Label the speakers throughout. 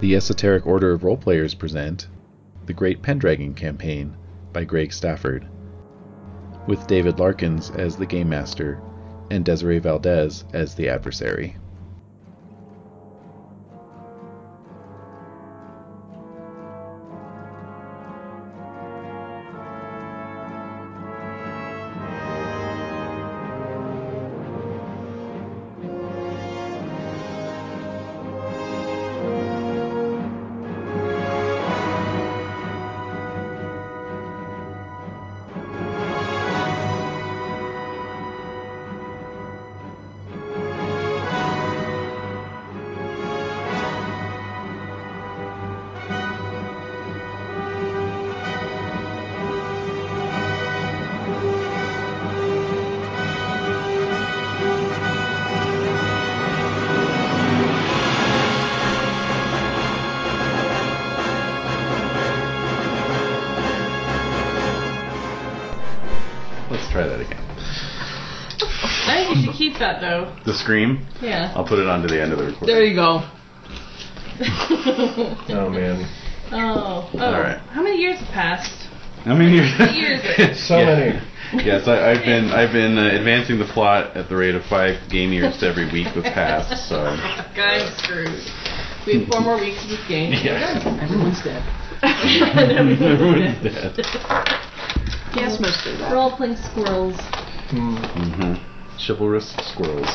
Speaker 1: The Esoteric Order of Roleplayers present The Great Pendragon Campaign by Greg Stafford, with David Larkins as the Game Master and Desiree Valdez as the adversary. Let's try that again.
Speaker 2: I think you should keep that though.
Speaker 1: The scream.
Speaker 2: Yeah.
Speaker 1: I'll put it onto the end of the recording.
Speaker 2: There you go.
Speaker 3: Oh man,
Speaker 2: Oh. Oh.
Speaker 1: All right.
Speaker 2: How many years have passed?
Speaker 1: I mean, you're
Speaker 2: Years.
Speaker 3: so
Speaker 1: Yeah.
Speaker 3: many.
Speaker 1: yes, I, I've been I've been uh, advancing the plot at the rate of five game years every week with past. So
Speaker 2: Guys, screwed. We have four more weeks of this game.
Speaker 1: yeah,
Speaker 4: Everyone's dead.
Speaker 1: everyone's dead.
Speaker 4: Yes, mostly
Speaker 2: We're all playing squirrels.
Speaker 3: Mm.
Speaker 1: Mm-hmm. Chivalrous squirrels.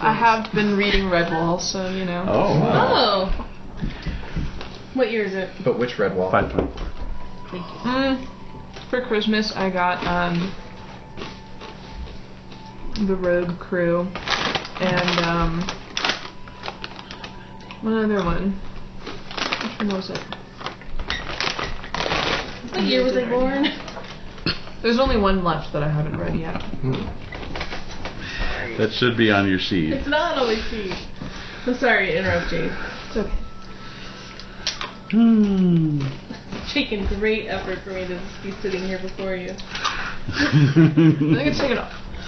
Speaker 4: I have been reading Redwall, so you know.
Speaker 1: Oh wow.
Speaker 2: Oh. What year is it?
Speaker 3: But which red wall?
Speaker 1: Five point four.
Speaker 2: Thank you.
Speaker 4: Mm, for Christmas, I got um, the Rogue Crew and um, one other one. Which one was it?
Speaker 2: What year was I born?
Speaker 4: There's only one left that I haven't read yet.
Speaker 3: Mm.
Speaker 1: That should be on your sheet.
Speaker 2: It's not always cheap. I'm sorry to interrupt, Jade.
Speaker 4: It's okay.
Speaker 1: Hmm.
Speaker 2: It's taken great effort for me to just be sitting here before you.
Speaker 4: I think it's taken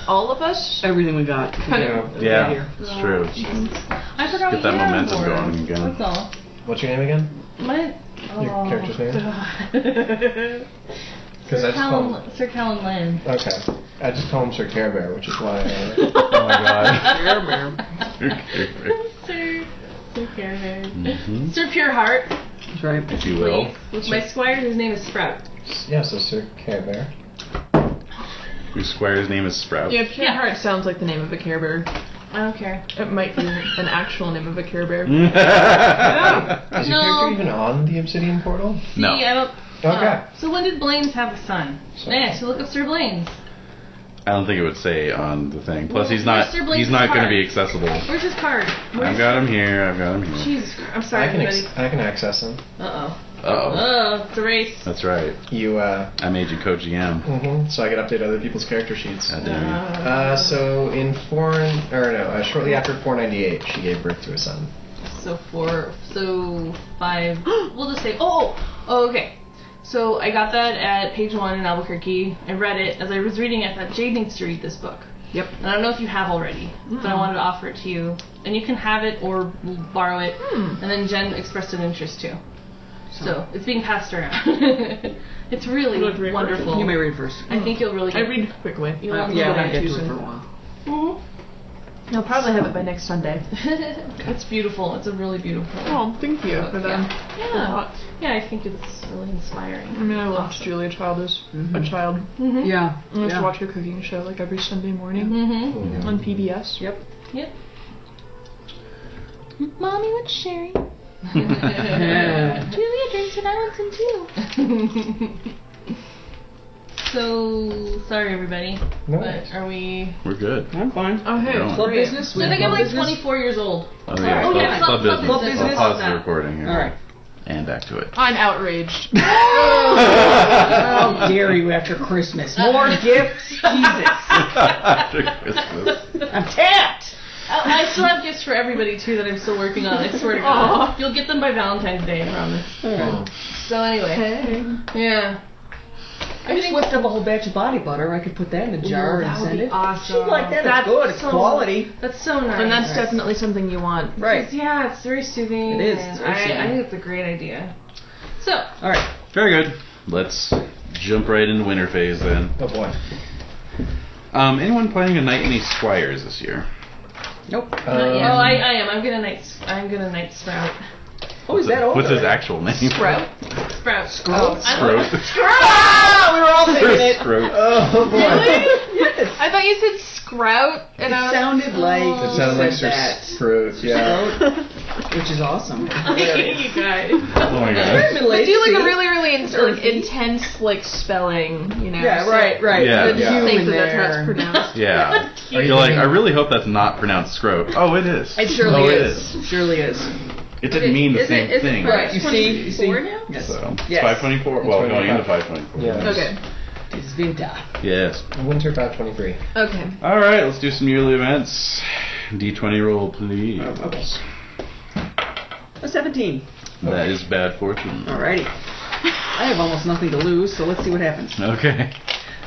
Speaker 4: all of us.
Speaker 5: Everything we got.
Speaker 4: Kind
Speaker 3: Yeah.
Speaker 4: of.
Speaker 1: yeah, it's true.
Speaker 2: I forgot
Speaker 1: Get
Speaker 2: what
Speaker 1: that
Speaker 2: year I'm
Speaker 1: momentum
Speaker 2: born.
Speaker 1: going again.
Speaker 2: That's all.
Speaker 3: What's your name again?
Speaker 2: My oh,
Speaker 3: Your character's name?
Speaker 2: God.
Speaker 3: Because I
Speaker 2: Sir
Speaker 3: just call
Speaker 2: Callan,
Speaker 3: him.
Speaker 2: Sir Callan Land.
Speaker 3: Okay, I just call him Sir Care Bear, which is why. I,
Speaker 1: Oh my god.
Speaker 2: Sir, Sir Callan.
Speaker 1: Mhm.
Speaker 2: Sir Pure Heart,
Speaker 5: That's right.
Speaker 1: If you will.
Speaker 2: with my squire whose name is Sprout.
Speaker 3: yeah, so Sir Care Bear.
Speaker 1: Your squire's name is Sprout.
Speaker 4: Yeah, Pure Heart sounds like the name of a Care Bear.
Speaker 2: I don't care.
Speaker 4: It might be an actual name of a Care Bear.
Speaker 3: Is your
Speaker 2: No.
Speaker 3: character even on the Obsidian Portal?
Speaker 2: See,
Speaker 1: No.
Speaker 2: I don't.
Speaker 3: Okay.
Speaker 2: Oh. So when did Blaine's have a son?
Speaker 3: So-
Speaker 2: Yeah, so look up Sir Blaine's.
Speaker 1: I don't think it would say on the thing. Plus,
Speaker 2: Well,
Speaker 1: he's not
Speaker 2: Mr. Blinks
Speaker 1: he's not
Speaker 2: is
Speaker 1: going to
Speaker 2: hard.
Speaker 1: be accessible.
Speaker 2: Where's his card?
Speaker 1: I've
Speaker 2: Where's-
Speaker 1: got him here. I've got him here.
Speaker 2: Jesus, Christ. I'm sorry,
Speaker 3: I can
Speaker 2: everybody.
Speaker 3: ex- I can access him.
Speaker 2: Uh oh.
Speaker 1: Oh,
Speaker 2: Oh, it's a race.
Speaker 1: that's right.
Speaker 3: You uh,
Speaker 1: I'm Agent Code GM.
Speaker 3: hmm so I can update other people's character sheets.
Speaker 1: God damn it.
Speaker 2: Uh,
Speaker 3: Uh, so in foreign or no, uh, shortly after 498, she gave birth to a son.
Speaker 2: so four, so five. we'll just say. Oh, oh, okay. So I got that at page one in Albuquerque. I read it. As I was reading, it, I thought Jade needs to read this book.
Speaker 5: Yep.
Speaker 2: And I don't know if you have already, but I wanted to offer it to you. And you can have it or borrow it. And then Jen expressed an interest too. So it's being passed around. it's really wonderful.
Speaker 5: You may read first.
Speaker 2: I think you'll really.
Speaker 4: I read quickly.
Speaker 2: You know,
Speaker 5: yeah,
Speaker 2: really
Speaker 5: I get to
Speaker 4: Tuesday.
Speaker 5: it for a while.
Speaker 2: Mhm.
Speaker 4: I'll probably have it by next Sunday.
Speaker 2: it's beautiful. It's a really beautiful.
Speaker 4: Oh, thank you for that.
Speaker 2: yeah. Yeah. Yeah, I think it's really inspiring.
Speaker 4: I mean, I loved Julia Child as a child.
Speaker 2: Mm-hmm.
Speaker 5: Yeah.
Speaker 4: I used
Speaker 5: yeah.
Speaker 4: to watch her cooking show like every Sunday morning
Speaker 2: Mm-hmm.
Speaker 4: on PBS.
Speaker 5: Yep.
Speaker 2: Yep. Mommy went sharing.
Speaker 5: Yeah.
Speaker 2: Julia drinks and I want some too. so sorry everybody, but
Speaker 3: Nice.
Speaker 2: are we?
Speaker 1: We're good.
Speaker 5: I'm fine.
Speaker 4: Oh, hey,
Speaker 1: Really?
Speaker 4: club
Speaker 5: Great.
Speaker 4: business.
Speaker 2: So I think I'm like 24 years old.
Speaker 1: Oh yeah,
Speaker 2: Oh,
Speaker 1: club,
Speaker 2: yeah,
Speaker 1: club
Speaker 2: club-
Speaker 1: business.
Speaker 2: club
Speaker 1: I'll
Speaker 2: business.
Speaker 1: pause the recording here.
Speaker 5: All right.
Speaker 1: And back to it.
Speaker 4: I'm outraged.
Speaker 5: How dare you Oh, after Christmas? More gifts? Jesus.
Speaker 1: After Christmas.
Speaker 5: I'm tapped.
Speaker 2: I, I still have gifts for everybody too that I'm still working on. I swear to God, you'll get them by Valentine's Day, I promise.
Speaker 5: All right.
Speaker 2: So anyway, yeah.
Speaker 5: I just whipped up a whole batch of body butter. I could put that in a jar
Speaker 2: Ooh, that
Speaker 5: and
Speaker 2: would
Speaker 5: send
Speaker 2: be
Speaker 5: it.
Speaker 2: awesome.
Speaker 5: She'd like that.
Speaker 2: That's
Speaker 5: it's good. It's
Speaker 2: so-
Speaker 5: quality.
Speaker 2: That's so nice.
Speaker 4: And that's definitely something you want.
Speaker 5: Right.
Speaker 2: Yeah, it's very soothing.
Speaker 5: It is.
Speaker 2: and
Speaker 5: It's very
Speaker 2: I, I
Speaker 5: soothing.
Speaker 2: think it's a great idea. So,
Speaker 5: All right.
Speaker 6: Very good. Let's jump right into winter phase then.
Speaker 3: Oh boy.
Speaker 6: Um, anyone playing a knight any squires this year?
Speaker 5: Nope.
Speaker 2: Not yet.
Speaker 3: Um,
Speaker 2: oh, I, I am. I'm gonna night. I'm gonna night sprout.
Speaker 5: Oh, is that all?
Speaker 6: What's his actual name?
Speaker 4: Sprout.
Speaker 2: Sprout.
Speaker 5: Oh,
Speaker 2: I
Speaker 6: Scroat.
Speaker 5: ah, we were all thinking it.
Speaker 6: Scroat.
Speaker 3: Oh boy.
Speaker 4: I thought you said sprout,
Speaker 5: It sounded like
Speaker 3: It sounded like Sir
Speaker 5: that,
Speaker 3: Scrooge. Yeah.
Speaker 5: which is awesome.
Speaker 2: I hate you guys.
Speaker 6: Oh my
Speaker 5: Very
Speaker 6: god.
Speaker 5: middle-aged,
Speaker 4: do like
Speaker 5: see?
Speaker 4: a really, really ins- like intense like spelling, you know?
Speaker 5: yeah,
Speaker 4: so
Speaker 5: right, right.
Speaker 6: Yeah.
Speaker 5: With
Speaker 3: Yeah.
Speaker 4: I
Speaker 5: you
Speaker 4: think
Speaker 5: in
Speaker 4: that that's how it's
Speaker 5: there.
Speaker 4: pronounced.
Speaker 6: Yeah.
Speaker 3: Are you
Speaker 6: You're like, I
Speaker 3: thinking-
Speaker 6: really hope that's not pronounced scroat. Oh, it is.
Speaker 5: It surely
Speaker 6: oh,
Speaker 5: is.
Speaker 6: it is.
Speaker 5: Surely is.
Speaker 6: It didn't mean the
Speaker 2: Is
Speaker 6: same
Speaker 2: it, is
Speaker 6: thing.
Speaker 2: It
Speaker 5: Right, you see- you see-
Speaker 2: 24 now?
Speaker 5: Yes.
Speaker 6: So, it's
Speaker 5: Yes.
Speaker 6: 524. Well,
Speaker 3: It's
Speaker 6: going into
Speaker 3: 524. Yeah.
Speaker 6: 524.
Speaker 4: Okay.
Speaker 5: It's winter.
Speaker 6: Yes.
Speaker 3: Winter 523.
Speaker 4: Okay.
Speaker 6: All right, let's do some yearly events. D20 roll, please.
Speaker 5: A 17.
Speaker 6: That is bad fortune.
Speaker 5: Alrighty. I have almost nothing to lose, so let's see what happens.
Speaker 6: Okay.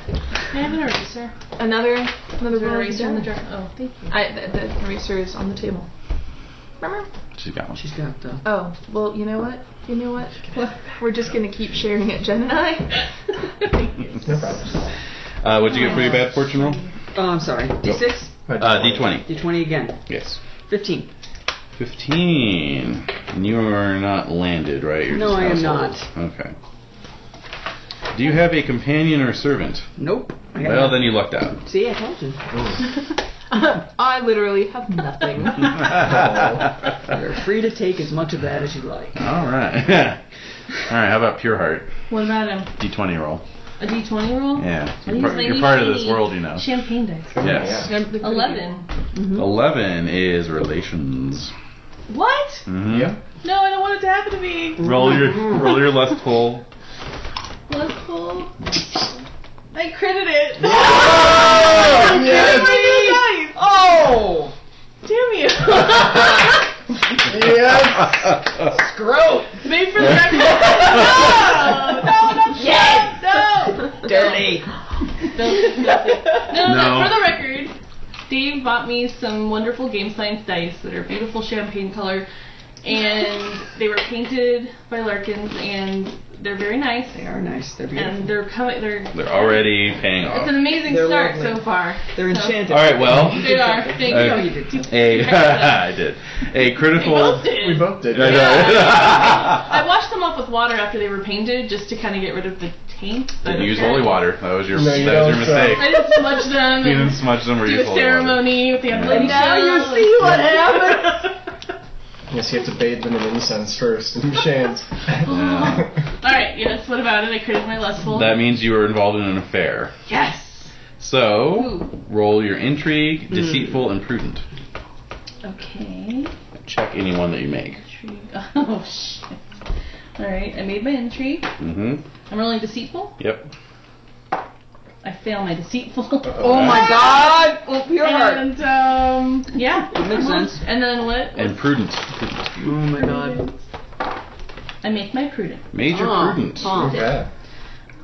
Speaker 2: Can I have an eraser?
Speaker 4: Another another
Speaker 2: Is there an
Speaker 4: roll
Speaker 2: eraser in the
Speaker 4: down.
Speaker 2: jar? Oh, thank you.
Speaker 4: I the, the eraser is on the table.
Speaker 6: She's got one.
Speaker 5: She's got
Speaker 2: uh,
Speaker 5: the.
Speaker 4: Oh well, you know what? You know what? We're just gonna keep sharing it, Jen and I.
Speaker 3: No problem.
Speaker 6: Uh, what'd you get for your bad fortune roll?
Speaker 5: Oh, I'm sorry. D6?
Speaker 6: Uh, D20.
Speaker 5: D20 again.
Speaker 6: Yes.
Speaker 5: 15.
Speaker 6: 15. And you are not landed, right? You're
Speaker 5: No,
Speaker 6: just
Speaker 5: I am
Speaker 6: household. Okay. Do you have a companion or servant?
Speaker 5: Nope. I got
Speaker 6: Well,
Speaker 5: nothing.
Speaker 6: then you lucked out.
Speaker 5: See, I told you.
Speaker 4: I literally have nothing.
Speaker 5: You're free to take as much of that as you like.
Speaker 6: All right. All right, how about Pure Heart?
Speaker 2: Oh. What about him?
Speaker 6: D20 roll.
Speaker 2: A D20
Speaker 5: Oh.
Speaker 2: roll?
Speaker 6: Yeah. You're
Speaker 2: Please,
Speaker 6: part, you're
Speaker 2: lady.
Speaker 6: part of this world, you know.
Speaker 2: Champagne dice.
Speaker 6: Yes.
Speaker 2: Eleven.
Speaker 6: 11 is relations.
Speaker 2: What?
Speaker 6: Mm-hmm.
Speaker 3: Yep.
Speaker 2: No, I don't want it to happen to me.
Speaker 6: Roll your roll your left hole.
Speaker 2: Let's pull. I critted it.
Speaker 3: Yes!
Speaker 2: Nice.
Speaker 5: Oh!
Speaker 2: Damn you.
Speaker 3: Yes!
Speaker 5: Gross!
Speaker 2: Made for the record. No, no, no,
Speaker 5: Yes!
Speaker 2: no.
Speaker 5: Dirty!
Speaker 2: No,
Speaker 6: No.
Speaker 2: but for the record, Dave bought me some wonderful Game Science dice that are beautiful champagne color, and they were painted by Larkins, and they're very nice,
Speaker 5: They are nice. They're beautiful.
Speaker 2: and they're coming. They're
Speaker 6: They're already paying
Speaker 2: it's
Speaker 6: off.
Speaker 2: an amazing
Speaker 5: They're
Speaker 2: start
Speaker 5: lovely.
Speaker 2: so far.
Speaker 5: They're
Speaker 2: So-
Speaker 5: enchanted.
Speaker 6: All right, well,
Speaker 2: They are. Thank you.
Speaker 5: You know you did something.
Speaker 6: a I did
Speaker 2: They
Speaker 6: a
Speaker 2: both
Speaker 6: critical.
Speaker 2: did.
Speaker 3: We both did.
Speaker 6: I know.
Speaker 2: I washed them off with water after they were painted, just to kind of get rid of the taint. but
Speaker 6: Didn't use holy
Speaker 2: apparently-
Speaker 6: water. That was your
Speaker 3: No, you
Speaker 6: that
Speaker 3: don't,
Speaker 6: was your
Speaker 3: uh,
Speaker 6: mistake.
Speaker 2: I didn't smudge them.
Speaker 6: You didn't
Speaker 2: and
Speaker 6: smudge them or
Speaker 2: do
Speaker 6: use
Speaker 2: a
Speaker 6: holy water.
Speaker 2: ceremony with the athletic
Speaker 5: Now you
Speaker 2: show.
Speaker 5: see what happened!
Speaker 3: Yes, you have to bathe them in incense first and chant.
Speaker 6: Yeah.
Speaker 2: All right. Yes. What about it? I created my lustful.
Speaker 6: That means you were involved in an affair.
Speaker 2: yes.
Speaker 6: So
Speaker 2: Ooh.
Speaker 6: roll your
Speaker 3: Hmm.
Speaker 6: intrigue, deceitful, and prudent.
Speaker 2: Okay.
Speaker 6: Check any one that you make.
Speaker 2: Intrigue. Oh shit. All right. I made my intrigue.
Speaker 6: hmm
Speaker 2: I'm rolling deceitful.
Speaker 6: Yep.
Speaker 2: I fail my deceitful.
Speaker 5: Oh my god! Oh, pure heart.
Speaker 2: And um, yeah.
Speaker 5: It makes sense.
Speaker 2: And then what?
Speaker 6: And prudent. Prudent.
Speaker 5: Oh my god.
Speaker 2: I make my prudent.
Speaker 6: Major
Speaker 5: Oh,
Speaker 6: prudent.
Speaker 5: oh.
Speaker 3: Okay.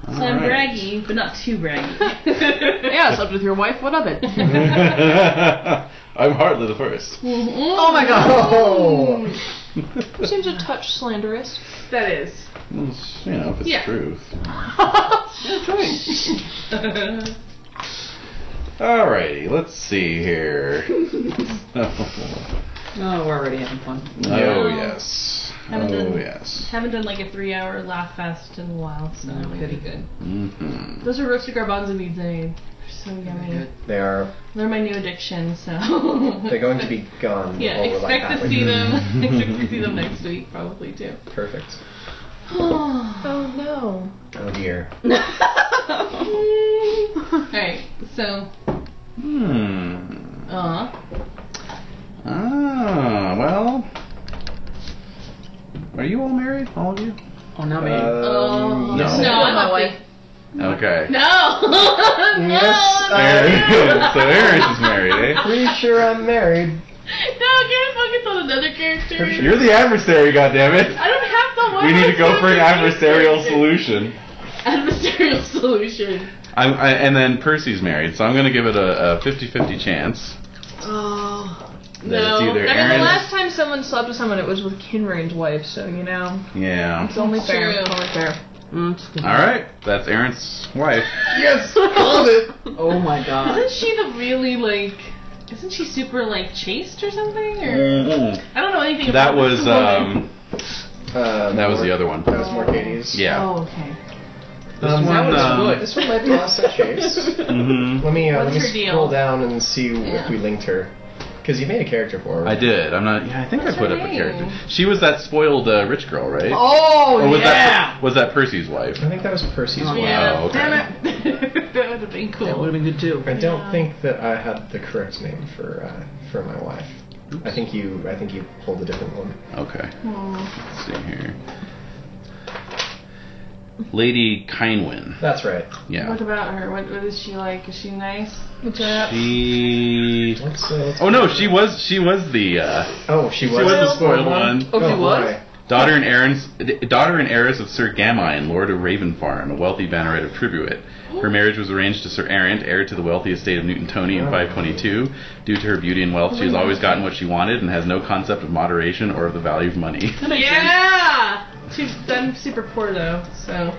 Speaker 2: So
Speaker 6: All
Speaker 2: I'm
Speaker 6: right.
Speaker 2: braggy, but not too braggy.
Speaker 4: yeah, I slept with your wife. What of it?
Speaker 6: I'm hardly the first.
Speaker 5: Oh my god!
Speaker 3: Oh!
Speaker 4: Seems a touch slanderous.
Speaker 2: That is.
Speaker 6: Well, it's, you know, if it's
Speaker 2: Yeah.
Speaker 6: truth.
Speaker 4: That's right.
Speaker 6: Alrighty, let's see here. oh,
Speaker 5: Oh, we're already having fun.
Speaker 2: Yeah.
Speaker 6: yes.
Speaker 2: Haven't
Speaker 6: oh,
Speaker 2: done-
Speaker 6: yes.
Speaker 2: Haven't done like a three-hour laugh fest in a while, so
Speaker 5: No
Speaker 2: it might be
Speaker 5: kidding.
Speaker 2: good.
Speaker 6: hmm
Speaker 2: Those are roasted garbanzo beans I made. They're so yummy.
Speaker 3: They are.
Speaker 2: They're my new addiction, so.
Speaker 3: They're going to be gone.
Speaker 2: Yeah,
Speaker 3: while we're
Speaker 2: expect
Speaker 3: like
Speaker 2: to
Speaker 3: halfway
Speaker 2: see
Speaker 3: through.
Speaker 2: them. expect to see them next week, probably too.
Speaker 3: Perfect.
Speaker 4: Oh no.
Speaker 3: Oh dear.
Speaker 2: All right, so.
Speaker 6: Hmm.
Speaker 2: Uh.
Speaker 6: Ah, well. Are you all married? All of you?
Speaker 5: Oh, no,
Speaker 3: Um,
Speaker 5: man.
Speaker 2: Oh.
Speaker 6: No.
Speaker 3: yes, I
Speaker 2: No,
Speaker 3: am.
Speaker 2: I'm not
Speaker 4: wife.
Speaker 6: Okay.
Speaker 2: No. no.
Speaker 3: Yes,
Speaker 2: no.
Speaker 6: Aaron- eh? so Aaron is married, eh?
Speaker 3: Pretty sure I'm married.
Speaker 2: No, get focus on another character.
Speaker 6: eh? You're the adversary, goddammit.
Speaker 2: I don't have someone.
Speaker 6: We need to go for an adversarial solution.
Speaker 2: Adversarial your solution.
Speaker 6: I'm, I, and then Percy's married, so I'm going to give it a, a 50-50 chance.
Speaker 2: Oh.
Speaker 6: That
Speaker 2: No.
Speaker 6: it's
Speaker 2: I
Speaker 6: either
Speaker 2: mean,
Speaker 4: I mean,
Speaker 6: Aaron-
Speaker 4: the last time someone slept with someone, it was with Kinrain's wife, so you know.
Speaker 6: Yeah.
Speaker 4: It's only fair.
Speaker 2: True.
Speaker 4: It's only fair.
Speaker 5: Mm,
Speaker 6: All right, that's Aaron's wife.
Speaker 3: Yes, called it.
Speaker 5: Oh my god.
Speaker 2: Isn't she the really like? Isn't she super like chaste or something? Or I don't know anything.
Speaker 6: Mm. Mm-hmm. That
Speaker 2: about this
Speaker 6: was
Speaker 2: woman.
Speaker 6: um,
Speaker 3: Uh,
Speaker 6: that was the other
Speaker 3: That
Speaker 6: one.
Speaker 3: was more Katie's.
Speaker 6: Yeah.
Speaker 5: Oh, okay.
Speaker 6: This
Speaker 3: Um, that
Speaker 6: one.
Speaker 3: was
Speaker 6: Um,
Speaker 3: This one might be lost in chase.
Speaker 6: mhm.
Speaker 3: Let me uh, let
Speaker 2: What's
Speaker 3: me
Speaker 2: her deal?
Speaker 3: scroll down and see
Speaker 2: Yeah.
Speaker 3: if we linked her, because you made a character for her.
Speaker 6: I did. I'm not. Yeah, I think
Speaker 2: What's
Speaker 6: I put
Speaker 2: her
Speaker 6: up a
Speaker 2: name?
Speaker 6: character. She was that spoiled uh, rich girl, right?
Speaker 5: Oh,
Speaker 6: or was
Speaker 5: yeah.
Speaker 6: that was that Percy's wife?
Speaker 3: I think that was Percy's
Speaker 5: Oh,
Speaker 3: one.
Speaker 2: Yeah.
Speaker 6: Oh, okay.
Speaker 5: Damn it.
Speaker 2: that would have been cool.
Speaker 5: That would have been good too.
Speaker 3: I don't
Speaker 2: Yeah.
Speaker 3: think that I had the correct name for uh, for my wife. I think you I think you pulled a different one.
Speaker 6: Okay.
Speaker 2: Aw.
Speaker 6: Let's see here. Lady Kynwin.
Speaker 3: That's right.
Speaker 6: Yeah.
Speaker 2: What about her? What, what is she like? Is she nice?
Speaker 4: What's that?
Speaker 6: She.
Speaker 3: Let's, uh, let's-
Speaker 6: Oh no, she was she was the uh,
Speaker 3: Oh, she was,
Speaker 6: was the
Speaker 3: the spoiled
Speaker 6: spoiled
Speaker 3: one.
Speaker 6: one.
Speaker 5: Oh, she was?
Speaker 3: boy.
Speaker 6: daughter and heiress daughter and heiress of Sir Gamine, Lord of Ravenfarn, a wealthy banneret of Tribuet. Her marriage was arranged to Sir Arant, heir to the wealthy estate of Newton Tony in 522. Due to her beauty and wealth, she has always gotten what she wanted and has no concept of moderation or of the value of money.
Speaker 2: Yeah. She's I'm super poor though, so.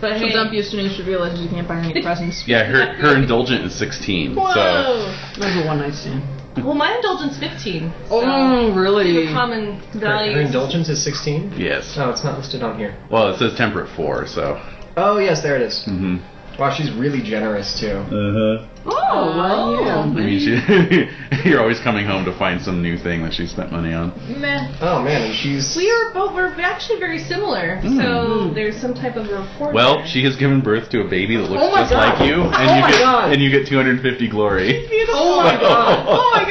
Speaker 2: But
Speaker 4: She'll
Speaker 2: hey.
Speaker 4: dump you as soon as she realizes you can't buy her any presents.
Speaker 6: Yeah, her her indulgent is 16. So
Speaker 2: Whoa.
Speaker 5: That was a one night stand.
Speaker 2: Well, my indulgence 15. So
Speaker 5: Oh, really?
Speaker 2: the common
Speaker 3: Her,
Speaker 2: values.
Speaker 3: her indulgence is 16?
Speaker 6: yes.
Speaker 3: No, it's not listed on here.
Speaker 6: Well, it says temperate four. So.
Speaker 3: Oh, yes, there it is.
Speaker 6: Mm-hmm.
Speaker 3: Wow, she's really generous, too.
Speaker 6: Uh huh.
Speaker 5: Oh, well, yeah.
Speaker 6: I mean, she, you're always coming home to find some new thing that she spent money on.
Speaker 2: Meh.
Speaker 3: Oh, man, and she's...
Speaker 2: We are both. We're actually very similar.
Speaker 6: Hmm.
Speaker 2: So there's some type of rapport.
Speaker 6: Well,
Speaker 2: there.
Speaker 6: she has given birth to a baby that looks
Speaker 5: Oh my
Speaker 6: just
Speaker 5: God.
Speaker 6: like you, and
Speaker 5: Oh
Speaker 6: you
Speaker 5: my
Speaker 6: get
Speaker 5: God.
Speaker 6: and you get 250 glory.
Speaker 2: Beautiful.
Speaker 5: Oh my god.
Speaker 2: Oh my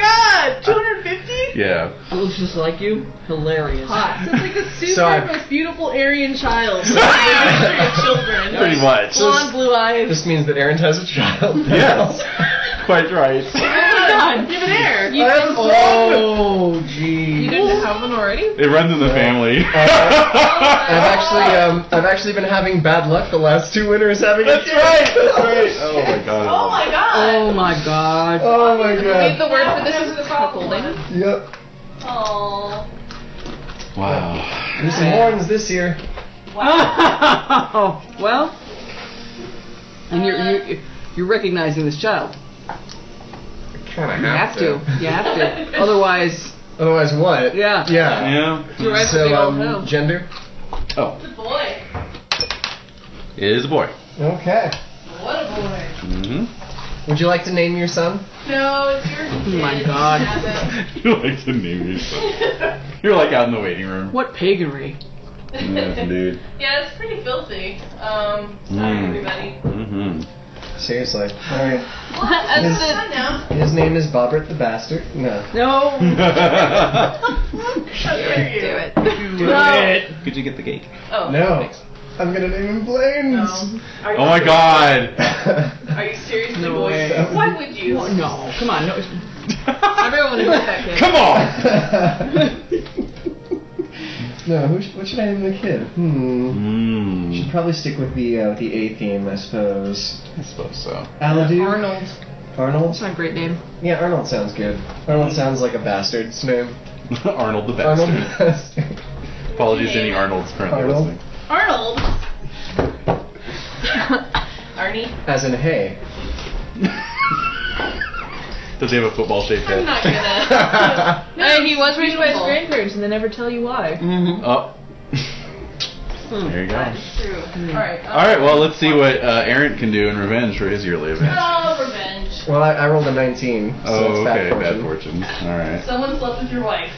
Speaker 2: god! 250?
Speaker 6: Yeah.
Speaker 5: It looks just like you. Hilarious.
Speaker 2: Hot. So it's like the super
Speaker 3: So I-
Speaker 2: most beautiful Aryan child. children.
Speaker 6: Pretty much.
Speaker 2: Blonde, blue eyes.
Speaker 3: This means that Aaron has a child.
Speaker 6: Yes. Quite right.
Speaker 2: Oh my god! Give it air. You,
Speaker 3: Oh,
Speaker 4: You
Speaker 3: gee.
Speaker 4: didn't have one already?
Speaker 6: It runs in the family.
Speaker 3: I've actually, um, I've actually been having bad luck the last two winters having
Speaker 6: That's
Speaker 3: a kid.
Speaker 6: right. That's right. Oh my
Speaker 2: oh
Speaker 6: god.
Speaker 2: my god!
Speaker 5: Oh my god.
Speaker 3: Oh, my
Speaker 4: Believe
Speaker 3: God.
Speaker 4: the word for this is cuckolding.
Speaker 3: Yep.
Speaker 2: Oh.
Speaker 6: Wow.
Speaker 3: There's some horns this year.
Speaker 5: Oh. well, and you're, you're you're recognizing this child.
Speaker 3: Kind of
Speaker 5: You have to. You have to. Otherwise,
Speaker 3: Otherwise, what?
Speaker 5: Yeah.
Speaker 3: Yeah.
Speaker 6: Yeah.
Speaker 4: You're right,
Speaker 3: So,
Speaker 4: big old
Speaker 3: um,
Speaker 4: hoe.
Speaker 3: gender?
Speaker 6: Oh,
Speaker 2: Good boy.
Speaker 6: it is a boy.
Speaker 3: Okay.
Speaker 2: What a boy.
Speaker 6: Mm-hmm.
Speaker 3: Would you like to name your son?
Speaker 2: No, it's your
Speaker 5: Oh my
Speaker 2: kid.
Speaker 5: God.
Speaker 2: Have
Speaker 6: you like to name your son. You're like out in the waiting room.
Speaker 5: what paganry?
Speaker 6: Yes,
Speaker 2: it.
Speaker 6: dude.
Speaker 2: yeah, it's pretty filthy. Um, sorry
Speaker 6: Mm.
Speaker 2: everybody.
Speaker 6: Mm-hmm.
Speaker 3: Seriously. Alright.
Speaker 2: Well, as
Speaker 3: Yes.
Speaker 2: the- now.
Speaker 3: His name is Bobbert the Bastard. No.
Speaker 5: No.
Speaker 6: Oh
Speaker 2: How dare you?
Speaker 4: Do it.
Speaker 6: Could you get the cake?
Speaker 2: Oh.
Speaker 3: No. I'm gonna name him Blaines.
Speaker 2: No. Are you
Speaker 6: Oh my
Speaker 2: serious?
Speaker 6: god.
Speaker 2: Are you seriously
Speaker 5: No
Speaker 2: going?
Speaker 5: way.
Speaker 2: Why would you?
Speaker 5: Oh, no. Come on. No.
Speaker 4: Everyone who hurt that kid.
Speaker 6: Come on.
Speaker 3: no. Who sh- what should I name the kid? Hmm. Should
Speaker 6: Mm,
Speaker 3: probably stick with the uh, with the A theme, I suppose.
Speaker 6: I suppose so.
Speaker 3: Aladu.
Speaker 4: Arnold.
Speaker 3: Arnold.
Speaker 4: That's not a great name.
Speaker 3: Yeah, Arnold sounds good. Arnold sounds like a bastard's name.
Speaker 6: Arnold the
Speaker 3: Arnold
Speaker 6: Hmm. bastard.
Speaker 3: the Bastard.
Speaker 6: Apologies to any Arnolds currently
Speaker 3: Arnold.
Speaker 6: listening.
Speaker 2: Arnold. Arnie.
Speaker 3: As in hey.
Speaker 6: Does he have a football shaped head?
Speaker 2: I'm not gonna.
Speaker 4: Hey, he was raised by his
Speaker 2: Beautiful.
Speaker 4: grandparents, and they never tell you why.
Speaker 3: mm-hmm.
Speaker 6: Oh.
Speaker 3: Hmm.
Speaker 6: there you go.
Speaker 2: That's true.
Speaker 5: Mm.
Speaker 2: All right. um,
Speaker 6: All right, well, let's see what uh, Aaron can do in revenge for his yearly event.
Speaker 2: Oh, revenge.
Speaker 3: Well, I, I rolled a 19, so
Speaker 6: oh,
Speaker 3: it's bad
Speaker 6: okay,
Speaker 3: fortune.
Speaker 6: bad fortune. All right.
Speaker 2: Someone slept with your wife.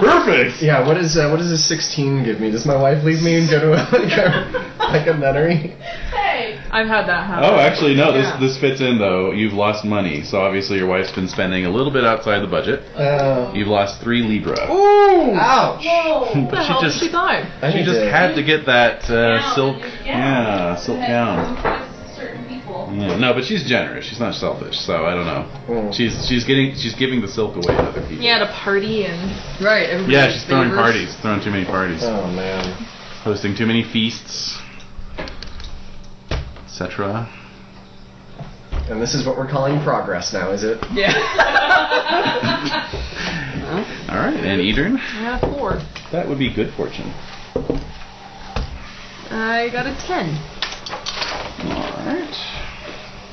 Speaker 6: Perfect.
Speaker 3: Yeah, what is uh, what does a 16 give me? Does my wife leave me and go to a, like, a, like a nunnery?
Speaker 2: Hey.
Speaker 4: I've had that happen.
Speaker 6: Oh, actually, no. This
Speaker 5: Yeah.
Speaker 6: this fits in though. You've lost money, so obviously your wife's been spending a little bit outside the budget.
Speaker 3: Uh,
Speaker 6: You've lost three libra.
Speaker 3: ouch!
Speaker 2: Whoa.
Speaker 6: But she
Speaker 4: How
Speaker 6: just
Speaker 4: she died.
Speaker 3: I
Speaker 6: she
Speaker 3: need
Speaker 6: just
Speaker 3: to-
Speaker 6: had to get that uh,
Speaker 2: Gown,
Speaker 6: silk
Speaker 2: your gown.
Speaker 6: yeah silk
Speaker 2: That
Speaker 6: gown.
Speaker 2: comes with Certain people.
Speaker 6: Yeah, no, but she's generous. She's not selfish, so I don't know.
Speaker 3: Mm.
Speaker 6: She's she's getting she's giving the silk away to other people.
Speaker 4: Yeah, at a party and.
Speaker 5: Right. Everybody
Speaker 6: Yeah, she's throwing parties, throwing too many parties,
Speaker 3: Oh man.
Speaker 6: hosting too many feasts. etc.
Speaker 3: And this is what we're calling progress now, is it?
Speaker 6: All right, and Edern,
Speaker 4: I got a four.
Speaker 6: that would be good fortune.
Speaker 4: I got a ten.
Speaker 6: All right,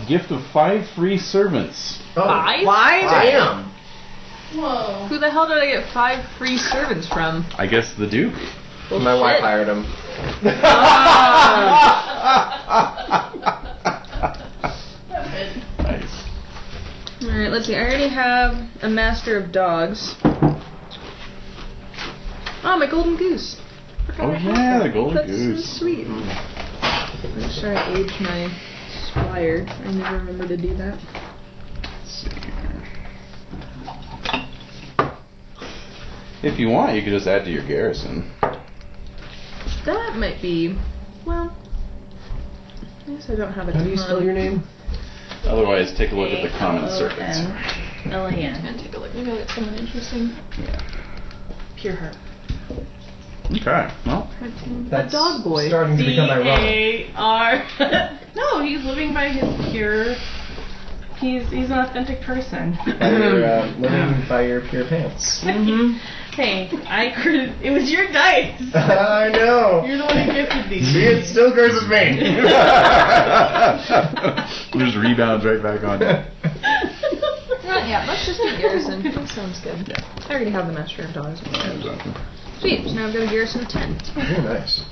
Speaker 6: gift of five free servants.
Speaker 3: Oh,
Speaker 4: Five?
Speaker 3: Damn.
Speaker 2: Whoa.
Speaker 4: Who the hell did I get five free servants from?
Speaker 6: I guess the Duke.
Speaker 3: My wife hired him.
Speaker 6: Nice.
Speaker 4: Alright, let's see. I already have a master of dogs. Oh, my golden goose.
Speaker 6: Oh yeah, the golden
Speaker 4: That's
Speaker 6: goose.
Speaker 4: so sweet. I'm sure I aged my squire. I never remember to do that.
Speaker 6: Let's see here. If you want, you could just add to your garrison.
Speaker 4: That might be. Well, I guess I don't have a
Speaker 3: How do you spell your name?
Speaker 6: Otherwise, take a look at the common
Speaker 4: Oh,
Speaker 6: servants.
Speaker 4: I'm
Speaker 2: Elian.
Speaker 4: gonna take a look. Maybe I'll get someone interesting.
Speaker 6: Yeah.
Speaker 2: Pure heart.
Speaker 6: Okay. Well,
Speaker 3: That's
Speaker 4: dog boy.
Speaker 3: Starting to
Speaker 2: D
Speaker 3: become ironic.
Speaker 2: A R. No, he's living by his pure. He's he's an authentic person.
Speaker 3: By your, uh, living by your pure pants.
Speaker 2: Hey, I crit- it was your dice.
Speaker 3: I know.
Speaker 2: You're the one who gifted these.
Speaker 3: See, it still curses me.
Speaker 6: there's rebounds right back on. you.
Speaker 4: yeah, let's just do garrison. That sounds good. I already have the master of dogs. Sweet. So now I've got a garrison of ten.
Speaker 3: Very nice.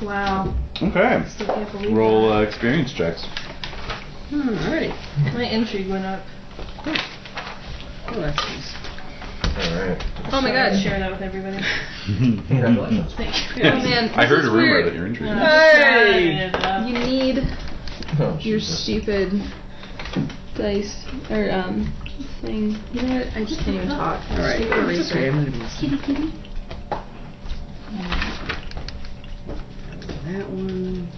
Speaker 2: Wow.
Speaker 6: Okay.
Speaker 2: Still can't believe
Speaker 6: Roll uh, experience checks.
Speaker 5: Hmm, Alrighty.
Speaker 2: that. My intrigue went up.
Speaker 5: Oh, that's nice.
Speaker 3: All right.
Speaker 4: Oh my god.
Speaker 2: Share that with everybody.
Speaker 3: Congratulations.
Speaker 2: Thank you.
Speaker 4: Oh man.
Speaker 6: I
Speaker 4: this
Speaker 6: heard
Speaker 4: is
Speaker 6: a rumor
Speaker 4: weird.
Speaker 6: that you're intrigued.
Speaker 4: Hey!
Speaker 2: Share it up.
Speaker 4: You need
Speaker 3: Oh,
Speaker 4: your
Speaker 3: Jesus.
Speaker 4: stupid dice or um thing. You know what? I just can't even talk.
Speaker 5: Alright.
Speaker 4: Stupid eraser.
Speaker 5: That one.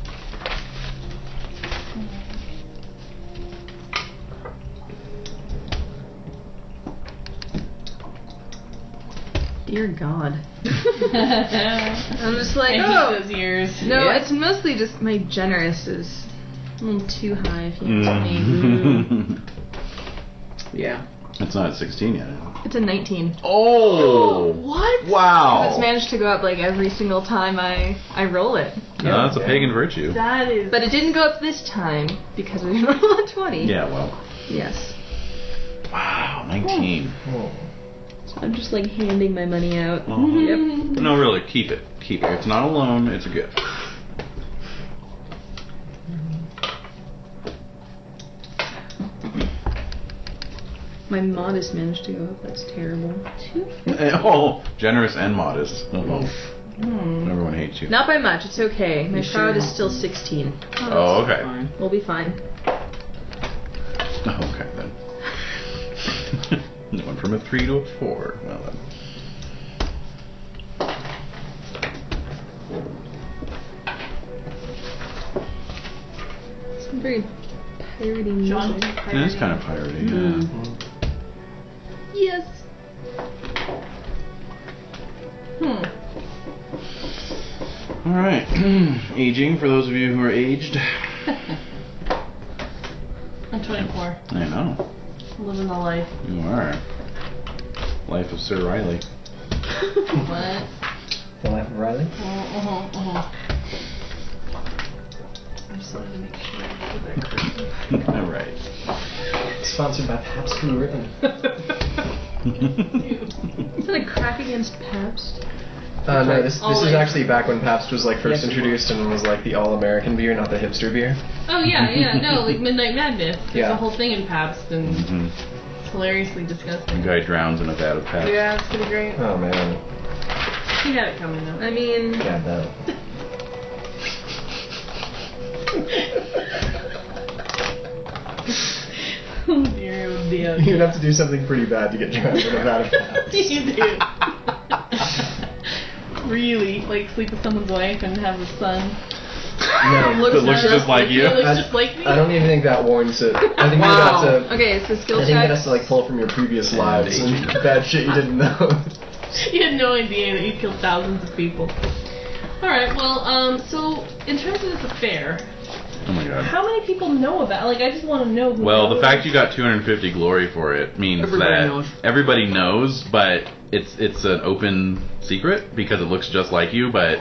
Speaker 4: Dear God. I'm just like,
Speaker 2: I hate
Speaker 4: oh
Speaker 2: those years.
Speaker 4: no, it's mostly just my generous is a little too high. If you ask me,
Speaker 5: Yeah.
Speaker 6: it's not at 16 yet. is it?
Speaker 4: it's a 19.
Speaker 6: Oh!
Speaker 4: Mm-hmm. What? Oh.
Speaker 6: Wow!
Speaker 4: It's managed to go up like every single time I I roll it,
Speaker 6: No, that's a pagan virtue.
Speaker 2: That is.
Speaker 4: but it didn't go up this time because I didn't roll a 20.
Speaker 6: Yeah, well.
Speaker 4: Yes.
Speaker 6: Wow, 19.
Speaker 3: Oh.
Speaker 4: So I'm just like handing my money out.
Speaker 6: Oh,
Speaker 4: Yep.
Speaker 6: No, really, keep it. Keep it. It's not a loan, it's a gift.
Speaker 4: My mod has managed to go up. That's terrible.
Speaker 6: Oh, generous and modest. Oh, no. Everyone hates you.
Speaker 4: Not by much. It's okay. My shroud is still 16.
Speaker 6: Oh, okay.
Speaker 4: We'll be fine.
Speaker 6: Oh, okay then. it went from a three to a four. Well then.
Speaker 4: Some very parody music.
Speaker 6: It is kind of pirating. Yeah.
Speaker 4: Yes.
Speaker 6: All right. Aging for those of you who are aged.
Speaker 2: I'm 24.
Speaker 6: I know
Speaker 2: Living the life.
Speaker 6: you are. Life of Sir Riley.
Speaker 2: What?
Speaker 3: The life of Riley.
Speaker 2: Uh-huh, uh-huh.
Speaker 6: All right.
Speaker 3: Sponsored by Pabst Blue Ribbon.
Speaker 2: uh-huh.
Speaker 4: Is that a crack against Pabst?
Speaker 3: Uh, no, this, this
Speaker 2: Always.
Speaker 3: is actually back when Pabst was like first introduced and was like the all-American beer, not the hipster beer.
Speaker 2: Oh yeah, yeah, no, like Midnight Madness. There's
Speaker 3: Yeah.
Speaker 2: a whole thing in Pabst and
Speaker 6: Mhm.
Speaker 2: it's hilariously disgusting.
Speaker 6: The guy drowns in a vat of pap.
Speaker 2: Yeah, it's pretty great.
Speaker 3: Oh man,
Speaker 2: He had it coming though.
Speaker 4: I mean,
Speaker 3: yeah, that.
Speaker 2: Oh dear, oh dear.
Speaker 3: You'd have to do something pretty bad to get drowned in a vat of Pabst.
Speaker 2: you do. really, like sleep with someone's wife and have a son.
Speaker 3: No,
Speaker 6: That looks just like you.
Speaker 2: It looks
Speaker 3: I-
Speaker 2: just like
Speaker 6: Uh,
Speaker 2: me.
Speaker 3: I don't even think that warrants it. I think
Speaker 5: Wow.
Speaker 3: you'd have to.
Speaker 4: okay, so skill
Speaker 3: I think you'd have
Speaker 4: check.
Speaker 3: to like pull from your previous lives and bad shit you didn't know.
Speaker 6: uh,
Speaker 2: You had no idea that you killed thousands of people. All right. Well, um, so in terms of this affair,
Speaker 6: Oh my god.
Speaker 2: how many people know about? Like, I just want to know. Who
Speaker 6: Well, the
Speaker 2: knows.
Speaker 6: fact you got 250 glory for it means
Speaker 5: Everybody
Speaker 6: that
Speaker 5: knows.
Speaker 6: everybody knows, but it's it's an open secret because it looks just like you, but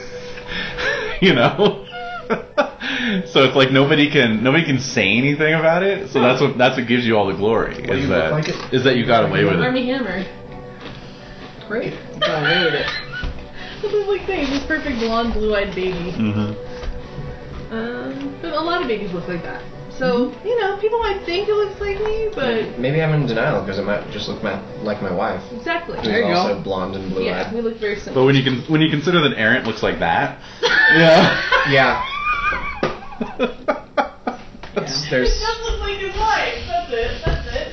Speaker 6: you know. so it's like nobody can nobody can say anything about it. So that's what that's what gives you all the glory
Speaker 3: do
Speaker 6: is
Speaker 3: you look
Speaker 6: that
Speaker 3: like it?
Speaker 6: is that you got away with it.
Speaker 2: Army Hammer.
Speaker 5: Great. Got away with it.
Speaker 2: This is like things. This perfect blonde, blue-eyed baby.
Speaker 6: Mm-hmm.
Speaker 2: Um, but a lot of babies look like that. So
Speaker 4: Mm-hmm.
Speaker 2: you know, people might think it looks like me, but
Speaker 3: Maybe I'm in denial because it might just look my, like my wife,
Speaker 2: exactly.
Speaker 3: who's
Speaker 5: There you go.
Speaker 3: also blonde and blue
Speaker 2: Yeah,
Speaker 3: eyed.
Speaker 2: we look very
Speaker 6: But
Speaker 2: similar.
Speaker 6: when you can when you consider that Errant looks like that, yeah.
Speaker 3: Yeah.
Speaker 5: Yeah.
Speaker 3: There's
Speaker 2: look like his wife. That's it. That's it.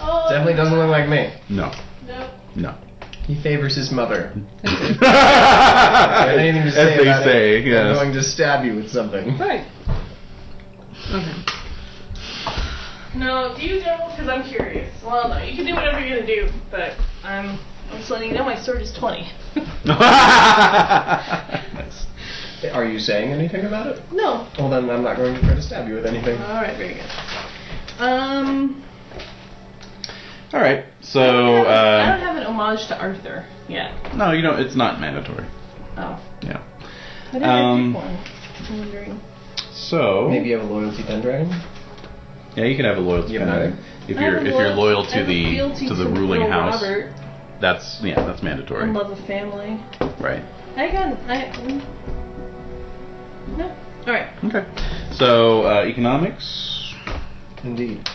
Speaker 2: Oh,
Speaker 3: definitely doesn't look like me.
Speaker 6: no,
Speaker 2: no.
Speaker 6: no.
Speaker 3: He favors his mother. If I have anything to
Speaker 6: As
Speaker 3: say
Speaker 6: they
Speaker 3: about it,
Speaker 6: say,
Speaker 3: I'm
Speaker 6: yes.
Speaker 3: going to stab you with something.
Speaker 5: Right. Okay.
Speaker 2: No, do you know? Because I'm curious. Well, no, you can do whatever you're gonna do, but I'm, I'm just letting you know my sword is 20.
Speaker 6: nice.
Speaker 3: Are you saying anything about it?
Speaker 2: no.
Speaker 3: Well, then I'm not going to try to stab you with anything.
Speaker 2: All right, very good. Um,
Speaker 6: All right. So
Speaker 2: I don't have- I don't
Speaker 6: uh,
Speaker 2: have an homage to Arthur yet.
Speaker 6: no, you know, it's not mandatory.
Speaker 2: Oh,
Speaker 6: Yeah.
Speaker 2: I didn't
Speaker 6: Um,
Speaker 2: pick one. I'm wondering.
Speaker 6: So
Speaker 3: Maybe you have a loyalty pendragon?
Speaker 6: yeah, you can have a loyalty
Speaker 3: You have
Speaker 6: penalty.
Speaker 3: neither?
Speaker 6: if
Speaker 2: I have
Speaker 6: you're
Speaker 2: a
Speaker 6: if you're loyal
Speaker 2: I
Speaker 6: to
Speaker 2: have a
Speaker 6: the
Speaker 2: fealty
Speaker 6: to the ruling
Speaker 2: Earl
Speaker 6: house.
Speaker 2: Robert,
Speaker 6: That's yeah, that's
Speaker 2: I
Speaker 6: mandatory.
Speaker 2: love a family.
Speaker 6: Right.
Speaker 2: I got. I. mm. No. All right.
Speaker 6: Okay. So uh, economics.
Speaker 3: Indeed.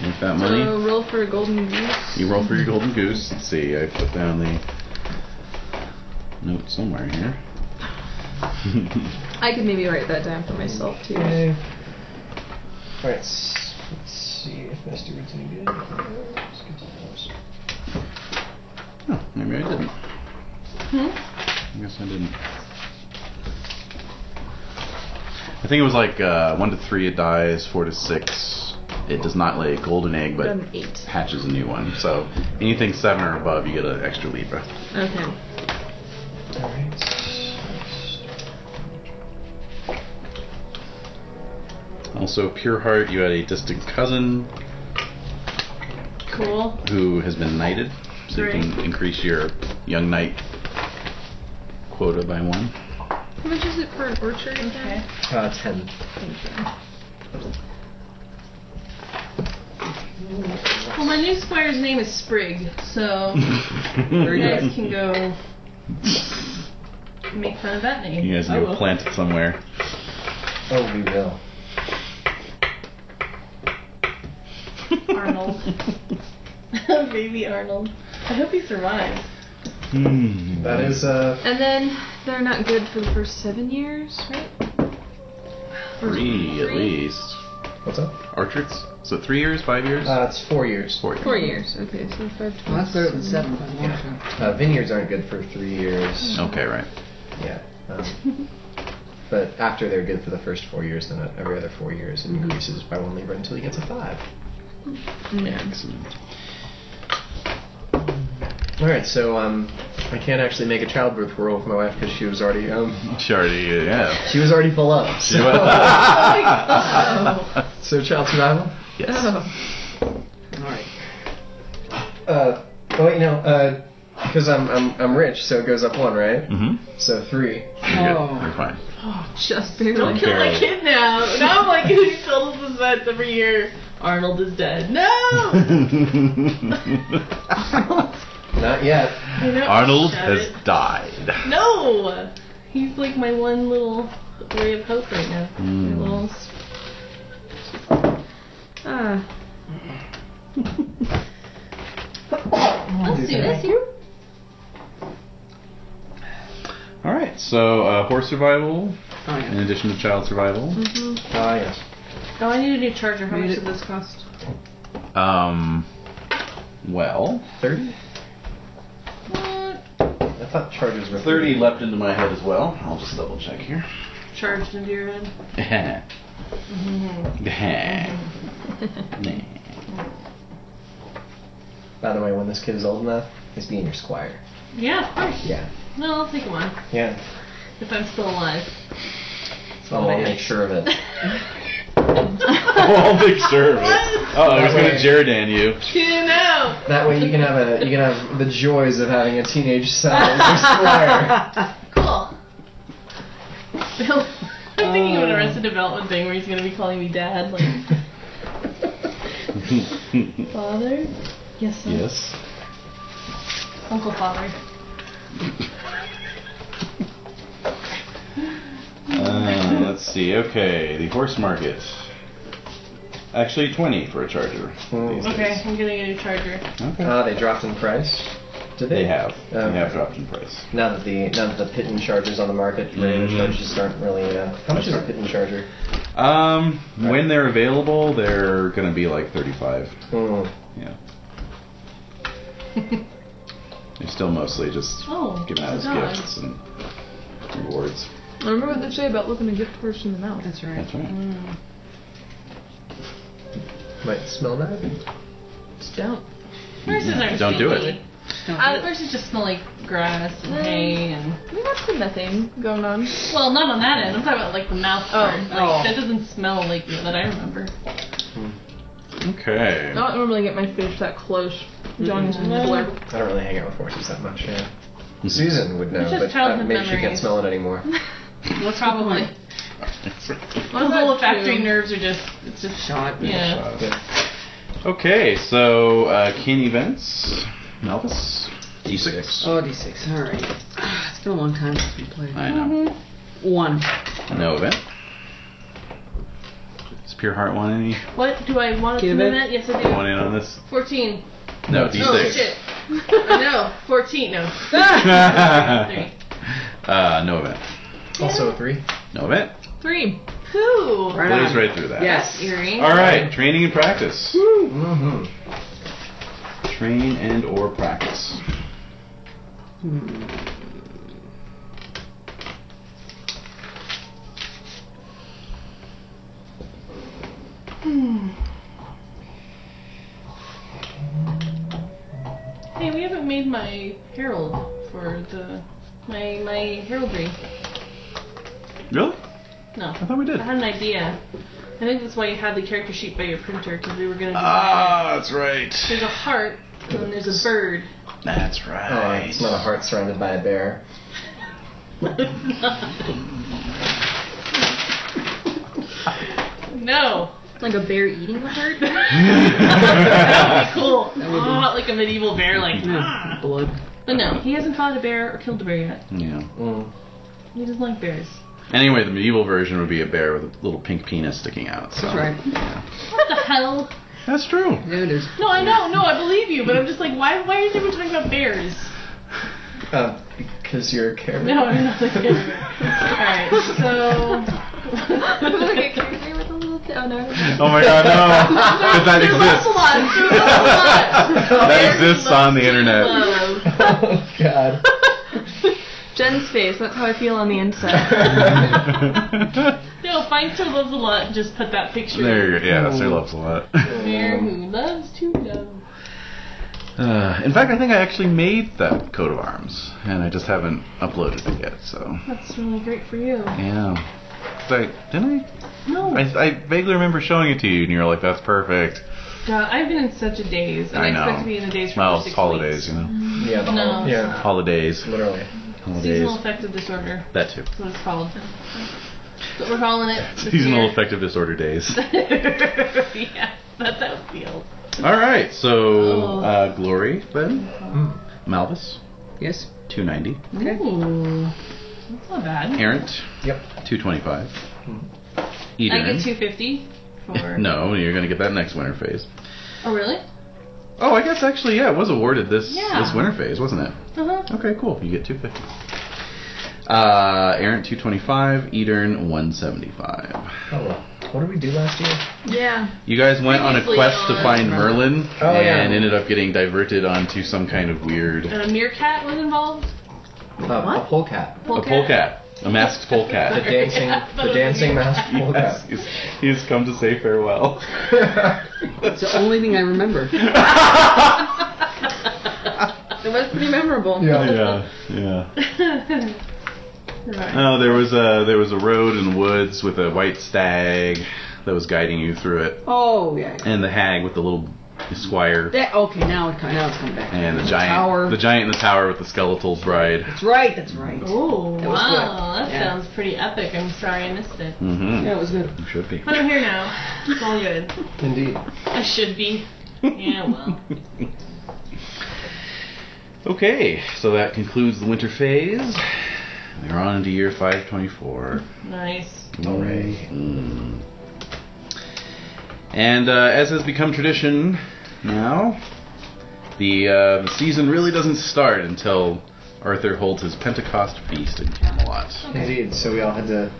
Speaker 6: Make that money.
Speaker 4: So Uh, roll for a golden goose.
Speaker 6: You roll for your golden goose. Let's see, I put down the note somewhere here.
Speaker 4: I could maybe write that down for myself too.
Speaker 3: Okay. Alright, s- let's see if my steward's any good. Let's get to those.
Speaker 6: oh, maybe I didn't. Hmm? I guess I didn't. I think it was like uh, one to three it dies, four to six. It does not lay a golden egg, but
Speaker 4: Got an eight.
Speaker 6: hatches a new one. So anything seven or above, you get an extra libra.
Speaker 4: Okay.
Speaker 3: Alright.
Speaker 6: Also, pure heart, you had a distant cousin
Speaker 2: Cool.
Speaker 6: who has been knighted, so
Speaker 2: Great.
Speaker 6: you can increase your young knight quota by one.
Speaker 4: How much is it for an orchard again?
Speaker 3: Uh, ten.
Speaker 2: Well, my new squire's name is Sprig, so you guys can go make fun of that name.
Speaker 6: You guys
Speaker 2: I
Speaker 6: need to
Speaker 2: will.
Speaker 6: plant it somewhere.
Speaker 3: Oh, we will.
Speaker 2: Arnold. Baby Arnold. I hope he survives.
Speaker 6: Hmm.
Speaker 3: That is, uh,
Speaker 4: And then they're not good for the first seven years, right? Or
Speaker 6: three at least.
Speaker 3: what's up?
Speaker 6: Archers? So three years, five years?
Speaker 3: Uh, it's four years.
Speaker 6: Four years.
Speaker 4: Four years. Okay, so five.
Speaker 5: Well, that's better than seven.
Speaker 3: Uh, vineyards aren't good for three years.
Speaker 6: Okay, right.
Speaker 3: Yeah. Um, but after they're good for the first four years, then every other four years it increases by one labor until he gets a five.
Speaker 6: Excellent.
Speaker 3: All right, so um, I can't actually make a childbirth roll with my wife because she was already um,
Speaker 6: She already, uh, yeah.
Speaker 3: she was already full up. So, so child survival.
Speaker 6: yes.
Speaker 5: All right.
Speaker 3: Uh, oh wait, no, uh, because I'm I'm I'm rich, so it goes up one, right?
Speaker 6: Mm-hmm.
Speaker 3: So three.
Speaker 6: You're,
Speaker 5: Oh.
Speaker 6: good. You're fine.
Speaker 4: Just barely.
Speaker 2: Don't kill my
Speaker 6: Barely.
Speaker 2: kid now. Now I'm like, who tells us that every year? Arnold is dead. No!
Speaker 3: Not yet.
Speaker 2: I know.
Speaker 6: Arnold
Speaker 2: Shut
Speaker 6: has
Speaker 2: it.
Speaker 6: died.
Speaker 2: No! He's like my one little ray of hope right now.
Speaker 6: Hmm.
Speaker 2: My little s-
Speaker 4: Ah,
Speaker 2: Let's do this here.
Speaker 6: All right, so uh, horse survival
Speaker 5: Oh, yeah.
Speaker 6: in addition to child survival.
Speaker 2: Mm-hmm.
Speaker 3: Ah yes.
Speaker 2: Oh, I need a new charger. How
Speaker 5: Need
Speaker 2: much
Speaker 5: it.
Speaker 2: did this cost?
Speaker 6: Um, well,
Speaker 3: Thirty.
Speaker 2: What?
Speaker 3: I thought charges were
Speaker 6: thirty leapt into my head as well. I'll just double check here.
Speaker 2: Charged into your head.
Speaker 3: By the way, when this kid is old enough, he's being your squire.
Speaker 2: Yeah, of course.
Speaker 3: Yeah.
Speaker 2: No, I'll take one.
Speaker 3: Yeah.
Speaker 2: If I'm still alive.
Speaker 3: So I'll make sure of it.
Speaker 6: I'll make sure of it. Oh, I was going to
Speaker 3: Okay.
Speaker 6: Jeridan you.
Speaker 2: You know.
Speaker 3: That way you can have a you can have the joys of having a teenage son as your squire.
Speaker 2: Cool. I'm thinking of an Arrested Development thing where he's gonna be calling me dad, like father. Yes, son.
Speaker 6: yes.
Speaker 2: Uncle father.
Speaker 6: Uh, let's see. Okay, the horse market. Actually, 20 for a charger. these
Speaker 3: Hmm.
Speaker 2: Okay,
Speaker 6: days.
Speaker 2: I'm getting a new charger.
Speaker 6: Okay.
Speaker 3: Ah, they dropped in price. Did
Speaker 6: they have.
Speaker 3: Okay.
Speaker 6: They have dropped in price.
Speaker 3: Now that the now that the pit and chargers on the market, regular
Speaker 6: Mhm.
Speaker 3: chargers aren't really. Uh, how much is a pit and charger?
Speaker 6: Um, when they're available, they're gonna be like 35.
Speaker 3: Hmm.
Speaker 6: Yeah. they're still mostly just
Speaker 2: Oh,
Speaker 6: given out as
Speaker 2: God.
Speaker 6: gifts and rewards.
Speaker 4: I remember what they say about looking a gift horse in the mouth.
Speaker 5: That's right.
Speaker 6: That's right.
Speaker 3: Might smell that.
Speaker 4: Just don't.
Speaker 2: Horses aren't
Speaker 6: Don't do it.
Speaker 2: stinky.
Speaker 5: Don't
Speaker 2: Uh, horses just smell like grass and hay and
Speaker 4: I mean, that's the methane going on.
Speaker 2: well, not on that end. I'm talking about like the mouth
Speaker 4: Oh,
Speaker 2: part. Like
Speaker 5: oh.
Speaker 2: that doesn't smell like that I remember.
Speaker 6: Okay.
Speaker 4: I don't normally get my fish that close. Johnny's in the middle.
Speaker 3: I don't really hang out with horses that much. Yeah. Susan would know,
Speaker 2: It's just
Speaker 3: but uh,
Speaker 2: childhood
Speaker 3: maybe she can't
Speaker 2: memories.
Speaker 3: smell it anymore.
Speaker 2: Probably. Those olfactory nerves are just it's just
Speaker 5: Shot.
Speaker 2: yeah.
Speaker 3: Yeah.
Speaker 6: Okay, so uh, keen events. Malvis. D6.
Speaker 5: Oh, D6. All right. Ah, It's been a long time since we played.
Speaker 6: I know.
Speaker 5: One. Mm-hmm.
Speaker 6: No event. Is Pure Heart want any?
Speaker 2: What do I want
Speaker 5: Give
Speaker 2: to
Speaker 5: it.
Speaker 2: know that? Yes, I do.
Speaker 6: Want in on this?
Speaker 2: Fourteen.
Speaker 6: No,
Speaker 2: Oh
Speaker 6: D6.
Speaker 2: shit. no, fourteen. No.
Speaker 5: Ah!
Speaker 2: Three.
Speaker 6: uh, no event.
Speaker 3: Also a three.
Speaker 6: No event.
Speaker 4: Three.
Speaker 2: Who?
Speaker 5: Right
Speaker 6: Blaze
Speaker 5: on.
Speaker 6: right through that.
Speaker 5: Yes.
Speaker 2: Earring.
Speaker 6: All right, training and practice.
Speaker 3: Mm-hmm.
Speaker 6: Train and or practice.
Speaker 5: Hmm.
Speaker 2: Hey, we haven't made my herald for the my my heraldry.
Speaker 6: Really?
Speaker 2: No.
Speaker 6: I thought we did.
Speaker 5: Uh-huh.
Speaker 2: I had an idea. I think that's why you had the character sheet by your printer because we were gonna. design it.
Speaker 6: Ah, that's right.
Speaker 2: There's a heart and then there's a bird.
Speaker 6: That's
Speaker 3: Oh,
Speaker 6: right.
Speaker 3: it's not a heart surrounded by a bear.
Speaker 2: No.
Speaker 4: Like a bear eating a heart?
Speaker 2: that would be cool.
Speaker 5: would be-
Speaker 2: Not like a medieval bear, like.
Speaker 5: No.
Speaker 2: "Ah."
Speaker 5: Blood.
Speaker 2: But no, he hasn't fought a bear or killed a bear yet.
Speaker 6: Yeah.
Speaker 3: Mm.
Speaker 2: He doesn't like bears.
Speaker 6: Anyway, the medieval version would be a bear with a little pink penis sticking out. So.
Speaker 5: That's right.
Speaker 2: What the hell?
Speaker 6: That's true.
Speaker 5: No, there's.
Speaker 2: No, I know, no, I believe you, but I'm just like, why? Why is everyone talking about bears?
Speaker 3: Uh, because you're a carrot.
Speaker 2: No, I'm not like All right, so.
Speaker 4: like a carrier with a little tail. Oh, no.
Speaker 6: Oh my god, no! Because that exists. That exists on the internet.
Speaker 2: Love.
Speaker 3: oh God.
Speaker 4: Jen's face. That's how I feel on the inside.
Speaker 2: No, finds who loves a lot. Just put that picture.
Speaker 6: there you go. Yeah, that's their loves a lot.
Speaker 2: Bear who loves to love.
Speaker 6: Uh, in fact, I think I actually made that coat of arms, and I just haven't uploaded it yet. So
Speaker 2: That's really great for you.
Speaker 6: yeah, 'Cause I didn't
Speaker 2: No,
Speaker 6: I, I, I vaguely remember showing it to you, and you were like, "That's perfect."
Speaker 2: God, Uh, I've been in such a daze, and I,
Speaker 6: I know.
Speaker 2: expect to be in a daze for
Speaker 6: Well,
Speaker 2: six
Speaker 6: it's holidays,
Speaker 2: weeks.
Speaker 6: you know,
Speaker 3: Yeah. The
Speaker 2: No,
Speaker 3: whole,
Speaker 2: it's
Speaker 3: yeah.
Speaker 2: not.
Speaker 6: holidays,
Speaker 3: Literally.
Speaker 6: holidays.
Speaker 2: Seasonal affective disorder.
Speaker 6: That too.
Speaker 2: That's what it's called. That's what we're calling it. this
Speaker 6: Seasonal
Speaker 2: year.
Speaker 6: affective disorder days.
Speaker 2: yeah, that's how it feels.
Speaker 6: All right, so
Speaker 2: Oh. Uh-huh.
Speaker 6: uh, glory then,
Speaker 3: Hmm.
Speaker 6: Malvis,
Speaker 5: Yes.
Speaker 6: two ninety,
Speaker 2: Ooh, that's not bad.
Speaker 6: Errant,
Speaker 3: Yep. Hmm.
Speaker 6: two twenty five,
Speaker 2: I
Speaker 6: Eden.
Speaker 2: get two fifty. For...
Speaker 6: No, you're gonna get that next winter phase.
Speaker 2: Oh really?
Speaker 6: Oh, I guess actually, yeah, it was awarded this
Speaker 2: Yeah.
Speaker 6: this winter phase, wasn't it?
Speaker 2: Uh huh.
Speaker 6: Okay, cool. You get 250. Uh, Errant 225, Etern 175.
Speaker 3: Oh well. What did we do last year?
Speaker 4: yeah.
Speaker 6: You guys went on a
Speaker 2: Previously
Speaker 6: quest to
Speaker 2: on-
Speaker 6: find Merlin
Speaker 3: Oh, yeah.
Speaker 6: and ended up getting diverted onto some kind of weird
Speaker 2: And a meerkat was involved.
Speaker 3: Uh, A polecat.
Speaker 6: a polecat, a masked
Speaker 3: The
Speaker 6: polecat.
Speaker 3: dancing, the dancing mask
Speaker 6: Yes,
Speaker 3: polecat.
Speaker 6: he's, he's come to say farewell.
Speaker 5: It's the only thing I remember.
Speaker 4: It was pretty memorable.
Speaker 3: yeah.
Speaker 6: yeah, yeah.
Speaker 2: right.
Speaker 6: No, there was a there was a road in the woods with a white stag that was guiding you through it,
Speaker 5: Oh yeah. yeah.
Speaker 6: and the hag with the little squire,
Speaker 5: That, okay, now it come, now it's coming back.
Speaker 6: and the
Speaker 5: The
Speaker 6: giant,
Speaker 5: tower.
Speaker 6: the giant in the tower with the skeletal bride.
Speaker 5: That's right. That's right.
Speaker 6: Uh,
Speaker 2: Oh,
Speaker 5: That was
Speaker 2: wow. That
Speaker 5: Yeah.
Speaker 2: sounds pretty epic. I'm sorry I missed it.
Speaker 6: Mm-hmm.
Speaker 5: Yeah, it was good.
Speaker 6: You should be.
Speaker 2: But I'm here now. It's all good.
Speaker 3: Indeed.
Speaker 2: I should be. Yeah, well.
Speaker 6: Okay, so that concludes the winter phase. We're on into year 524.
Speaker 2: Nice.
Speaker 3: Alright.
Speaker 6: Mm. And uh, as has become tradition now, the, uh, the season really doesn't start until Arthur holds his Pentecost feast in Camelot.
Speaker 3: Indeed. So we all had to.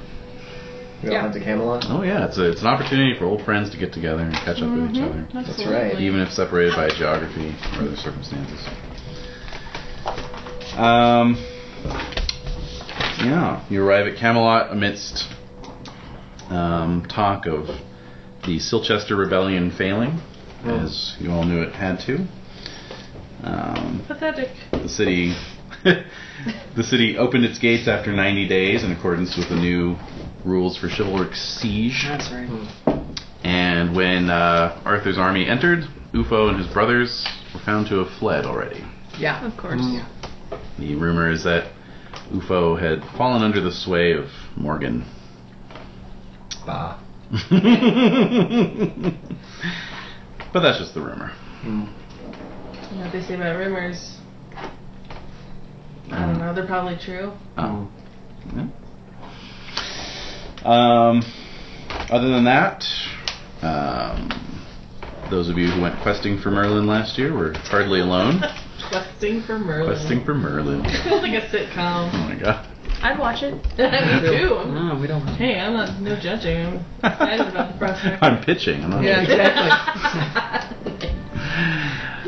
Speaker 3: We all
Speaker 4: Yeah.
Speaker 3: had to Camelot.
Speaker 6: Oh yeah, it's a, it's an opportunity for old friends to get together and catch up with each other,
Speaker 3: That's right.
Speaker 6: even if separated by geography or other circumstances. Um, yeah, you arrive at Camelot amidst um, talk of the Silchester Rebellion failing, as you all knew it had to. Um,
Speaker 2: Pathetic.
Speaker 6: the city the city opened its gates after 90 days in accordance with the new rules for chivalric siege.
Speaker 5: That's right.
Speaker 6: And when uh, Arthur's army entered, Ufo and his brothers were found to have fled already.
Speaker 5: Yeah. Mm.
Speaker 2: Of course.
Speaker 6: The rumor is that Ufo had fallen under the sway of Morgan.
Speaker 3: Bah.
Speaker 6: but that's just the rumor.
Speaker 3: Mm.
Speaker 2: You know what they say about rumors. I don't know. They're probably true.
Speaker 6: Oh. Um, other than that, um, those of you who went questing for Merlin last year were hardly alone.
Speaker 2: Questing for Merlin.
Speaker 6: questing for Merlin. Oh
Speaker 2: Sounds like a sitcom.
Speaker 6: my god.
Speaker 4: I'd watch it.
Speaker 2: Me too. I'm-
Speaker 5: No, we don't.
Speaker 2: Hey, I'm not no judging. I'm excited about the prospect.
Speaker 6: I'm pitching. I'm not
Speaker 5: Yeah,
Speaker 6: pitching.
Speaker 5: exactly.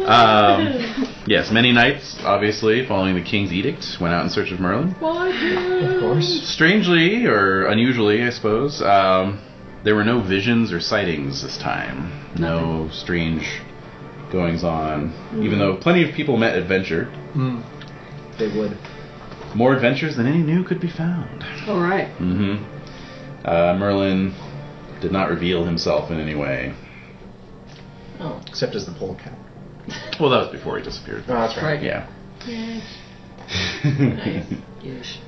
Speaker 6: Um, yes, many knights, obviously, following the king's edict, went out in search of Merlin.
Speaker 3: Of course.
Speaker 6: Strangely, or unusually, I suppose, um, there were no visions or sightings this time. No strange goings on. Even though plenty of people met adventure,
Speaker 3: Mm. They would.
Speaker 6: more adventures than any new could be found.
Speaker 5: All right.
Speaker 6: hmm Uh, Merlin did not reveal himself in any way.
Speaker 2: oh.
Speaker 3: Except as the pole cat.
Speaker 6: Well, that was before he disappeared.
Speaker 3: Oh, that's
Speaker 5: Right.
Speaker 6: Yeah.
Speaker 2: Yeah.
Speaker 5: Yes.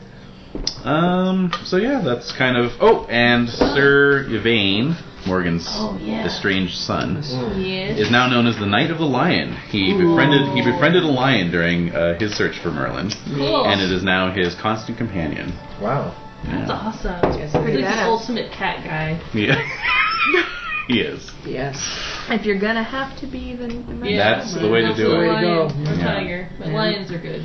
Speaker 6: Um. So yeah, that's kind of. Oh, and Sir Yvain, Morgan's
Speaker 2: Oh, yeah.
Speaker 6: estranged son,
Speaker 3: Mm.
Speaker 2: Yes.
Speaker 6: is now known as the Knight of the Lion. He befriended he befriended a lion during uh, his search for Merlin,
Speaker 2: Cool.
Speaker 6: and it is now his constant companion.
Speaker 3: Wow.
Speaker 2: That's
Speaker 6: Yeah.
Speaker 2: awesome.
Speaker 5: Yes,
Speaker 2: He's
Speaker 5: it
Speaker 2: like
Speaker 5: is.
Speaker 2: the ultimate cat guy.
Speaker 6: Yeah. he is.
Speaker 5: Yes.
Speaker 4: If you're gonna have to be, then then
Speaker 2: Yeah.
Speaker 6: That's the way to
Speaker 2: That's
Speaker 6: do
Speaker 2: a
Speaker 6: it.
Speaker 5: Way to go.
Speaker 2: Lion or
Speaker 6: Yeah.
Speaker 2: tiger. But
Speaker 5: Yeah.
Speaker 2: lions are good.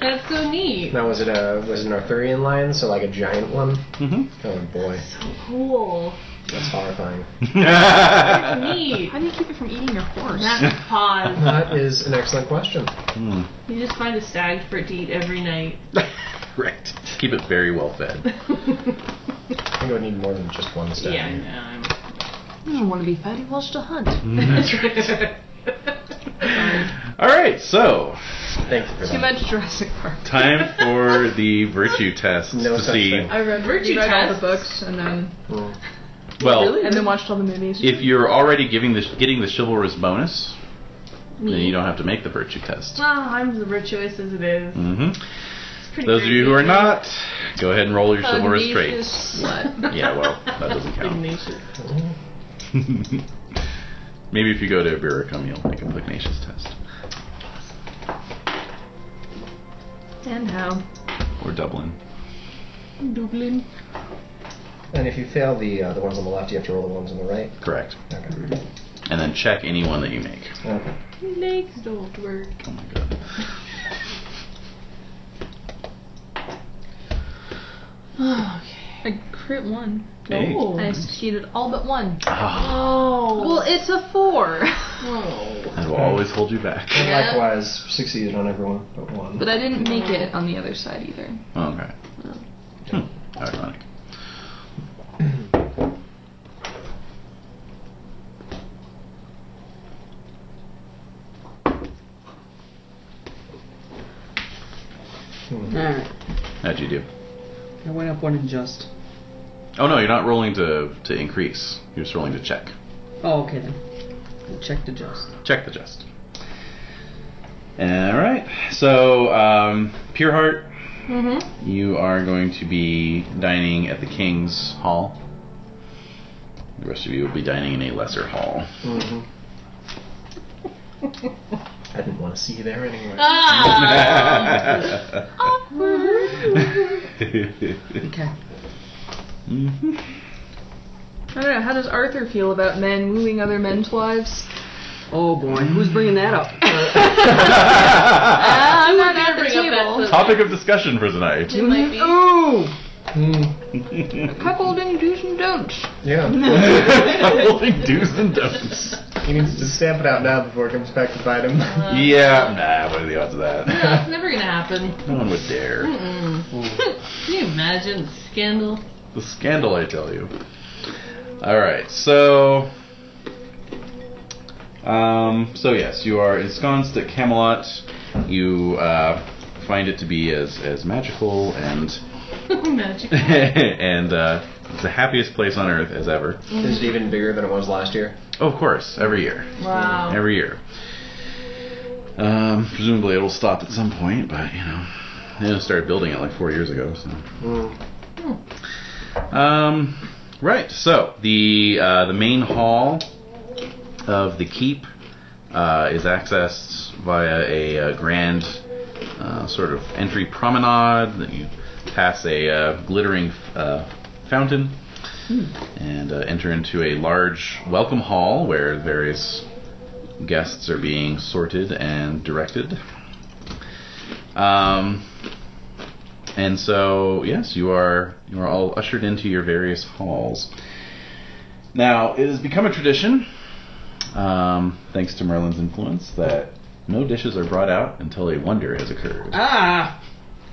Speaker 2: That's so neat.
Speaker 3: Now was it a was it an Arthurian lion? So like a giant one?
Speaker 6: Mhm.
Speaker 3: Oh boy,
Speaker 2: So cool.
Speaker 3: that's horrifying.
Speaker 2: That's neat.
Speaker 4: How do you keep it from eating your horse?
Speaker 2: That pause.
Speaker 3: That is an excellent question.
Speaker 6: Hmm.
Speaker 2: You just find a stag for it to eat every night.
Speaker 6: Correct. Keep it very well fed.
Speaker 3: I think I would need more than just one step.
Speaker 2: yeah, I know. I'm-
Speaker 4: I don't want to be fatty whilst to hunt.
Speaker 6: All right. So
Speaker 3: Thank you for
Speaker 4: Too
Speaker 3: that.
Speaker 4: much Jurassic Park.
Speaker 6: time for the virtue tests
Speaker 3: No
Speaker 6: to
Speaker 3: such
Speaker 6: see.
Speaker 3: thing.
Speaker 4: I read
Speaker 2: Virtue
Speaker 4: you read all
Speaker 2: tests.
Speaker 4: the books and then
Speaker 3: Mm.
Speaker 6: Well,
Speaker 4: and then watched all the movies.
Speaker 6: if you're already giving the getting the chivalrous bonus, then
Speaker 2: Me.
Speaker 6: you don't have to make the virtue test.
Speaker 2: Ah, I'm as virtuous as it is.
Speaker 6: hmm
Speaker 2: It's pretty
Speaker 6: Those of you who are not, go ahead and roll your chivalrous
Speaker 4: Pugnacious
Speaker 6: traits.
Speaker 4: slut.
Speaker 6: Yeah, well, that doesn't count.
Speaker 2: Ignatius.
Speaker 6: Maybe if you go to Ibericum, you'll make a pugnacious test.
Speaker 4: And how?
Speaker 6: Or Dublin.
Speaker 4: Dublin.
Speaker 3: And if you fail the uh, the ones on the left, you have to roll the ones on the right.
Speaker 6: Correct.
Speaker 3: Okay.
Speaker 6: And then check any one that you make.
Speaker 3: Okay.
Speaker 2: Legs don't work.
Speaker 6: Oh my god.
Speaker 2: okay.
Speaker 4: I crit one.
Speaker 6: Hey.
Speaker 2: Oh.
Speaker 4: I succeeded all but one.
Speaker 6: Ah,
Speaker 2: Oh.
Speaker 4: Well, it's a four.
Speaker 2: oh.
Speaker 6: that will always hold you back.
Speaker 3: And
Speaker 4: Yeah.
Speaker 3: likewise, succeeded on everyone but one.
Speaker 4: But I didn't make it on the other side either.
Speaker 6: Oh, Okay.
Speaker 2: Oh.
Speaker 6: Hmm. Ironic.
Speaker 5: All right.
Speaker 6: How'd you do?
Speaker 5: I went up one and just.
Speaker 6: Oh no, you're not rolling to to increase. You're just rolling to check.
Speaker 5: Oh, okay then. We'll check the just.
Speaker 6: Check the just. All right. So, um, Pure Heart,
Speaker 2: Mm-hmm.
Speaker 6: you are going to be dining at the King's Hall. The rest of you will be dining in a lesser hall.
Speaker 3: Mm-hmm. I didn't want to see you there anyway.
Speaker 4: Uh. Mm-hmm.
Speaker 5: Okay.
Speaker 6: Mhm.
Speaker 4: I don't know. How does Arthur feel about men wooing other men's wives?
Speaker 5: Oh boy, who's bringing that up?
Speaker 4: Ah, I'm not at the
Speaker 2: bring up
Speaker 4: table.
Speaker 2: that
Speaker 6: Topic of discussion for tonight.
Speaker 2: It might be.
Speaker 5: Ooh,
Speaker 3: Mm.
Speaker 4: Cuckolding do's and don'ts.
Speaker 3: Yeah.
Speaker 6: Holding do's and don'ts.
Speaker 3: He needs to stamp it out now before it comes back to bite him.
Speaker 4: Uh.
Speaker 6: Yeah, nah, what are the odds of that?
Speaker 2: That's never gonna happen.
Speaker 6: No one would dare.
Speaker 2: Mm. Can you imagine the scandal?
Speaker 6: The scandal, I tell you. Alright, so. Um, so, yes, you are ensconced at Camelot. You uh, find it to be as, as magical and.
Speaker 2: Magic.
Speaker 6: and uh, it's the happiest place on earth as ever.
Speaker 3: Is it even bigger than it was last year?
Speaker 6: Oh, of course, every year.
Speaker 2: Wow.
Speaker 6: every year. Um, presumably it'll stop at some point, but you know, they started building it like four years ago. So,
Speaker 3: Mm.
Speaker 6: um, right. So the uh, the main hall of the keep uh, is accessed via a uh, grand uh, sort of entry promenade. Then you pass a uh, glittering uh, fountain and uh, enter into a large welcome hall where various guests are being sorted and directed. Um, and so, yes, you are you are all ushered into your various halls. Now, it has become a tradition, um, thanks to Merlin's influence, that no dishes are brought out until a wonder has occurred.
Speaker 5: ah,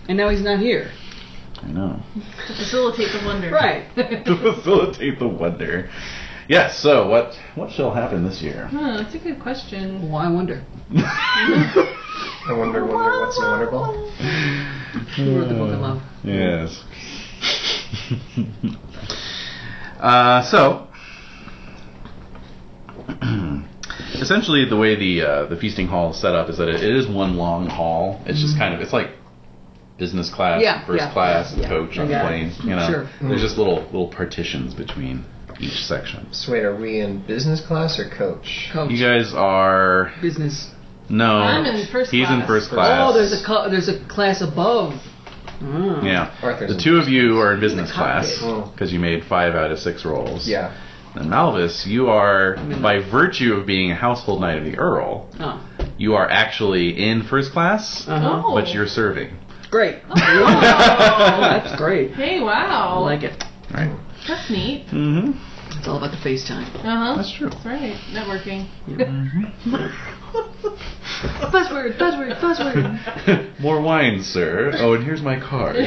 Speaker 5: and now he's not here.
Speaker 6: I know.
Speaker 2: To facilitate the wonder.
Speaker 5: Right.
Speaker 6: to facilitate the wonder. Yes. So, what what shall happen this year?
Speaker 2: Huh, that's a good question.
Speaker 5: Well, I wonder.
Speaker 3: I wonder, wonder what's in a wonder ball?
Speaker 5: Who wrote the book of love?
Speaker 6: Yes. uh, so, essentially, the way the uh, the feasting hall is set up is that it, it is one long hall. It's just kind of it's like business class,
Speaker 5: Mm-hmm. Yeah,
Speaker 6: and first
Speaker 5: yeah,
Speaker 6: class, and
Speaker 5: yeah,
Speaker 6: coach
Speaker 5: I
Speaker 6: on
Speaker 5: got it.
Speaker 6: plane. You know,
Speaker 5: Sure.
Speaker 6: there's just little little partitions between each section.
Speaker 3: So wait, are we in business class or coach?
Speaker 5: Coach.
Speaker 6: You guys are
Speaker 5: Business.
Speaker 6: no.
Speaker 2: I'm in first
Speaker 6: he's in
Speaker 2: class.
Speaker 6: first class.
Speaker 5: Oh, there's a co- there's a class above. Mm.
Speaker 6: yeah.
Speaker 3: Arthur's
Speaker 6: The
Speaker 3: in
Speaker 6: two of you are in business class
Speaker 3: cockpit.
Speaker 6: because you made five out of six rolls.
Speaker 3: Yeah.
Speaker 6: And Malvis, you are, by virtue of being a household knight of the Earl,
Speaker 5: Oh.
Speaker 6: you are actually in first class,
Speaker 5: Uh-huh.
Speaker 2: Oh.
Speaker 6: but you're serving.
Speaker 5: Great. Oh, that's great.
Speaker 2: Hey,
Speaker 5: I
Speaker 2: wow.
Speaker 5: like it.
Speaker 6: Right.
Speaker 2: That's neat.
Speaker 6: Mm-hmm.
Speaker 5: It's all about the FaceTime.
Speaker 2: Uh huh.
Speaker 6: That's true.
Speaker 2: That's right. Networking.
Speaker 4: Buzzword, buzzword, buzzword.
Speaker 6: More wine, sir. Oh, and here's my card.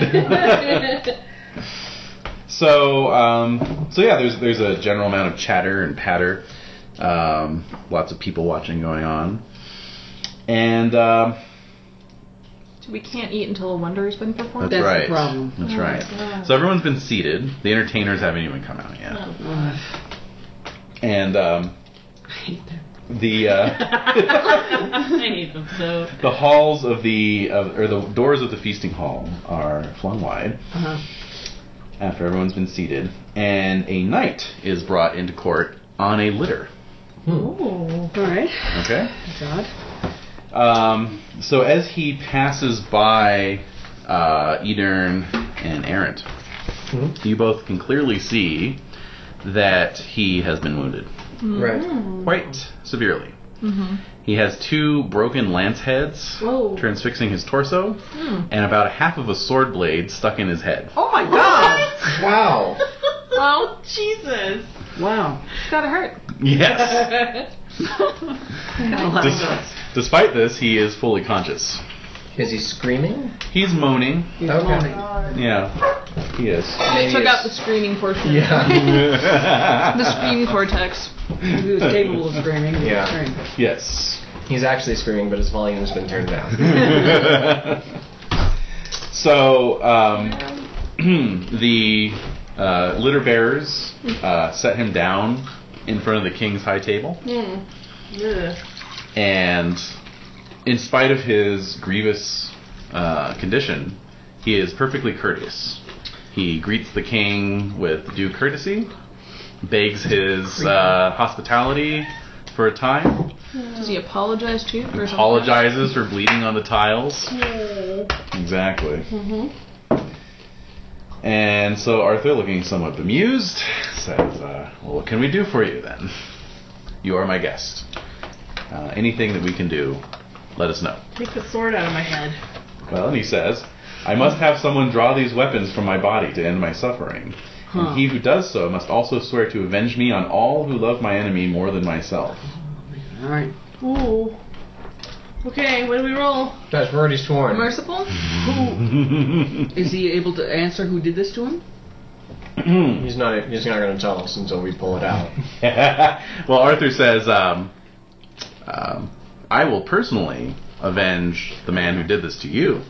Speaker 6: so, um, so yeah, there's there's a general amount of chatter and patter, um, lots of people watching going on, and um,
Speaker 4: so we can't eat until a wonder has been performed.
Speaker 5: That's the
Speaker 6: right.
Speaker 5: problem.
Speaker 6: That's right. So everyone's been seated. The entertainers haven't even come out yet.
Speaker 2: Oh.
Speaker 5: Ugh,
Speaker 6: And um,
Speaker 5: I hate that.
Speaker 6: the uh,
Speaker 2: I hate them so.
Speaker 6: the halls of the of, or the doors of the feasting hall are flung wide
Speaker 5: Uh-huh.
Speaker 6: after everyone's been seated, and a knight is brought into court on a litter.
Speaker 2: Ooh.
Speaker 5: All right.
Speaker 6: Okay.
Speaker 5: That's odd.
Speaker 6: Um, so as he passes by uh, Edern and Errant,
Speaker 3: Mhm.
Speaker 5: Mm-hmm.
Speaker 6: you both can clearly see that he has been wounded
Speaker 4: Mm-hmm.
Speaker 3: Right.
Speaker 6: quite severely. He has two broken lance heads
Speaker 2: Whoa.
Speaker 6: transfixing his torso, and about half of a sword blade stuck in his head.
Speaker 5: Oh my God.
Speaker 3: Wow.
Speaker 2: Oh, Jesus.
Speaker 5: Wow.
Speaker 4: It's gotta hurt.
Speaker 6: Yes.
Speaker 5: Wow.
Speaker 6: Des- despite this, he is fully conscious.
Speaker 3: Is he screaming?
Speaker 6: He's moaning.
Speaker 5: He's
Speaker 3: Okay.
Speaker 5: moaning.
Speaker 6: Yeah, he is.
Speaker 3: Maybe
Speaker 4: Took
Speaker 3: it's-
Speaker 4: out the screaming portion.
Speaker 3: Yeah.
Speaker 4: The scream cortex.
Speaker 5: He was capable of screaming. but
Speaker 3: Yeah.
Speaker 5: screamed.
Speaker 6: yes.
Speaker 3: He's actually screaming, but his volume's been turned down.
Speaker 6: So um, the uh, litter bearers uh, set him down in front of the king's high table,
Speaker 2: Ugh.
Speaker 6: and in spite of his grievous uh, condition, he is perfectly courteous. He greets the king with due courtesy, begs his uh, hospitality for a time,
Speaker 4: Does he apologize to you? for something?
Speaker 6: apologizes for bleeding on the tiles. Exactly. And so Arthur, looking somewhat bemused, says, uh, "Well, what can we do for you then? You are my guest. Uh, anything that we can do, let us know."
Speaker 2: Take the sword out of my head.
Speaker 6: Well, and he says, "I must have someone draw these weapons from my body to end my suffering." And he who does so must also swear to avenge me on all who love my enemy more than myself.
Speaker 5: All right.
Speaker 2: Ooh. Okay, what do we roll?
Speaker 3: Guys, we're already sworn.
Speaker 4: Merciful?
Speaker 5: Is he able to answer who did this to him?
Speaker 3: He's not. He's not going to tell us until we pull it out.
Speaker 6: well, Arthur says, um, um, I will personally avenge the man who did this to you.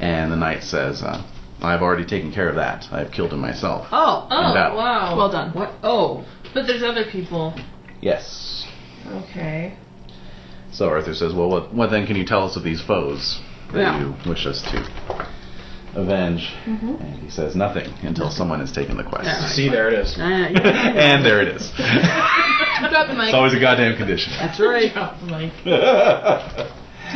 Speaker 6: And the knight says, uh, I've already taken care of that. I've killed him myself.
Speaker 5: Oh.
Speaker 2: Oh,
Speaker 6: that-
Speaker 2: wow.
Speaker 4: Well done.
Speaker 5: What? Oh.
Speaker 2: But there's other people.
Speaker 6: Yes.
Speaker 2: Okay.
Speaker 6: So Arthur says, Well, what, what then can you tell us of these foes that
Speaker 5: Yeah.
Speaker 6: you wish us to avenge? And he says, Nothing until someone has taken the quest.
Speaker 5: Yeah.
Speaker 3: See, there it is.
Speaker 5: Ah, yeah.
Speaker 6: and there it is.
Speaker 4: Drop the mic.
Speaker 6: it's always a goddamn condition.
Speaker 5: That's right.
Speaker 2: Drop the mic.
Speaker 4: I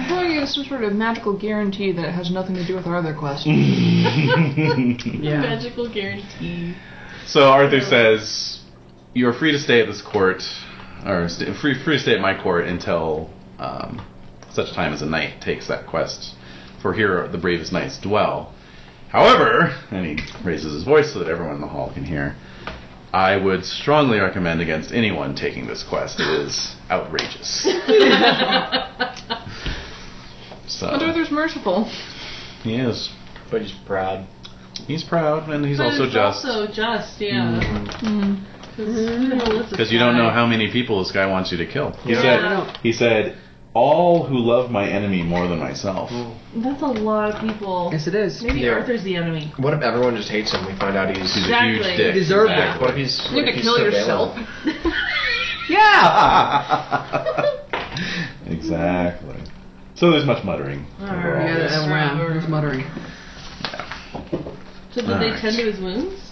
Speaker 4: feel like there's some sort of magical guarantee that it has nothing to do with our other quest.
Speaker 5: Yeah.
Speaker 2: Magical guarantee.
Speaker 6: So Arthur says, "You are free to stay at this court, or st- free free to stay at my court until um, such time as a knight takes that quest. For here the bravest knights dwell. However, and he raises his voice so that everyone in the hall can hear. I would strongly recommend against anyone taking this quest. It is outrageous.
Speaker 4: But
Speaker 6: so
Speaker 4: Arthur's merciful.
Speaker 6: he is.
Speaker 3: But he's proud.
Speaker 6: He's proud and he's
Speaker 2: But
Speaker 6: also
Speaker 2: it's
Speaker 6: just.
Speaker 2: Also just, yeah. Mm-hmm.
Speaker 6: Because
Speaker 2: Because
Speaker 6: you don't know how many people this guy wants you to kill. He
Speaker 3: Yeah.
Speaker 6: said,
Speaker 2: Yeah.
Speaker 6: he said, all who love my enemy more than myself.
Speaker 2: That's a lot of people.
Speaker 5: Yes, it is.
Speaker 2: Maybe
Speaker 3: Yeah.
Speaker 2: Arthur's the enemy.
Speaker 3: What if everyone just hates him? We find out he's.
Speaker 6: He's
Speaker 2: Exactly.
Speaker 6: a huge
Speaker 2: You
Speaker 6: dick.
Speaker 5: deserve that.
Speaker 6: exactly.
Speaker 3: What if he's?
Speaker 4: You
Speaker 3: what
Speaker 4: could
Speaker 3: if he's
Speaker 4: kill
Speaker 3: surveilling?
Speaker 4: yourself.
Speaker 5: Yeah.
Speaker 6: exactly. So there's much muttering. overall.
Speaker 5: Yeah, that went around. It was muttering.
Speaker 2: So did
Speaker 6: Alright.
Speaker 2: they tend to his wounds?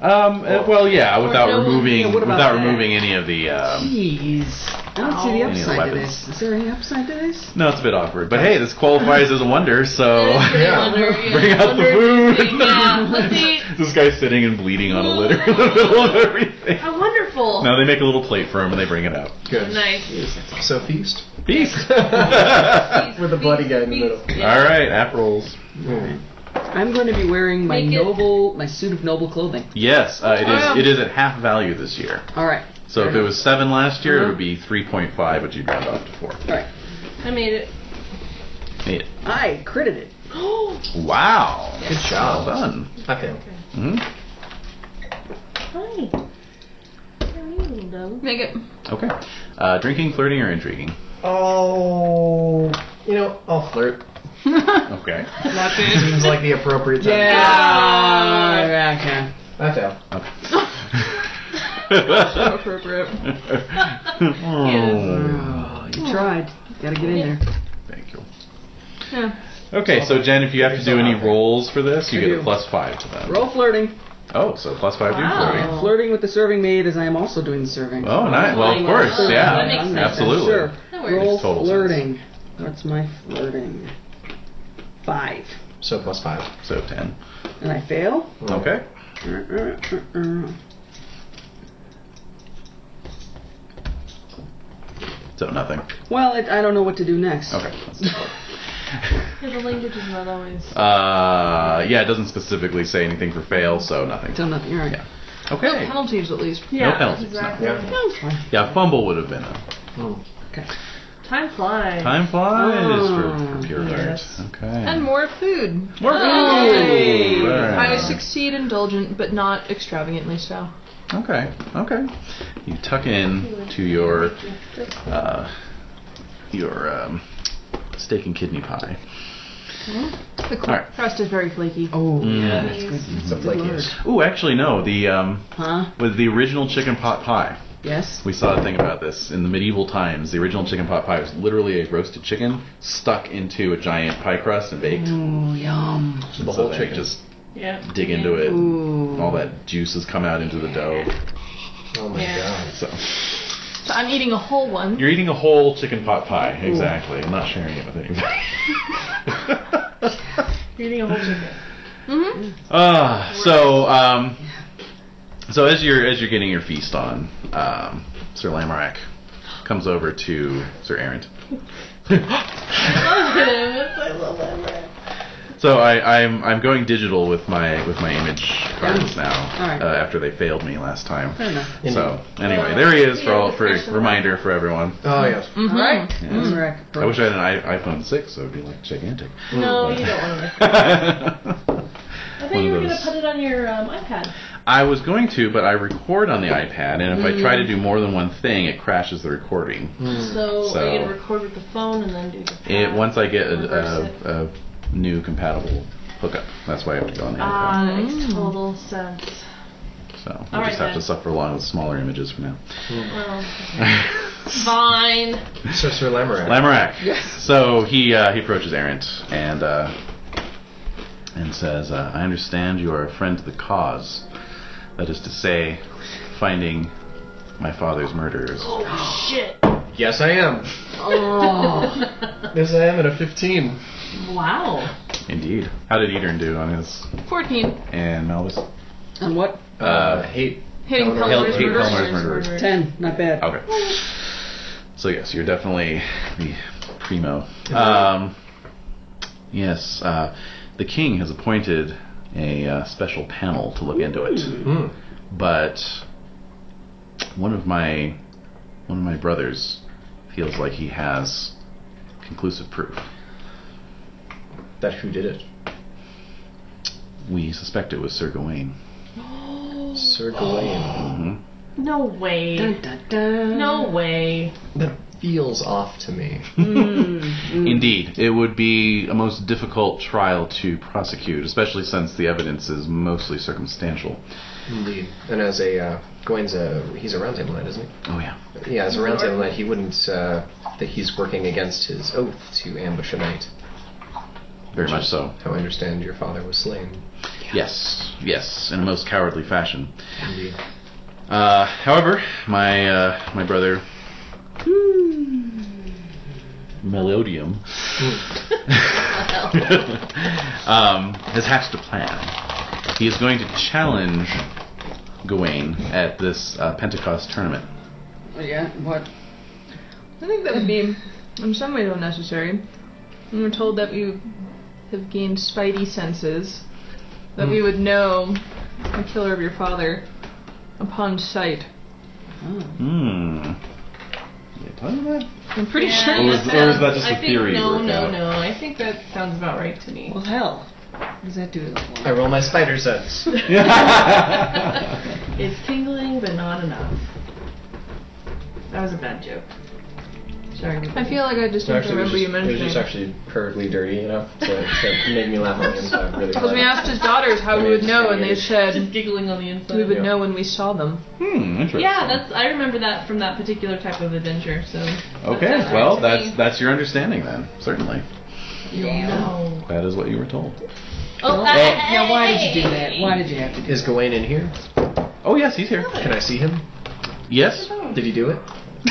Speaker 6: Um, uh, well, yeah, without
Speaker 2: no-
Speaker 6: removing
Speaker 5: yeah, what about
Speaker 6: without
Speaker 5: that?
Speaker 6: removing any of the. Um,
Speaker 5: Jeez. I don't see the
Speaker 6: Oh. Any of the
Speaker 5: upside to
Speaker 6: weapons.
Speaker 5: this. Is there any upside to this?
Speaker 6: no, it's a bit awkward, but hey, this qualifies as a wonder. So
Speaker 2: Yeah.
Speaker 6: Oh, bring out the food.
Speaker 2: Yeah, let's see.
Speaker 6: this guy's sitting and bleeding on a litter in the middle of everything.
Speaker 2: How wonderful.
Speaker 6: Now they make a little plate for him and they bring it out.
Speaker 3: Good.
Speaker 2: Nice.
Speaker 3: So feast.
Speaker 6: Peace.
Speaker 3: With a bloody guy in the middle.
Speaker 6: All right, app rolls.
Speaker 3: Mm.
Speaker 5: I'm going to be wearing my
Speaker 2: Make it-
Speaker 5: noble, my suit of noble clothing.
Speaker 6: Yes, uh, it is. It is at half value this year.
Speaker 5: All right.
Speaker 6: So if it was seven last year, it would be three point five, but you'd round off to four.
Speaker 5: All right.
Speaker 2: I made it.
Speaker 6: Made it.
Speaker 5: I critted it.
Speaker 2: Oh,
Speaker 6: Wow.
Speaker 3: Good
Speaker 6: Well
Speaker 3: job.
Speaker 6: done.
Speaker 3: Okay.
Speaker 6: hmm
Speaker 2: hi. How are you, little dog?
Speaker 4: Make it.
Speaker 6: Okay. Uh, drinking, flirting, or intriguing.
Speaker 3: Oh, you know, I'll flirt.
Speaker 6: Okay.
Speaker 3: Seems like the appropriate time.
Speaker 2: Ah!
Speaker 5: Yeah. Ah, Okay.
Speaker 3: I fail.
Speaker 6: Okay.
Speaker 4: Appropriate.
Speaker 6: oh,
Speaker 5: Oh, you tried. Gotta get in there.
Speaker 6: thank you.
Speaker 4: Yeah.
Speaker 6: Okay, so Jen, if you have to do any rolls for this, you
Speaker 5: I
Speaker 6: get a
Speaker 5: do.
Speaker 6: plus five to them.
Speaker 5: Roll flirting.
Speaker 6: Oh, so plus five to your
Speaker 2: Wow.
Speaker 6: flirting.
Speaker 5: I'm flirting with the serving maid as I am also doing the serving.
Speaker 6: Oh, nice. Well, of course,
Speaker 2: Wow. That makes
Speaker 6: yeah,
Speaker 2: sense.
Speaker 6: absolutely.
Speaker 5: Sure.
Speaker 2: That works.
Speaker 5: Roll
Speaker 6: Makes total
Speaker 5: flirting. What's my flirting? Five.
Speaker 3: So plus five.
Speaker 6: So ten.
Speaker 5: And I fail.
Speaker 3: Mm.
Speaker 6: Okay.
Speaker 5: Uh, uh, uh, uh.
Speaker 6: So nothing.
Speaker 5: Well, it, I don't know what to do next.
Speaker 6: Okay.
Speaker 2: Yeah, the language is not always.
Speaker 6: Uh, yeah, it doesn't specifically say anything for fail, so nothing.
Speaker 5: So nothing. All right.
Speaker 6: Yeah. Okay.
Speaker 4: Penalties at least.
Speaker 6: no penalties. no.
Speaker 2: exactly.
Speaker 3: Yeah.
Speaker 6: Yeah, fumble would have been a
Speaker 5: Okay.
Speaker 2: Time flies.
Speaker 6: time flies for,
Speaker 5: Oh,
Speaker 6: for pure
Speaker 2: yes.
Speaker 6: art. Okay.
Speaker 4: And more food.
Speaker 6: More
Speaker 4: Yay!
Speaker 6: food. Alright.
Speaker 4: I succeed indulgent, but not extravagantly so.
Speaker 6: Okay. Okay. You tuck in to your uh, your um, steak and kidney pie.
Speaker 4: The cr-
Speaker 6: All right.
Speaker 4: crust is very flaky.
Speaker 5: Oh,
Speaker 6: Mm.
Speaker 5: yeah, that's good.
Speaker 3: It's the
Speaker 5: Good lord.
Speaker 3: flakiest.
Speaker 6: Ooh, actually, no. The um,
Speaker 5: Huh?
Speaker 6: was the original chicken pot pie.
Speaker 5: Yes.
Speaker 6: We saw a thing about this in the medieval times. The original chicken pot pie was literally a roasted chicken stuck into a giant pie crust and baked.
Speaker 5: Ooh, yum.
Speaker 6: And
Speaker 3: The
Speaker 6: so
Speaker 3: whole
Speaker 6: then you
Speaker 3: chicken.
Speaker 6: Just
Speaker 2: Yeah.
Speaker 6: dig into it. and
Speaker 5: Ooh.
Speaker 6: All that juices come out into the dough.
Speaker 3: Oh my
Speaker 2: Yeah.
Speaker 3: god.
Speaker 6: So
Speaker 4: So I'm eating a whole one.
Speaker 6: you're eating a whole chicken pot pie. Exactly. I'm not sharing it with anybody.
Speaker 2: You're eating a whole chicken.
Speaker 4: hmm
Speaker 6: Ah, so um, so as you're as you're getting your feast on, um, Sir Lamorak comes over to Sir Errant.
Speaker 2: I love that.
Speaker 6: so I, I'm I'm going digital with my with my image cards now.
Speaker 5: All right.
Speaker 6: Uh, after they failed me last time.
Speaker 5: Fair enough.
Speaker 6: So anyway, there he is for all, for
Speaker 2: Yeah.
Speaker 6: reminder for everyone.
Speaker 3: Oh yes.
Speaker 2: Mm-hmm.
Speaker 5: All right.
Speaker 6: Yeah.
Speaker 5: Lamorak.
Speaker 6: I wish I had an I- iPhone six. It would be like gigantic.
Speaker 2: No, you don't want to. I thought you were
Speaker 6: One of
Speaker 2: gonna
Speaker 6: those.
Speaker 2: put it on your um, iPad.
Speaker 6: I was going to, but I record on the iPad, and if I try
Speaker 2: Mm.
Speaker 6: to do more than one thing, it crashes the recording.
Speaker 2: So,
Speaker 6: So-
Speaker 2: are you gonna record with the phone and then do the?
Speaker 6: It,
Speaker 2: pad?
Speaker 6: once I get
Speaker 2: Reverse it.
Speaker 6: a, a, a new compatible hookup, that's why I have to go on the
Speaker 2: Ah,
Speaker 6: iPad.
Speaker 2: that makes total sense.
Speaker 6: So I
Speaker 2: all right
Speaker 6: just have to
Speaker 2: then.
Speaker 6: suffer along with smaller images for now.
Speaker 2: Well, fine.
Speaker 3: So Sir Lamorak.
Speaker 6: Lamorak. So he uh, he approaches Errant and uh, and says, uh, "I understand you are a friend to the cause. That is to say, finding my father's murderers."
Speaker 2: Oh shit!
Speaker 3: yes, I am.
Speaker 5: Oh.
Speaker 3: Yes, I am at a 15.
Speaker 2: Wow.
Speaker 6: Indeed. How did Etern do on his
Speaker 4: 14.
Speaker 6: and Melvis?
Speaker 5: and what?
Speaker 3: Uh, hate.
Speaker 4: Hitting
Speaker 3: Hell-
Speaker 6: Hail
Speaker 4: colors.
Speaker 6: Kate
Speaker 4: reverse.
Speaker 6: Palmer's murderers.
Speaker 5: Ten. Not bad.
Speaker 6: Okay. So yes, you're definitely the primo. Um, yes, uh, the king has appointed a uh, special panel to look into it,
Speaker 3: Hmm.
Speaker 6: but one of my one of my brothers feels like he has conclusive proof.
Speaker 3: That who did it?
Speaker 6: We suspect it was Sir Gawain.
Speaker 3: Sir Gawain.
Speaker 6: hmm
Speaker 2: No way.
Speaker 5: Dun, dun, dun.
Speaker 2: No way.
Speaker 3: That feels off to me.
Speaker 6: Indeed, it would be a most difficult trial to prosecute, especially since the evidence is mostly circumstantial.
Speaker 3: Indeed. And as a uh, Gawain's a he's a roundtable knight, isn't
Speaker 6: Oh yeah.
Speaker 3: he? Yeah, as a roundtable knight, he wouldn't uh, that he's working against his oath to ambush a knight.
Speaker 6: Very much so.
Speaker 3: How I understand your father was slain.
Speaker 6: Yes, yes, in a most cowardly fashion.
Speaker 3: Indeed.
Speaker 6: Uh, however, my uh, my brother Melodium um, has hatched a plan. He is going to challenge Gawain at this uh, Pentecost tournament.
Speaker 5: Yeah. What?
Speaker 4: I think that would be, in some ways, unnecessary. We were told that we have gained spidey senses, that we would know the killer of your father upon sight.
Speaker 5: Oh.
Speaker 6: Hmm. Did I tell you that?
Speaker 4: I'm pretty
Speaker 2: Yeah,
Speaker 6: Or was-
Speaker 2: that
Speaker 6: or was
Speaker 2: sounds-
Speaker 6: that just
Speaker 2: I
Speaker 6: a
Speaker 2: think,
Speaker 6: theory you
Speaker 2: No,
Speaker 6: worked
Speaker 2: no,
Speaker 6: out?
Speaker 2: no. I think that sounds about right to me.
Speaker 5: Well, hell. What does that do to the
Speaker 3: I
Speaker 5: water?
Speaker 3: roll my spider sense.
Speaker 2: It's tingling, but not enough. That was a bad joke. Sorry.
Speaker 4: sure. I feel like I just don't
Speaker 3: it was
Speaker 4: remember
Speaker 3: just-
Speaker 4: you mentioning.
Speaker 3: It was just actually perfectly dirty enough to, to make me laugh on the inside. Really
Speaker 4: Because we asked his daughters how we would know, and they
Speaker 2: Just
Speaker 4: said
Speaker 2: giggling on the inside.
Speaker 4: we would
Speaker 3: Yeah.
Speaker 4: know when we saw them.
Speaker 6: hmm. Interesting.
Speaker 2: Yeah, that's. I remember that from that particular type of adventure. So. that
Speaker 6: Okay.
Speaker 2: sounds right
Speaker 6: Well,
Speaker 2: to
Speaker 6: that's
Speaker 2: me.
Speaker 6: that's your understanding then. Certainly,
Speaker 2: No.
Speaker 6: that is what you were told.
Speaker 2: Oh,
Speaker 5: Well, now, why did you do that? Why did you have to do
Speaker 3: Is Gawain in here?
Speaker 6: Oh yes, he's here.
Speaker 3: Can I see him?
Speaker 6: Yes.
Speaker 3: Did he do it?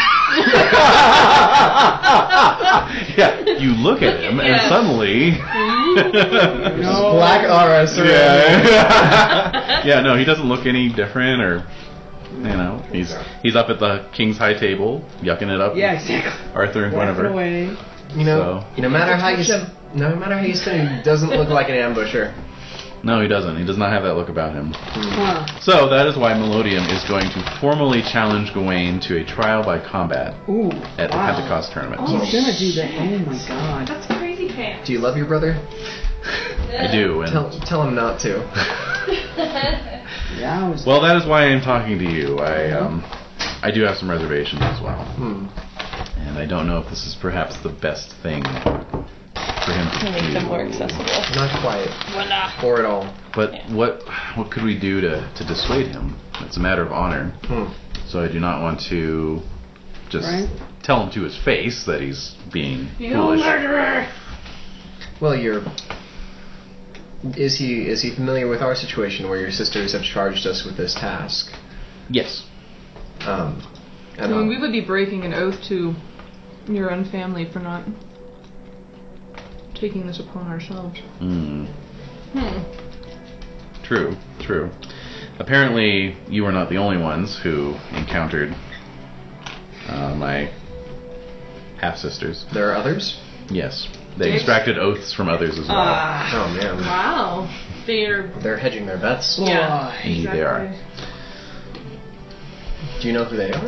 Speaker 6: yeah, you look at him and
Speaker 2: Yeah.
Speaker 6: suddenly.
Speaker 5: No.
Speaker 3: Black aura surrounding
Speaker 6: yeah. yeah, no, he doesn't look any different or. You know, he's he's up at the king's high table, yucking it up.
Speaker 5: that? Yeah, exactly.
Speaker 6: Arthur and Guinevere.
Speaker 5: Away.
Speaker 3: You know,
Speaker 6: So-
Speaker 3: no matter how you, s- no matter how you spin, him, he doesn't look like an ambusher.
Speaker 6: No, he doesn't. He does not have that look about him.
Speaker 5: Huh.
Speaker 6: So that is why Melodium is going to formally challenge Gawain to a trial by combat
Speaker 5: Ooh.
Speaker 6: at the
Speaker 5: wow.
Speaker 6: Pentecost tournament.
Speaker 5: He's gonna do that. Oh my god.
Speaker 2: That's crazy pants.
Speaker 3: Do you love your brother?
Speaker 6: I do. And
Speaker 3: Tell tell him not to.
Speaker 5: Yeah. I was-
Speaker 6: Well, that is why I'm talking to you. I um, I do have some reservations as well,
Speaker 3: Hmm.
Speaker 6: and I don't know if this is perhaps the best thing for him
Speaker 2: to
Speaker 6: to
Speaker 2: make
Speaker 6: do.
Speaker 2: them more accessible.
Speaker 3: Not quite.
Speaker 2: Voila.
Speaker 3: Or at all.
Speaker 6: But what what could we do to, to dissuade him? It's a matter of honor.
Speaker 3: Hmm.
Speaker 6: So I do not want to just
Speaker 5: Right.
Speaker 6: tell him to his face that he's being
Speaker 2: You
Speaker 6: foolish.
Speaker 2: murderer!
Speaker 3: Well, you're. Is he is he familiar with our situation where your sisters have charged us with this task?
Speaker 6: Yes.
Speaker 3: Um,
Speaker 4: I
Speaker 3: and
Speaker 4: mean, we would be breaking an oath to your own family for not taking this upon ourselves.
Speaker 6: Mm.
Speaker 2: Hmm.
Speaker 6: True, true. Apparently, you were not the only ones who encountered uh, my half sisters.
Speaker 3: there are others.
Speaker 6: Yes, they extracted oaths from others as well.
Speaker 2: Ah.
Speaker 3: Oh man,
Speaker 2: Wow. They're.
Speaker 3: they're hedging their bets.
Speaker 2: Yeah.
Speaker 6: Indeed they are.
Speaker 3: Do you know who they are?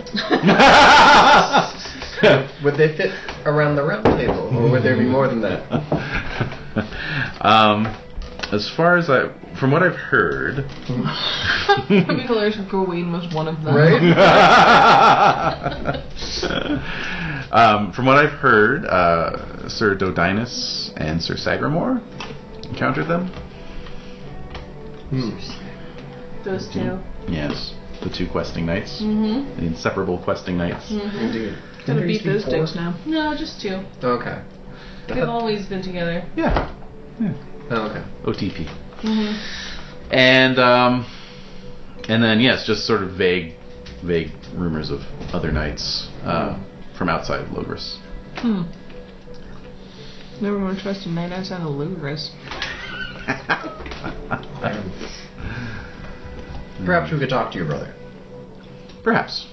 Speaker 3: Would they fit around the round table, or would there be more than that?
Speaker 6: um, as far as I, from what I've heard,
Speaker 4: It'd be hilarious if Gawain was one of them.
Speaker 3: Right?
Speaker 6: um, from what I've heard, uh, Sir Dodinus and Sir Sagramore encountered them.
Speaker 3: Hmm.
Speaker 2: Those two.
Speaker 6: Yes, the two questing knights,
Speaker 2: Mm
Speaker 6: the inseparable questing knights.
Speaker 3: Mm-hmm. Indeed.
Speaker 4: Gotta beat those dicks now.
Speaker 2: hmm. No, just two.
Speaker 3: Okay.
Speaker 2: They've always been together.
Speaker 6: Yeah,
Speaker 3: Oh, okay.
Speaker 6: OTP.
Speaker 2: Mm
Speaker 6: And um, and then yes, just sort of vague, vague rumors of other knights uh, from outside Logris.
Speaker 4: Hmm. Never want to trust a knight outside of Lugris.
Speaker 3: Perhaps we could talk to your brother.
Speaker 6: Perhaps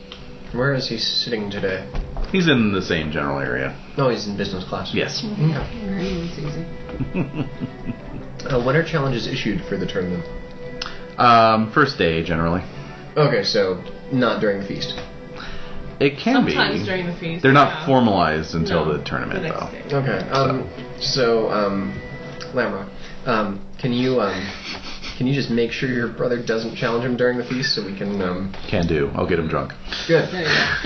Speaker 3: Where is he sitting today?
Speaker 6: he's in the same general area.
Speaker 3: No, he's in business class.
Speaker 6: Yes.
Speaker 3: Okay.
Speaker 5: It's easy.
Speaker 3: Uh, when are challenges issued for the tournament?
Speaker 6: Um, first day generally.
Speaker 3: Okay, so not during the feast.
Speaker 6: It
Speaker 2: hmm.
Speaker 6: can
Speaker 2: Sometimes
Speaker 6: be.
Speaker 2: during the feast.
Speaker 6: They're not
Speaker 2: yeah.
Speaker 6: formalized until
Speaker 2: No,
Speaker 6: the tournament,
Speaker 2: the next
Speaker 6: though.
Speaker 2: day.
Speaker 3: Okay. Um, so, um, Lamrock, um, can you um, can you just make sure your brother doesn't challenge him during the feast so we can um,
Speaker 6: Can do. I'll get him drunk.
Speaker 3: good.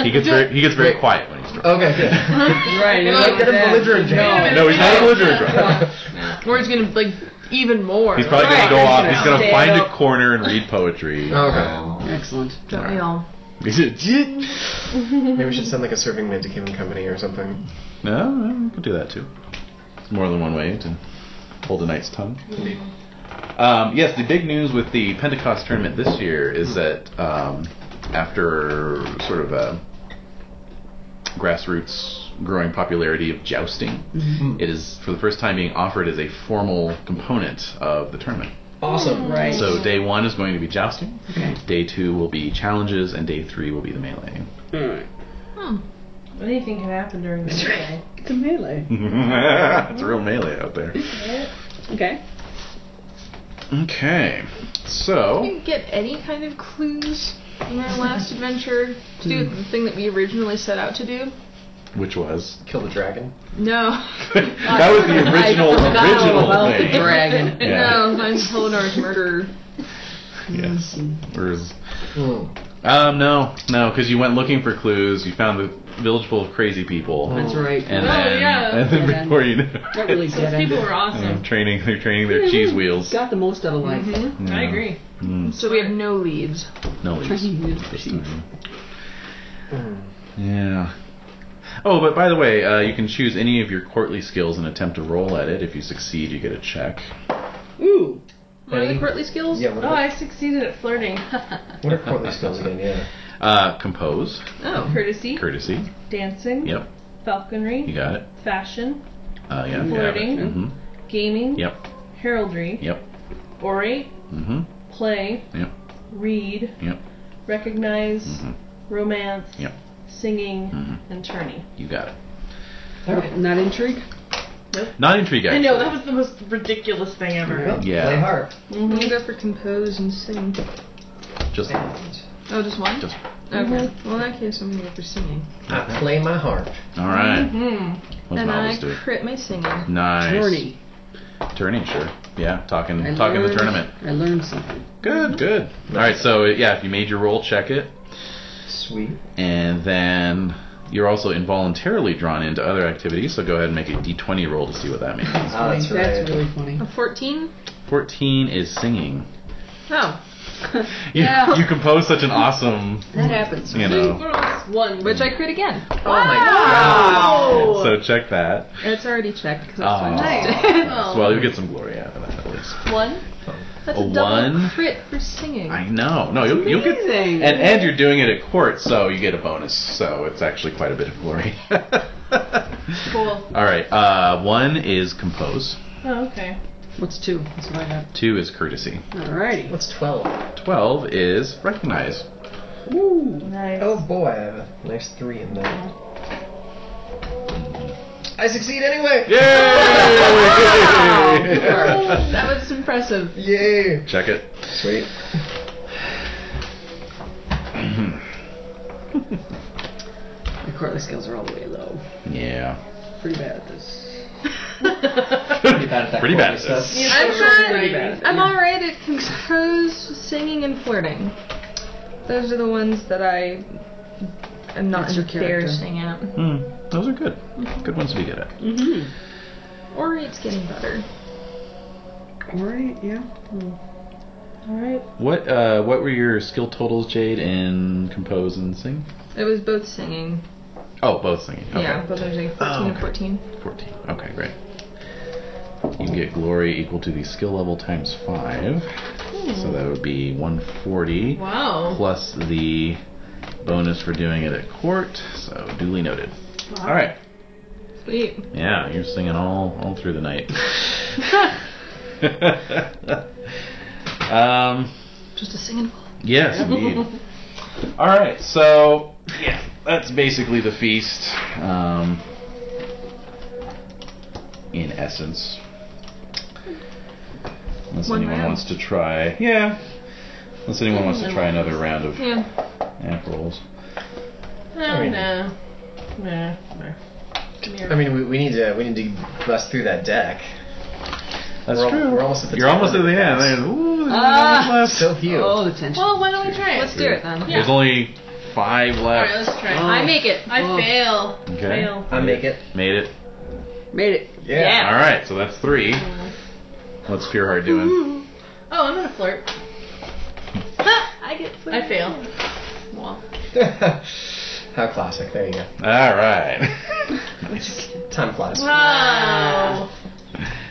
Speaker 6: He gets very he gets very quiet when he's drunk.
Speaker 3: Okay, good.
Speaker 5: Right. you're
Speaker 3: Like,
Speaker 5: like
Speaker 3: get him
Speaker 5: that.
Speaker 3: belligerent, Jack.
Speaker 6: No, he's not a belligerent drunk.
Speaker 4: Or he's gonna like even more.
Speaker 6: He's probably
Speaker 5: Right.
Speaker 6: gonna go off. He's
Speaker 5: He's
Speaker 6: gonna
Speaker 5: gonna
Speaker 6: find
Speaker 5: stand
Speaker 6: a corner and read poetry.
Speaker 3: Okay.
Speaker 5: Excellent.
Speaker 4: Don't we all?
Speaker 6: Is it? jit?
Speaker 3: Maybe we should send like a serving man to Kim and Company or something.
Speaker 6: No, no, we can do that too. It's more than one way to hold a knight's tongue. Um, yes, the big news with the Pentecost tournament this year is that um, after sort of a grassroots growing popularity of jousting, it is for the first time being offered as a formal component of the tournament.
Speaker 3: Awesome.
Speaker 5: Right.
Speaker 6: So day one is going to be jousting, day two will be challenges, and day three will be the melee.
Speaker 5: Alright.
Speaker 2: Anything can happen during the day.
Speaker 5: Hmm. It's a melee.
Speaker 6: it's a real melee out there.
Speaker 5: Okay.
Speaker 6: Okay, so.
Speaker 4: Didn't get any kind of clues in our last adventure to do the thing that we originally set out to do.
Speaker 6: Which was
Speaker 3: Kill the dragon.
Speaker 4: No.
Speaker 6: that was the original
Speaker 4: forgot all
Speaker 6: original
Speaker 5: about the
Speaker 6: thing.
Speaker 5: dragon.
Speaker 6: Yeah.
Speaker 4: No, I'm Helenor's murderer.
Speaker 6: Yes. Whereas-
Speaker 3: Hmm.
Speaker 6: um, no, no, because you went looking for clues. You found the village full of crazy people,
Speaker 5: That's right.
Speaker 6: and
Speaker 2: Oh,
Speaker 6: then
Speaker 2: yeah.
Speaker 6: and then
Speaker 5: Yeah.
Speaker 6: before you know,
Speaker 5: that really
Speaker 2: Those
Speaker 5: dead
Speaker 2: people
Speaker 5: ended.
Speaker 2: were
Speaker 6: um,
Speaker 2: awesome.
Speaker 6: training they're training their cheese wheels.
Speaker 5: Got the most out of life.
Speaker 2: hmm I
Speaker 6: Yeah.
Speaker 2: agree.
Speaker 6: Mm,
Speaker 4: So we have no leads.
Speaker 6: no leaves.
Speaker 5: Jeez.
Speaker 6: Yeah. Oh, but by the way, uh, you can choose any of your courtly skills and attempt to roll at it. If you succeed, you get a check.
Speaker 5: Ooh.
Speaker 4: What are the
Speaker 3: Any-
Speaker 4: courtly skills?
Speaker 3: Yeah. What
Speaker 2: Oh,
Speaker 3: are,
Speaker 2: I succeeded at flirting.
Speaker 3: what are courtly skills again? Yeah.
Speaker 6: Uh, compose,
Speaker 4: Oh.
Speaker 2: Courtesy,
Speaker 6: courtesy.
Speaker 2: dancing,
Speaker 6: Yep,
Speaker 2: falconry,
Speaker 6: you got it.
Speaker 2: fashion,
Speaker 6: Uh, yeah.
Speaker 2: Flirting.
Speaker 6: hmm
Speaker 2: gaming,
Speaker 6: Yep.
Speaker 2: heraldry,
Speaker 6: Yep.
Speaker 2: orate,
Speaker 6: hmm
Speaker 2: play,
Speaker 6: Yep.
Speaker 2: read,
Speaker 6: Yep.
Speaker 2: recognize,
Speaker 6: Mhm.
Speaker 2: romance,
Speaker 6: Yep.
Speaker 2: singing,
Speaker 6: Mhm.
Speaker 2: and turning.
Speaker 6: You got it.
Speaker 5: Not intrigue?
Speaker 6: Not intrigue.
Speaker 2: I
Speaker 6: Actually.
Speaker 2: know that was the most ridiculous thing ever.
Speaker 6: Yeah.
Speaker 3: Play harp.
Speaker 4: I'm gonna go for compose and sing.
Speaker 6: Just
Speaker 4: Oh, just one?
Speaker 6: Just-
Speaker 4: Okay. Well, in that case, I'm gonna go for singing.
Speaker 3: I play my harp.
Speaker 6: all right.
Speaker 2: Hmm.
Speaker 6: What's
Speaker 4: and
Speaker 6: Malvis
Speaker 4: I
Speaker 6: do?
Speaker 4: crit my singing.
Speaker 6: Nice.
Speaker 5: Journey.
Speaker 6: Turning, sure. Yeah, talking,
Speaker 5: I
Speaker 6: talking the
Speaker 5: learned-
Speaker 6: tournament.
Speaker 5: I learned something.
Speaker 6: Good, good. All right, so yeah, if you made your roll, check it,
Speaker 3: Sweet.
Speaker 6: and then You're also involuntarily drawn into other activities, so go ahead and make a d20 roll to see what that means.
Speaker 3: Ah, that's right.
Speaker 5: really funny.
Speaker 4: A 14?
Speaker 6: 14 is singing.
Speaker 4: Oh.
Speaker 6: You,
Speaker 2: Yeah.
Speaker 6: you compose such an awesome,
Speaker 5: That happens.
Speaker 6: you know.
Speaker 2: One.
Speaker 4: Which I crit again.
Speaker 3: Oh my god.
Speaker 6: So check that.
Speaker 4: It's already checked because
Speaker 6: Ah.
Speaker 4: that's
Speaker 2: Nice.
Speaker 6: Well, you'll get some glory out of that at least.
Speaker 2: One.
Speaker 4: That's
Speaker 6: A
Speaker 4: a, double
Speaker 6: one?
Speaker 4: crit for singing.
Speaker 6: I know. No, you'll, you'll get.
Speaker 5: Amazing.
Speaker 6: And, and you're doing it at court, so you get a bonus. So it's actually quite a bit of glory.
Speaker 2: Cool.
Speaker 6: All right. Uh, one is compose.
Speaker 2: Oh, okay.
Speaker 5: What's two? That's what I have.
Speaker 6: Two is courtesy.
Speaker 5: Alrighty.
Speaker 3: What's 12?
Speaker 6: Twelve is recognize.
Speaker 2: Nice.
Speaker 3: Oh boy, I have a nice 3 in there. I succeed anyway!
Speaker 6: Yay!
Speaker 4: that was impressive.
Speaker 3: Yay!
Speaker 6: Check it.
Speaker 3: Sweet.
Speaker 5: My courtly skills are all the way low.
Speaker 6: Yeah.
Speaker 5: Pretty bad at this.
Speaker 3: Pretty bad at that
Speaker 6: Pretty bad
Speaker 3: quality
Speaker 6: at this.
Speaker 3: stuff.
Speaker 4: I'm not.
Speaker 3: Pretty bad.
Speaker 4: I'm alright at compose, singing, and flirting. Those are the ones that I am not
Speaker 5: That's your character.
Speaker 4: embarrassing at.
Speaker 6: Hmm. Those are good. Good ones to be good at.
Speaker 5: Mm-hmm.
Speaker 4: Or it's getting better.
Speaker 5: Alright, yeah.
Speaker 2: All right.
Speaker 6: What uh, What were your skill totals, Jade, in compose and sing?
Speaker 4: It was both singing.
Speaker 6: Oh, both singing. Okay.
Speaker 4: Yeah, both are singing. 14
Speaker 6: Oh,
Speaker 4: and
Speaker 6: okay.
Speaker 4: 14.
Speaker 6: 14. Okay, great. You get glory equal to the skill level times 5. So that would be 140
Speaker 2: Wow.
Speaker 6: plus the bonus for doing it at court. So duly noted. All right.
Speaker 4: Sweet.
Speaker 6: Yeah, you're singing all all through the night. um,
Speaker 4: Just a singing.
Speaker 6: yes, indeed. All right, so yeah, that's basically the feast, um, in essence. Unless
Speaker 4: One
Speaker 6: anyone
Speaker 4: round.
Speaker 6: wants to try, yeah. Unless anyone wants to try another round of
Speaker 4: Yeah.
Speaker 6: amp rolls.
Speaker 2: Oh, no. Nah. Nah.
Speaker 3: I mean, we, we need to we need to bust through that deck.
Speaker 6: That's
Speaker 3: We're al-
Speaker 6: true.
Speaker 3: we're almost at the
Speaker 6: You're
Speaker 3: top
Speaker 6: almost
Speaker 3: of
Speaker 6: at the
Speaker 3: the
Speaker 6: end.
Speaker 3: class.
Speaker 6: There's- ooh, there's
Speaker 4: Ah.
Speaker 6: one left.
Speaker 3: So huge.
Speaker 5: Oh, the tension.
Speaker 2: Well, why don't we try it?
Speaker 4: Let's do it then.
Speaker 2: Yeah.
Speaker 6: There's only five
Speaker 2: All
Speaker 6: left.
Speaker 2: right. Let's try.
Speaker 5: Oh.
Speaker 2: it.
Speaker 4: I make it.
Speaker 2: I
Speaker 5: Oh.
Speaker 2: fail.
Speaker 6: Okay.
Speaker 2: Fail.
Speaker 3: I make it.
Speaker 6: Made it.
Speaker 5: Made it.
Speaker 3: Yeah.
Speaker 6: All right, so that's three. What's Pure Heart doing?
Speaker 2: Oh, I'm gonna flirt.
Speaker 4: I get flirty.
Speaker 2: I fail. Well,
Speaker 3: How classic. There you go.
Speaker 6: All right. nice.
Speaker 3: Time flies.
Speaker 2: wow.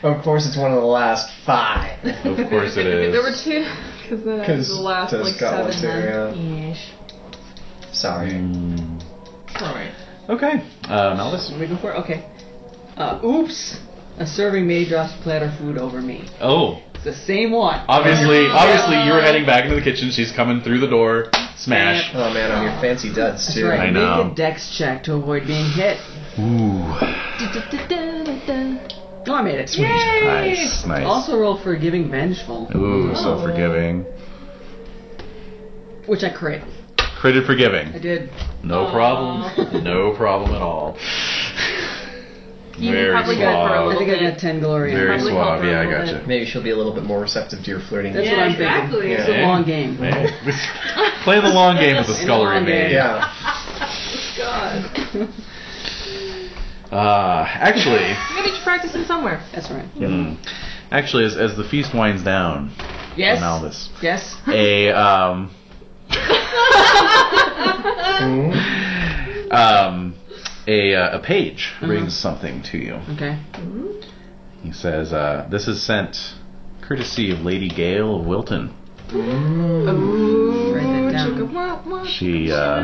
Speaker 3: Of course, it's one of the last five.
Speaker 6: Of course it is.
Speaker 4: There were two. Because then I was
Speaker 3: Because
Speaker 4: the last like
Speaker 3: got
Speaker 4: seven.
Speaker 3: one too.
Speaker 4: then.
Speaker 3: Yeah.
Speaker 2: Yeesh.
Speaker 3: Sorry.
Speaker 6: Mm.
Speaker 2: All right.
Speaker 6: Okay. Uh, Malvis.
Speaker 5: What do we go for? Okay. Uh, oops. A serving maid drops a platter of food over me.
Speaker 6: Oh,
Speaker 5: It's the same one.
Speaker 6: obviously, obviously, you were heading back into the kitchen. She's coming through the door. Smash.
Speaker 3: Oh man, on your fancy duds
Speaker 5: That's
Speaker 3: too.
Speaker 5: right.
Speaker 6: I
Speaker 5: Make
Speaker 6: know.
Speaker 5: a dex check to avoid being hit.
Speaker 6: Ooh.
Speaker 5: No, I made it.
Speaker 6: Nice. Nice.
Speaker 5: Also roll for giving vengeful,
Speaker 6: Ooh, so forgiving.
Speaker 5: which I crit.
Speaker 6: Critted
Speaker 5: I
Speaker 6: forgiving.
Speaker 5: did.
Speaker 6: No problem. No problem at all.
Speaker 2: You
Speaker 6: Very
Speaker 2: probably got her a
Speaker 6: suave.
Speaker 5: I
Speaker 2: little
Speaker 5: think I got ten glory. on
Speaker 6: Very
Speaker 5: it.
Speaker 2: Probably
Speaker 6: suave.
Speaker 2: help her a
Speaker 6: Yeah, I
Speaker 2: little
Speaker 6: gotcha.
Speaker 3: Maybe she'll be a little bit more receptive to your flirting.
Speaker 5: That's
Speaker 2: yeah,
Speaker 5: what I'm
Speaker 2: exactly.
Speaker 5: thinking.
Speaker 3: Yeah.
Speaker 5: It's a long game.
Speaker 6: Hey. Play the long game with the scullery
Speaker 5: long game.
Speaker 6: maid.
Speaker 3: Yeah.
Speaker 4: God.
Speaker 6: Uh, actually,
Speaker 4: We gotta be practicing somewhere.
Speaker 5: That's right.
Speaker 6: mm, actually, as, as the feast winds down,
Speaker 5: Yes.
Speaker 6: Malvis,
Speaker 5: Yes.
Speaker 6: a um,
Speaker 3: Mhm.
Speaker 6: um, a uh, a page
Speaker 5: Uh-huh.
Speaker 6: brings something to you.
Speaker 5: Okay.
Speaker 6: He says, uh, "This is sent courtesy of Lady Gale of Wilton.
Speaker 5: Write that down.
Speaker 6: She, uh,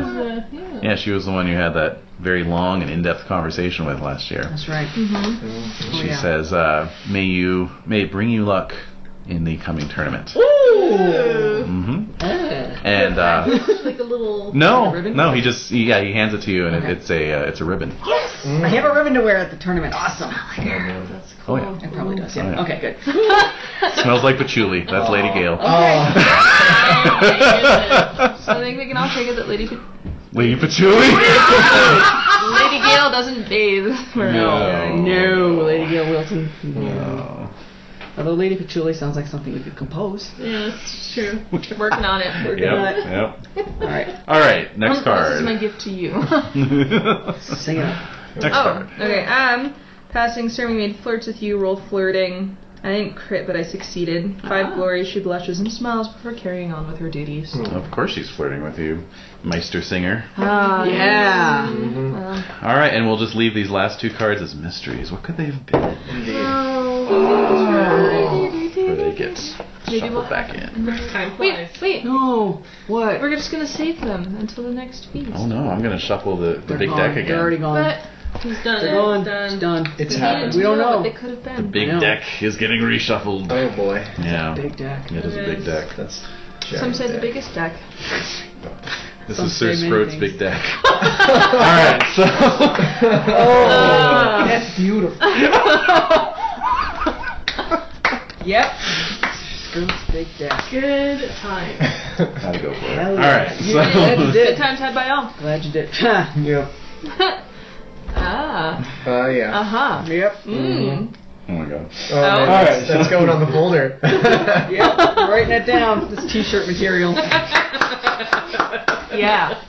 Speaker 6: yeah, she was the one you had that very long and in-depth conversation with last year.
Speaker 5: That's right. Oh,
Speaker 6: She
Speaker 5: yeah.
Speaker 6: says, uh, "May you may it bring you luck in the coming tournament." hmm
Speaker 5: Ah.
Speaker 6: And uh,
Speaker 2: like a little.
Speaker 6: No,
Speaker 5: a ribbon?
Speaker 6: no. He just he- yeah. He hands it to you, and
Speaker 5: Okay.
Speaker 6: it, it's a uh, it's a ribbon.
Speaker 5: I have a ribbon to wear at the tournament. Awesome.
Speaker 6: Oh yeah.
Speaker 5: It probably does. Yeah.
Speaker 6: Oh, yeah.
Speaker 5: Okay. Good.
Speaker 6: Smells like patchouli. That's Lady Gale.
Speaker 2: Oh.
Speaker 5: Okay.
Speaker 4: I think we can all take it that Lady
Speaker 6: Lady patchouli.
Speaker 2: Ah!
Speaker 4: Lady Gale doesn't bathe.
Speaker 6: no. Oh.
Speaker 5: No, Lady Gail Wilson. No.
Speaker 6: No.
Speaker 5: Although Lady Patchouli sounds like something you could compose.
Speaker 2: Yeah, it's true. Working on it.
Speaker 5: Working on it.
Speaker 6: Yep.
Speaker 5: All right,
Speaker 6: All right. Next
Speaker 2: This is my
Speaker 6: card.
Speaker 2: gift to you.
Speaker 5: sing it up.
Speaker 6: Next
Speaker 4: Oh,
Speaker 6: card.
Speaker 4: okay. Um, passing serving maid flirts with you. Roll flirting. I didn't crit, but I succeeded. Five
Speaker 5: Ah.
Speaker 4: glory. She blushes and smiles before carrying on with her duties.
Speaker 6: Of course she's flirting with you, Meister Singer.
Speaker 4: Ah,
Speaker 5: Yeah.
Speaker 4: Well,
Speaker 6: All right, and we'll just leave these last two cards as mysteries. What could they have been? Before they get shuffled back in.
Speaker 2: Time
Speaker 4: wait,
Speaker 2: flies.
Speaker 4: wait.
Speaker 5: No. What?
Speaker 4: We're just gonna save them until the next feast.
Speaker 6: Oh no, I'm gonna shuffle the, the
Speaker 5: They're
Speaker 6: big
Speaker 5: gone.
Speaker 6: deck
Speaker 5: They're already
Speaker 6: again.
Speaker 5: gone.
Speaker 4: But
Speaker 2: He's done.
Speaker 5: They're gone.
Speaker 2: Done.
Speaker 5: It's done.
Speaker 3: It's
Speaker 4: we
Speaker 3: happened.
Speaker 4: needed to
Speaker 5: We don't
Speaker 4: know
Speaker 5: know.
Speaker 4: what they could have been.
Speaker 6: Big
Speaker 5: I know.
Speaker 6: deck is getting reshuffled.
Speaker 3: Oh boy,
Speaker 6: Yeah,
Speaker 5: Big deck.
Speaker 6: it is a big deck.
Speaker 3: that's
Speaker 4: Some
Speaker 3: giant
Speaker 4: say the
Speaker 3: dick.
Speaker 4: biggest deck.
Speaker 6: This
Speaker 5: Some
Speaker 6: is Sir
Speaker 5: say many
Speaker 6: Scroat's
Speaker 5: things.
Speaker 6: big deck. All right, so
Speaker 5: Oh, that's beautiful. yep. Scrooge big deck.
Speaker 2: Good time.
Speaker 6: gotta go for it.
Speaker 5: Hell
Speaker 6: All
Speaker 5: yeah.
Speaker 6: right,
Speaker 5: Yeah, that's
Speaker 6: so
Speaker 5: it.
Speaker 4: Good times had by all.
Speaker 5: Glad you did. Huh.
Speaker 3: Yep.
Speaker 4: Ah.
Speaker 3: Uh, yeah.
Speaker 4: Uh huh.
Speaker 5: Yep.
Speaker 4: Mm.
Speaker 6: oh my god.
Speaker 3: Oh, man,
Speaker 5: All
Speaker 3: that's,
Speaker 5: right.
Speaker 3: that's going on the folder.
Speaker 5: Yep. Writing that down. This T-shirt material.
Speaker 4: Yeah.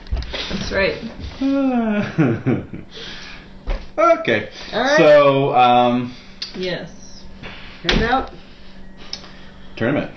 Speaker 4: That's right.
Speaker 6: okay.
Speaker 5: All right.
Speaker 6: So, um,
Speaker 2: Yes.
Speaker 5: Heading out.
Speaker 6: tournament.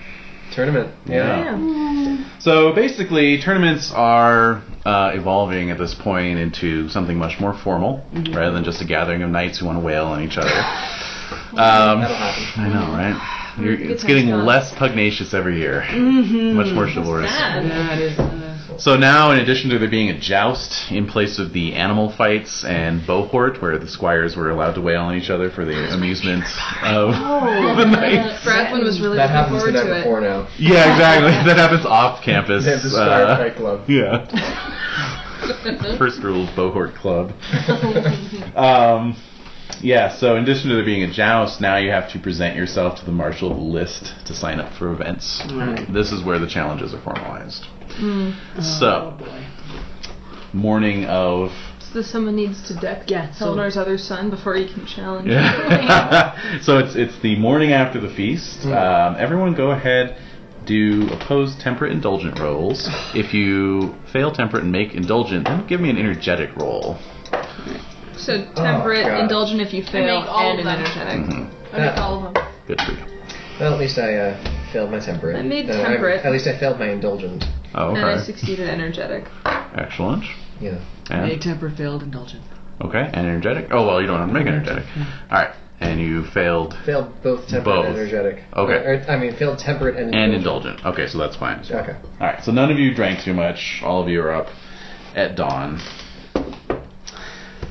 Speaker 3: Tournament. Yeah.
Speaker 6: So basically, tournaments are uh, evolving at this point into something much more formal,
Speaker 5: Mm-hmm.
Speaker 6: rather than just a gathering of knights who want to wail on each other. Um,
Speaker 3: That'll happen.
Speaker 6: I know, right? You're,
Speaker 4: Good
Speaker 6: it's
Speaker 4: times,
Speaker 6: getting
Speaker 4: John.
Speaker 6: less pugnacious every year,
Speaker 5: Mm-hmm.
Speaker 6: much more chivalrous.
Speaker 2: Sad.
Speaker 5: Yeah, it is. Uh,
Speaker 6: So now, in addition to there being a joust in place of the animal fights and bohort, where the squires were allowed to wail on each other for the amusement of
Speaker 3: Oh.
Speaker 6: the knights.
Speaker 4: Bragwin was really
Speaker 3: That
Speaker 4: looking
Speaker 3: happens the
Speaker 4: forward
Speaker 3: night
Speaker 4: to it.
Speaker 3: before now.
Speaker 6: Yeah, exactly. that happens off campus.
Speaker 3: They have the Star
Speaker 6: uh,
Speaker 3: Fight Club.
Speaker 6: yeah. First rule of Bohort Club. um, yeah, so in addition to there being a joust, now you have to present yourself to the marshal of the list to sign up for events.
Speaker 5: Right.
Speaker 6: This is where the challenges are formalized.
Speaker 5: oh,
Speaker 6: So,
Speaker 5: boy.
Speaker 6: morning of.
Speaker 4: It's the someone needs to deck
Speaker 5: Yeah, so-
Speaker 4: Eleanor's other son before he can challenge.
Speaker 6: so it's it's the morning after the feast. Um, everyone go ahead. Do opposed temperate indulgent rolls. If you fail temperate and make indulgent, then give me an energetic roll.
Speaker 4: So temperate,
Speaker 3: God.
Speaker 4: indulgent if you fail,
Speaker 2: make all
Speaker 4: and
Speaker 2: of
Speaker 4: an
Speaker 2: them.
Speaker 4: energetic.
Speaker 6: Mm-hmm.
Speaker 2: I make all of them.
Speaker 6: Good for you.
Speaker 3: Well, at least I uh, failed my temperate.
Speaker 4: I made
Speaker 3: Uh,
Speaker 4: temperate.
Speaker 3: at least I failed my indulgent.
Speaker 6: Oh,
Speaker 4: And I
Speaker 6: okay.
Speaker 4: succeeded energetic.
Speaker 6: Excellent.
Speaker 3: Yeah.
Speaker 5: Hey,
Speaker 6: And,
Speaker 5: temper failed indulgent.
Speaker 6: okay, and energetic. Oh, well, you don't have to make energetic. All right, and you failed
Speaker 3: Failed both temperate
Speaker 6: Both.
Speaker 3: and energetic.
Speaker 6: Okay.
Speaker 3: Or, or, I mean, failed temperate and
Speaker 6: and indulgent. Okay, so that's fine.
Speaker 3: Okay.
Speaker 6: All right, so none of you drank too much. All of you are up at dawn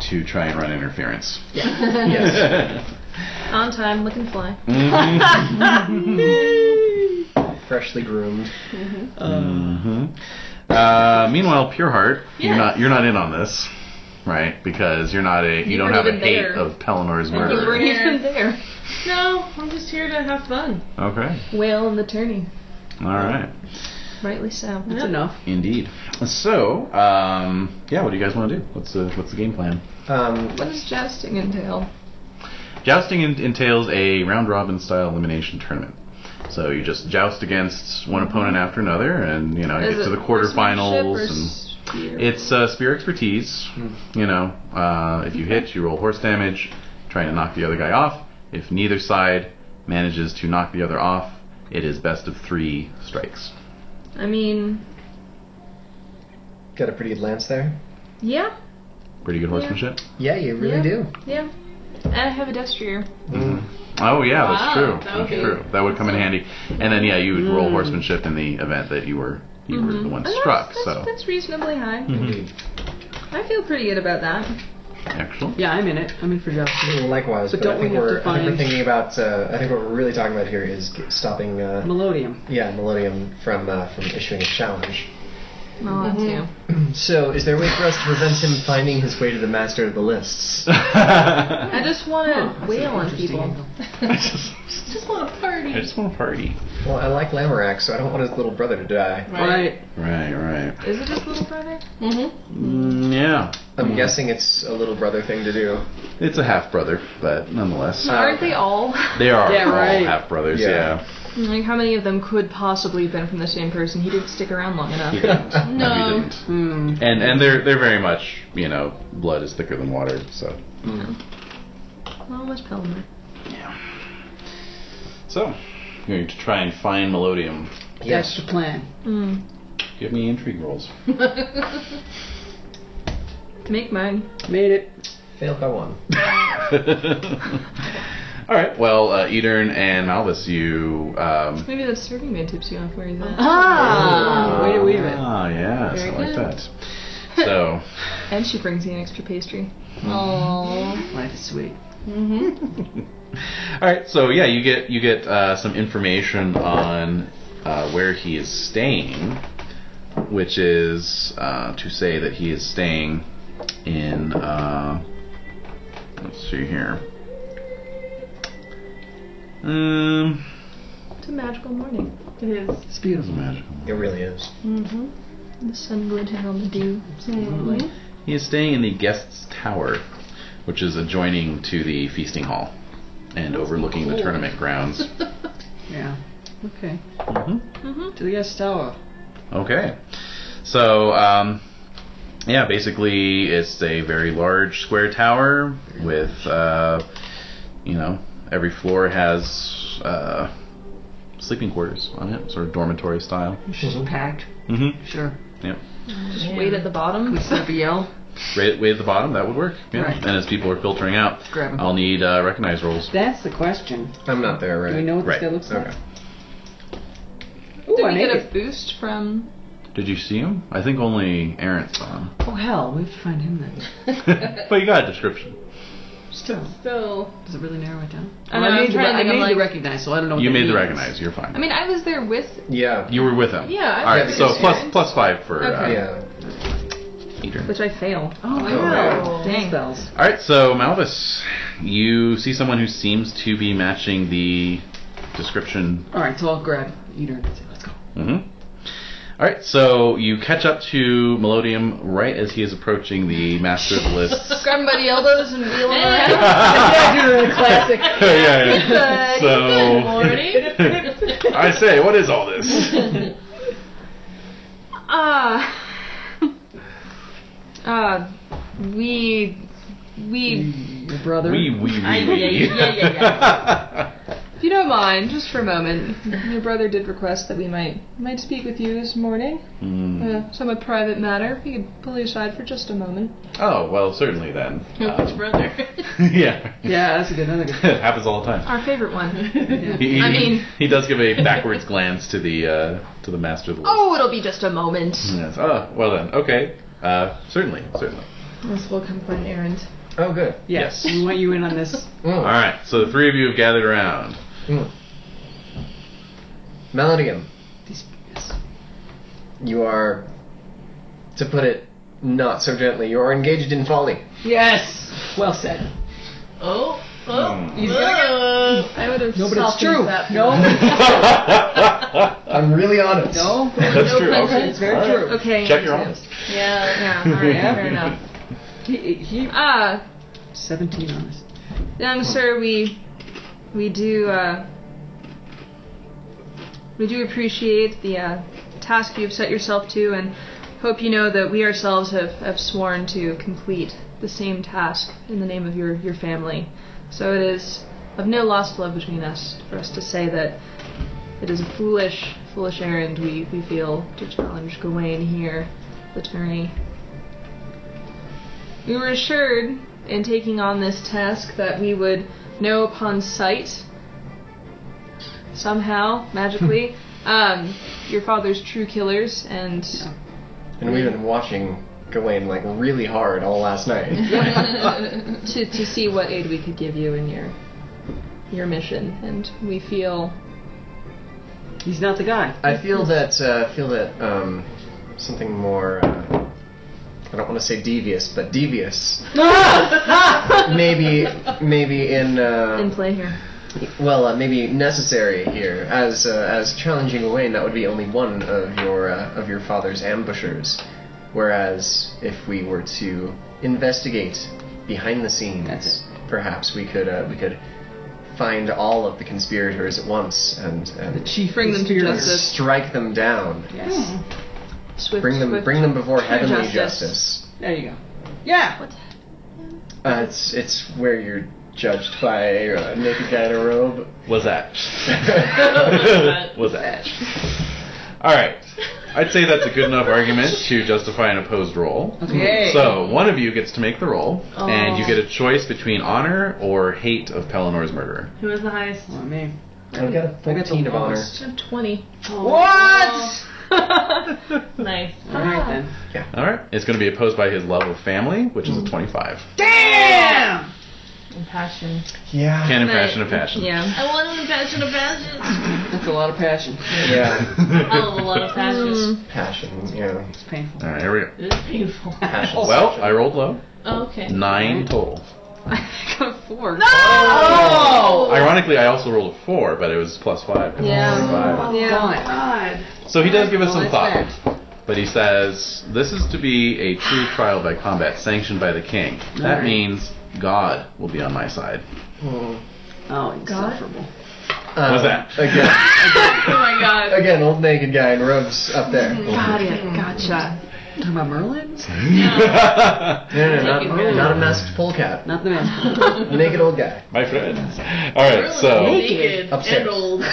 Speaker 6: to try and run interference.
Speaker 3: Yes.
Speaker 2: On time, looking fly.
Speaker 6: Mm-hmm.
Speaker 3: Freshly groomed.
Speaker 6: hmm Uh, meanwhile, Pure Heart, you're
Speaker 2: Yes.
Speaker 6: not you're not in on this, right? Because you're not a you,
Speaker 2: You
Speaker 6: don't
Speaker 2: weren't
Speaker 6: have a
Speaker 2: even
Speaker 6: hate
Speaker 2: there.
Speaker 6: of Pelenor's
Speaker 2: You
Speaker 6: murder.
Speaker 2: weren't
Speaker 4: Even
Speaker 2: even
Speaker 4: there.
Speaker 2: No, I'm just here to have fun.
Speaker 6: Okay,
Speaker 4: Whale and the tourney.
Speaker 2: Mm-hmm.
Speaker 6: all right.
Speaker 4: Rightly so.
Speaker 5: That's enough.
Speaker 6: Indeed. So, um, yeah, what do you guys want to do? What's the what's the game plan?
Speaker 3: Um,
Speaker 4: What does jousting entail?
Speaker 6: Jousting en- entails a round robin style elimination tournament. So you just joust against one opponent after another, and you know you
Speaker 4: Is
Speaker 6: get to
Speaker 4: it
Speaker 6: the quarterfinals.
Speaker 4: horsemanship or
Speaker 6: And
Speaker 4: spear?
Speaker 6: it's uh, spear expertise. You know, uh, if you hit, you roll horse damage, trying to knock the other guy off. If neither side manages to knock the other off, it is best of three strikes.
Speaker 4: I mean,
Speaker 3: got a pretty good lance there.
Speaker 4: yeah,
Speaker 6: Pretty good horsemanship.
Speaker 3: Yeah, you really
Speaker 4: Yeah.
Speaker 3: do.
Speaker 4: yeah. And I have a destrier.
Speaker 6: Oh yeah, that's
Speaker 2: Wow,
Speaker 6: true.
Speaker 2: that would
Speaker 6: that's
Speaker 2: be-
Speaker 6: true. That would come in handy. And then yeah, you would roll horsemanship in the event that you were you were
Speaker 4: And
Speaker 6: the one
Speaker 4: Mm-hmm. Oh, that's-
Speaker 6: struck.
Speaker 4: That's,
Speaker 6: so Hmm.
Speaker 4: that's reasonably high.
Speaker 3: Indeed.
Speaker 4: I feel pretty good about that.
Speaker 6: excellent.
Speaker 5: Yeah, I'm in it. I'm in for jousting.
Speaker 3: Mm, Likewise,
Speaker 5: But
Speaker 3: but,
Speaker 5: don't
Speaker 3: I
Speaker 5: we
Speaker 3: think
Speaker 5: have to
Speaker 3: we're I think
Speaker 5: find-
Speaker 3: we're thinking about uh, I think what we're really talking about here is g- stopping uh,
Speaker 5: Melodium.
Speaker 3: yeah Millennium from uh, from issuing a challenge.
Speaker 4: Well, that's you.
Speaker 3: So, is there a way for us to prevent him finding his way to the master of the lists?
Speaker 4: I just want to wail on people.
Speaker 6: I just
Speaker 2: Just want to
Speaker 6: I
Speaker 2: party.
Speaker 6: just want to party.
Speaker 3: Well, I like Lamorak, so I don't want his little brother to die.
Speaker 5: Right.
Speaker 6: Right, right.
Speaker 4: Is it his little brother?
Speaker 2: Mm-hmm.
Speaker 6: Mm, yeah.
Speaker 3: I'm guessing it's a little brother thing to do.
Speaker 6: It's a half brother, but nonetheless.
Speaker 2: Aren't they all?
Speaker 6: Uh, They are
Speaker 5: Yeah,
Speaker 6: all
Speaker 5: right.
Speaker 6: half brothers,
Speaker 3: Yeah.
Speaker 6: yeah.
Speaker 4: Like, how many of them could possibly have been from the same person? He didn't stick around long enough.
Speaker 6: He didn't.
Speaker 2: No.
Speaker 6: He didn't.
Speaker 5: Hmm.
Speaker 6: And and they're they're very much, you know, blood is thicker than water, so
Speaker 4: Well, much Pelmer.
Speaker 6: So you're going to try and find Melodium.
Speaker 5: That's the plan.
Speaker 4: Mm.
Speaker 6: Give me intrigue rolls.
Speaker 4: Make mine.
Speaker 5: Made it.
Speaker 3: Failed by one.
Speaker 6: All right. Well, uh, Edern and Malvis, you um,
Speaker 4: Maybe that's serving man tips you off where he's at.
Speaker 5: Ah, way to weave it.
Speaker 6: Ah, yes,
Speaker 2: Very
Speaker 6: I like
Speaker 2: good.
Speaker 6: that. So
Speaker 4: And she brings you an extra pastry.
Speaker 6: Hmm.
Speaker 2: Aww.
Speaker 5: Life is sweet.
Speaker 6: All right, so yeah, you get you get uh, some information on uh, where he is staying, which is uh, to say that he is staying in. Uh, let's see here. Um,
Speaker 4: It's a magical morning.
Speaker 2: It is.
Speaker 5: It's beautiful.
Speaker 6: magical.
Speaker 3: It really is.
Speaker 2: Mm-hmm.
Speaker 4: The sun glinting on the dew. Hmm.
Speaker 6: He is staying in the guests' tower, which is adjoining to the feasting hall, and overlooking the tournament grounds.
Speaker 5: Yeah. Okay.
Speaker 6: hmm
Speaker 5: To the guest tower.
Speaker 6: Okay. So, um, yeah, basically it's a very large square tower with, uh, you know, every floor has uh, sleeping quarters on it, sort of dormitory style.
Speaker 5: She's packed.
Speaker 6: Mm-hmm.
Speaker 5: Sure.
Speaker 6: Yep.
Speaker 4: Just wait at the bottom.
Speaker 5: We set up a yell.
Speaker 6: Right, way at the bottom, that would work. Yeah.
Speaker 5: Right.
Speaker 6: And as people are filtering out,
Speaker 5: Grab 'em.
Speaker 6: I'll need uh, recognize rolls.
Speaker 5: That's the question.
Speaker 3: I'm not there, right?
Speaker 5: Do we know what
Speaker 6: Right.
Speaker 5: this guy looks like?
Speaker 3: Okay.
Speaker 5: Ooh,
Speaker 4: Did
Speaker 5: I
Speaker 4: we
Speaker 5: made
Speaker 4: get a
Speaker 5: it.
Speaker 4: boost from?
Speaker 6: Did you see him? I think only Aaron saw him.
Speaker 5: Oh hell, we have to find him then.
Speaker 6: but you got a description.
Speaker 5: Still,
Speaker 2: So
Speaker 5: does it really narrow it down?
Speaker 4: I know, I'm
Speaker 5: made, the,
Speaker 4: trying to
Speaker 5: I
Speaker 4: think, I'm
Speaker 5: made the
Speaker 4: like-
Speaker 5: recognize, so I don't know. What
Speaker 6: You
Speaker 5: that
Speaker 6: made the
Speaker 5: means.
Speaker 6: recognize. You're fine.
Speaker 4: I mean, I was there with.
Speaker 3: Yeah.
Speaker 6: you were with him.
Speaker 4: Yeah, I
Speaker 6: All right.
Speaker 4: was
Speaker 6: So
Speaker 4: there.
Speaker 6: plus plus five for
Speaker 4: Okay.
Speaker 6: uh,
Speaker 3: Yeah.
Speaker 6: Peter.
Speaker 4: Which I fail.
Speaker 5: Oh
Speaker 3: wow.
Speaker 5: wow!
Speaker 4: Dang.
Speaker 5: Spells.
Speaker 6: All right, so Malvis, you see someone who seems to be matching the description.
Speaker 5: All right, so I'll grab Eater and say, "Let's go."
Speaker 6: Mhm. All right, so you catch up to Melodium right as he is approaching the master's lists.
Speaker 4: Grab him by the elbows and wheel him around.
Speaker 5: yeah, do the classic.
Speaker 6: yeah,
Speaker 4: Good.
Speaker 6: So I say, what is all this?
Speaker 4: Ah. Ah. we. We.
Speaker 5: Your brother.
Speaker 6: Wee wee wee.
Speaker 2: Ay, ay, ay, ay,
Speaker 4: If you don't mind, just for a moment, your brother did request that we might might speak with you this morning.
Speaker 6: Hmm.
Speaker 4: Uh, somewhat private matter. If you could pull you aside for just a moment.
Speaker 6: Oh well, certainly then.
Speaker 2: which
Speaker 6: Um,
Speaker 2: brother?
Speaker 6: yeah,
Speaker 5: Yeah, that's a good. Another good.
Speaker 6: it happens all the time.
Speaker 4: Our favorite one.
Speaker 6: He,
Speaker 4: I mean-
Speaker 6: he does give a backwards glance to the uh, to the master of the list.
Speaker 4: Oh, it'll be just a moment.
Speaker 6: Yes. Oh, well then. Okay. Uh, certainly. Certainly.
Speaker 4: Yes, we'll come find errand.
Speaker 3: Oh, good.
Speaker 5: Yes.
Speaker 6: Yes.
Speaker 5: We want you in on this.
Speaker 3: Mm.
Speaker 6: All right. So the three of you have gathered around.
Speaker 3: Mm. Melodium,
Speaker 5: These, yes.
Speaker 3: you are, to put it not so gently, you are engaged in folly.
Speaker 5: yes. Well said.
Speaker 2: oh.
Speaker 6: Hmm.
Speaker 2: Oh.
Speaker 6: He's
Speaker 2: oh.
Speaker 4: I would have
Speaker 5: No, but it's true.
Speaker 4: That.
Speaker 5: No.
Speaker 3: I'm really honest.
Speaker 5: No.
Speaker 6: That's
Speaker 2: No
Speaker 6: true. Okay.
Speaker 2: punches.
Speaker 5: Very
Speaker 6: All right.
Speaker 5: true.
Speaker 4: Okay.
Speaker 6: Check your honest.
Speaker 2: Yeah.
Speaker 4: Yeah. All right.
Speaker 5: Yeah.
Speaker 4: Fair enough.
Speaker 5: He, he,
Speaker 4: Ah.
Speaker 5: Seventeen on this.
Speaker 4: Young Um, sir, we we do uh, we do appreciate the uh, task you have set yourself to, and hope you know that we ourselves have, have sworn to complete the same task in the name of your your family. So it is of no lost love between us for us to say that it is a foolish foolish errand we we feel to challenge Gawain here, the tourney. We were assured in taking on this task that we would know upon sight, somehow, magically,
Speaker 3: Hmm.
Speaker 4: um, your father's true killers, and
Speaker 3: And we've been watching Gawain like really hard all last night.
Speaker 4: to, to see what aid we could give you in your your mission. And we feel
Speaker 5: He's not the guy.
Speaker 3: I feel that uh, feel that um, something more. Uh, I don't want to say devious, but devious. maybe maybe in uh,
Speaker 4: in play here.
Speaker 3: Well, uh, maybe necessary here, as uh, as challenging Gawain, that would be only one of your uh, of your father's ambushers. Whereas, if we were to investigate behind the scenes,
Speaker 5: That's it.
Speaker 3: perhaps we could uh, we could find all of the conspirators at once and,
Speaker 5: The
Speaker 3: and
Speaker 5: chief
Speaker 4: Bring them to
Speaker 5: conspirator.
Speaker 4: justice.
Speaker 3: strike them down.
Speaker 5: Yes.
Speaker 3: Hmm.
Speaker 4: Swift,
Speaker 3: Bring them
Speaker 4: swift.
Speaker 3: bring them before
Speaker 4: True
Speaker 3: heavenly
Speaker 4: justice.
Speaker 3: justice.
Speaker 5: There you go. Yeah.
Speaker 3: Uh, it's it's where you're judged by a naked guy in a robe.
Speaker 6: Was that?
Speaker 2: that?
Speaker 6: Was that? All right. I'd say that's a good enough argument to justify an opposed roll.
Speaker 5: Okay.
Speaker 6: So one of you gets to make the roll, and you
Speaker 2: Oh.
Speaker 6: get a choice between honor or hate of Pelinor's murderer.
Speaker 2: Who was the highest?
Speaker 5: Oh, man.
Speaker 3: I've got a
Speaker 5: I got the
Speaker 3: 14 of honor.
Speaker 5: lowest.
Speaker 4: I have 20.
Speaker 5: What?
Speaker 2: Nice.
Speaker 5: All right then.
Speaker 6: All right. It's going to be opposed by his love of family, which is a 25.
Speaker 5: Damn.
Speaker 2: And passion.
Speaker 3: Yeah.
Speaker 6: Can passion of passion.
Speaker 4: Yeah.
Speaker 2: I want a passion of passion.
Speaker 5: That's a lot of passion.
Speaker 3: Yeah.
Speaker 2: I love a lot of passion.
Speaker 3: Passion, yeah.
Speaker 5: It's painful.
Speaker 6: All right. Here we go.
Speaker 2: It is painful.
Speaker 3: Passion.
Speaker 6: Well, I rolled low.
Speaker 2: Oh, okay.
Speaker 6: Nine total.
Speaker 4: I got four.
Speaker 2: Oh!
Speaker 6: Ironically, I also rolled a four, but it was plus five.
Speaker 4: Yeah.
Speaker 5: Oh,
Speaker 6: Five.
Speaker 4: yeah.
Speaker 2: God.
Speaker 6: So he does give us some
Speaker 5: Well,
Speaker 6: thought.
Speaker 5: that's
Speaker 6: But he says, This is to be a true trial by combat sanctioned by the king. That
Speaker 5: Alright.
Speaker 6: means God will be on my side.
Speaker 3: Hmm.
Speaker 5: Oh, insufferable.
Speaker 3: Uh,
Speaker 6: What's that?
Speaker 3: Again,
Speaker 2: Oh my god.
Speaker 3: again, old naked guy in robes up there.
Speaker 4: Got it. Gotcha.
Speaker 5: Talking about Merlin?
Speaker 3: No, no, not,
Speaker 2: Naked guy.
Speaker 3: not a masked polecat.
Speaker 5: Not the man.
Speaker 3: Naked old guy.
Speaker 6: my friend. Alright, so
Speaker 2: naked
Speaker 3: Upstairs.
Speaker 2: and old.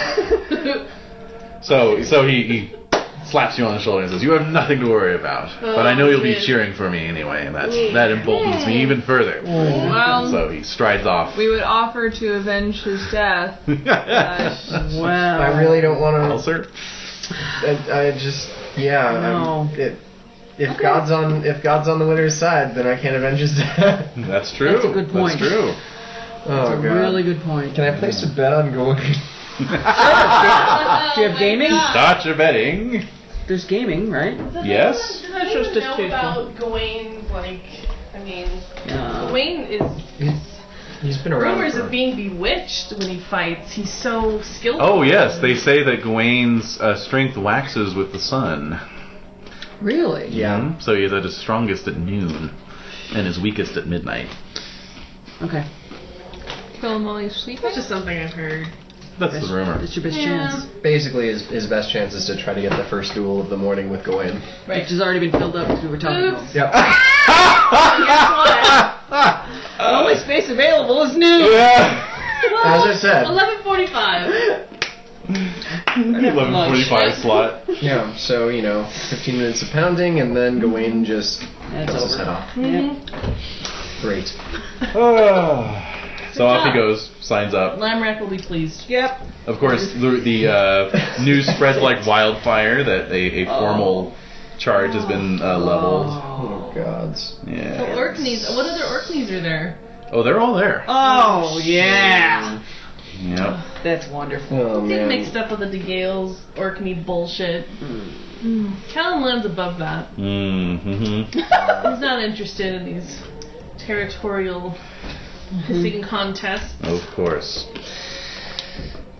Speaker 6: so so he, he slaps you on the shoulder and says, You have nothing to worry about. But I know you'll be
Speaker 2: man.
Speaker 6: cheering for me anyway, and that's that emboldens me even further.
Speaker 4: Well,
Speaker 6: So he strides
Speaker 2: Hmm.
Speaker 6: off.
Speaker 4: we would offer to avenge his death. Gosh.
Speaker 5: wow.
Speaker 3: I really don't
Speaker 6: Well,
Speaker 3: want to.
Speaker 6: sir.
Speaker 3: I, I just, yeah.
Speaker 5: No.
Speaker 3: I'm, it, if God's on, if God's on the winner's side, then I can't avenge his death.
Speaker 6: That's true.
Speaker 5: That's a good point.
Speaker 6: That's true.
Speaker 3: oh
Speaker 5: That's a
Speaker 3: God.
Speaker 5: really good point.
Speaker 3: Can I place a bet on going?
Speaker 5: Do you have gaming?
Speaker 6: Dodge of betting.
Speaker 5: There's gaming, right?
Speaker 6: Yes.
Speaker 2: I
Speaker 4: even know about
Speaker 2: Gawain's, like, I mean,
Speaker 5: Uh,
Speaker 2: Gawain is
Speaker 3: He's been around.
Speaker 2: rumors
Speaker 3: for-
Speaker 2: of being bewitched when he fights. He's so skillful.
Speaker 6: Oh yes, they say that Gawain's uh, strength waxes with the sun. Hmm?
Speaker 5: really?
Speaker 3: Yeah.
Speaker 6: So he's at his strongest at noon, and his weakest at midnight.
Speaker 5: Okay.
Speaker 4: Kill him while he's sleeping.
Speaker 2: That's just something I've heard.
Speaker 6: That's the rumor.
Speaker 5: That's your best
Speaker 2: Yeah.
Speaker 5: chance.
Speaker 3: Basically, his, his best chance is to try to get the first duel of the morning with Gawain.
Speaker 5: Which has already been filled up because we were talking about.
Speaker 3: Yep.
Speaker 5: The only space available is new.
Speaker 3: As I said.
Speaker 2: 11:45.
Speaker 6: Eleven forty-five slot.
Speaker 3: Yeah, so, you know, 15 minutes of pounding, and then Gawain just
Speaker 5: That's
Speaker 3: cuts his head
Speaker 5: over.
Speaker 3: off.
Speaker 5: Yep.
Speaker 3: Great.
Speaker 6: so off he goes, signs up.
Speaker 2: Lamrak will be pleased.
Speaker 5: Yep.
Speaker 6: Of course, the, the uh, news spreads like wildfire that a,
Speaker 2: Oh.
Speaker 6: a formal charge has been uh, leveled.
Speaker 3: Oh, gods.
Speaker 2: The
Speaker 6: Yeah.
Speaker 2: Orkneys. What other Orkneys are there?
Speaker 6: Oh, they're all there.
Speaker 5: Oh yeah.
Speaker 6: Yep.
Speaker 5: That's wonderful.
Speaker 3: Oh,
Speaker 2: They
Speaker 3: man.
Speaker 2: mixed up with the De Gales Orkney bullshit.
Speaker 6: Hmm.
Speaker 2: Callan Land's above that.
Speaker 6: Mm-hmm.
Speaker 2: He's not interested in these territorial
Speaker 6: Hmm.
Speaker 2: pissing contests.
Speaker 6: Of course.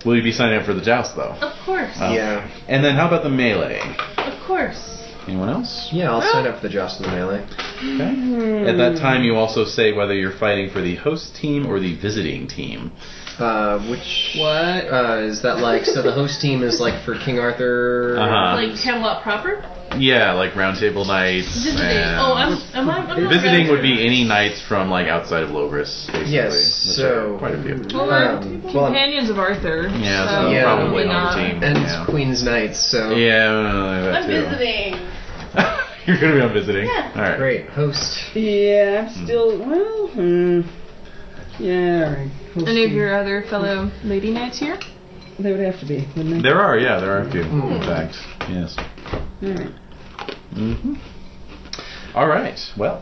Speaker 6: Will you be signing up for the joust, though?
Speaker 2: Of course.
Speaker 6: Oh.
Speaker 3: Yeah.
Speaker 6: And then how about the melee?
Speaker 2: Of course.
Speaker 6: Anyone else?
Speaker 3: Yeah, I'll sign up for the Joust in the Melee.
Speaker 6: Okay. At that time, you also say whether you're fighting for the host team or the visiting team.
Speaker 3: Uh, which.
Speaker 5: What?
Speaker 3: Uh, is that like. So the host team is like for King Arthur.
Speaker 6: Uh-huh.
Speaker 2: Like Camelot proper?
Speaker 6: Yeah, like roundtable nights.
Speaker 2: Visiting.
Speaker 6: and-
Speaker 2: Oh, I'm, am I? I'm not
Speaker 6: Visiting
Speaker 2: around
Speaker 6: would be
Speaker 2: here.
Speaker 6: any nights from like outside of Logris, basically.
Speaker 3: Yes,
Speaker 6: Which
Speaker 3: so-
Speaker 6: are quite a
Speaker 2: Hmm.
Speaker 6: few.
Speaker 4: Well, we're
Speaker 3: Um, well, I'm-
Speaker 4: companions of Arthur.
Speaker 6: Yeah,
Speaker 4: so
Speaker 6: so
Speaker 3: Yeah.
Speaker 6: probably
Speaker 2: Probably
Speaker 6: on
Speaker 2: not.
Speaker 6: the team.
Speaker 3: And
Speaker 6: yeah.
Speaker 3: Queen's Knights, so.
Speaker 6: yeah, well, that
Speaker 2: I'm
Speaker 6: too.
Speaker 2: visiting.
Speaker 6: You're gonna be on visiting.
Speaker 2: Yeah.
Speaker 6: All right.
Speaker 3: Great. Host.
Speaker 5: Yeah, I'm still well. Hmm. Yeah. all Right. We'll
Speaker 4: Any of
Speaker 5: see.
Speaker 4: your other fellow lady knights here?
Speaker 5: They would have to be, wouldn't they?
Speaker 6: There are, yeah, there are a few,
Speaker 3: Hmm.
Speaker 6: in fact. Yes.
Speaker 5: All right.
Speaker 6: Mm-hmm. All right. Well,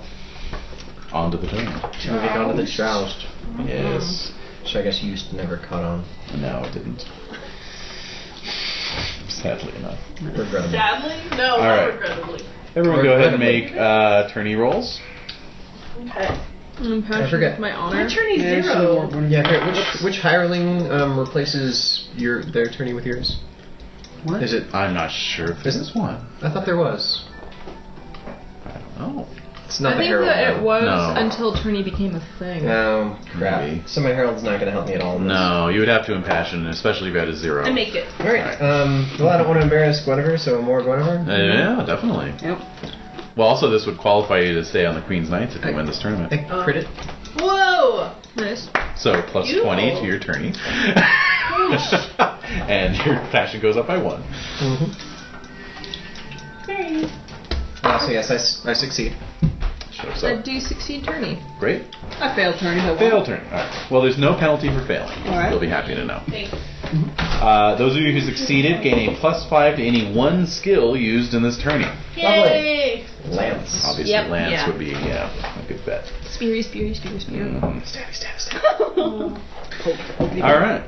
Speaker 6: on to the
Speaker 2: Mm-hmm.
Speaker 6: tournament.
Speaker 3: Moving on to the Joust.
Speaker 6: Yes.
Speaker 3: Which I guess you used to never caught on.
Speaker 6: No, it didn't. Sadly enough.
Speaker 3: Regrettably.
Speaker 2: Sadly? No,
Speaker 6: All
Speaker 2: not
Speaker 6: right.
Speaker 2: regrettably.
Speaker 6: Everyone, go ahead and make uh, tourney rolls.
Speaker 2: Okay.
Speaker 4: I'm passionate
Speaker 3: I forget.
Speaker 4: with my
Speaker 2: Mm, My
Speaker 4: honor.
Speaker 2: attorney
Speaker 5: Yeah, you should've
Speaker 2: zero.
Speaker 5: marked one.
Speaker 3: Yeah, I forget. Which which hireling um, replaces your their attorney with yours?
Speaker 5: What?
Speaker 3: Is it?
Speaker 6: I'm not sure if this
Speaker 3: Is-
Speaker 6: is one.
Speaker 3: I thought there was.
Speaker 6: I don't know.
Speaker 3: It's not
Speaker 4: I
Speaker 3: the
Speaker 4: think
Speaker 3: herald.
Speaker 4: that it
Speaker 3: no.
Speaker 4: was
Speaker 6: No.
Speaker 4: until attorney became a thing.
Speaker 3: Oh crap!
Speaker 6: Maybe.
Speaker 3: So my herald's not gonna help me at all. in this.
Speaker 6: No, you would have to impassion, especially if you had a zero.
Speaker 2: I make it.
Speaker 3: All right. Um, well, I don't want to embarrass Guinevere, so more Guinevere.
Speaker 6: Uh, yeah, definitely.
Speaker 5: Yep.
Speaker 6: Well, also this would qualify you to stay on the Queen's Knights if you win this tournament.
Speaker 3: I crit it.
Speaker 2: Whoa!
Speaker 4: Nice.
Speaker 6: So plus
Speaker 2: Beautiful.
Speaker 6: twenty to your tourney, and your passion goes up by one.
Speaker 3: Mm-hmm.
Speaker 2: Very
Speaker 3: Uh, so yes, I, s- I succeed.
Speaker 6: Shows
Speaker 4: I
Speaker 6: up.
Speaker 4: do succeed attorney.
Speaker 6: Great.
Speaker 5: I failed turn. I won.
Speaker 6: Fail turn. All right. Well, there's no penalty for failing.
Speaker 5: All right.
Speaker 6: You'll be happy to know.
Speaker 2: Thanks.
Speaker 6: Uh, those of you who succeeded gain a plus five to any one skill used in this tourney.
Speaker 2: Yay!
Speaker 3: Lance.
Speaker 6: Obviously,
Speaker 2: Yep.
Speaker 6: Lance
Speaker 2: Yeah.
Speaker 6: would be yeah a good bet.
Speaker 4: Speary, speary, speary, speary.
Speaker 6: Mhm.
Speaker 3: Stabby, stab, stab.
Speaker 6: All right.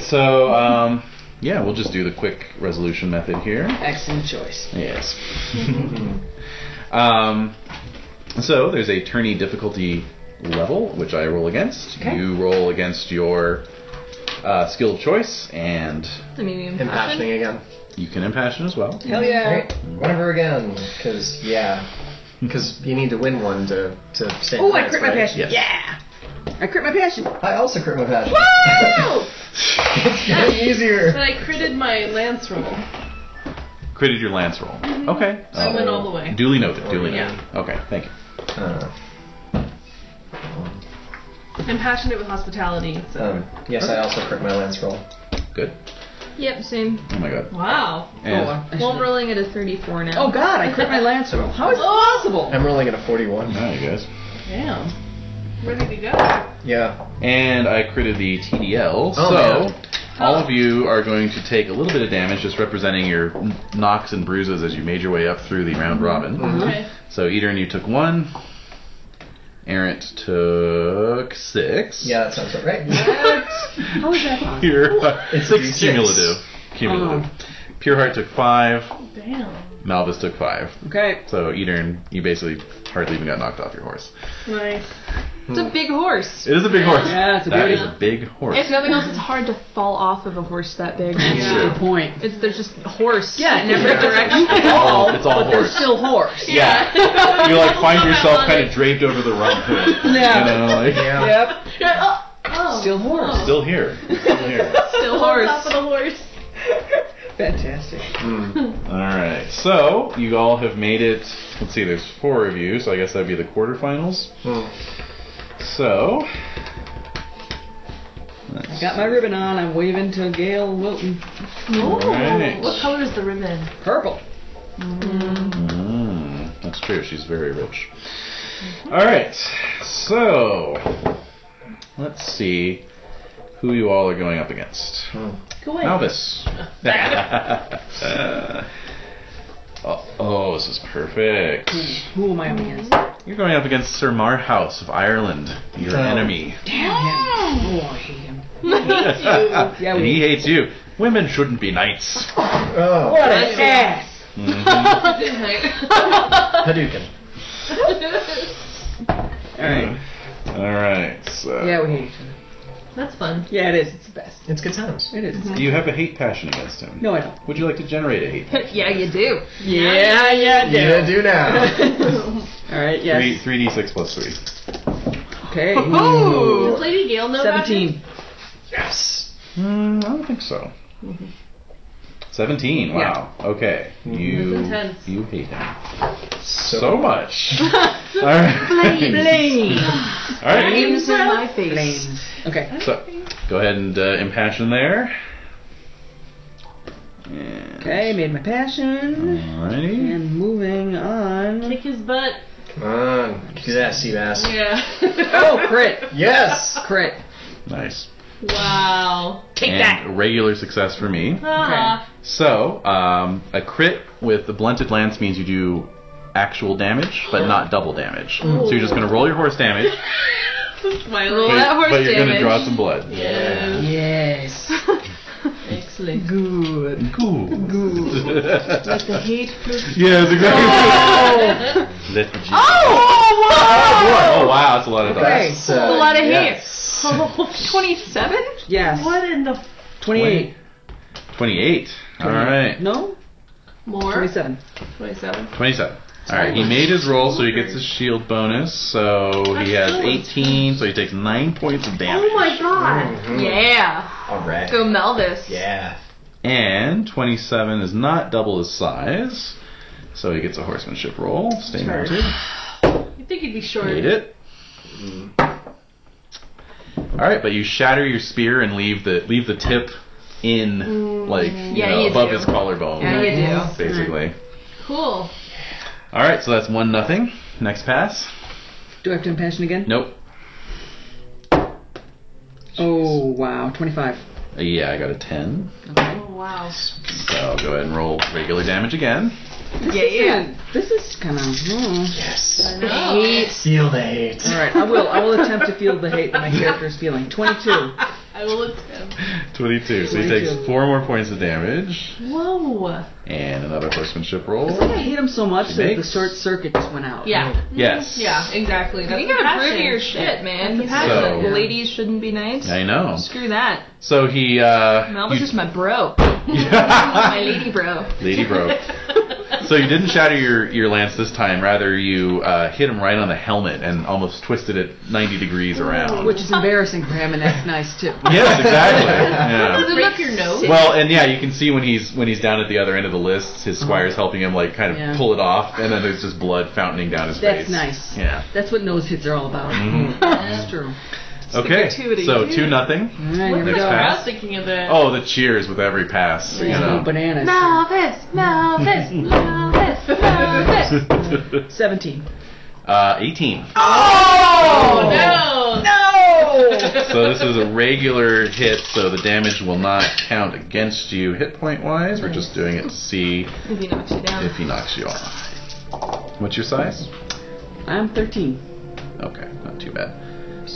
Speaker 6: So um, yeah, we'll just do the quick resolution method here.
Speaker 5: Excellent choice.
Speaker 6: Yes. um, so there's a tourney difficulty level, which I roll against. You roll against your uh, skill of choice, and
Speaker 4: I mean,
Speaker 3: Impassioning again.
Speaker 6: you can impassion as well.
Speaker 5: Hell yeah.
Speaker 3: Alright, Guinevere again, because yeah, because you need to win one to to stand.
Speaker 5: Oh, I
Speaker 3: chance,
Speaker 5: crit my
Speaker 3: right?
Speaker 5: passion.
Speaker 6: Yes.
Speaker 5: Yeah. I crit my passion.
Speaker 3: I also crit my passion.
Speaker 4: Woo!
Speaker 3: it's getting easier.
Speaker 2: But I critted my lance roll.
Speaker 6: Critted your lance roll. Okay.
Speaker 2: Mm-hmm. So I
Speaker 6: Uh,
Speaker 2: went all the way.
Speaker 6: duly noted. Duly
Speaker 2: Yeah.
Speaker 6: noted. Okay. Thank you.
Speaker 3: Uh,
Speaker 2: I'm passionate with hospitality, so.
Speaker 3: um, yes, I also crit my lance roll.
Speaker 6: Good.
Speaker 4: Yep, same.
Speaker 6: Oh my god.
Speaker 2: Wow.
Speaker 6: And
Speaker 5: Oh, I should've-
Speaker 4: Well, I'm rolling at a 34 now.
Speaker 5: Oh God! I crit my lance roll. How is that possible?
Speaker 3: I'm rolling at a 41.
Speaker 6: Wow, you guys.
Speaker 2: Damn. Ready to go.
Speaker 3: Yeah.
Speaker 6: And I critted the TDL,
Speaker 3: Oh,
Speaker 6: so
Speaker 3: man.
Speaker 6: all of you are going to take a little bit of damage just representing your n- knocks and bruises as you made your way up through the round robin.
Speaker 3: Mm-hmm.
Speaker 2: Okay.
Speaker 6: So Eater and you took one. Errant took six.
Speaker 3: Yeah, that sounds about right.
Speaker 5: How is that possible?
Speaker 6: Pure
Speaker 3: It's
Speaker 6: six
Speaker 3: D6.
Speaker 6: cumulative. Cumulative.
Speaker 3: Oh.
Speaker 6: Pure Heart took five.
Speaker 5: Oh,
Speaker 2: Damn.
Speaker 6: Malvis took five.
Speaker 5: Okay.
Speaker 6: So Eater and you basically hardly even got knocked off your horse.
Speaker 2: Nice.
Speaker 4: It's a big horse.
Speaker 6: It is a big horse.
Speaker 5: Yeah, it's a
Speaker 6: That
Speaker 5: beauty.
Speaker 6: is a big horse.
Speaker 4: If nothing else, it's hard to fall off of a horse that big.
Speaker 5: That's a
Speaker 6: Yeah.
Speaker 5: good point.
Speaker 4: It's there's just horse.
Speaker 5: Yeah,
Speaker 4: in every
Speaker 6: Yeah.
Speaker 4: direction.
Speaker 5: It's all,
Speaker 6: It's all
Speaker 5: but they're
Speaker 6: horse.
Speaker 5: still horse.
Speaker 6: Yeah. you like find yourself kind of draped over the rump.
Speaker 5: Yeah.
Speaker 6: You know, like,
Speaker 3: Yeah.
Speaker 5: Yep.
Speaker 2: Oh.
Speaker 5: Still horse.
Speaker 6: Still here. Still here.
Speaker 4: Still
Speaker 2: on
Speaker 4: horse.
Speaker 2: top of the horse.
Speaker 5: Fantastic.
Speaker 3: Mm.
Speaker 6: all right. So you all have made it. Let's see. There's four of you, so I guess that'd be the quarterfinals.
Speaker 3: Mm.
Speaker 6: So.
Speaker 5: I got my ribbon on. I'm waving to Gail Wilton.
Speaker 2: Ooh.
Speaker 6: Right.
Speaker 2: What color is the ribbon?
Speaker 5: Purple.
Speaker 6: Mm, that's true. She's very rich. All right. So let's see who you all are going up against.
Speaker 2: Go away.
Speaker 6: Malvis. oh, oh, this is perfect.
Speaker 5: Who am I up against?
Speaker 6: You're going up against Sir Marhouse of Ireland, your
Speaker 3: Oh.
Speaker 6: enemy.
Speaker 5: Oh, I hate him. Yeah,
Speaker 6: and
Speaker 5: we-
Speaker 6: he hates you. Women shouldn't be knights.
Speaker 3: Oh,
Speaker 5: What an ass.
Speaker 6: Mhm.
Speaker 3: Hadouken.
Speaker 5: All right.
Speaker 6: All right. So.
Speaker 5: Yeah, we hate each other.
Speaker 2: That's fun.
Speaker 5: Yeah, it is. It's the best.
Speaker 3: It's good times.
Speaker 5: It is.
Speaker 6: Do you have a hate passion against him?
Speaker 5: No, I don't.
Speaker 6: Would you like to generate a hate? passion?
Speaker 4: yeah, you do.
Speaker 5: Yeah, yeah, I
Speaker 3: Yeah, do now.
Speaker 5: All right.
Speaker 6: Three,
Speaker 5: Yes.
Speaker 6: three d six plus three.
Speaker 5: Okay.
Speaker 2: Does Lady Gale know about it?
Speaker 5: Seventeen.
Speaker 3: Yes.
Speaker 6: Mm, I don't think so. Seventeen. Wow. Okay. You.
Speaker 2: That's intense.
Speaker 6: You hate him
Speaker 3: So,
Speaker 6: so much. All right.
Speaker 5: Flames.
Speaker 6: All right.
Speaker 4: Flames in my face.
Speaker 5: Flames. Okay.
Speaker 6: So, go ahead and uh, impassion there. And-
Speaker 5: Okay. Made my passion.
Speaker 6: Alrighty.
Speaker 5: And moving on.
Speaker 2: Kick his butt.
Speaker 3: come on, do that, sea bass.
Speaker 2: Yeah.
Speaker 5: Oh, crit.
Speaker 3: Yes.
Speaker 5: Crit.
Speaker 6: Nice.
Speaker 2: wow.
Speaker 5: Take
Speaker 6: and
Speaker 5: that.
Speaker 6: a regular success for me.
Speaker 2: Ah.
Speaker 6: So, um, a crit with the blunted lance means you do actual damage, but not double damage. So you're just going to roll your horse damage,
Speaker 2: Smiley.
Speaker 6: but,
Speaker 4: that horse
Speaker 6: but you're to
Speaker 4: damage.
Speaker 6: draw some blood.
Speaker 2: Yes.
Speaker 5: Yes.
Speaker 2: Excellent.
Speaker 5: Good.
Speaker 6: Cool.
Speaker 5: Good.
Speaker 6: yes,
Speaker 4: The hate.
Speaker 6: exactly.
Speaker 5: Oh.
Speaker 6: Let the G-
Speaker 5: Oh,
Speaker 6: Oh wow, that's a lot of dots.
Speaker 5: Okay.
Speaker 3: That's, uh,
Speaker 2: a lot of
Speaker 3: yes.
Speaker 4: Twenty-seven.
Speaker 5: Yes.
Speaker 2: What in the
Speaker 5: Twenty-eight.
Speaker 6: Twenty-eight. All right.
Speaker 5: No.
Speaker 2: more?
Speaker 5: Twenty-seven.
Speaker 2: 27.
Speaker 6: Twenty-seven. All right. He made his roll, so he gets his shield bonus. So he has eighteen. So he takes nine points of damage.
Speaker 2: Oh my god.
Speaker 3: Mhm.
Speaker 4: Yeah.
Speaker 3: All right.
Speaker 4: Go Melvis.
Speaker 3: Yeah.
Speaker 6: And 27 is not double his size, so he gets a horsemanship roll. Stay
Speaker 2: Sure.
Speaker 6: mounted.
Speaker 2: You think he'd be short.
Speaker 6: Made it. Mm. All right, but you shatter your spear and leave the leave the tip in like you
Speaker 4: Mm. Yeah,
Speaker 6: know,
Speaker 4: you
Speaker 6: above
Speaker 4: do.
Speaker 6: his collarbone.
Speaker 4: Yeah, you
Speaker 6: Basically.
Speaker 2: Cool.
Speaker 6: All right, so that's one nothing. Next pass.
Speaker 5: Do I have to impassion again?
Speaker 6: Nope.
Speaker 5: Oh wow. Twenty-five.
Speaker 6: Uh, Yeah, I got a 10.
Speaker 5: Okay.
Speaker 2: Oh, wow.
Speaker 6: So I'll go ahead and roll regular damage again.
Speaker 5: This
Speaker 4: Yeah,
Speaker 5: is
Speaker 4: yeah.
Speaker 5: a- this is kind of.
Speaker 3: Yes.
Speaker 2: Eight.
Speaker 3: Seal the hate.
Speaker 5: All right. I will. I will attempt to feel the hate that my character is feeling. Twenty-two.
Speaker 2: I will look him.
Speaker 6: 22. So he takes
Speaker 5: 22.
Speaker 6: four more points of damage Oh.
Speaker 2: Whoa.
Speaker 6: and another horsemanship roll.
Speaker 5: I hate him so much that the
Speaker 6: Makes-
Speaker 5: short circuit just went out.
Speaker 2: Yeah.
Speaker 6: Yes.
Speaker 2: Yeah, exactly. That's
Speaker 4: You gotta
Speaker 2: the
Speaker 4: prove
Speaker 2: passion.
Speaker 4: your shit, man. He's
Speaker 2: That's the
Speaker 6: So-
Speaker 4: like, ladies shouldn't be nice.
Speaker 6: I know.
Speaker 4: Screw that.
Speaker 6: So he, uh,
Speaker 4: Melvis
Speaker 6: you-
Speaker 4: is my bro. My lady bro.
Speaker 6: lady broke. So you didn't shatter your, your lance this time. Rather, you uh, hit him right on the helmet and almost twisted it 90 degrees around.
Speaker 5: Which is embarrassing for him, and that's nice too.
Speaker 6: yes, exactly.
Speaker 2: Does
Speaker 6: Yeah.
Speaker 2: it look your nose?
Speaker 6: Well, and yeah, you can see when he's when he's down at the other end of the list, his squire's helping him like kind of
Speaker 5: Mm-hmm. Yeah.
Speaker 6: pull it off, and then there's just blood fountaining down his
Speaker 5: That's
Speaker 6: face. Mm.
Speaker 5: nice. Mm-hmm.
Speaker 6: Yeah. Mm-hmm.
Speaker 5: That's what nose hits are all about. That's true.
Speaker 6: okay.
Speaker 4: gratuity.
Speaker 6: So two nothing.
Speaker 5: All right, here we
Speaker 6: Next
Speaker 5: go.
Speaker 2: I
Speaker 6: pass.
Speaker 2: was thinking of that.
Speaker 6: Oh, the cheers with every pass. You
Speaker 5: He's going
Speaker 6: know.
Speaker 5: bananas.
Speaker 2: Melvis, Melvis, Melvis, Melvis.
Speaker 5: Seventeen.
Speaker 6: Uh, 18.
Speaker 2: Oh, no.
Speaker 6: So this is a regular hit, so the damage will not count against you hit point wise. We're just doing it to see
Speaker 4: If he knocks you down.
Speaker 6: if he knocks you off. What's your size?
Speaker 5: I'm thirteen.
Speaker 6: Okay, not too bad.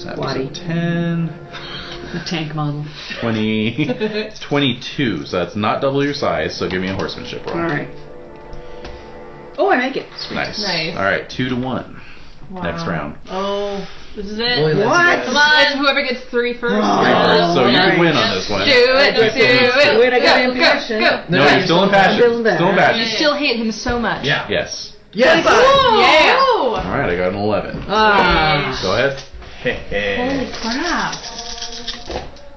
Speaker 6: That was
Speaker 5: Squatty.
Speaker 6: a 10,
Speaker 5: The tank model.
Speaker 6: 20, it's 22, so that's not double your size, so give me a horsemanship roll.
Speaker 5: All right. Oh, I make it.
Speaker 6: Nice.
Speaker 2: Nice.
Speaker 6: All right, 2 to 1. Next round.
Speaker 2: Oh, this is
Speaker 3: Boy,
Speaker 2: it.
Speaker 3: let's
Speaker 5: What?
Speaker 3: go.
Speaker 4: Come on, whoever gets three first.
Speaker 5: Oh.
Speaker 6: so you
Speaker 5: alright.
Speaker 6: win on this one.
Speaker 4: Do it, do
Speaker 6: You're still in-
Speaker 4: it.
Speaker 5: Wait, I got
Speaker 4: go,
Speaker 5: impassioned.
Speaker 4: Go, go.
Speaker 6: No, you're still in passion.
Speaker 5: I'm feeling bad.
Speaker 6: Still in
Speaker 4: You
Speaker 6: passion.
Speaker 4: still hate him so much.
Speaker 3: Yeah.
Speaker 6: Yes.
Speaker 3: Yes.
Speaker 4: Whoa,
Speaker 2: Yeah.
Speaker 6: All right, I got an 11.
Speaker 2: Oh,
Speaker 5: Ah.
Speaker 6: Go ahead.
Speaker 2: Holy crap.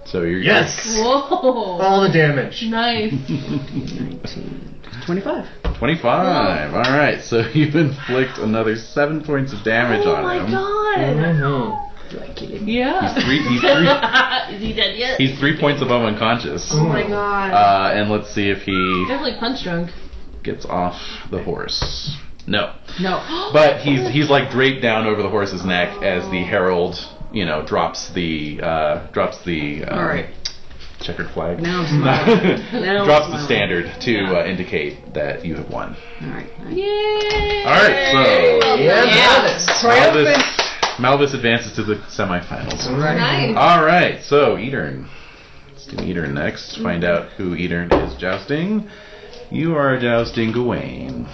Speaker 6: So you're
Speaker 3: Yes.
Speaker 2: Whoa.
Speaker 3: All the damage.
Speaker 2: Nice.
Speaker 5: 25.
Speaker 6: 25. All right, so you inflict another seven points of damage
Speaker 2: Oh
Speaker 6: on
Speaker 2: my
Speaker 6: him.
Speaker 2: god.
Speaker 5: Do I kill him?
Speaker 2: Yeah.
Speaker 6: He's three. He's three.
Speaker 2: is he dead yet?
Speaker 6: He's three points above unconscious.
Speaker 2: oh my god.
Speaker 6: Uh, and let's see if he
Speaker 2: Definitely punch drunk.
Speaker 6: gets off the horse. No,
Speaker 5: No.
Speaker 6: but he's he's like draped down over the horse's neck as the herald, you know, drops the uh, drops the um,
Speaker 5: All right.
Speaker 6: checkered flag.
Speaker 5: Now I'm smiling. Now I'm
Speaker 6: drops the
Speaker 5: smiling.
Speaker 6: standard to uh, indicate that you have won.
Speaker 5: All right.
Speaker 2: Yay.
Speaker 6: All right, so
Speaker 3: Yeah.
Speaker 6: Malvis, Malvis advances to the semifinals.
Speaker 2: Nice.
Speaker 6: All right, so Etern. Let's do Etern next. Find out who Etern is jousting. You are jousting Gawain.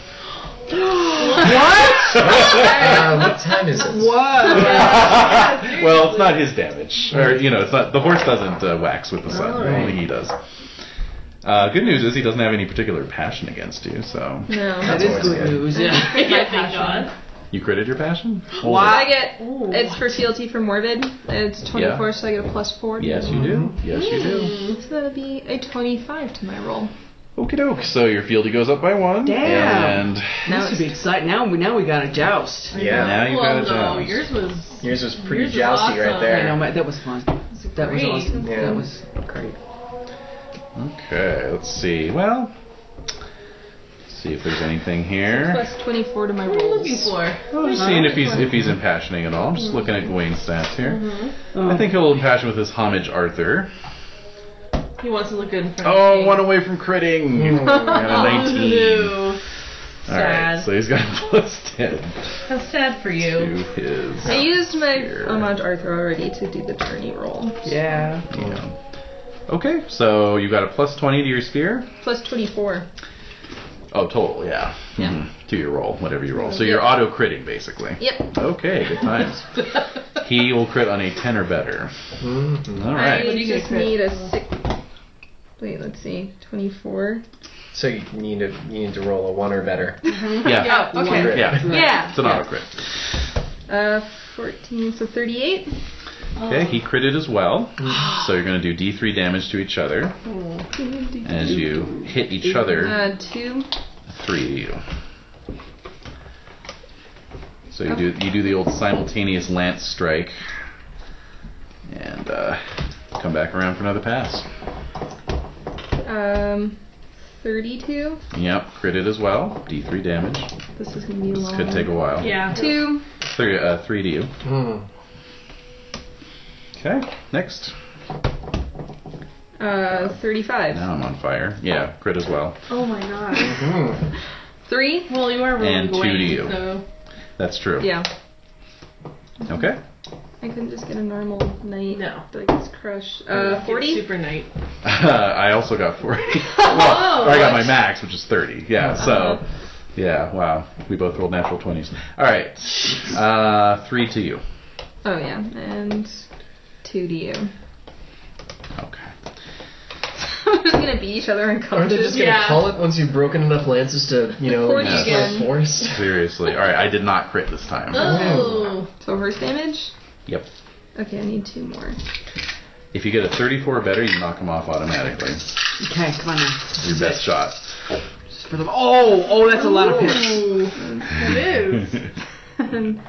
Speaker 3: Uh, what time is it?
Speaker 5: Whoa.
Speaker 6: well, it's not his damage, or you know, it's not the horse doesn't uh, wax with the sun. Only he does. Uh, good news is he doesn't have any particular passion against you, so
Speaker 4: No.
Speaker 5: That is good news. Yeah.
Speaker 2: Yeah, thank god.
Speaker 6: you critted your passion. Hold
Speaker 4: Wow.
Speaker 6: it.
Speaker 4: I get
Speaker 2: Ooh.
Speaker 4: it's for TLT for morbid. It's 24, so I get a plus four.
Speaker 6: Yes, you do. Yes, you do.
Speaker 4: So that'll be a 25 to my roll.
Speaker 6: Okie doke. So your fieldy goes up by one.
Speaker 5: Damn.
Speaker 6: And
Speaker 5: Now this would be exciting. Now we now we got a joust.
Speaker 3: Yeah.
Speaker 6: now you've
Speaker 2: well,
Speaker 6: got a
Speaker 2: no,
Speaker 6: joust.
Speaker 2: yours was.
Speaker 3: Yours was pretty
Speaker 2: Yours is
Speaker 3: jousty right
Speaker 2: awesome.
Speaker 5: I know
Speaker 3: there.
Speaker 5: my, that was fun. That was
Speaker 2: great.
Speaker 5: awesome.
Speaker 3: Yeah.
Speaker 5: That was great.
Speaker 6: Okay, let's see. Well, let's see if there's anything here.
Speaker 4: Plus 24 to my
Speaker 2: What are you
Speaker 4: rolls.
Speaker 2: looking for?
Speaker 6: I'm just seeing if he's if he's impassioning at all. I'm just looking at Gawain's stats here. I
Speaker 2: Mm-hmm.
Speaker 5: Oh.
Speaker 6: think he'll impassion with his homage Arthur.
Speaker 2: He wants to look good in front of
Speaker 6: Oh,
Speaker 2: me.
Speaker 6: one away from critting.
Speaker 2: Mm-hmm.
Speaker 6: Got a 19.
Speaker 2: Lulu.
Speaker 6: All right,
Speaker 2: Sad.
Speaker 6: so he's got a plus 10
Speaker 2: How sad for you.
Speaker 6: to his.
Speaker 4: I used my
Speaker 6: Here.
Speaker 4: homage Arthur already to do the tourney roll.
Speaker 5: Oh, Yeah.
Speaker 6: You know. Okay, so you got a plus 20 to your spear.
Speaker 4: Plus 24.
Speaker 6: Oh, total, yeah.
Speaker 4: Yeah.
Speaker 6: Mhm. to your roll, whatever you roll. So you're auto critting basically.
Speaker 2: Yep.
Speaker 6: Okay, good times. he will crit on a ten or better.
Speaker 3: Mhm.
Speaker 6: All right.
Speaker 2: What do
Speaker 4: I
Speaker 2: you get,
Speaker 4: just
Speaker 2: Chris?
Speaker 4: need a six. Wait, let's see. 24.
Speaker 3: So you need to you need to roll a one or better.
Speaker 6: Yeah. Yeah.
Speaker 4: Oh, okay.
Speaker 3: Crit.
Speaker 4: Yeah.
Speaker 6: It's an auto crit.
Speaker 4: Uh, 14, so 38.
Speaker 6: Okay, he critted as well. so you're going to do d3 damage to each other as you hit each other.
Speaker 4: Uh, 2.
Speaker 6: Three to you. So you do you do the old simultaneous lance strike, and uh, come back around for another pass.
Speaker 4: Um, 32.
Speaker 6: Yep, critted as well. D3 damage.
Speaker 4: This is gonna be a
Speaker 6: This
Speaker 4: long.
Speaker 6: could take a while.
Speaker 2: Yeah.
Speaker 4: Two.
Speaker 6: Three, uh, three to you.
Speaker 3: Mm.
Speaker 6: Okay, next.
Speaker 4: Uh, 35.
Speaker 6: Now I'm on fire. Yeah, crit as well.
Speaker 2: Oh my god.
Speaker 3: Mm.
Speaker 4: Three.
Speaker 2: Well, you are rolling
Speaker 6: And two to
Speaker 2: away,
Speaker 6: you.
Speaker 2: so
Speaker 6: That's true.
Speaker 4: Yeah.
Speaker 6: Okay.
Speaker 4: I couldn't just get a normal knight.
Speaker 2: No.
Speaker 4: But I guess crush. Uh,
Speaker 2: Get
Speaker 4: 40.
Speaker 2: Super knight.
Speaker 6: I also got 40. well, I got my max, which is 30. Yeah, so. Yeah, wow. We both rolled natural 20s. All right. Uh, three to you.
Speaker 4: Oh, yeah. And two to you.
Speaker 6: Okay.
Speaker 4: We're just gonna beat each other
Speaker 3: Aren't they
Speaker 4: unconscious.
Speaker 3: just gonna
Speaker 2: Yeah.
Speaker 3: call it once you've broken enough lances to you know
Speaker 4: Forty
Speaker 3: just
Speaker 4: again.
Speaker 3: like forest?
Speaker 6: Seriously. All right, I did not crit this time.
Speaker 2: Oh.
Speaker 4: So horse damage?
Speaker 6: Yep.
Speaker 4: Okay, I need two more.
Speaker 6: If you get a 34 or better, you knock him off automatically.
Speaker 5: Okay, come on now.
Speaker 6: Your best shot.
Speaker 5: Just for the oh, oh, that's a lot of hits.
Speaker 2: Oh. It is.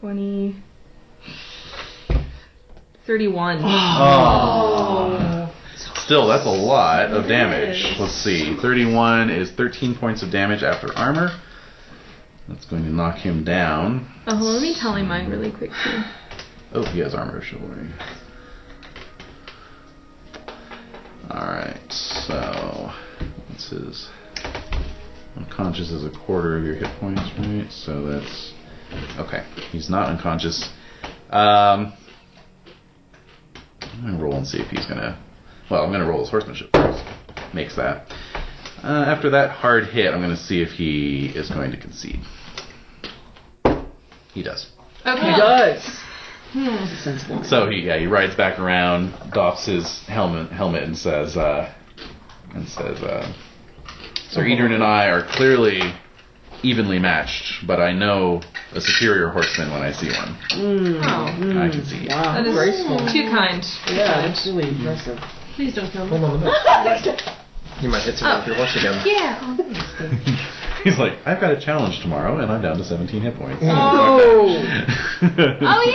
Speaker 4: Twenty. Thirty-one. Oh,
Speaker 6: Still, that's a lot of damage. Let's see. 31 is 13 points of damage after armor. That's going to knock him down.
Speaker 4: Oh, let me tally mine really quick too.
Speaker 6: Oh, he has armor of chivalry. Alright, so. What's his. Unconscious is a quarter of your hit points, right? So that's. Okay, he's not unconscious. Um, I'm gonna roll and see if he's gonna. Well, I'm gonna roll his horsemanship first. Makes that. Uh, after that hard hit, I'm gonna see if he is going to concede. He does.
Speaker 5: He does. Sensible.
Speaker 6: So he yeah he rides back around, doffs his helmet helmet and says uh, and says uh, Sir Edern and I are clearly evenly matched, but I know a superior horseman when I see one.
Speaker 4: Oh,
Speaker 6: I can see. it.
Speaker 5: Wow,
Speaker 4: that is
Speaker 5: graceful.
Speaker 4: too kind.
Speaker 5: Yeah, that's really impressive.
Speaker 2: Please don't kill me.
Speaker 3: Hold on a minute. you might hit someone
Speaker 4: Oh.
Speaker 3: with your watch again.
Speaker 4: Yeah. Hmm.
Speaker 6: He's like, I've got a challenge tomorrow, and I'm down to 17 hit points.
Speaker 5: Oh,
Speaker 4: Oh yeah.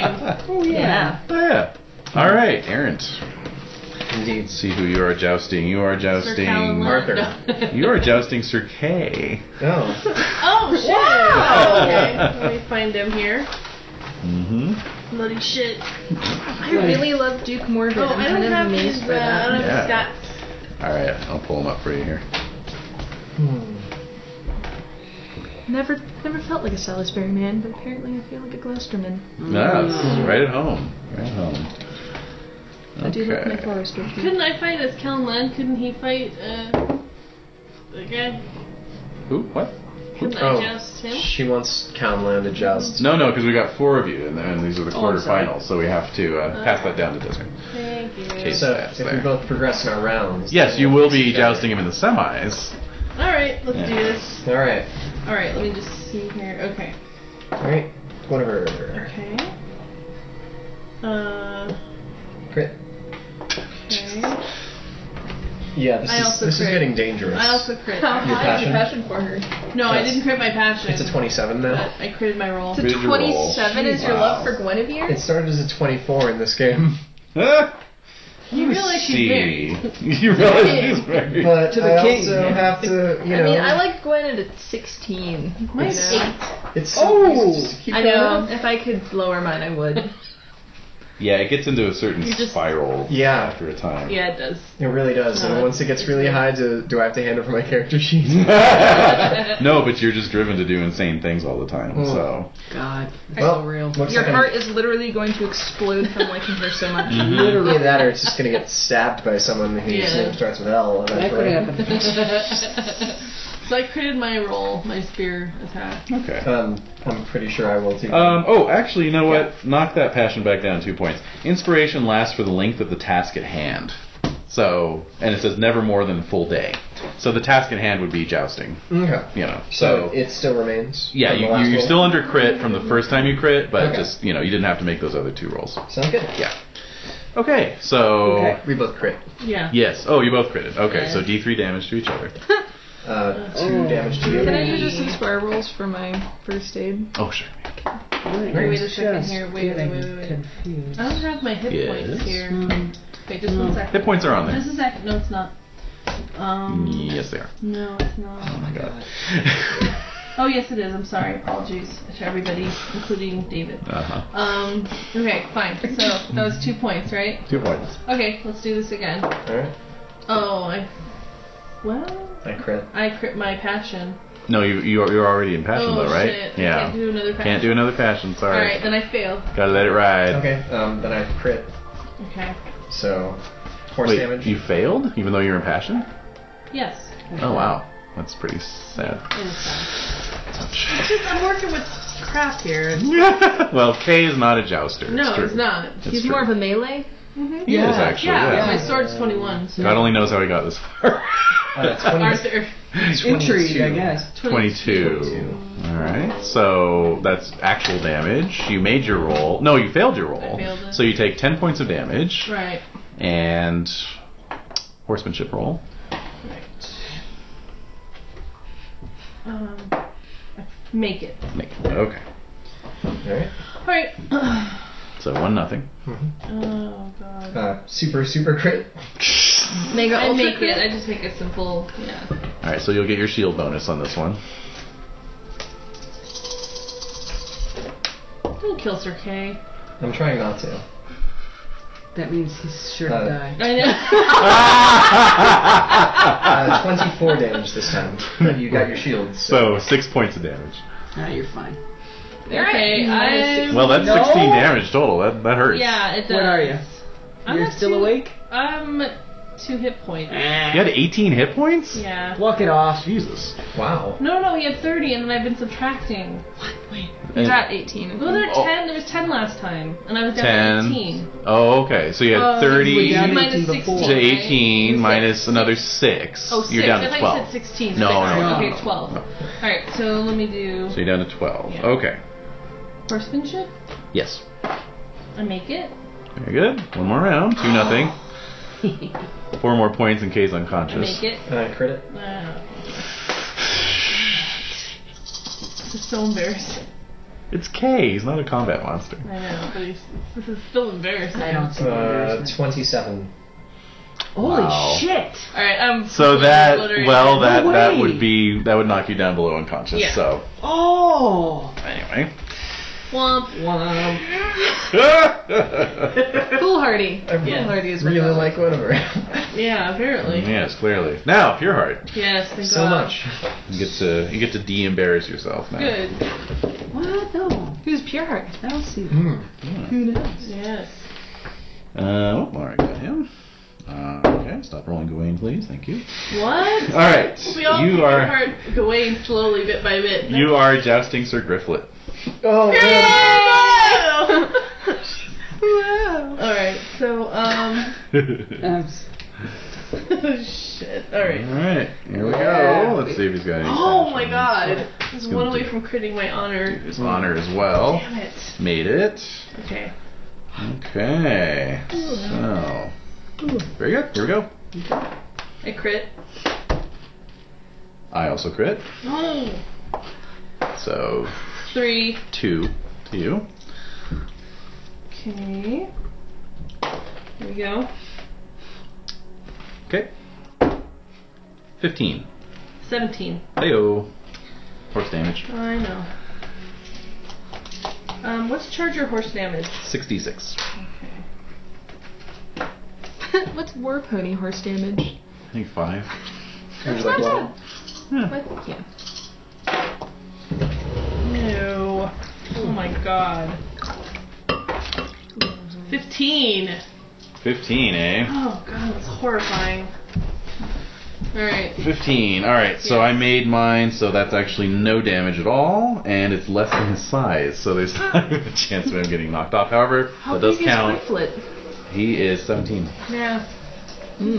Speaker 6: yeah.
Speaker 5: oh yeah.
Speaker 6: yeah. All right, Errant.
Speaker 3: Indeed.
Speaker 6: See who you are jousting. You are
Speaker 2: Sir Callan
Speaker 6: jousting.
Speaker 3: Mar-
Speaker 2: Lund.
Speaker 6: You are jousting Sir Kay.
Speaker 3: Oh.
Speaker 2: oh shit.
Speaker 4: Wow.
Speaker 2: Okay, let me find him here.
Speaker 6: Mm-hmm.
Speaker 2: Bloody shit.
Speaker 4: I really love Duke Morbid.
Speaker 2: Oh,
Speaker 4: I'm
Speaker 2: I don't
Speaker 4: kind of
Speaker 2: have
Speaker 4: amazed
Speaker 2: his.
Speaker 4: by
Speaker 2: Uh, I
Speaker 4: that.
Speaker 2: don't have
Speaker 6: Yeah.
Speaker 2: his stats.
Speaker 6: All right, I'll pull them up for you here.
Speaker 3: Hmm.
Speaker 4: Never, never felt like a Salisbury man, but apparently I feel like a Gloucesterman.
Speaker 6: No, it's
Speaker 2: Mm.
Speaker 6: right at home. Right at home. Okay.
Speaker 4: I do love my forester. too.
Speaker 2: Couldn't I fight as Kellen Lund? Couldn't he fight uh, the guy?
Speaker 6: Who? What?
Speaker 2: Couldn't
Speaker 3: Oh.
Speaker 2: I joust him?
Speaker 3: She wants Calmland to joust.
Speaker 6: No, no, because we got four of you, and, and these are the
Speaker 2: Oh, I'm sorry. Oh.
Speaker 6: quarterfinals, so we have to uh, pass that down to Desmond.
Speaker 2: Thank you.
Speaker 6: Okay.
Speaker 3: So
Speaker 6: That's
Speaker 3: if we
Speaker 6: there.
Speaker 3: both progress in our rounds.
Speaker 6: Yes,
Speaker 3: then
Speaker 6: you
Speaker 3: we'll
Speaker 6: will be
Speaker 3: face each other.
Speaker 6: jousting him in the semis.
Speaker 2: All right, let's do
Speaker 6: Yeah.
Speaker 2: this.
Speaker 3: All right.
Speaker 2: All right, let me just see here. Okay.
Speaker 3: All right. Whatever.
Speaker 2: Okay. Uh.
Speaker 3: Crit.
Speaker 2: Okay.
Speaker 3: Yeah, this
Speaker 2: I
Speaker 3: is
Speaker 2: also
Speaker 3: this is
Speaker 2: crit.
Speaker 3: getting dangerous.
Speaker 2: I also crit.
Speaker 3: Your passion.
Speaker 4: for her.
Speaker 2: No, I
Speaker 3: Yes.
Speaker 2: didn't crit my passion.
Speaker 3: It's a 27
Speaker 2: But
Speaker 3: now.
Speaker 2: I critted my roll.
Speaker 4: So
Speaker 6: Raise your roll.
Speaker 4: 27 is your
Speaker 6: Wow.
Speaker 4: love for Guinevere?
Speaker 3: It started as a 24 in this game,
Speaker 6: Ah,
Speaker 2: You realize she's
Speaker 6: see.
Speaker 2: married.
Speaker 6: you realize she's married.
Speaker 3: but
Speaker 5: To the
Speaker 3: I
Speaker 5: king.
Speaker 3: also have to, you
Speaker 4: I
Speaker 3: know,
Speaker 4: mean, I like Gwen at a 16.
Speaker 2: Mine's
Speaker 4: You know?
Speaker 2: eight.
Speaker 3: it's
Speaker 5: Oh!
Speaker 3: just keep
Speaker 4: I
Speaker 3: going
Speaker 4: know.
Speaker 3: up.
Speaker 4: If I could lower mine, I would.
Speaker 6: Yeah, it gets into a certain
Speaker 2: You just-
Speaker 6: spiral
Speaker 3: Yeah,
Speaker 6: after a time.
Speaker 2: Yeah, it does.
Speaker 3: it really does.
Speaker 2: No,
Speaker 5: Uh,
Speaker 3: and once it gets really high, do, do I have to hand over my character sheet?
Speaker 6: no, but you're just driven to do insane things all the time.
Speaker 3: Mm.
Speaker 6: So
Speaker 5: God, it's
Speaker 3: Well,
Speaker 5: so real.
Speaker 3: looks
Speaker 4: Your
Speaker 3: like I'm-
Speaker 4: heart is literally going to explode from liking her so much.
Speaker 3: Either that or it's just gonna get stabbed by someone whose
Speaker 2: Yeah.
Speaker 3: name starts with L
Speaker 5: That could
Speaker 3: eventually.
Speaker 5: happen.
Speaker 2: so I created my roll, my spear attack.
Speaker 6: okay.
Speaker 3: Um, I'm pretty sure I will too.
Speaker 6: Um, oh, actually, you know what? Knock that passion back down two points. Inspiration lasts for the length of the task at hand. So, and it says never more than a full day. So the task at hand would be jousting.
Speaker 3: okay.
Speaker 6: You know.
Speaker 3: So
Speaker 6: So,
Speaker 3: it still remains.
Speaker 6: yeah,
Speaker 3: from the
Speaker 6: you,
Speaker 3: last
Speaker 6: you- you're
Speaker 3: roll.
Speaker 6: still under crit from the first time you crit, but
Speaker 3: Okay.
Speaker 6: just you know you didn't have to make those other two rolls.
Speaker 3: Sounds good.
Speaker 6: Yeah. Okay. So.
Speaker 5: Okay.
Speaker 3: We both crit.
Speaker 2: Yeah.
Speaker 6: Yes. Oh, you both critted. Okay,
Speaker 2: Yeah.
Speaker 6: so D3 damage to each other.
Speaker 3: Uh, two
Speaker 5: Oh.
Speaker 3: damage to you.
Speaker 4: Can I use just inspire rolls for my first aid?
Speaker 6: Oh, sure.
Speaker 2: Wait, wait a second here. Wait, wait, wait, wait, wait. Um,
Speaker 5: confused.
Speaker 2: I don't have my hit points
Speaker 6: Yes.
Speaker 2: here.
Speaker 5: Hmm.
Speaker 2: Wait, just one second.
Speaker 6: Hit points are on Hmm. there. Mm,
Speaker 2: Just a second. No, it's not. Um,
Speaker 6: Yes, they are.
Speaker 2: No, it's not.
Speaker 6: my god.
Speaker 2: Oh, yes, it is. I'm sorry. Apologies to everybody, including David.
Speaker 6: uh huh.
Speaker 2: Um, okay, fine. So that was two points, right?
Speaker 6: Two points.
Speaker 2: Okay, let's do this again.
Speaker 3: Alright.
Speaker 2: Oh, I. Well,
Speaker 3: I crit.
Speaker 2: I crit my passion.
Speaker 6: No, you you're, you're already in passion
Speaker 2: oh,
Speaker 6: though, right?
Speaker 2: Shit. I
Speaker 6: Yeah.
Speaker 2: can't do another passion.
Speaker 6: Can't do another passion. Sorry.
Speaker 2: Alright, then I fail.
Speaker 6: Gotta let it ride.
Speaker 3: Okay. Um, then I crit.
Speaker 2: Okay.
Speaker 3: So force
Speaker 6: Wait,
Speaker 3: damage.
Speaker 6: you failed even though you're in passion?
Speaker 2: Yes.
Speaker 6: Oh wow, that's pretty sad.
Speaker 2: It is fine. It's just I'm working with crap here.
Speaker 6: well, Kay is not a jouster.
Speaker 2: No,
Speaker 6: it's, true.
Speaker 2: it's not.
Speaker 6: It's
Speaker 4: He's
Speaker 6: true.
Speaker 4: more of a melee.
Speaker 6: He is
Speaker 5: Yeah.
Speaker 6: actually.
Speaker 2: yeah,
Speaker 6: Yeah.
Speaker 2: my sword's 21. So
Speaker 6: God only knows how he got this far.
Speaker 3: Uh, 20
Speaker 2: Arthur.
Speaker 5: Intrigue, I
Speaker 3: 22.
Speaker 5: guess.
Speaker 6: 22. Alright, so that's actual damage. You made your roll. No, you failed your roll.
Speaker 2: I failed it.
Speaker 6: So you take 10 points of damage
Speaker 2: Right.
Speaker 6: and horsemanship roll.
Speaker 2: Right. Um, make it.
Speaker 6: Make it. Okay.
Speaker 3: Alright.
Speaker 2: Alright.
Speaker 6: So 1 nothing.
Speaker 2: Oh, God.
Speaker 3: Uh, super super crit.
Speaker 4: Mega
Speaker 2: I
Speaker 4: ultra
Speaker 2: make
Speaker 4: crit.
Speaker 2: it. I just make a simple. Yeah.
Speaker 6: Alright, so you'll get your shield bonus on this one.
Speaker 2: Don't kill Sir Kay.
Speaker 3: I'm trying not to.
Speaker 5: That means he's sure
Speaker 3: Uh,
Speaker 5: to die.
Speaker 2: I know.
Speaker 3: Uh, 24 damage this time. But you got your shields.
Speaker 6: So 6 points of damage.
Speaker 5: Ah, you're fine.
Speaker 2: okay. I.
Speaker 6: Well, that's
Speaker 5: No.
Speaker 6: 16 damage total. That, that hurts.
Speaker 2: Yeah, it does.
Speaker 5: What are you?
Speaker 2: I'm
Speaker 5: you're
Speaker 2: at
Speaker 5: still
Speaker 2: two-
Speaker 5: awake?
Speaker 2: I'm at two hit points.
Speaker 6: You had 18 hit points?
Speaker 2: Yeah.
Speaker 5: Walk it off.
Speaker 6: Jesus.
Speaker 3: Wow.
Speaker 2: No, no, he had 30, and then I've been subtracting.
Speaker 4: He's
Speaker 6: And-
Speaker 4: at 18.
Speaker 2: No, there
Speaker 6: Oh.
Speaker 2: are 10. There was 10 last time, and I was down
Speaker 6: 10.
Speaker 2: to 18.
Speaker 6: Oh, okay. So you had
Speaker 2: Oh,
Speaker 6: 30.
Speaker 5: We're down
Speaker 2: Minus
Speaker 5: 18
Speaker 2: 16.
Speaker 5: before.
Speaker 6: to
Speaker 2: right?
Speaker 6: 18
Speaker 2: Six.
Speaker 6: minus another 6.
Speaker 2: Oh, six.
Speaker 6: You're down
Speaker 2: I
Speaker 6: to
Speaker 2: thought
Speaker 6: 12.
Speaker 2: you said 16. Six.
Speaker 6: No, no,
Speaker 5: no,
Speaker 2: Okay, 12. Alright, so let me do
Speaker 6: So you're down to 12.
Speaker 2: Yeah.
Speaker 6: Okay.
Speaker 2: horsemanship.
Speaker 6: Yes.
Speaker 2: I make it.
Speaker 6: Very good. One more round. 2
Speaker 2: Oh.
Speaker 6: nothing. Four more points in case
Speaker 2: I
Speaker 6: unconscious.
Speaker 2: make it.
Speaker 3: And I crit it.
Speaker 2: Uh, this is so embarrassing.
Speaker 6: It's K. He's not a combat monster.
Speaker 2: I know, but it's, this is still embarrassing.
Speaker 5: I don't see the
Speaker 3: Uh,
Speaker 5: embarrassment.
Speaker 3: 27.
Speaker 5: Holy
Speaker 6: Wow.
Speaker 5: shit!
Speaker 2: Alright, um, I'm.
Speaker 6: So that,
Speaker 2: obliterated.
Speaker 6: well, that
Speaker 5: No
Speaker 6: that
Speaker 5: way.
Speaker 6: would be that would knock you down below unconscious.
Speaker 2: Yeah.
Speaker 6: So
Speaker 5: Oh!
Speaker 6: anyway,
Speaker 2: Womp womp.
Speaker 4: Foolhardy.
Speaker 3: I
Speaker 2: Yeah.
Speaker 4: Foolhardy is what
Speaker 3: really
Speaker 4: that
Speaker 3: like Whatever.
Speaker 2: Yeah, apparently.
Speaker 6: yes, clearly. Now, if you're hard,
Speaker 2: Yes, thank
Speaker 3: so
Speaker 2: God.
Speaker 3: much.
Speaker 6: you get to you get to de-embarrass yourself now.
Speaker 2: Good.
Speaker 5: What? No.
Speaker 4: Who's pure heart?
Speaker 5: I don't see that.
Speaker 3: Mm.
Speaker 5: Who knows?
Speaker 2: Yes.
Speaker 6: Uh, oh, Laura got him. Uh, okay, stop rolling Gawain, please. Thank you.
Speaker 2: What?
Speaker 6: All right,
Speaker 2: We all
Speaker 6: you
Speaker 2: are
Speaker 6: are
Speaker 2: apart Gawain slowly bit by bit.
Speaker 6: you are jousting Sir Griflet.
Speaker 3: Oh, man.
Speaker 2: Alright, so, um.
Speaker 5: I'm s-
Speaker 2: shit. Alright.
Speaker 6: All right, here we
Speaker 5: Yeah.
Speaker 6: go. Let's see if he's got any.
Speaker 2: Oh my
Speaker 6: passions.
Speaker 2: god. This is
Speaker 6: Gonna
Speaker 2: one
Speaker 6: do
Speaker 2: away
Speaker 6: it.
Speaker 2: from critting my honor.
Speaker 6: His honor as well.
Speaker 2: Damn it.
Speaker 6: Made it.
Speaker 2: Okay.
Speaker 6: Okay. So very good. Here we go.
Speaker 2: I crit.
Speaker 6: I also crit.
Speaker 2: Oh.
Speaker 6: So
Speaker 2: Three.
Speaker 6: two to you.
Speaker 2: Okay. Here we go.
Speaker 6: Okay. Fifteen.
Speaker 2: 17.
Speaker 6: Heyo. Horse damage.
Speaker 2: I know. Um, what's charger horse damage?
Speaker 6: Sixty-six.
Speaker 2: Okay.
Speaker 4: were pony horse damage.
Speaker 6: I think five.
Speaker 3: And he's like, well,
Speaker 4: But yeah.
Speaker 2: No. Oh my god. 15.
Speaker 6: Fifteen, eh?
Speaker 2: Oh god, that's horrifying. Alright.
Speaker 6: 15. All right, so I made mine, so that's actually no damage at all, and it's less than his size, so there's not even a chance of him getting knocked off. However,
Speaker 2: How
Speaker 6: that does
Speaker 2: big is
Speaker 6: count.
Speaker 2: Griflet?
Speaker 6: He is 17.
Speaker 2: Yeah.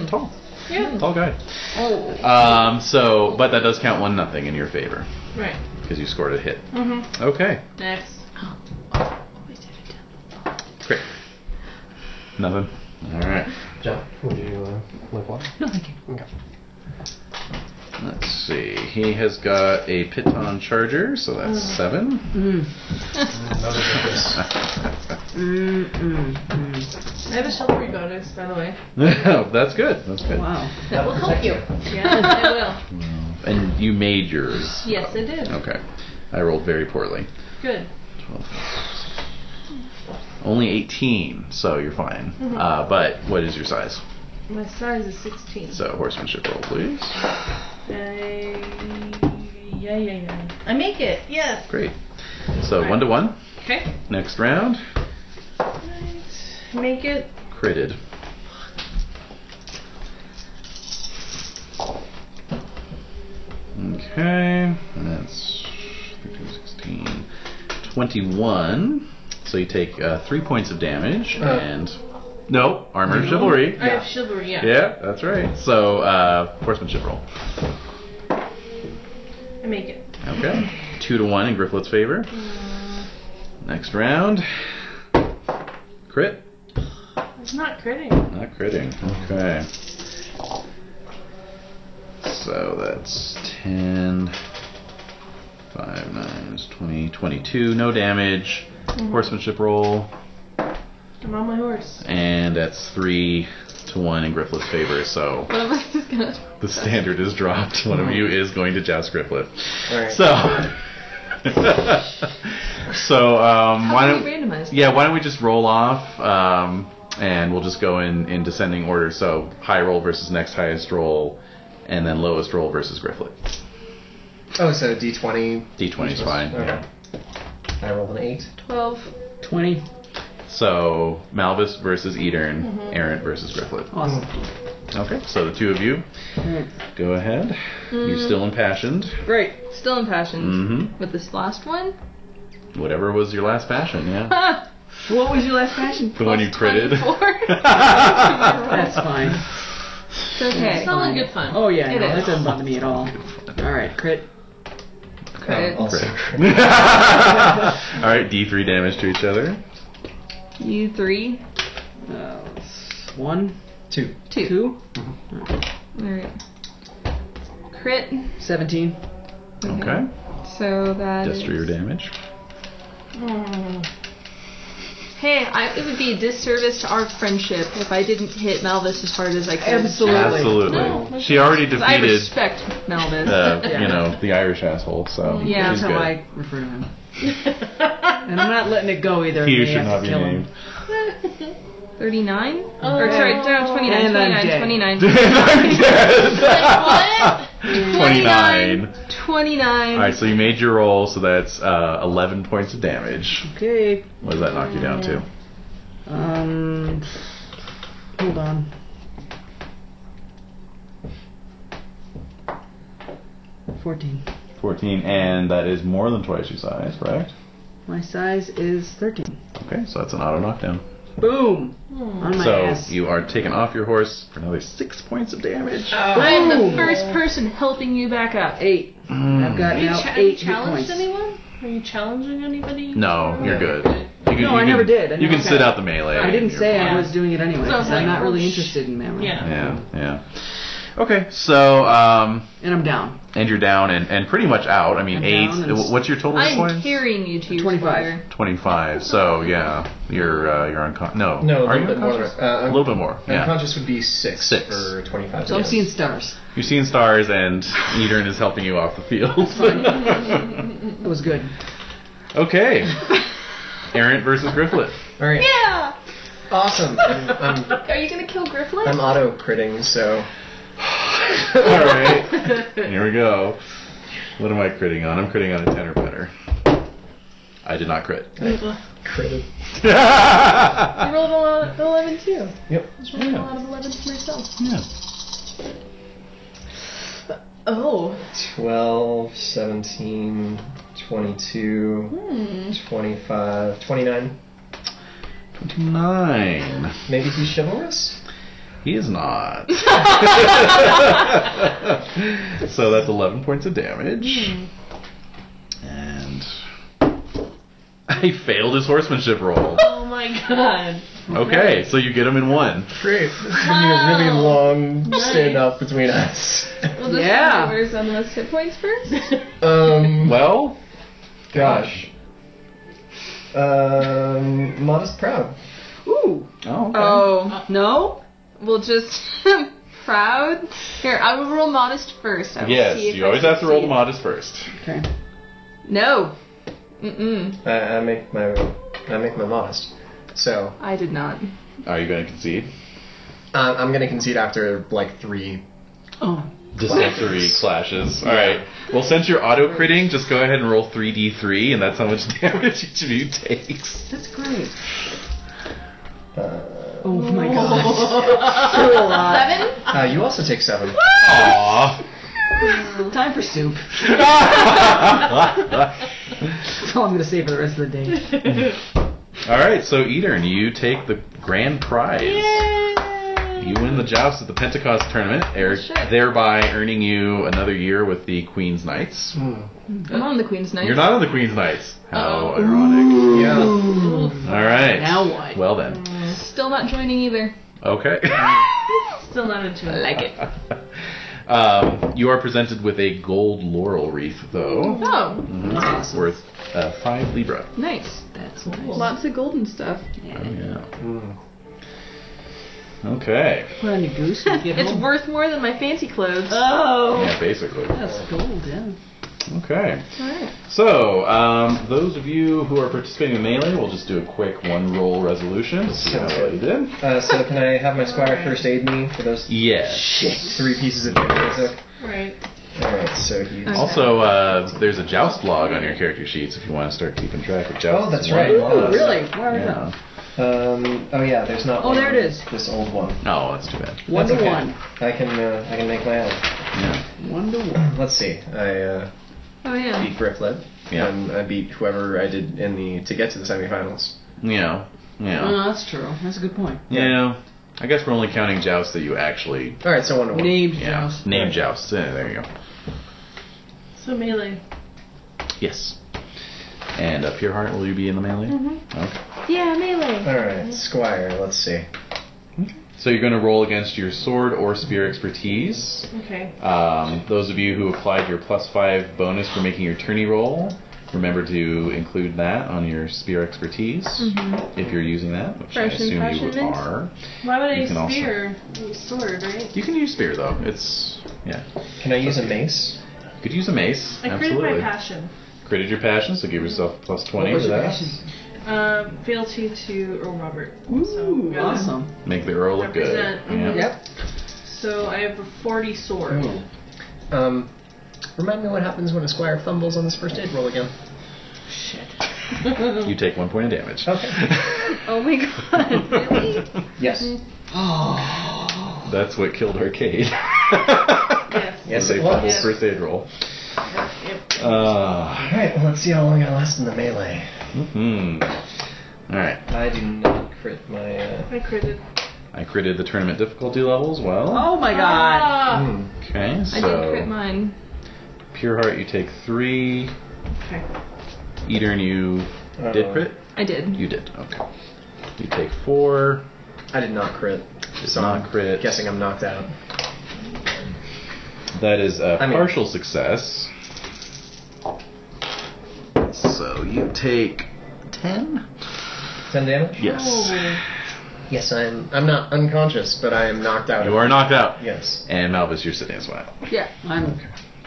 Speaker 6: Tall,
Speaker 2: Yeah.
Speaker 6: tall guy.
Speaker 4: Oh.
Speaker 6: Um, so, but that does count one nothing in your favor
Speaker 2: Right.
Speaker 6: because you scored a hit.
Speaker 2: Mm-hmm.
Speaker 6: Okay,
Speaker 2: Next.
Speaker 6: great. Nothing. All right.
Speaker 7: Jeff, would you uh, like what?
Speaker 5: No, thank you.
Speaker 6: Let's see. He has got a Piton Charger, so that's seven.
Speaker 5: Mm.
Speaker 7: Another difference.
Speaker 5: Mm, mm, mm.
Speaker 2: I have a chivalry bonus, by the way.
Speaker 6: that's good. That's good.
Speaker 5: Wow.
Speaker 2: That will help you. Yeah, it will.
Speaker 6: And you made yours.
Speaker 2: Yes, it did.
Speaker 6: Okay. I rolled very poorly.
Speaker 2: Good.
Speaker 6: 12. Only 18, so you're fine.
Speaker 2: Mm-hmm.
Speaker 6: Uh, but what is your size?
Speaker 2: My size is 16.
Speaker 6: So horsemanship roll, please.
Speaker 2: I... Yeah, yeah, yeah. I make it. Yes.
Speaker 6: Great. So
Speaker 2: Right.
Speaker 6: one to one.
Speaker 2: Okay.
Speaker 6: Next round,
Speaker 2: Right. Make it.
Speaker 6: critted. Okay, that's 13, 16, 21. So you take uh, three points of damage
Speaker 2: Uh.
Speaker 6: and. No, armor and chivalry.
Speaker 2: I have chivalry. Yeah.
Speaker 6: Yeah, that's right. So, uh, horsemanship roll.
Speaker 2: I make it.
Speaker 6: Okay. Two to one in Griflet's favor. Next round. Crit.
Speaker 2: It's not critting.
Speaker 6: Not critting. Okay. So that's 10, 5, 9 is 20, 22. No damage. Horsemanship roll.
Speaker 2: Mm-hmm. I'm on my horse.
Speaker 6: And that's 3 to 1 in Griflet's favor. So
Speaker 4: One of us is gonna.
Speaker 6: the standard is dropped. One of you is going to joust Griflet.
Speaker 3: all right.
Speaker 6: So, so um, why
Speaker 4: How do
Speaker 6: don't
Speaker 4: we randomize?
Speaker 6: yeah, why don't we just roll off, um, and we'll just go in in descending order. So high roll versus next highest roll, and then lowest roll versus Griflet.
Speaker 3: Oh, so D20.
Speaker 6: D twenty is fine.
Speaker 3: Okay.
Speaker 6: Yeah.
Speaker 3: I rolled an 8.
Speaker 4: Twelve.
Speaker 5: 20.
Speaker 6: So Malvis versus Edern,
Speaker 4: Mm-hmm.
Speaker 6: Errant versus Griflet.
Speaker 5: Awesome.
Speaker 6: Okay, so the two of you,
Speaker 5: Alright.
Speaker 6: go ahead.
Speaker 4: Mm.
Speaker 6: You're still impassioned.
Speaker 5: Great.
Speaker 4: Still impassioned.
Speaker 6: Mm-hmm.
Speaker 4: With this last one.
Speaker 6: Whatever was your last passion, yeah.
Speaker 4: What was your last passion?
Speaker 6: The one you critted.
Speaker 5: That's fine.
Speaker 4: It's okay.
Speaker 2: Solid good fun.
Speaker 5: Oh, yeah,
Speaker 4: It
Speaker 5: no,
Speaker 4: is.
Speaker 5: that doesn't bother me at all. Alright, crit.
Speaker 4: Crit.
Speaker 3: Um, Also
Speaker 6: All right, D3 damage to each other.
Speaker 4: You three.
Speaker 5: Uh, s- one,
Speaker 3: Two.
Speaker 4: Two.
Speaker 5: two,
Speaker 4: Alright. Crit.
Speaker 5: 17.
Speaker 6: Okay.
Speaker 4: So that is-
Speaker 6: Destrier damage.
Speaker 4: Hey, I, it would be a disservice to our friendship if I didn't hit Malvis as hard as I could.
Speaker 6: Absolutely. she already
Speaker 4: 'Cause I
Speaker 6: defeated
Speaker 4: respect Malvis.
Speaker 6: the
Speaker 5: Yeah.
Speaker 6: you know the Irish asshole. So
Speaker 4: Yeah,
Speaker 5: That's how
Speaker 6: she's good.
Speaker 5: I refer to him. and I'm not letting it go either.
Speaker 6: he
Speaker 5: They
Speaker 6: should
Speaker 5: have to
Speaker 6: not be
Speaker 5: kill him.
Speaker 6: named.
Speaker 4: 39? Or sorry, no, 29,
Speaker 5: And I'm
Speaker 4: 29, 29.
Speaker 5: dead.
Speaker 6: And I'm dead.
Speaker 2: what?
Speaker 6: Twenty nine.
Speaker 4: 29.
Speaker 6: All right, so you made your roll, so that's uh, eleven points of damage.
Speaker 5: Okay.
Speaker 6: What does that knock you down to?
Speaker 5: Um. Hold on. Fourteen.
Speaker 6: Fourteen, and that is more than twice your size, correct?
Speaker 5: My size is thirteen.
Speaker 6: Okay, so that's an auto knockdown.
Speaker 5: Boom.
Speaker 2: Hmm.
Speaker 5: On my
Speaker 6: so
Speaker 5: ass.
Speaker 6: you are taken off your horse for another six points of damage.
Speaker 5: Uh,
Speaker 4: I am the
Speaker 5: Ooh.
Speaker 4: first person helping you back up.
Speaker 5: Eight. I've got
Speaker 2: Have you,
Speaker 5: now
Speaker 2: cha- have you
Speaker 5: eight hit points.
Speaker 2: challenged anyone? Are you challenging anybody?
Speaker 6: No, you're good. You can,
Speaker 5: No, I never did. I
Speaker 6: you can
Speaker 5: never
Speaker 6: sit
Speaker 5: said.
Speaker 6: out the melee.
Speaker 5: I didn't
Speaker 6: You're
Speaker 5: say
Speaker 6: fine.
Speaker 5: I was doing it anyway.
Speaker 2: So it's
Speaker 5: 'cause I'm
Speaker 2: like,
Speaker 5: not really
Speaker 2: oh, sh-
Speaker 5: interested in memory.
Speaker 2: Yeah.
Speaker 6: Yeah, yeah. Okay, so um,
Speaker 5: And I'm down.
Speaker 6: and you're down and, and pretty much out. I mean,
Speaker 5: I'm
Speaker 6: eight.
Speaker 5: down and
Speaker 6: wh- What's your total
Speaker 4: I'm
Speaker 6: points?
Speaker 4: carrying you to your
Speaker 5: 25.
Speaker 4: spoiler.
Speaker 6: Twenty-five. So yeah, you're uh, you're unconscious. No,
Speaker 3: No, a
Speaker 6: are
Speaker 3: little
Speaker 6: you
Speaker 3: bit more.
Speaker 6: unconscious?
Speaker 3: Uh,
Speaker 6: a little bit more. Yeah,
Speaker 3: Unconscious would be 6.
Speaker 6: Six.
Speaker 3: For 25.
Speaker 5: So I'm
Speaker 3: damage.
Speaker 5: seeing stars.
Speaker 6: you've seen stars, and Edern is helping you off the field.
Speaker 5: That was good.
Speaker 6: okay, Errant versus Griflet.
Speaker 3: All right.
Speaker 2: Yeah.
Speaker 3: Awesome. I'm, I'm,
Speaker 4: Are you gonna kill Grifflin?
Speaker 3: I'm auto critting, so.
Speaker 6: All right. Here we go. What am I critting on? I'm critting on a 10 or better. I did not crit.
Speaker 3: Critted.
Speaker 4: I
Speaker 6: yeah.
Speaker 4: rolled an ele- 11 too.
Speaker 7: Yep.
Speaker 4: Just rolling
Speaker 6: Yeah.
Speaker 4: a lot of 11 for myself. Oh.
Speaker 3: 12, 17, 22,
Speaker 4: Hmm.
Speaker 3: 25, 29.
Speaker 6: 29.
Speaker 3: Maybe he's chivalrous?
Speaker 6: He is not. so that's 11 points of damage.
Speaker 4: Hmm.
Speaker 6: And I failed his horsemanship roll.
Speaker 2: Oh my god.
Speaker 6: Okay, so you get him in one.
Speaker 3: Great. This is going to be a really
Speaker 2: Wow.
Speaker 3: long standoff between us.
Speaker 4: Well, this
Speaker 5: Yeah.
Speaker 4: one where's on the most hit points first?
Speaker 3: Um,
Speaker 6: Well,
Speaker 3: gosh. Um, modest proud.
Speaker 5: Ooh.
Speaker 6: oh, okay.
Speaker 4: Oh.
Speaker 5: No?
Speaker 4: We'll just. proud. Here, I will roll modest first. I will
Speaker 6: yes,
Speaker 4: see if
Speaker 6: you
Speaker 4: I
Speaker 6: always have to roll the
Speaker 4: succeed.
Speaker 6: modest first.
Speaker 5: Okay.
Speaker 4: No. Mm-mm.
Speaker 3: I, I make my I make my modest. So
Speaker 4: I did not.
Speaker 6: Are you going to concede?
Speaker 3: uh, I'm gonna concede after like three.
Speaker 5: Oh.
Speaker 6: Desultory clashes. All right. Well, since you're auto critting, just go ahead and roll 3d3, and that's how much damage each of you takes.
Speaker 5: That's great.
Speaker 3: Uh,
Speaker 5: Oh my god.
Speaker 4: Seven?
Speaker 3: uh, you also take seven.
Speaker 6: Aww.
Speaker 5: Time for soup. That's all I'm gonna say for the rest of the day.
Speaker 6: All right, so Etern, you take the grand prize. You win the joust at the Pentecost tournament, er-
Speaker 4: shit.
Speaker 6: thereby earning you another year with the Queen's Knights.
Speaker 4: I'm on the Queen's Knight.
Speaker 6: You're not on the Queen's Knights. How
Speaker 4: Uh-oh.
Speaker 6: ironic.
Speaker 3: Yeah.
Speaker 6: All right.
Speaker 5: Now what?
Speaker 6: Well then.
Speaker 4: Still not joining either.
Speaker 6: Okay.
Speaker 2: Still not into it.
Speaker 4: like it.
Speaker 6: um, you are presented with a gold laurel wreath, though,
Speaker 4: Oh,
Speaker 6: Mhm.
Speaker 5: Awesome.
Speaker 6: worth uh, five libra.
Speaker 4: nice.
Speaker 5: That's nice.
Speaker 4: Lots of golden stuff.
Speaker 6: Oh, yeah. Okay.
Speaker 5: Put on your goose and get
Speaker 4: It's
Speaker 5: home.
Speaker 4: worth more than my fancy clothes.
Speaker 2: Uh.
Speaker 5: Oh.
Speaker 6: Yeah, basically.
Speaker 5: That's gold, yeah.
Speaker 6: Okay.
Speaker 4: Alright.
Speaker 6: So, um, those of you who are participating in Melee, we'll just do a quick one roll resolution to see how well you did.
Speaker 3: Uh, so can I have my squire first aid me for those
Speaker 6: Yes.
Speaker 3: three pieces of paper I took?
Speaker 2: Right.
Speaker 3: All right. So he's.
Speaker 5: Oh.
Speaker 4: Okay.
Speaker 6: Also, uh, there's a joust log on your character sheets if you want to start keeping track of joust.
Speaker 3: Oh, that's right.
Speaker 5: Ooh, really? Where are
Speaker 6: Yeah.
Speaker 3: Um. Oh yeah. There's not.
Speaker 5: Oh,
Speaker 3: one.
Speaker 5: there it is.
Speaker 3: This old one.
Speaker 6: Oh, that's too bad.
Speaker 5: One
Speaker 3: That's
Speaker 5: to
Speaker 3: okay.
Speaker 5: one.
Speaker 3: I can. Uh, I can make my own.
Speaker 6: Yeah.
Speaker 5: One to one.
Speaker 3: Let's see. I uh,
Speaker 4: Oh yeah.
Speaker 3: beat Griflet.
Speaker 6: Yeah.
Speaker 3: And I beat whoever I did in the to get to the semifinals.
Speaker 6: Yeah. Yeah.
Speaker 5: No, Oh, that's true. That's a good point.
Speaker 6: Yeah. I guess we're only counting jousts that you actually.
Speaker 3: All right. So one to one.
Speaker 5: Names
Speaker 6: Yeah.
Speaker 5: Joust.
Speaker 6: Name jousts. Yeah, there you go.
Speaker 2: So melee.
Speaker 6: Yes. And up your heart, will you be in the melee? Mm-hmm. Okay.
Speaker 2: Yeah, melee.
Speaker 3: All right. Squire. Let's see.
Speaker 6: So you're going to roll against your sword or spear expertise.
Speaker 2: Okay.
Speaker 6: Um, those of you who applied your plus five bonus for making your tourney roll, remember to include that on your spear expertise
Speaker 2: Mm-hmm.
Speaker 6: if you're using that, which
Speaker 4: Fresh
Speaker 6: I assume you
Speaker 4: impressionment.
Speaker 6: are.
Speaker 2: Why would
Speaker 6: You can
Speaker 2: I
Speaker 6: also-
Speaker 2: spear? Sword, right?
Speaker 6: You can use spear though. It's yeah.
Speaker 3: Can I use a mace?
Speaker 6: You could use a mace.
Speaker 2: I created
Speaker 6: absolutely.
Speaker 2: my passion.
Speaker 6: Created your passion, so give yourself plus twenty
Speaker 5: What was
Speaker 6: to
Speaker 5: your
Speaker 6: that.
Speaker 5: passion?
Speaker 2: Um, fealty to Earl Robert.
Speaker 5: Ooh,
Speaker 2: yeah.
Speaker 5: awesome.
Speaker 6: Make the earl look good.
Speaker 2: Represent.
Speaker 6: Yeah.
Speaker 5: Yep.
Speaker 2: So I have a 40 sword.
Speaker 6: Oh.
Speaker 3: Um, remind me what happens when a squire fumbles on this first aid roll again.
Speaker 2: Mm-hmm.
Speaker 6: You take one point of damage.
Speaker 4: Oh my god. Really?
Speaker 3: Yes.
Speaker 6: Mm-hmm.
Speaker 5: Oh.
Speaker 6: That's what killed Arcade.
Speaker 2: Yes.
Speaker 3: Yes, it
Speaker 6: they
Speaker 3: was. Ah,
Speaker 6: fumbled first aid roll.
Speaker 2: Yep.
Speaker 6: Uh,
Speaker 3: All right. Well, let's see how long I last in the melee.
Speaker 6: hmm. All right.
Speaker 3: I do not crit my. Uh,
Speaker 2: I critted.
Speaker 6: I created the tournament difficulty level as well.
Speaker 5: Oh my god.
Speaker 2: Ah.
Speaker 3: hmm.
Speaker 6: Okay,
Speaker 4: I did crit
Speaker 6: so
Speaker 4: mine.
Speaker 6: Pure Heart, you take three.
Speaker 2: Okay.
Speaker 6: Etern, you did
Speaker 3: Uh,
Speaker 6: crit?
Speaker 4: I did.
Speaker 6: You did, okay. You take four.
Speaker 3: I did not crit.
Speaker 6: Did
Speaker 3: So
Speaker 6: not
Speaker 3: I'm
Speaker 6: crit.
Speaker 3: guessing I'm knocked out.
Speaker 6: That is a
Speaker 3: I mean-
Speaker 6: partial success. So you take ten?
Speaker 3: Ten damage.
Speaker 6: Yes.
Speaker 3: Yes, I'm. I'm not unconscious, but I am knocked out.
Speaker 6: You are knocked out.
Speaker 3: Yes.
Speaker 6: And Malvis, you're sitting as well.
Speaker 4: Yeah.
Speaker 5: I'm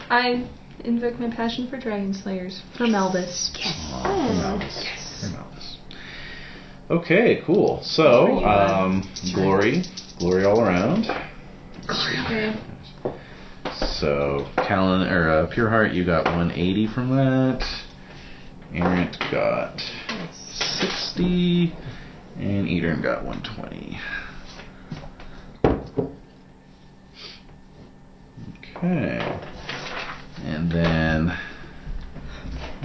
Speaker 4: I invoke my passion for dragon slayers for Malbus.
Speaker 6: Aw, for Malvis. For Malvis. Okay, cool. So,
Speaker 2: Glory, uh,
Speaker 6: um, glory, glory all around.
Speaker 2: Okay.
Speaker 6: So, Talon or uh, Pure Heart, you got 180 from that. Errant got 60, and Etern got 120. Okay, and then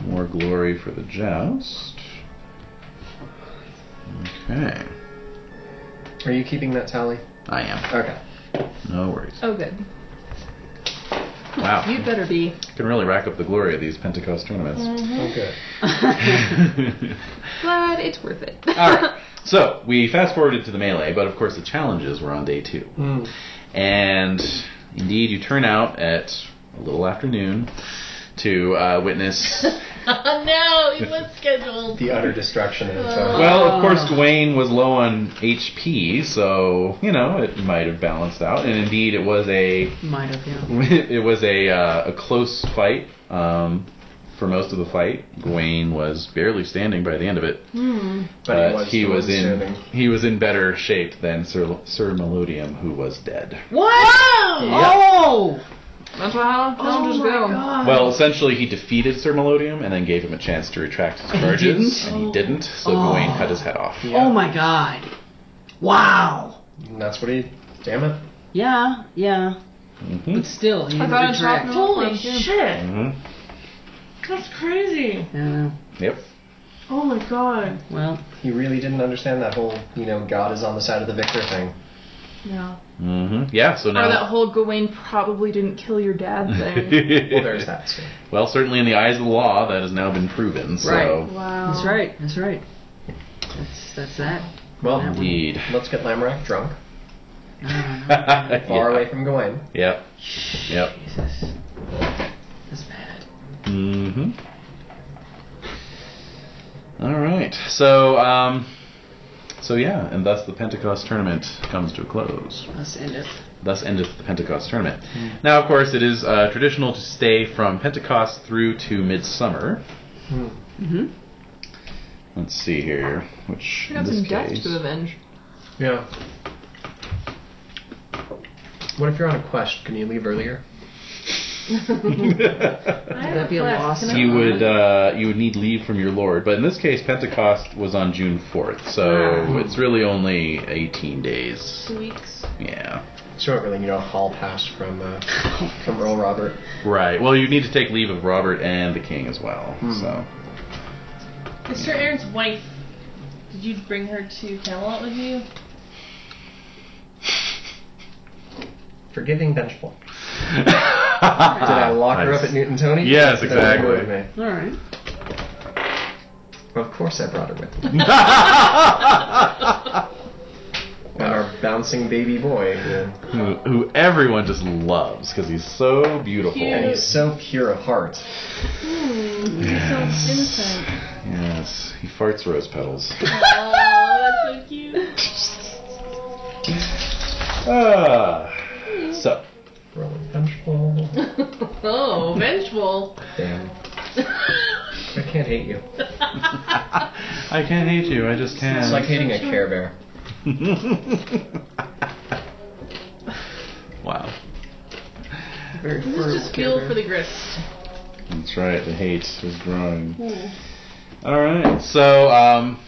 Speaker 6: more glory for the joust. Okay,
Speaker 3: Are you keeping that tally?
Speaker 6: I am.
Speaker 3: Okay.
Speaker 6: No worries.
Speaker 4: Oh, good.
Speaker 6: Wow,
Speaker 4: You better be.
Speaker 6: can really rack up the glory of these Pentecost tournaments.
Speaker 3: Oh,
Speaker 7: Okay.
Speaker 4: Mm. But it's worth it.
Speaker 6: All right. So we fast forwarded to the melee, but of course the challenges were on day two.
Speaker 3: Hmm.
Speaker 6: And indeed, you turn out at a little after noon to uh, witness.
Speaker 2: Oh no, it was scheduled.
Speaker 3: The utter destruction of uh, its own.
Speaker 6: Well, of course, Gawain was low on HP, so you know it might have balanced out. And indeed, it was a
Speaker 5: Might have, yeah.
Speaker 6: it was a uh, a close fight. Um, for most of the fight, Gawain was barely standing by the end of it.
Speaker 3: But
Speaker 6: but he
Speaker 3: still
Speaker 6: was in
Speaker 3: disturbing.
Speaker 6: he was in better shape than Sir Sir Melodium, who was dead.
Speaker 5: Oh!
Speaker 4: That's what how how
Speaker 5: Oh
Speaker 4: just
Speaker 5: my
Speaker 4: go.
Speaker 5: god.
Speaker 6: Well, essentially, he defeated Sir Melodium and then gave him a chance to retract his charges, and he didn't. So Gawain cut his head off.
Speaker 5: Oh my god. Wow.
Speaker 3: And that's what he. Damn it.
Speaker 5: Yeah, yeah.
Speaker 6: hmm
Speaker 5: But still, he
Speaker 4: I
Speaker 5: didn't
Speaker 4: thought it was
Speaker 5: retract.
Speaker 4: happening.
Speaker 2: Holy
Speaker 4: Oh, yeah.
Speaker 2: shit.
Speaker 6: hmm
Speaker 2: That's crazy.
Speaker 5: Yeah,
Speaker 6: Yep.
Speaker 2: Oh my god.
Speaker 5: well,
Speaker 3: He really didn't understand that whole, you know, God is on the side of the victor thing.
Speaker 2: No.
Speaker 6: hmm Yeah. So
Speaker 4: Or that
Speaker 6: now.
Speaker 4: whole Gawain probably didn't kill your dad thing.
Speaker 3: Well, there's that too.
Speaker 6: Well, certainly in the eyes of the law, that has now been proven. So
Speaker 5: Right.
Speaker 2: Wow.
Speaker 4: Oh.
Speaker 5: that's right, that's right. That's, that's that.
Speaker 3: Well,
Speaker 5: That one.
Speaker 6: indeed.
Speaker 3: let's get Lamrak drunk, far
Speaker 6: yeah.
Speaker 3: away from Gawain.
Speaker 6: Yep. Yep.
Speaker 5: Jesus. That's bad.
Speaker 6: hmm All right. So, um, so yeah, and thus the Pentecost tournament comes to a close.
Speaker 5: Let's end it.
Speaker 6: Thus endeth the Pentecost tournament. Now, of course, it is uh, traditional to stay from Pentecost through to Midsummer.
Speaker 5: Mm-hmm.
Speaker 6: Let's see here, which
Speaker 4: We
Speaker 6: in
Speaker 4: got
Speaker 6: this
Speaker 4: some deaths
Speaker 6: case,
Speaker 4: to avenge.
Speaker 3: Yeah. What if you're on a quest? Can you leave earlier?
Speaker 2: I have
Speaker 5: That'd be a
Speaker 2: quest.
Speaker 5: loss.
Speaker 2: Can I-
Speaker 6: you would uh, you would need leave from your lord, but in this case, Pentecost was on June fourth, so it's really only eighteen days.
Speaker 2: Two weeks.
Speaker 6: Yeah,
Speaker 3: So I really need a hall pass from uh, from Earl Robert.
Speaker 6: right. Well, you need to take leave of Robert and the king as well.
Speaker 3: Mm.
Speaker 6: So
Speaker 2: Is Sir Aaron's wife? Did you bring her to Camelot with you?
Speaker 3: Forgiving, vengeful.
Speaker 6: did
Speaker 3: Did I lock her up at Newton Tony?
Speaker 6: Ah, Yes,
Speaker 3: Did I bring her
Speaker 6: exactly.
Speaker 3: with
Speaker 5: All right.
Speaker 3: me? Of course, I brought her with me. And our bouncing baby boy, uh, who-
Speaker 6: who, who everyone just loves because he's so beautiful.
Speaker 2: Cute.
Speaker 3: and he's so pure of heart.
Speaker 2: Hmm.
Speaker 6: Yes.
Speaker 2: So innocent.
Speaker 6: Yes, he farts rose petals.
Speaker 2: Oh, that's so cute.
Speaker 6: Ah. So,
Speaker 3: Rolling vengeful.
Speaker 2: oh, vengeful.
Speaker 3: Damn. I can't hate you.
Speaker 6: I can't hate you. I just can't.
Speaker 3: It's like hating a Care Bear.
Speaker 6: wow,
Speaker 5: Very
Speaker 2: This is just feel for the grist.
Speaker 6: that's right. The hate is growing. All right. So, um,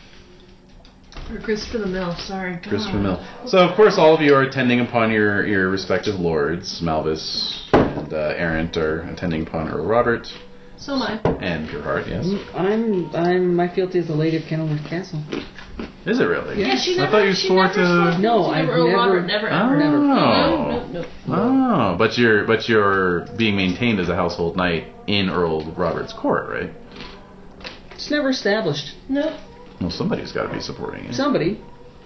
Speaker 2: Or grist for the mill. Sorry. God.
Speaker 6: Christopher Mill. So, of course, all of you are attending upon your, your respective lords. Malvis and uh, Errant are attending upon Earl Robert
Speaker 2: So am I.
Speaker 6: and Pure Heart, yes.
Speaker 5: I'm, I'm, my fealty is the Lady of Kenilworth Castle.
Speaker 6: Is it really?
Speaker 2: Yeah, she
Speaker 6: I
Speaker 2: never.
Speaker 6: thought you
Speaker 2: she
Speaker 6: swore
Speaker 2: never
Speaker 6: to-
Speaker 2: swore to
Speaker 5: No,
Speaker 2: Earl
Speaker 5: I've never-
Speaker 2: Robert never
Speaker 6: Oh.
Speaker 2: ever.
Speaker 5: Never.
Speaker 2: No, no, no.
Speaker 6: Oh, but you're but you're being maintained as a household knight in Earl Robert's court, right?
Speaker 5: It's never established.
Speaker 2: No.
Speaker 6: Well, somebody's got to be supporting it.
Speaker 5: Somebody.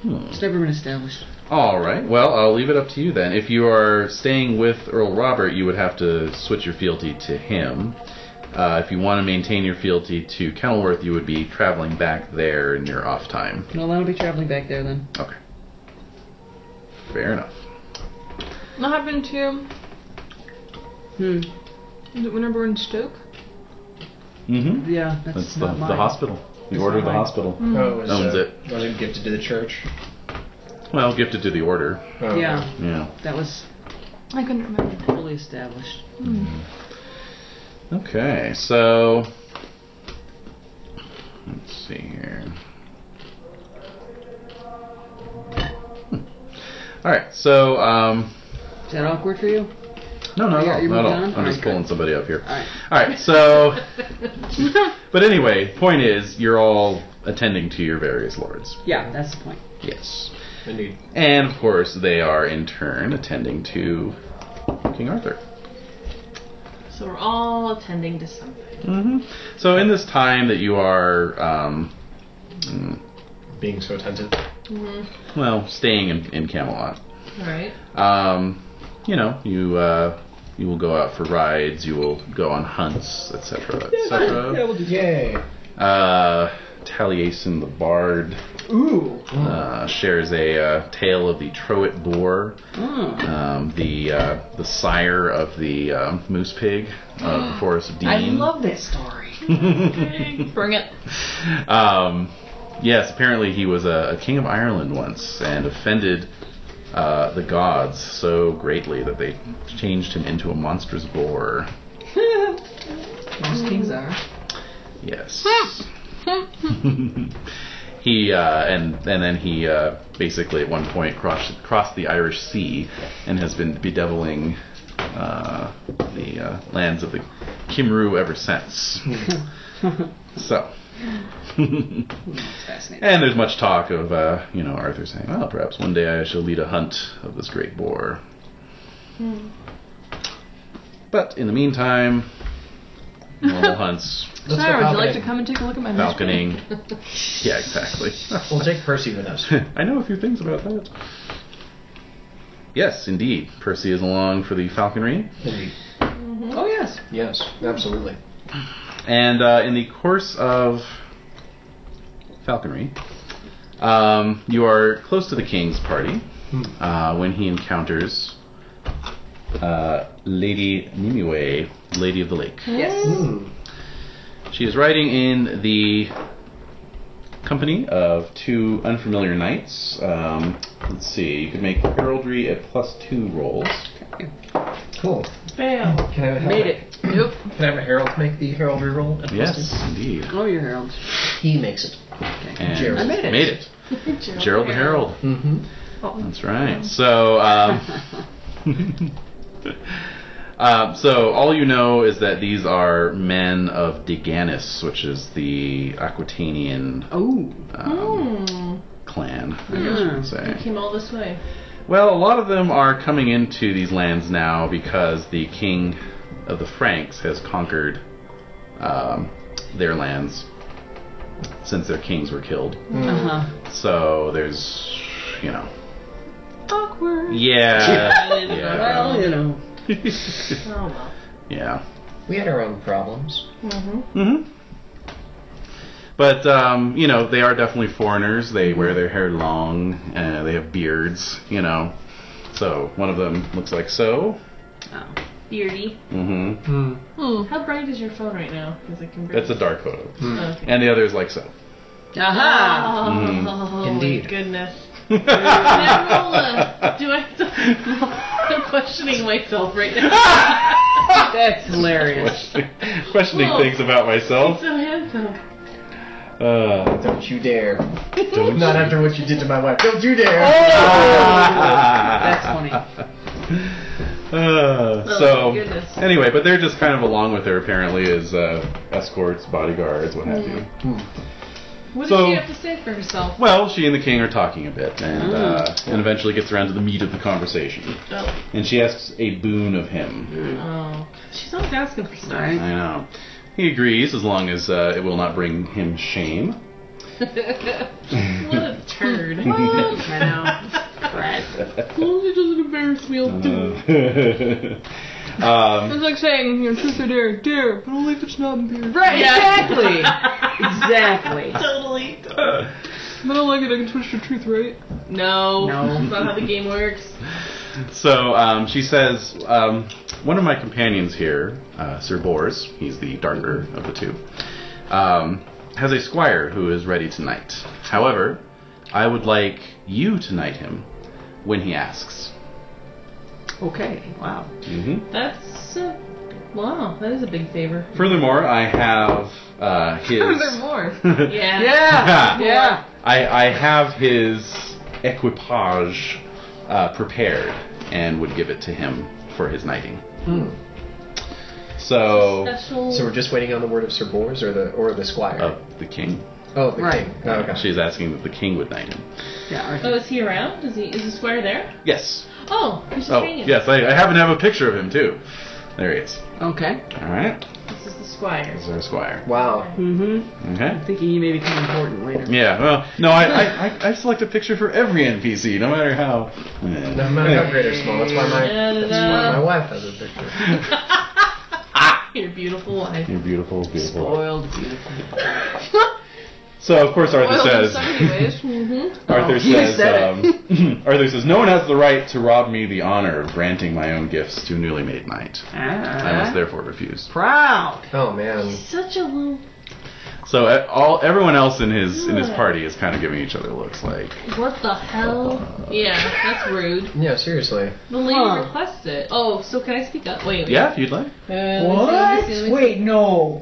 Speaker 6: Hmm.
Speaker 5: It's never been established.
Speaker 6: All right. Well, I'll leave it up to you then. If you are staying with Earl Robert, you would have to switch your fealty to him. Uh, if you want to maintain your fealty to Kenilworth, you would be traveling back there in your off time.
Speaker 5: No, that'll be traveling back there then.
Speaker 6: Okay. Fair enough.
Speaker 4: That happened to
Speaker 5: Hmm.
Speaker 4: is it Winterborn Stoke?
Speaker 6: Mm-hmm.
Speaker 5: Yeah, that's,
Speaker 6: That's
Speaker 5: Mm-hmm.
Speaker 6: the,
Speaker 5: not mine.
Speaker 6: the hospital.
Speaker 1: The order of the hospital.
Speaker 4: Mm.
Speaker 3: Oh, was,
Speaker 6: Owns
Speaker 3: uh, Was it gifted to the church?
Speaker 6: Well, gifted to the order.
Speaker 3: Oh.
Speaker 5: Yeah,
Speaker 6: Yeah.
Speaker 5: that was
Speaker 4: I couldn't remember.
Speaker 5: really established.
Speaker 6: Okay, so let's see here. Hmm. All right, so um,
Speaker 5: Is that awkward for you?
Speaker 6: no, no,
Speaker 5: Yeah,
Speaker 6: no,
Speaker 5: you
Speaker 6: not at
Speaker 5: moved
Speaker 6: all.
Speaker 5: on?
Speaker 6: I'm
Speaker 5: All
Speaker 6: just
Speaker 5: right,
Speaker 6: pulling
Speaker 5: good.
Speaker 6: somebody up here.
Speaker 5: All right.
Speaker 6: All right, so. but anyway, point is, you're all attending to your various lords.
Speaker 5: Yeah, that's the point.
Speaker 6: Yes.
Speaker 3: Indeed.
Speaker 6: And of course, they are in turn attending to King Arthur.
Speaker 2: So we're all attending to something.
Speaker 6: hmm So in this time that you are, um, mm,
Speaker 3: Being so attentive.
Speaker 6: well, staying in, in Camelot,
Speaker 2: All right.
Speaker 6: um, you know, you uh, you will go out for rides, you will go on hunts, etc., etc.
Speaker 5: we'll do
Speaker 7: Yay!
Speaker 6: Uh, Taliesin the Bard
Speaker 5: Ooh.
Speaker 6: uh, shares a uh, tale of the Troit boar,
Speaker 5: Mm.
Speaker 6: um, the uh, the sire of the um, moose pig of the Forest of Dean.
Speaker 5: I love that story.
Speaker 2: Bring it.
Speaker 6: um, yes, apparently he was a, a king of Ireland once and offended uh, the gods so greatly that they changed him into a monstrous boar.
Speaker 5: Most kings are.
Speaker 6: Yes. he uh, and and then he uh, basically at one point crossed crossed the Irish Sea and has been bedeviling uh, the uh, lands of the Kimru ever since. so.
Speaker 5: It's fascinating.
Speaker 6: And there's much talk of, uh, you know, Arthur saying, well, perhaps one day I shall lead a hunt of this great boar. But in the meantime, normal hunts,
Speaker 7: Let's go
Speaker 4: Sarah, would you like
Speaker 7: falconing.
Speaker 4: to come and take a look at my
Speaker 6: falconing. yeah, exactly.
Speaker 3: We'll take Percy with us.
Speaker 6: I know a few things about that. Yes, indeed. Percy is along for the falconry.
Speaker 3: Indeed.
Speaker 5: Oh yes.
Speaker 3: Yes, absolutely.
Speaker 6: And uh, in the course of falconry, um, you are close to the king's party uh, when he encounters uh, Lady Nimue, Lady of the Lake.
Speaker 5: Yes.
Speaker 3: Hmm.
Speaker 6: She is riding in the company of two unfamiliar knights. Um, let's see, you could make heraldry at plus two rolls.
Speaker 3: Cool.
Speaker 2: Bam.
Speaker 3: Can I have
Speaker 5: Made it.
Speaker 2: Nope.
Speaker 3: Can I have a herald make the heraldry roll? at plus
Speaker 6: Yes, indeed.
Speaker 5: Oh, your herald.
Speaker 3: two? He makes it.
Speaker 6: And
Speaker 3: Gerald. I
Speaker 5: made it.
Speaker 6: Made it. Gerald the Herald.
Speaker 3: Mm-hmm.
Speaker 6: That's right. So, um, um, so all you know is that these are men of Deganis, which is the Aquitanian
Speaker 5: Oh.
Speaker 6: um, clan, I guess you could
Speaker 2: We
Speaker 6: say.
Speaker 2: came all this way.
Speaker 6: Well, a lot of them are coming into these lands now because the king of the Franks has conquered um, their lands since their kings were killed.
Speaker 5: Uh huh.
Speaker 6: So there's, you know,
Speaker 2: Awkward.
Speaker 6: yeah, yeah.
Speaker 5: Well, you know.
Speaker 2: Oh well.
Speaker 6: Yeah.
Speaker 3: We had our own problems.
Speaker 2: Mm-hmm.
Speaker 6: Mm-hmm. But um, you know, they are definitely foreigners. They wear their hair long. Uh, they have beards. You know, so one of them looks like so.
Speaker 5: Oh.
Speaker 2: Beardy.
Speaker 6: Mm-hmm.
Speaker 7: Hmm.
Speaker 2: How bright is your phone right now? Because I can. Oh,
Speaker 6: That's a dark photo.
Speaker 2: Okay.
Speaker 6: And the other is like so.
Speaker 5: Aha.
Speaker 6: Ah.
Speaker 2: Oh,
Speaker 3: Indeed.
Speaker 2: My goodness.
Speaker 6: yeah.
Speaker 2: Now roll a- Do I? I'm questioning myself right
Speaker 6: Ah.
Speaker 2: now.
Speaker 5: That's hilarious.
Speaker 6: Questioning
Speaker 2: Whoa.
Speaker 6: things about myself.
Speaker 2: so handsome.
Speaker 6: Uh,
Speaker 3: Don't you dare.
Speaker 6: don't
Speaker 3: Not
Speaker 6: you-
Speaker 3: after what you did to my wife. Don't you dare.
Speaker 5: That's funny.
Speaker 6: Uh,
Speaker 2: Oh,
Speaker 6: so
Speaker 2: goodness.
Speaker 6: anyway, but they're just kind of along with her apparently as uh, escorts, bodyguards, what
Speaker 2: Mm.
Speaker 6: have you.
Speaker 2: What
Speaker 6: So-
Speaker 2: did she have to say for herself?
Speaker 6: Well, she and the king are talking a bit, and
Speaker 5: Oh.
Speaker 6: uh, and eventually gets around to the meat of the conversation.
Speaker 2: Oh,
Speaker 6: And she asks a boon of him.
Speaker 2: oh. she's always asking for stuff.
Speaker 6: I know. He agrees as long as uh, it will not bring him shame.
Speaker 2: what a turd.
Speaker 5: I know.
Speaker 2: it doesn't embarrass me. I'll do it.
Speaker 6: Uh, um,
Speaker 4: It's like saying, you know, truth or dare, dare, but only if it's not embarrassing.
Speaker 5: Right. Exactly. exactly.
Speaker 2: Totally.
Speaker 4: If I don't like it, I can twist your truth, right?
Speaker 2: No.
Speaker 5: No.
Speaker 2: That's not how the game works.
Speaker 6: so um, she says, um, one of my companions here, uh, Sir Bors, he's the darker of the two, um, has a squire who is ready to knight. However, I would like you to knight him when he asks.
Speaker 5: Okay. Wow.
Speaker 6: hmm
Speaker 2: That's a, wow. That is a big favor.
Speaker 6: Furthermore, I have uh, his.
Speaker 4: more.
Speaker 2: Yeah.
Speaker 5: Yeah.
Speaker 6: Yeah.
Speaker 5: Yeah.
Speaker 6: I, I have his equipage uh, prepared and would give it to him for his knighting. So,
Speaker 2: Special.
Speaker 3: Oh! So we're just waiting on the word of Sir Bors or the or the squire.
Speaker 6: of uh, the king.
Speaker 3: Oh, the
Speaker 5: Right.
Speaker 3: king. Oh, okay.
Speaker 6: She's asking that the king would knight him.
Speaker 5: Yeah. all right.
Speaker 2: oh, is he around? Is he? Is the square there?
Speaker 6: Yes.
Speaker 2: Oh, he's just
Speaker 6: Oh,
Speaker 2: hanging.
Speaker 6: yes. I, I happen to have a picture of him too. There he is.
Speaker 5: Okay.
Speaker 6: All right.
Speaker 2: This is the squire.
Speaker 6: There's our squire.
Speaker 3: Wow.
Speaker 5: Mm-hmm.
Speaker 6: Okay.
Speaker 5: I'm thinking he may become important later.
Speaker 6: Yeah, well, no, I, I, I, I select a picture for every NPC, no matter how.
Speaker 3: No matter how great or small, that's why my that's why my wife has a picture.
Speaker 2: Your beautiful wife.
Speaker 6: You're beautiful, beautiful.
Speaker 5: Spoiled, beautiful.
Speaker 6: So of course Arthur
Speaker 4: Well, in
Speaker 6: says.
Speaker 4: so many ways.
Speaker 2: Mm-hmm.
Speaker 6: Arthur
Speaker 5: you
Speaker 6: says.
Speaker 5: said
Speaker 6: Um, Arthur says, no one has the right to rob me the honor of granting my own gifts to a newly made knight. I must
Speaker 5: Ah.
Speaker 6: therefore refuse.
Speaker 5: Proud.
Speaker 3: Oh man.
Speaker 2: Such a little.
Speaker 6: So uh, all everyone else in his in his party is kind of giving each other looks like.
Speaker 2: What the hell? Yeah, that's rude.
Speaker 3: Yeah, seriously.
Speaker 2: The lady
Speaker 5: Huh.
Speaker 2: requested it. Oh, so can I speak up? Wait, wait.
Speaker 6: Yeah, if you'd like.
Speaker 2: Wait, wait, wait, let me see, let me see, let me see.
Speaker 5: Wait, no.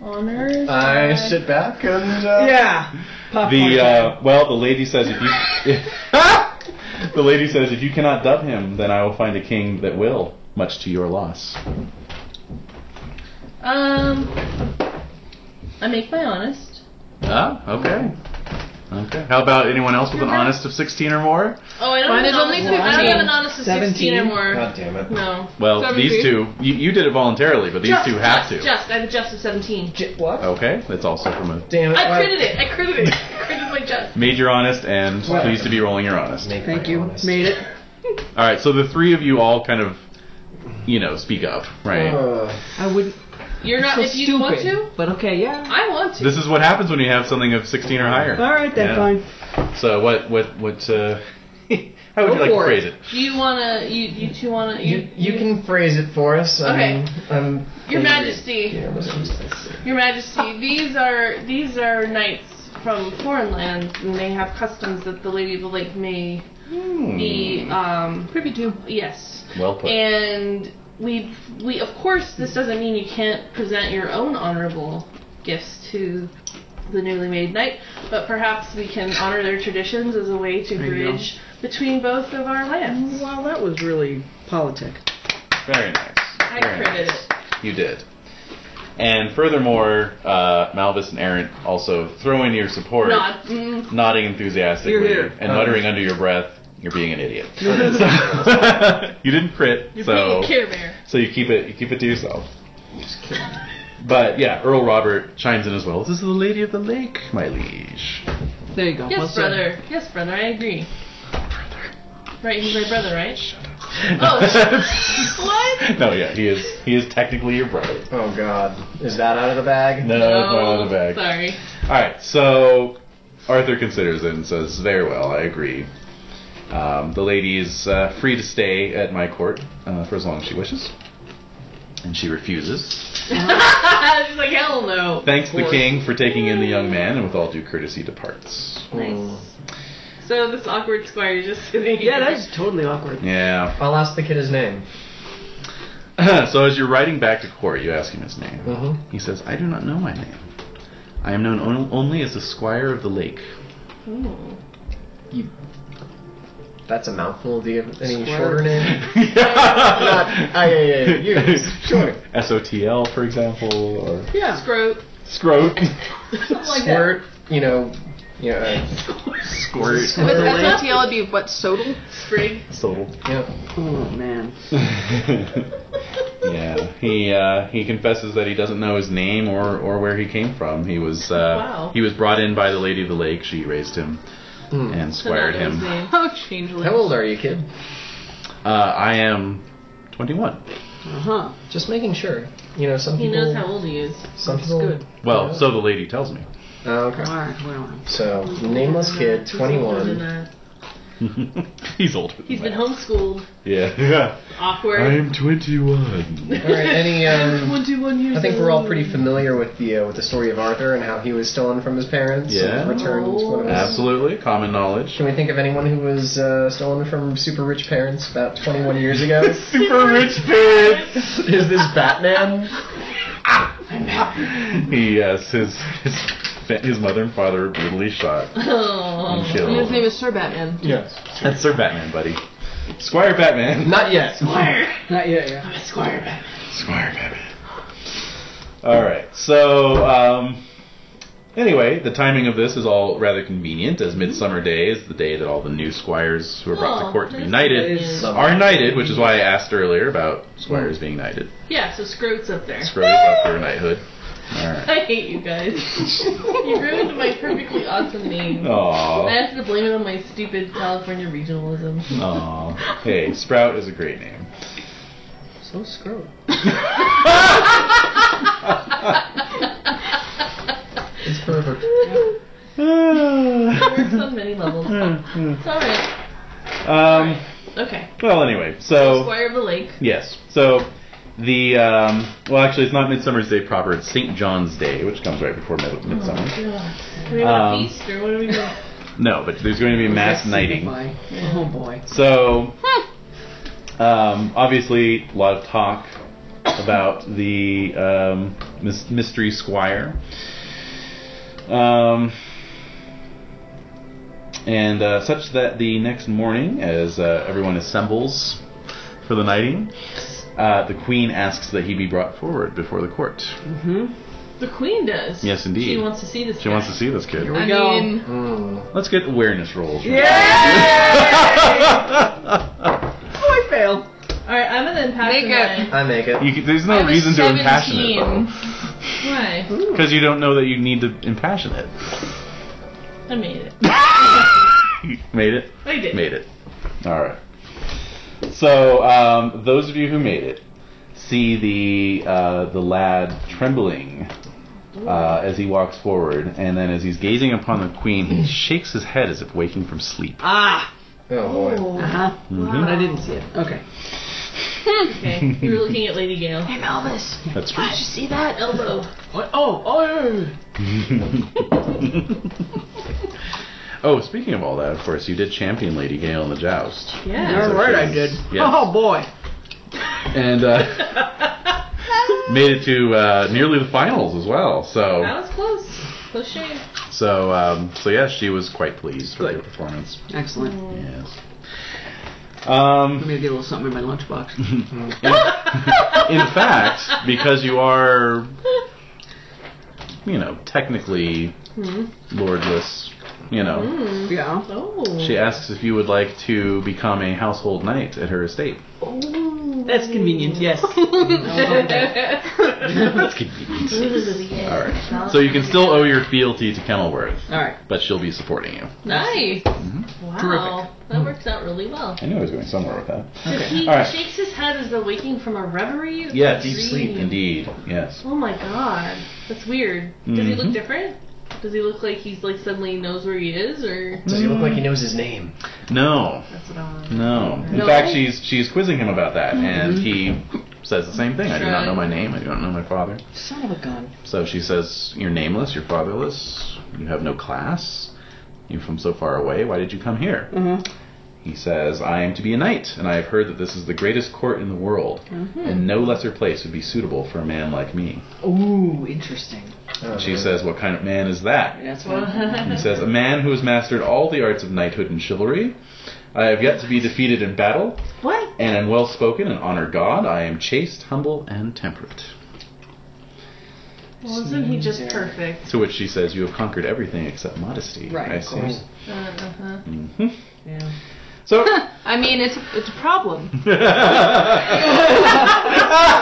Speaker 2: Honors.
Speaker 3: I
Speaker 2: uh,
Speaker 3: sit back and uh,
Speaker 5: Yeah. Popcorn
Speaker 6: The
Speaker 5: time.
Speaker 6: uh, well, the lady says if you the lady says if you cannot dub him, then I will find a king that will, much to your loss.
Speaker 2: Um, I make my honest.
Speaker 6: Ah, okay, okay. How about anyone else with an honest of sixteen or more?
Speaker 2: Oh, I don't
Speaker 4: Mine
Speaker 2: have
Speaker 4: is
Speaker 2: an
Speaker 4: only
Speaker 2: honest. I don't have
Speaker 5: 15.
Speaker 2: an honest of 16 or
Speaker 5: 17.
Speaker 2: more.
Speaker 3: God damn it.
Speaker 2: No.
Speaker 6: Well, these two,
Speaker 4: Seventeen.
Speaker 6: you, you did it voluntarily, but these two
Speaker 2: just,
Speaker 6: have to.
Speaker 2: Just, I have a just of 17.
Speaker 5: J- what?
Speaker 3: Oh.
Speaker 6: Okay, that's also from a
Speaker 3: Damn it.
Speaker 2: I
Speaker 3: why-
Speaker 2: critted it. I critted it. I critted my just.
Speaker 6: made your honest and
Speaker 3: Well-
Speaker 6: pleased to be rolling your honest.
Speaker 3: Make
Speaker 5: Thank
Speaker 3: my
Speaker 5: you.
Speaker 3: honest.
Speaker 5: Made it.
Speaker 6: All right, so the three of you all kind of, you know, speak up, right?
Speaker 3: Uh,
Speaker 5: I wouldn't.
Speaker 2: You're not.
Speaker 5: so
Speaker 2: if you
Speaker 5: stupid.
Speaker 2: want to,
Speaker 5: But okay, yeah.
Speaker 2: I want to.
Speaker 6: this is what happens when you have something of sixteen or higher.
Speaker 5: All right, then
Speaker 6: Yeah.
Speaker 5: fine.
Speaker 6: So what what what uh how
Speaker 5: Go
Speaker 6: would you like to
Speaker 5: for it.
Speaker 6: phrase it?
Speaker 2: Do you wanna? You you two wanna?
Speaker 3: you you can phrase it for us. I
Speaker 2: Okay.
Speaker 3: mean, I'm
Speaker 2: Your
Speaker 3: angry.
Speaker 2: Majesty.
Speaker 3: Yeah, let's use this.
Speaker 2: Your Majesty, these are these are knights from foreign lands, and they have customs that the Lady of the Lake may be um, privy to. Yes,
Speaker 6: Well put.
Speaker 2: Hmm. and we we of course this doesn't mean you can't present your own honorable gifts to the newly made knight, but perhaps we can honor their traditions as a way to
Speaker 5: you go.
Speaker 2: bridge between both of our lands.
Speaker 5: Wow, that was really politic.
Speaker 6: Very nice.
Speaker 2: I
Speaker 6: Very
Speaker 2: credit
Speaker 6: nice.
Speaker 2: it.
Speaker 6: You did. And furthermore, uh, Malvis and Errant also throw in your support,
Speaker 2: Nod. Mm.
Speaker 6: nodding enthusiastically
Speaker 5: You're here.
Speaker 6: and
Speaker 3: Oh.
Speaker 6: muttering under your breath, "You're being an idiot." So- you didn't crit,
Speaker 2: You're
Speaker 6: so
Speaker 2: being a care bear.
Speaker 6: so you keep it you keep it to yourself. But yeah, Earl Robert chimes in as well. This is the Lady of the Lake, my liege.
Speaker 5: There you go.
Speaker 2: Yes,
Speaker 5: Well said.
Speaker 2: brother. Yes, brother. I agree. Right, he's my brother, right? Oh, What?
Speaker 6: No, yeah, he is. He is technically your brother.
Speaker 3: Oh god. Is that out of the bag?
Speaker 6: No, that's not out of the bag.
Speaker 2: Oh, Sorry.
Speaker 6: All right, so Arthur considers it and says, "Very well, I agree. Um, the lady is uh, free to stay at my court uh, for as long as she wishes." And she refuses.
Speaker 2: She's like, hell no.
Speaker 6: Thanks the king for taking in the young man, and with all due courtesy departs.
Speaker 2: Nice. So this awkward squire is just sitting.
Speaker 5: Yeah,
Speaker 2: here.
Speaker 5: that's totally awkward.
Speaker 6: Yeah.
Speaker 3: I'll ask the kid his name.
Speaker 6: so as you're riding back to court, you ask him his name.
Speaker 3: Mm-hmm.
Speaker 6: He says, "I do not know my name. I am known on- only as the Squire of the Lake."
Speaker 2: Ooh.
Speaker 3: That's a mouthful. Do you have any
Speaker 5: Square.
Speaker 3: shorter name? Not
Speaker 6: Not
Speaker 3: IAAU. Sure.
Speaker 6: SOTL, for example, or
Speaker 5: Yeah.
Speaker 2: Scrope.
Speaker 6: Scroat.
Speaker 2: Something like that.
Speaker 3: Squirt. You know. You know. Uh,
Speaker 6: Squirt.
Speaker 4: With
Speaker 3: Really?
Speaker 4: SOTL, it'd be what, sodal?
Speaker 2: Sprig.
Speaker 6: Sold.
Speaker 3: you know.
Speaker 5: Oh man.
Speaker 6: yeah, he uh, he confesses that he doesn't know his name or, or where he came from. He was uh,
Speaker 2: Wow.
Speaker 6: he was brought in by the Lady of the Lake. She raised him
Speaker 3: Hmm.
Speaker 6: and
Speaker 2: I don't
Speaker 6: squired
Speaker 2: know his
Speaker 6: him.
Speaker 2: name.
Speaker 4: Oh, changeling.
Speaker 3: How old are you, kid?
Speaker 6: Uh, I am twenty one.
Speaker 5: Uh huh.
Speaker 3: Just making sure. You know, some
Speaker 2: He
Speaker 3: people.
Speaker 2: knows how old he is.
Speaker 3: some
Speaker 5: That's
Speaker 3: people.
Speaker 5: good.
Speaker 6: Well, so the lady tells me.
Speaker 3: Oh, okay.
Speaker 5: All right. Well,
Speaker 3: So nameless kid,
Speaker 2: He's older than
Speaker 3: 21.
Speaker 2: that.
Speaker 6: He's older. Than
Speaker 2: He's
Speaker 6: that.
Speaker 2: been homeschooled.
Speaker 6: Yeah. Yeah.
Speaker 2: Awkward.
Speaker 6: I'm 21.
Speaker 3: All right. Any um.
Speaker 2: 21 years
Speaker 3: I think we're all pretty
Speaker 2: old.
Speaker 3: familiar with the uh, with the story of Arthur and how he was stolen from his parents
Speaker 6: Yeah.
Speaker 3: and returned. What it was.
Speaker 6: Absolutely, common knowledge.
Speaker 3: Can we think of anyone who was uh, stolen from super rich parents about 21 years ago?
Speaker 6: Super rich parents.
Speaker 3: Is this Batman?
Speaker 6: yes, his, his his mother and father were brutally shot
Speaker 2: Oh.
Speaker 4: And
Speaker 6: and
Speaker 4: Um, his name
Speaker 6: killed.
Speaker 4: is Sir Batman.
Speaker 7: Yes.
Speaker 6: That's Sir Batman, buddy. Squire Batman.
Speaker 3: Not yet.
Speaker 5: Not yet, Uh, yeah.
Speaker 2: Squire Batman.
Speaker 6: Squire Batman. All right. So, um, anyway, the timing of this is all rather convenient,
Speaker 4: Mm-hmm.
Speaker 6: as Midsummer Day is the day that all the new squires who are brought
Speaker 2: Oh,
Speaker 6: to court to be
Speaker 2: nice.
Speaker 6: knighted
Speaker 3: Some-
Speaker 6: are knighted, which is why I asked earlier about squires being knighted.
Speaker 2: Yeah, so Scroat's up there.
Speaker 6: Scrows up for knighthood. All right.
Speaker 2: I hate you guys. you ruined my perfectly awesome name. I
Speaker 6: Aww.
Speaker 2: have to blame it on my stupid California regionalism.
Speaker 6: Aww. Hey, Sprout is a great name.
Speaker 5: So screwed.
Speaker 3: It's perfect.
Speaker 2: It works on many levels. It's alright.
Speaker 6: um,
Speaker 2: Okay.
Speaker 6: well, anyway, so
Speaker 2: Squire of the Lake.
Speaker 6: yes, so the um, well, actually, it's not Midsummer's Day proper. It's St. John's Day, which comes right before mid- Midsummer.
Speaker 2: Are Oh, we gonna
Speaker 6: Um,
Speaker 2: feast or what are we doing?
Speaker 6: No, but there's going to be a mass knighting.
Speaker 5: Oh boy.
Speaker 6: So, um, obviously, a lot of talk about the um, mys- mystery squire. Um, and uh, such that the next morning, as uh, everyone assembles for the knighting, uh, the queen asks that he be brought forward before the court.
Speaker 2: The Queen does.
Speaker 6: Yes, indeed.
Speaker 2: She wants to see this.
Speaker 6: She
Speaker 2: guy.
Speaker 6: wants to see this kid.
Speaker 5: Here we
Speaker 4: I
Speaker 5: go.
Speaker 4: mean,
Speaker 3: Mm.
Speaker 6: Let's get awareness rolls.
Speaker 5: Oh, I fail.
Speaker 2: All right, I'm gonna impassion
Speaker 4: Make
Speaker 2: my.
Speaker 3: I make it.
Speaker 6: You can- there's
Speaker 2: I
Speaker 6: no
Speaker 2: was
Speaker 6: reason to impassion it,
Speaker 2: 17.
Speaker 6: though.
Speaker 2: Why?
Speaker 6: Because you don't know that you need to impassion it.
Speaker 2: I made it.
Speaker 6: made it?
Speaker 2: I did.
Speaker 6: Made it. Alright. So, um, those of you who made it see the, uh, the lad trembling uh, as he walks forward, and then as he's gazing upon the queen, he shakes his head as if waking from sleep.
Speaker 5: Ah.
Speaker 3: Oh boy.
Speaker 5: Uh huh. But I didn't see it. Okay.
Speaker 2: Okay. You were looking at Lady Gale. Hey, Elvis.
Speaker 6: That's true.
Speaker 2: Did you see that elbow?
Speaker 5: What? Oh. Oh. yeah, yeah, yeah.
Speaker 6: oh, speaking of all that, of course, you did champion Lady Gale in the joust.
Speaker 2: Yeah.
Speaker 5: All right, I did.
Speaker 6: Yes.
Speaker 5: Oh boy.
Speaker 6: and uh, made it to uh, nearly the finals as well.
Speaker 2: That
Speaker 6: So,
Speaker 2: was close. Close shave.
Speaker 6: so, um, so yes, she was quite pleased with your performance. Mm.
Speaker 5: Excellent.
Speaker 2: Mm.
Speaker 6: Yes.
Speaker 5: I'm
Speaker 6: Um,
Speaker 5: gonna get a little something in my lunchbox.
Speaker 6: in fact, because you are, you know, technically
Speaker 2: Mm-hmm.
Speaker 6: lordless, you know,
Speaker 2: Mm.
Speaker 5: yeah.
Speaker 2: Oh.
Speaker 6: she asks if you would like to become a household knight at her estate.
Speaker 5: That's convenient. Yes.
Speaker 6: That's convenient. All right. So you can still owe your fealty to Kenilworth,
Speaker 5: All right.
Speaker 6: but she'll be supporting you.
Speaker 2: Nice.
Speaker 6: Mm-hmm.
Speaker 2: Wow. That works out really well.
Speaker 6: I knew I was going somewhere with that.
Speaker 2: He
Speaker 6: All right.
Speaker 2: shakes his head as though waking from a reverie. or
Speaker 6: Yeah,
Speaker 2: a
Speaker 6: deep
Speaker 2: dream.
Speaker 6: sleep indeed. Yes.
Speaker 2: Oh my god, that's weird. Does he
Speaker 6: Mhm.
Speaker 2: look different? Does he look like he's like suddenly knows where he is, or
Speaker 3: Does he look like he knows his name?
Speaker 6: No,
Speaker 2: that's what I want.
Speaker 6: no. In
Speaker 2: No? Mm-hmm.
Speaker 6: fact, she's she's quizzing him about that, and he says the same thing. I do not know my name. I do not know my father.
Speaker 5: Son of a gun.
Speaker 6: So she says, "You're nameless. You're fatherless. You have no class. You're from so far away. Why did you come here?"
Speaker 2: Mm-hmm.
Speaker 6: He says, "I am to be a knight, and I have heard that this is the greatest court in the world,
Speaker 2: Mm-hmm.
Speaker 6: and no lesser place would be suitable for a man like me."
Speaker 5: Ooh, interesting.
Speaker 3: Oh,
Speaker 6: She
Speaker 3: boy.
Speaker 6: says, "What kind of man is that?"
Speaker 5: That's what.
Speaker 6: He says, A man who has mastered all the arts of knighthood and chivalry. I have yet to be defeated in battle,
Speaker 5: What?
Speaker 6: and am well spoken and honor God. I am chaste, humble, and temperate.
Speaker 2: Well, isn't he just perfect?
Speaker 6: To which she says, You have conquered everything except modesty.
Speaker 5: Right,
Speaker 6: I
Speaker 5: of
Speaker 6: see.
Speaker 5: course.
Speaker 2: Uh, uh-huh.
Speaker 6: hmm
Speaker 5: Yeah.
Speaker 6: So,
Speaker 4: I mean, it's it's a problem.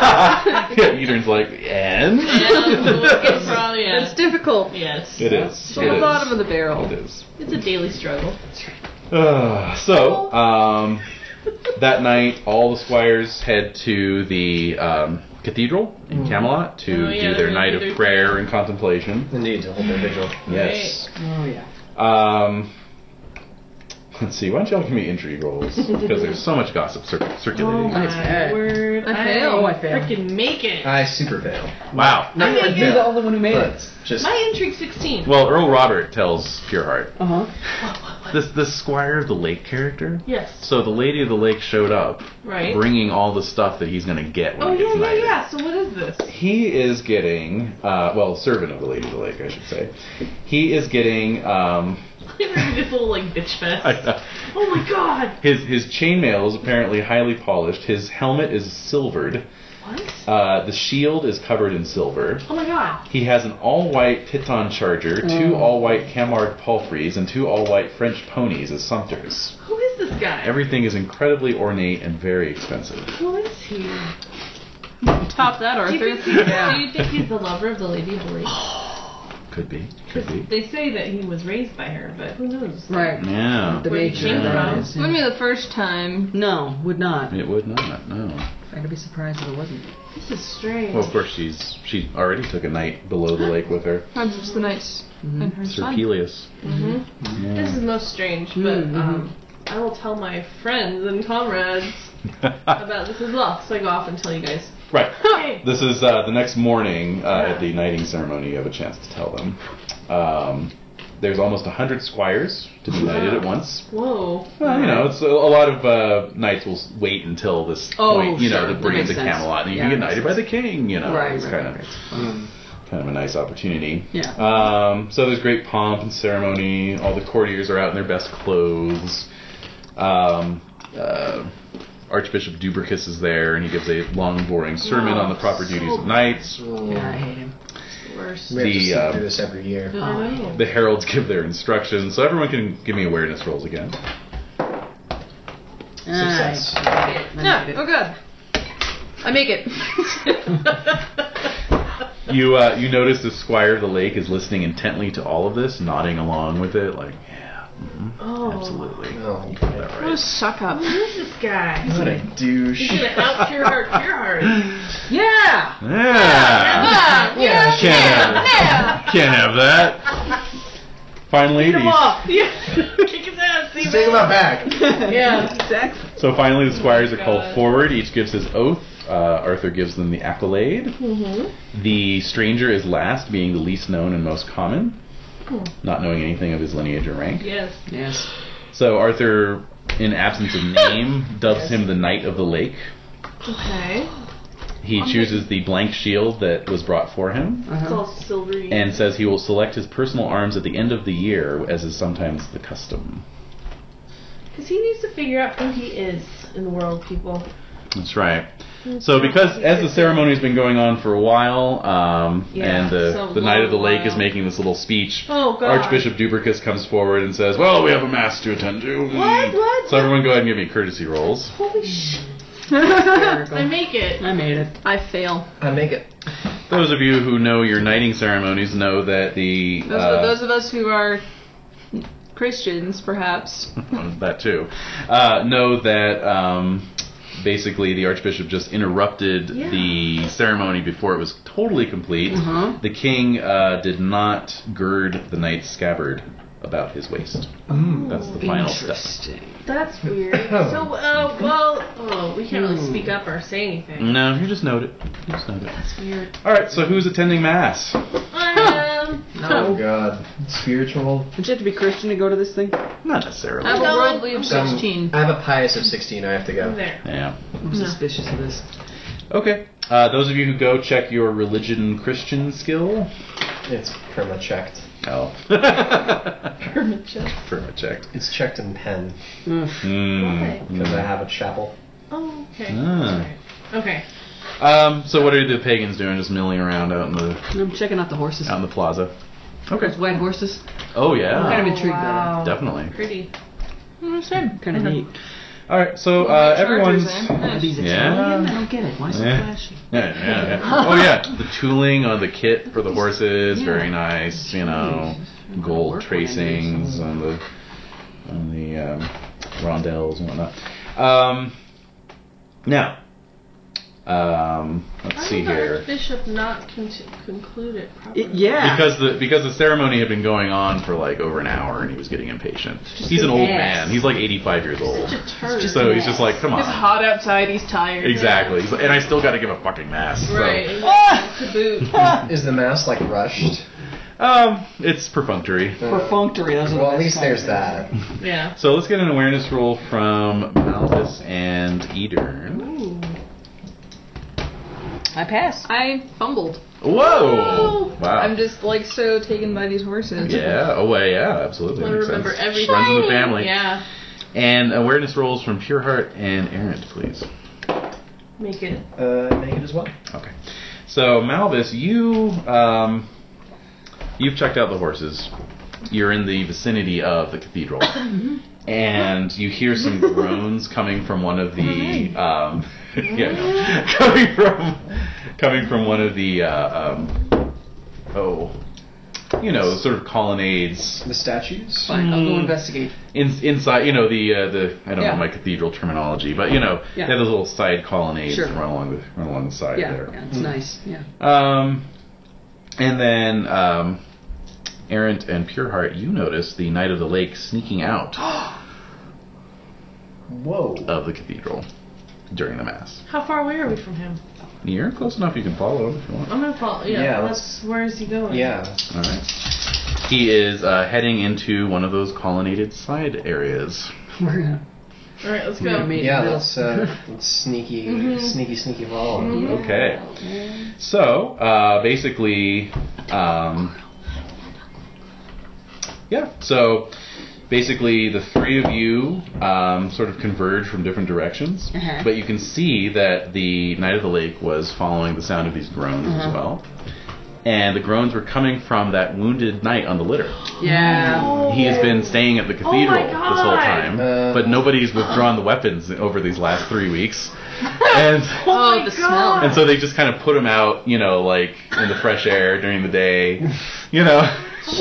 Speaker 6: Eatern's like, And?
Speaker 2: It's probably- yeah.
Speaker 4: It's difficult.
Speaker 2: Yes,
Speaker 6: It is.
Speaker 4: It's on the bottom of
Speaker 6: It
Speaker 4: the barrel.
Speaker 6: is. It is.
Speaker 2: it's a daily struggle.
Speaker 6: Uh, so, um, that night, all the squires head to the um, cathedral in Camelot to
Speaker 2: Oh, yeah,
Speaker 6: do their
Speaker 2: they
Speaker 6: night
Speaker 2: do
Speaker 6: of
Speaker 2: their-
Speaker 6: prayer and contemplation.
Speaker 3: Indeed, to hold their vigil.
Speaker 6: Yes.
Speaker 5: Oh yeah.
Speaker 6: Um, Let's see. Why don't y'all give me intrigue rolls? Because there's so much gossip cir- circulating.
Speaker 2: Oh
Speaker 5: my bad.
Speaker 2: word.
Speaker 4: I fail.
Speaker 5: I fail.
Speaker 2: Freaking make it.
Speaker 3: I super fail.
Speaker 6: Wow.
Speaker 3: Not
Speaker 2: think
Speaker 3: quite
Speaker 5: You're the
Speaker 3: fail,
Speaker 5: only one who made it.
Speaker 3: but just
Speaker 2: My intrigue 16.
Speaker 6: Well, Earl Robert tells Pureheart
Speaker 5: Uh huh.
Speaker 6: this this Squire of the Lake character.
Speaker 2: yes.
Speaker 6: So the Lady of the Lake showed up,
Speaker 2: Right.
Speaker 6: bringing all the stuff that he's gonna get when
Speaker 2: oh
Speaker 6: he
Speaker 2: yeah,
Speaker 6: gets
Speaker 2: yeah,
Speaker 6: knighted.
Speaker 2: yeah. So what is this?
Speaker 6: He is getting, uh, well, servant of the Lady of the Lake, I should say. He is getting um,
Speaker 2: this little like bitch fest.
Speaker 6: I know.
Speaker 2: Oh my god.
Speaker 6: his his chainmail is apparently highly polished. His helmet is silvered.
Speaker 2: What?
Speaker 6: Uh, the shield is covered in silver.
Speaker 2: Oh my god.
Speaker 6: He has an all-white Piton charger, two all-white Camard palfreys, and two all-white French ponies as sumpters.
Speaker 2: Who is this guy?
Speaker 6: Everything is incredibly ornate and very expensive.
Speaker 2: Who is he?
Speaker 4: Top that,
Speaker 2: Do you, think
Speaker 4: Arthur.
Speaker 2: he's, do you think he's the lover of the Lady of the Lake?
Speaker 6: Could be. Could be.
Speaker 2: They say that he was raised by her, but who knows?
Speaker 5: Right.
Speaker 6: Yeah.
Speaker 5: The
Speaker 2: Where you
Speaker 5: nature
Speaker 2: came
Speaker 5: of that
Speaker 2: from.
Speaker 5: is.
Speaker 4: Wouldn't be the first time.
Speaker 5: No, would not.
Speaker 6: It would not. No.
Speaker 5: I'd be surprised if it wasn't.
Speaker 2: This is strange.
Speaker 6: Well, of course, she's she already took a night below the lake with her,
Speaker 4: Not just the knights and her
Speaker 6: Sir
Speaker 4: son.
Speaker 6: Pelias.
Speaker 2: hmm This is most strange, but
Speaker 5: Mhm.
Speaker 2: um, I will tell my friends and comrades about this as well. So I go off and tell you guys.
Speaker 6: right.
Speaker 2: Hey.
Speaker 6: This is uh, the next morning uh, at the knighting ceremony. You have a chance to tell them. Um, there's almost a hundred squires to be knighted at once.
Speaker 2: Whoa.
Speaker 6: Well, you know, it's a, a lot of uh, knights will s- wait until this
Speaker 5: Oh,
Speaker 6: point, you
Speaker 5: sure.
Speaker 6: know, to
Speaker 5: That
Speaker 6: bring it
Speaker 5: makes
Speaker 6: to
Speaker 5: sense.
Speaker 6: Camelot, and you
Speaker 5: Yeah,
Speaker 6: can get
Speaker 5: that
Speaker 6: knighted
Speaker 5: makes
Speaker 6: by the king. You know,
Speaker 5: Right,
Speaker 6: it's
Speaker 5: right,
Speaker 6: kind
Speaker 5: right,
Speaker 6: of kind of a nice opportunity.
Speaker 5: Yeah.
Speaker 6: Um, so there's great pomp and ceremony. All the courtiers are out in their best clothes. Um, uh, Archbishop Dubricus is there, and he gives a long, boring sermon on the proper duties of knights.
Speaker 5: Yeah, I hate him.
Speaker 2: Worse.
Speaker 3: mm, we have to
Speaker 6: The,
Speaker 3: sit
Speaker 6: um,
Speaker 3: through this every year.
Speaker 2: I know.
Speaker 6: The heralds give their instructions, so everyone can give me awareness rolls again.
Speaker 3: Success.
Speaker 4: Yeah. Oh god. I make it.
Speaker 6: You uh, you notice the squire of the lake is listening intently to all of this, nodding along with it, like yeah,
Speaker 2: Oh.
Speaker 6: absolutely.
Speaker 3: Oh,
Speaker 6: All right.
Speaker 4: What a suck up.
Speaker 2: Who is this guy?
Speaker 3: what a douche.
Speaker 2: He's gonna out pure heart, pure heart.
Speaker 5: Yeah.
Speaker 6: Yeah,
Speaker 4: Ah,
Speaker 3: Yeah,
Speaker 6: can't have it. can't have that. Fine ladies.
Speaker 2: Kick his ass, see
Speaker 3: Take him out back.
Speaker 2: Yeah.
Speaker 5: Exactly.
Speaker 6: So finally, the squires are called
Speaker 2: God.
Speaker 6: forward. Each gives his oath. Uh, Arthur gives them the accolade. The stranger is last, being the least known and most common, not knowing anything of his lineage or rank.
Speaker 2: Yes.
Speaker 5: Yes.
Speaker 6: So Arthur, in absence of name, dubs him the Knight of the Lake.
Speaker 2: Okay.
Speaker 6: He chooses the blank shield that was brought for him
Speaker 2: It's
Speaker 5: Uh-huh.
Speaker 2: all silvery.
Speaker 6: and says he will select his personal arms at the end of the year, as is sometimes the custom.
Speaker 2: Because he needs to figure out who he is in the world, people.
Speaker 6: That's right.
Speaker 2: Mm-hmm.
Speaker 6: So, because as the ceremony has been going on for a while, um,
Speaker 2: Yeah,
Speaker 6: and the,
Speaker 2: so
Speaker 6: the Knight of the Lake is
Speaker 2: long.
Speaker 6: making this little speech,
Speaker 2: Oh, God.
Speaker 6: Archbishop Dubricus comes forward and says, Well, we have a mass to attend to.
Speaker 2: What? What?
Speaker 6: So, everyone go ahead and give me courtesy rolls.
Speaker 2: Holy shit. I
Speaker 5: I
Speaker 2: make it.
Speaker 5: made it.
Speaker 4: I fail.
Speaker 3: I make it.
Speaker 6: Those of you who know your knighting ceremonies know that the.
Speaker 4: Those,
Speaker 6: uh,
Speaker 4: those of us who are Christians, perhaps.
Speaker 6: oh, that too. Uh, know that um, basically the archbishop just interrupted
Speaker 2: Yeah.
Speaker 6: the ceremony before it was totally complete.
Speaker 5: Uh-huh.
Speaker 6: The king uh, did not gird the knight's scabbard about his waist. That's the final step.
Speaker 5: Interesting.
Speaker 2: That's weird. so, uh, well, oh, we can't really speak up or say anything.
Speaker 6: No, you just note it. You just note it.
Speaker 2: That's weird.
Speaker 6: All right, so who's attending mass?
Speaker 2: Um,
Speaker 3: Oh God, spiritual.
Speaker 5: Don't you have to be Christian to go to this thing?
Speaker 6: Not necessarily.
Speaker 4: I have a
Speaker 2: going.
Speaker 4: worldly of
Speaker 3: Um,
Speaker 4: 16.
Speaker 3: I have a pious of 16. I have to
Speaker 2: I'm
Speaker 3: go.
Speaker 2: there.
Speaker 6: Yeah.
Speaker 5: I'm suspicious of this.
Speaker 6: Okay. Uh, those of you who go, check your religion Christian skill.
Speaker 3: It's perma checked.
Speaker 6: Oh. Perma checked.
Speaker 3: It's checked in pen
Speaker 5: Ugh.
Speaker 6: Mm.
Speaker 3: because I have a chapel.
Speaker 2: Oh, okay.
Speaker 6: Ah.
Speaker 2: Okay.
Speaker 6: Um, so what are the pagans doing? Just milling around out in the
Speaker 5: I'm checking out the horses.
Speaker 6: out in the plaza?
Speaker 5: Those white horses.
Speaker 6: Oh yeah,
Speaker 5: Kind of intrigued by
Speaker 2: wow.
Speaker 6: definitely.
Speaker 2: Pretty.
Speaker 5: that. Kind of neat.
Speaker 6: All right, so uh, everyone's.
Speaker 2: eh?
Speaker 5: Are these
Speaker 6: Yeah.
Speaker 5: Italian? I don't get it. Why so
Speaker 6: Yeah.
Speaker 5: flashy?
Speaker 6: Yeah, yeah, yeah. Oh yeah, the tooling on the kit for the horses, very nice. You know, gold tracings on the on the um, rondelles and whatnot. Um, now, Um, let's see here.
Speaker 2: Bishop not con- conclude it properly.
Speaker 5: It- yeah.
Speaker 6: Because the because the ceremony had been going on for like over an hour and he was getting impatient. He's an old man. He's like 85 years old.
Speaker 2: Such a turd.
Speaker 6: So he's just like, come
Speaker 4: It's
Speaker 6: on.
Speaker 4: hot outside. He's tired. Oh.
Speaker 6: Exactly. He's like, and I still got to give a fucking mass.
Speaker 2: Right.
Speaker 6: So,
Speaker 5: Ah!
Speaker 2: To boot.
Speaker 3: Is the mass like rushed?
Speaker 6: um, it's perfunctory.
Speaker 5: Perfunctory. Those are the
Speaker 3: Uh, Well, at
Speaker 5: best
Speaker 3: least there's
Speaker 5: kinds
Speaker 3: that.
Speaker 2: Yeah.
Speaker 6: So let's get an awareness roll from Malthus and Edern.
Speaker 2: Ooh.
Speaker 5: of- I pass.
Speaker 4: I fumbled.
Speaker 2: Oh.
Speaker 6: Whoa! Oh, Wow.
Speaker 4: I'm just like so taken by these horses.
Speaker 6: yeah. Oh, well, yeah. Absolutely.
Speaker 2: Want to
Speaker 6: Makes
Speaker 2: remember
Speaker 6: sense.
Speaker 2: everything.
Speaker 6: Runs in the family.
Speaker 2: Yeah.
Speaker 6: And awareness rolls from Pure Heart and Errant, please.
Speaker 2: Make it.
Speaker 3: Uh, make it as well.
Speaker 6: Okay. So Malvis, you um, you've checked out the horses. You're in the vicinity of the cathedral,
Speaker 5: Mm-hmm.
Speaker 6: and you hear some groans coming from one of the um, yeah, no. coming from coming from one of the uh, um, oh. You know, sort of colonnades
Speaker 3: The statues?
Speaker 5: Fine. I'll
Speaker 6: Mm.
Speaker 5: go investigate.
Speaker 6: in, inside. You know the uh, the I don't
Speaker 5: Yeah.
Speaker 6: know my cathedral terminology, but you know
Speaker 5: Yeah.
Speaker 6: they have those little side colonnades
Speaker 5: Sure.
Speaker 6: that run along the run along the side
Speaker 5: Yeah.
Speaker 6: there.
Speaker 5: yeah it's nice. Mm. Yeah.
Speaker 6: Um, and then um, Errant and Pureheart, you notice the Knight of the Lake sneaking out
Speaker 3: Whoa.
Speaker 6: of the cathedral during the mass.
Speaker 2: How far away are we from him?
Speaker 6: You're close enough; you can follow him if you want.
Speaker 2: I'm gonna follow. Yeah.
Speaker 3: Yeah,
Speaker 2: that's where is he going?
Speaker 3: Yeah.
Speaker 6: All right. He is uh, heading into one of those colonnaded side areas.
Speaker 5: We're gonna.
Speaker 2: All right. Let's
Speaker 5: We're gonna
Speaker 2: go.
Speaker 5: meet in
Speaker 3: Yeah,
Speaker 5: the middle.
Speaker 3: let's, uh, let's sneaky, sneaky, sneaky follow.
Speaker 6: Mm-hmm. Okay. So uh, basically, um, yeah. So basically, the three of you um, sort of converge from different directions,
Speaker 5: Uh-huh.
Speaker 6: but you can see that the Knight of the Lake was following the sound of these groans
Speaker 2: Uh-huh.
Speaker 6: as well. And the groans were coming from that wounded knight on the litter.
Speaker 5: Yeah.
Speaker 6: He has been staying at the
Speaker 2: Oh my
Speaker 6: cathedral this whole
Speaker 2: God.
Speaker 6: time,
Speaker 3: Uh.
Speaker 6: but nobody's withdrawn the weapons over these last three weeks. And
Speaker 4: Oh,
Speaker 2: my
Speaker 4: the
Speaker 2: God.
Speaker 4: smell.
Speaker 6: and so they just kind of put him out, you know, like in the fresh air during the day, you know.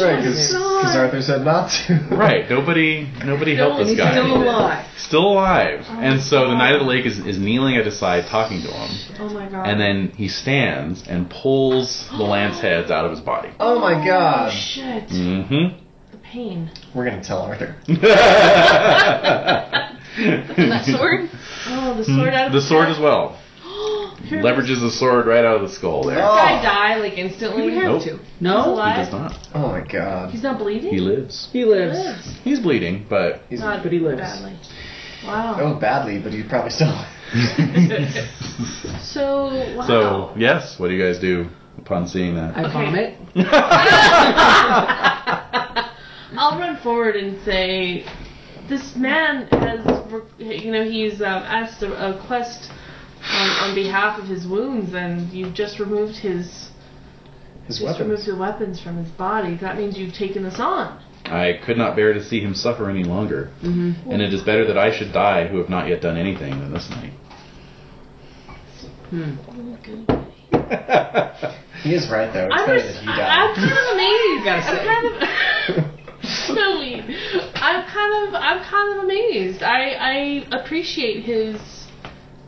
Speaker 3: Right, because Arthur said not to.
Speaker 6: Right. Nobody, nobody helped
Speaker 2: Don't
Speaker 6: this
Speaker 2: leave
Speaker 6: guy.
Speaker 2: him
Speaker 5: Still alive.
Speaker 6: Still alive. and so the Knight of the Lake is, is kneeling at his side talking to him.
Speaker 2: Oh my god.
Speaker 6: And then he stands and pulls the lance heads out of his body.
Speaker 3: Oh my
Speaker 2: Oh,
Speaker 3: god.
Speaker 2: shit.
Speaker 6: Mm-hmm.
Speaker 2: The pain.
Speaker 3: We're gonna tell Arthur.
Speaker 4: That sword.
Speaker 2: Oh, the sword out of
Speaker 6: Hmm. Mm-hmm. The sword as well.
Speaker 2: Here it is.
Speaker 6: Leverages the sword right out of the skull there.
Speaker 3: Oh.
Speaker 2: Does I die like instantly?
Speaker 6: Nope.
Speaker 5: No.
Speaker 6: He does not.
Speaker 3: Oh my god.
Speaker 2: He's not bleeding.
Speaker 6: He lives.
Speaker 5: He lives.
Speaker 2: lives.
Speaker 6: He's bleeding, but
Speaker 3: He's
Speaker 2: Not
Speaker 5: but he lives.
Speaker 2: badly. Wow.
Speaker 3: oh badly, but he probably still.
Speaker 2: So wow.
Speaker 6: So yes, what do you guys do upon seeing that?
Speaker 5: I vomit.
Speaker 2: I'll run forward and say, this man has, re- you know, he's um, asked a, a quest on, on behalf of his wounds, and you've just removed his
Speaker 3: His
Speaker 2: just removed
Speaker 3: weapons.
Speaker 2: the weapons from his body. That means you've taken this on.
Speaker 6: I could not bear to see him suffer any longer,
Speaker 5: hmm
Speaker 2: Mm-hmm.
Speaker 6: and it is better that I should die who have not yet done anything than this knight.
Speaker 5: Hmm.
Speaker 3: He is right though. It's
Speaker 2: I'm,
Speaker 3: better
Speaker 2: res-
Speaker 3: that he
Speaker 2: I'm
Speaker 3: died.
Speaker 2: kind of amazed.
Speaker 5: gotta
Speaker 2: I'm
Speaker 5: say.
Speaker 2: kind of. Snowy. I'm kind of I'm kind of amazed. I I appreciate his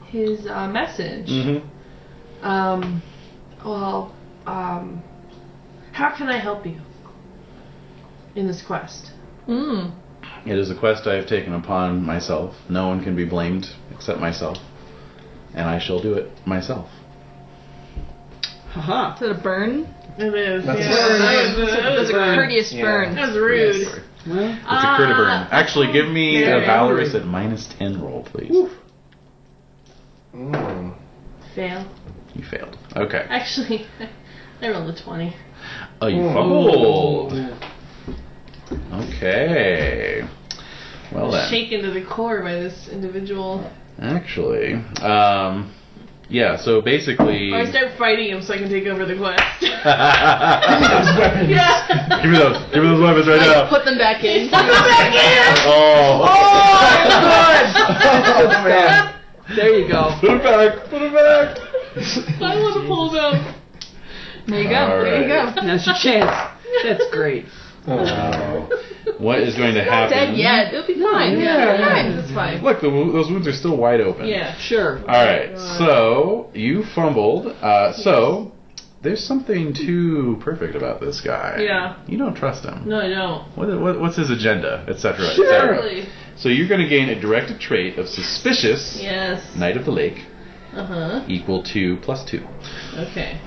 Speaker 2: his uh, message.
Speaker 6: mm-hmm.
Speaker 2: Um, well, um, how can I help you in this quest?
Speaker 4: Mm.
Speaker 6: It is a quest I have taken upon myself. No one can be blamed except myself, and I shall do it myself.
Speaker 5: Haha.
Speaker 4: Is that a burn?
Speaker 2: It is.
Speaker 3: That's
Speaker 2: yeah.
Speaker 3: a burn.
Speaker 2: That was-
Speaker 4: That
Speaker 2: that
Speaker 4: was
Speaker 2: was
Speaker 4: a
Speaker 2: rude.
Speaker 4: courteous
Speaker 3: Yeah.
Speaker 4: burn.
Speaker 2: That was rude. Ah. Uh,
Speaker 5: Well,
Speaker 6: It's a crit burn. Actually, give me a
Speaker 2: Very
Speaker 6: valorous at minus ten roll, please.
Speaker 3: Mm.
Speaker 2: Fail.
Speaker 6: You failed. Okay.
Speaker 2: Actually, I rolled a twenty.
Speaker 6: Oh, you
Speaker 3: Oh.
Speaker 6: fumbled. Okay. Well then.
Speaker 2: Shaken to the core by this individual.
Speaker 6: Actually, um, yeah. So basically,
Speaker 2: I start fighting him so I can take over the quest.
Speaker 6: give
Speaker 3: Weapons.
Speaker 2: yeah.
Speaker 6: me those, give me those weapons right now.
Speaker 4: Put them back in.
Speaker 6: Oh,
Speaker 3: Oh, man.
Speaker 5: there you go.
Speaker 6: put it back, put it back.
Speaker 2: I want to pull them.
Speaker 4: There you go.
Speaker 6: All
Speaker 4: There you
Speaker 6: right.
Speaker 4: go.
Speaker 5: That's your chance. That's great.
Speaker 7: Oh, wow.
Speaker 6: What is going to
Speaker 4: Not
Speaker 6: happen?
Speaker 4: dead yet. It'll be fine.
Speaker 2: Yeah.
Speaker 4: It'll be fine. It's fine.
Speaker 6: Look, the, wo- those wounds are still wide open.
Speaker 2: Yeah.
Speaker 5: Sure.
Speaker 6: All right. So you fumbled. Uh, So there's something too perfect about this guy.
Speaker 2: Yeah.
Speaker 6: You don't trust him.
Speaker 2: No, I don't.
Speaker 6: What, what, what's his agenda, etc. Cetera, et cetera.
Speaker 2: Exactly.
Speaker 6: So you're going to gain a directed trait of suspicious
Speaker 2: Yes.
Speaker 6: Knight of the Lake
Speaker 2: Uh huh.
Speaker 6: equal to plus two.
Speaker 2: Okay.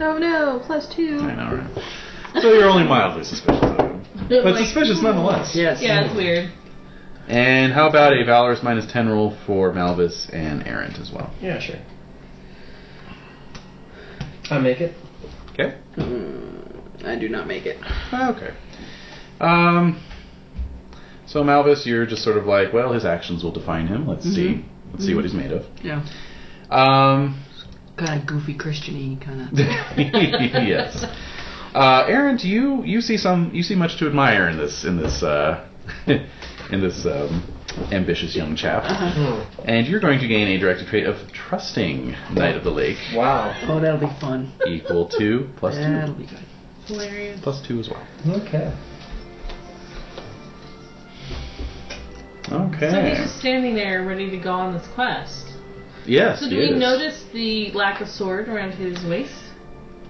Speaker 4: Oh no, plus
Speaker 6: I
Speaker 4: two.
Speaker 6: know, right? So you're only mildly suspicious of him, but
Speaker 2: Like-
Speaker 6: suspicious nonetheless.
Speaker 5: Yes.
Speaker 2: Yeah, it's weird.
Speaker 6: And how about a valorous minus ten roll for Malvis and Errant as well?
Speaker 3: Yeah, sure. I make it.
Speaker 6: Okay.
Speaker 5: Mm, I do not make it.
Speaker 6: Ah, Okay. Um. So Malvis, you're just sort of like, well, his actions will define him. Let's see.
Speaker 2: Mm-hmm.
Speaker 6: Let's see what he's made of.
Speaker 5: Yeah.
Speaker 6: Um.
Speaker 5: Kind of goofy Christian-y kind of.
Speaker 6: yes. Uh, Aaron, do you you see some you see much to admire in this in this uh, in this um, ambitious young chap,
Speaker 2: Uh-huh.
Speaker 3: Hmm.
Speaker 6: and you're going to gain a directed trait of trusting Knight of the Lake
Speaker 3: Wow.
Speaker 5: Oh, that'll be fun.
Speaker 6: equal to plus
Speaker 5: That'll
Speaker 6: two
Speaker 5: be good.
Speaker 2: Hilarious.
Speaker 6: plus two as well.
Speaker 3: Okay.
Speaker 6: Okay.
Speaker 2: So he's just standing there ready to go on this quest.
Speaker 6: yes.
Speaker 2: So
Speaker 6: he
Speaker 2: do we
Speaker 6: is.
Speaker 2: notice the lack of sword around his waist?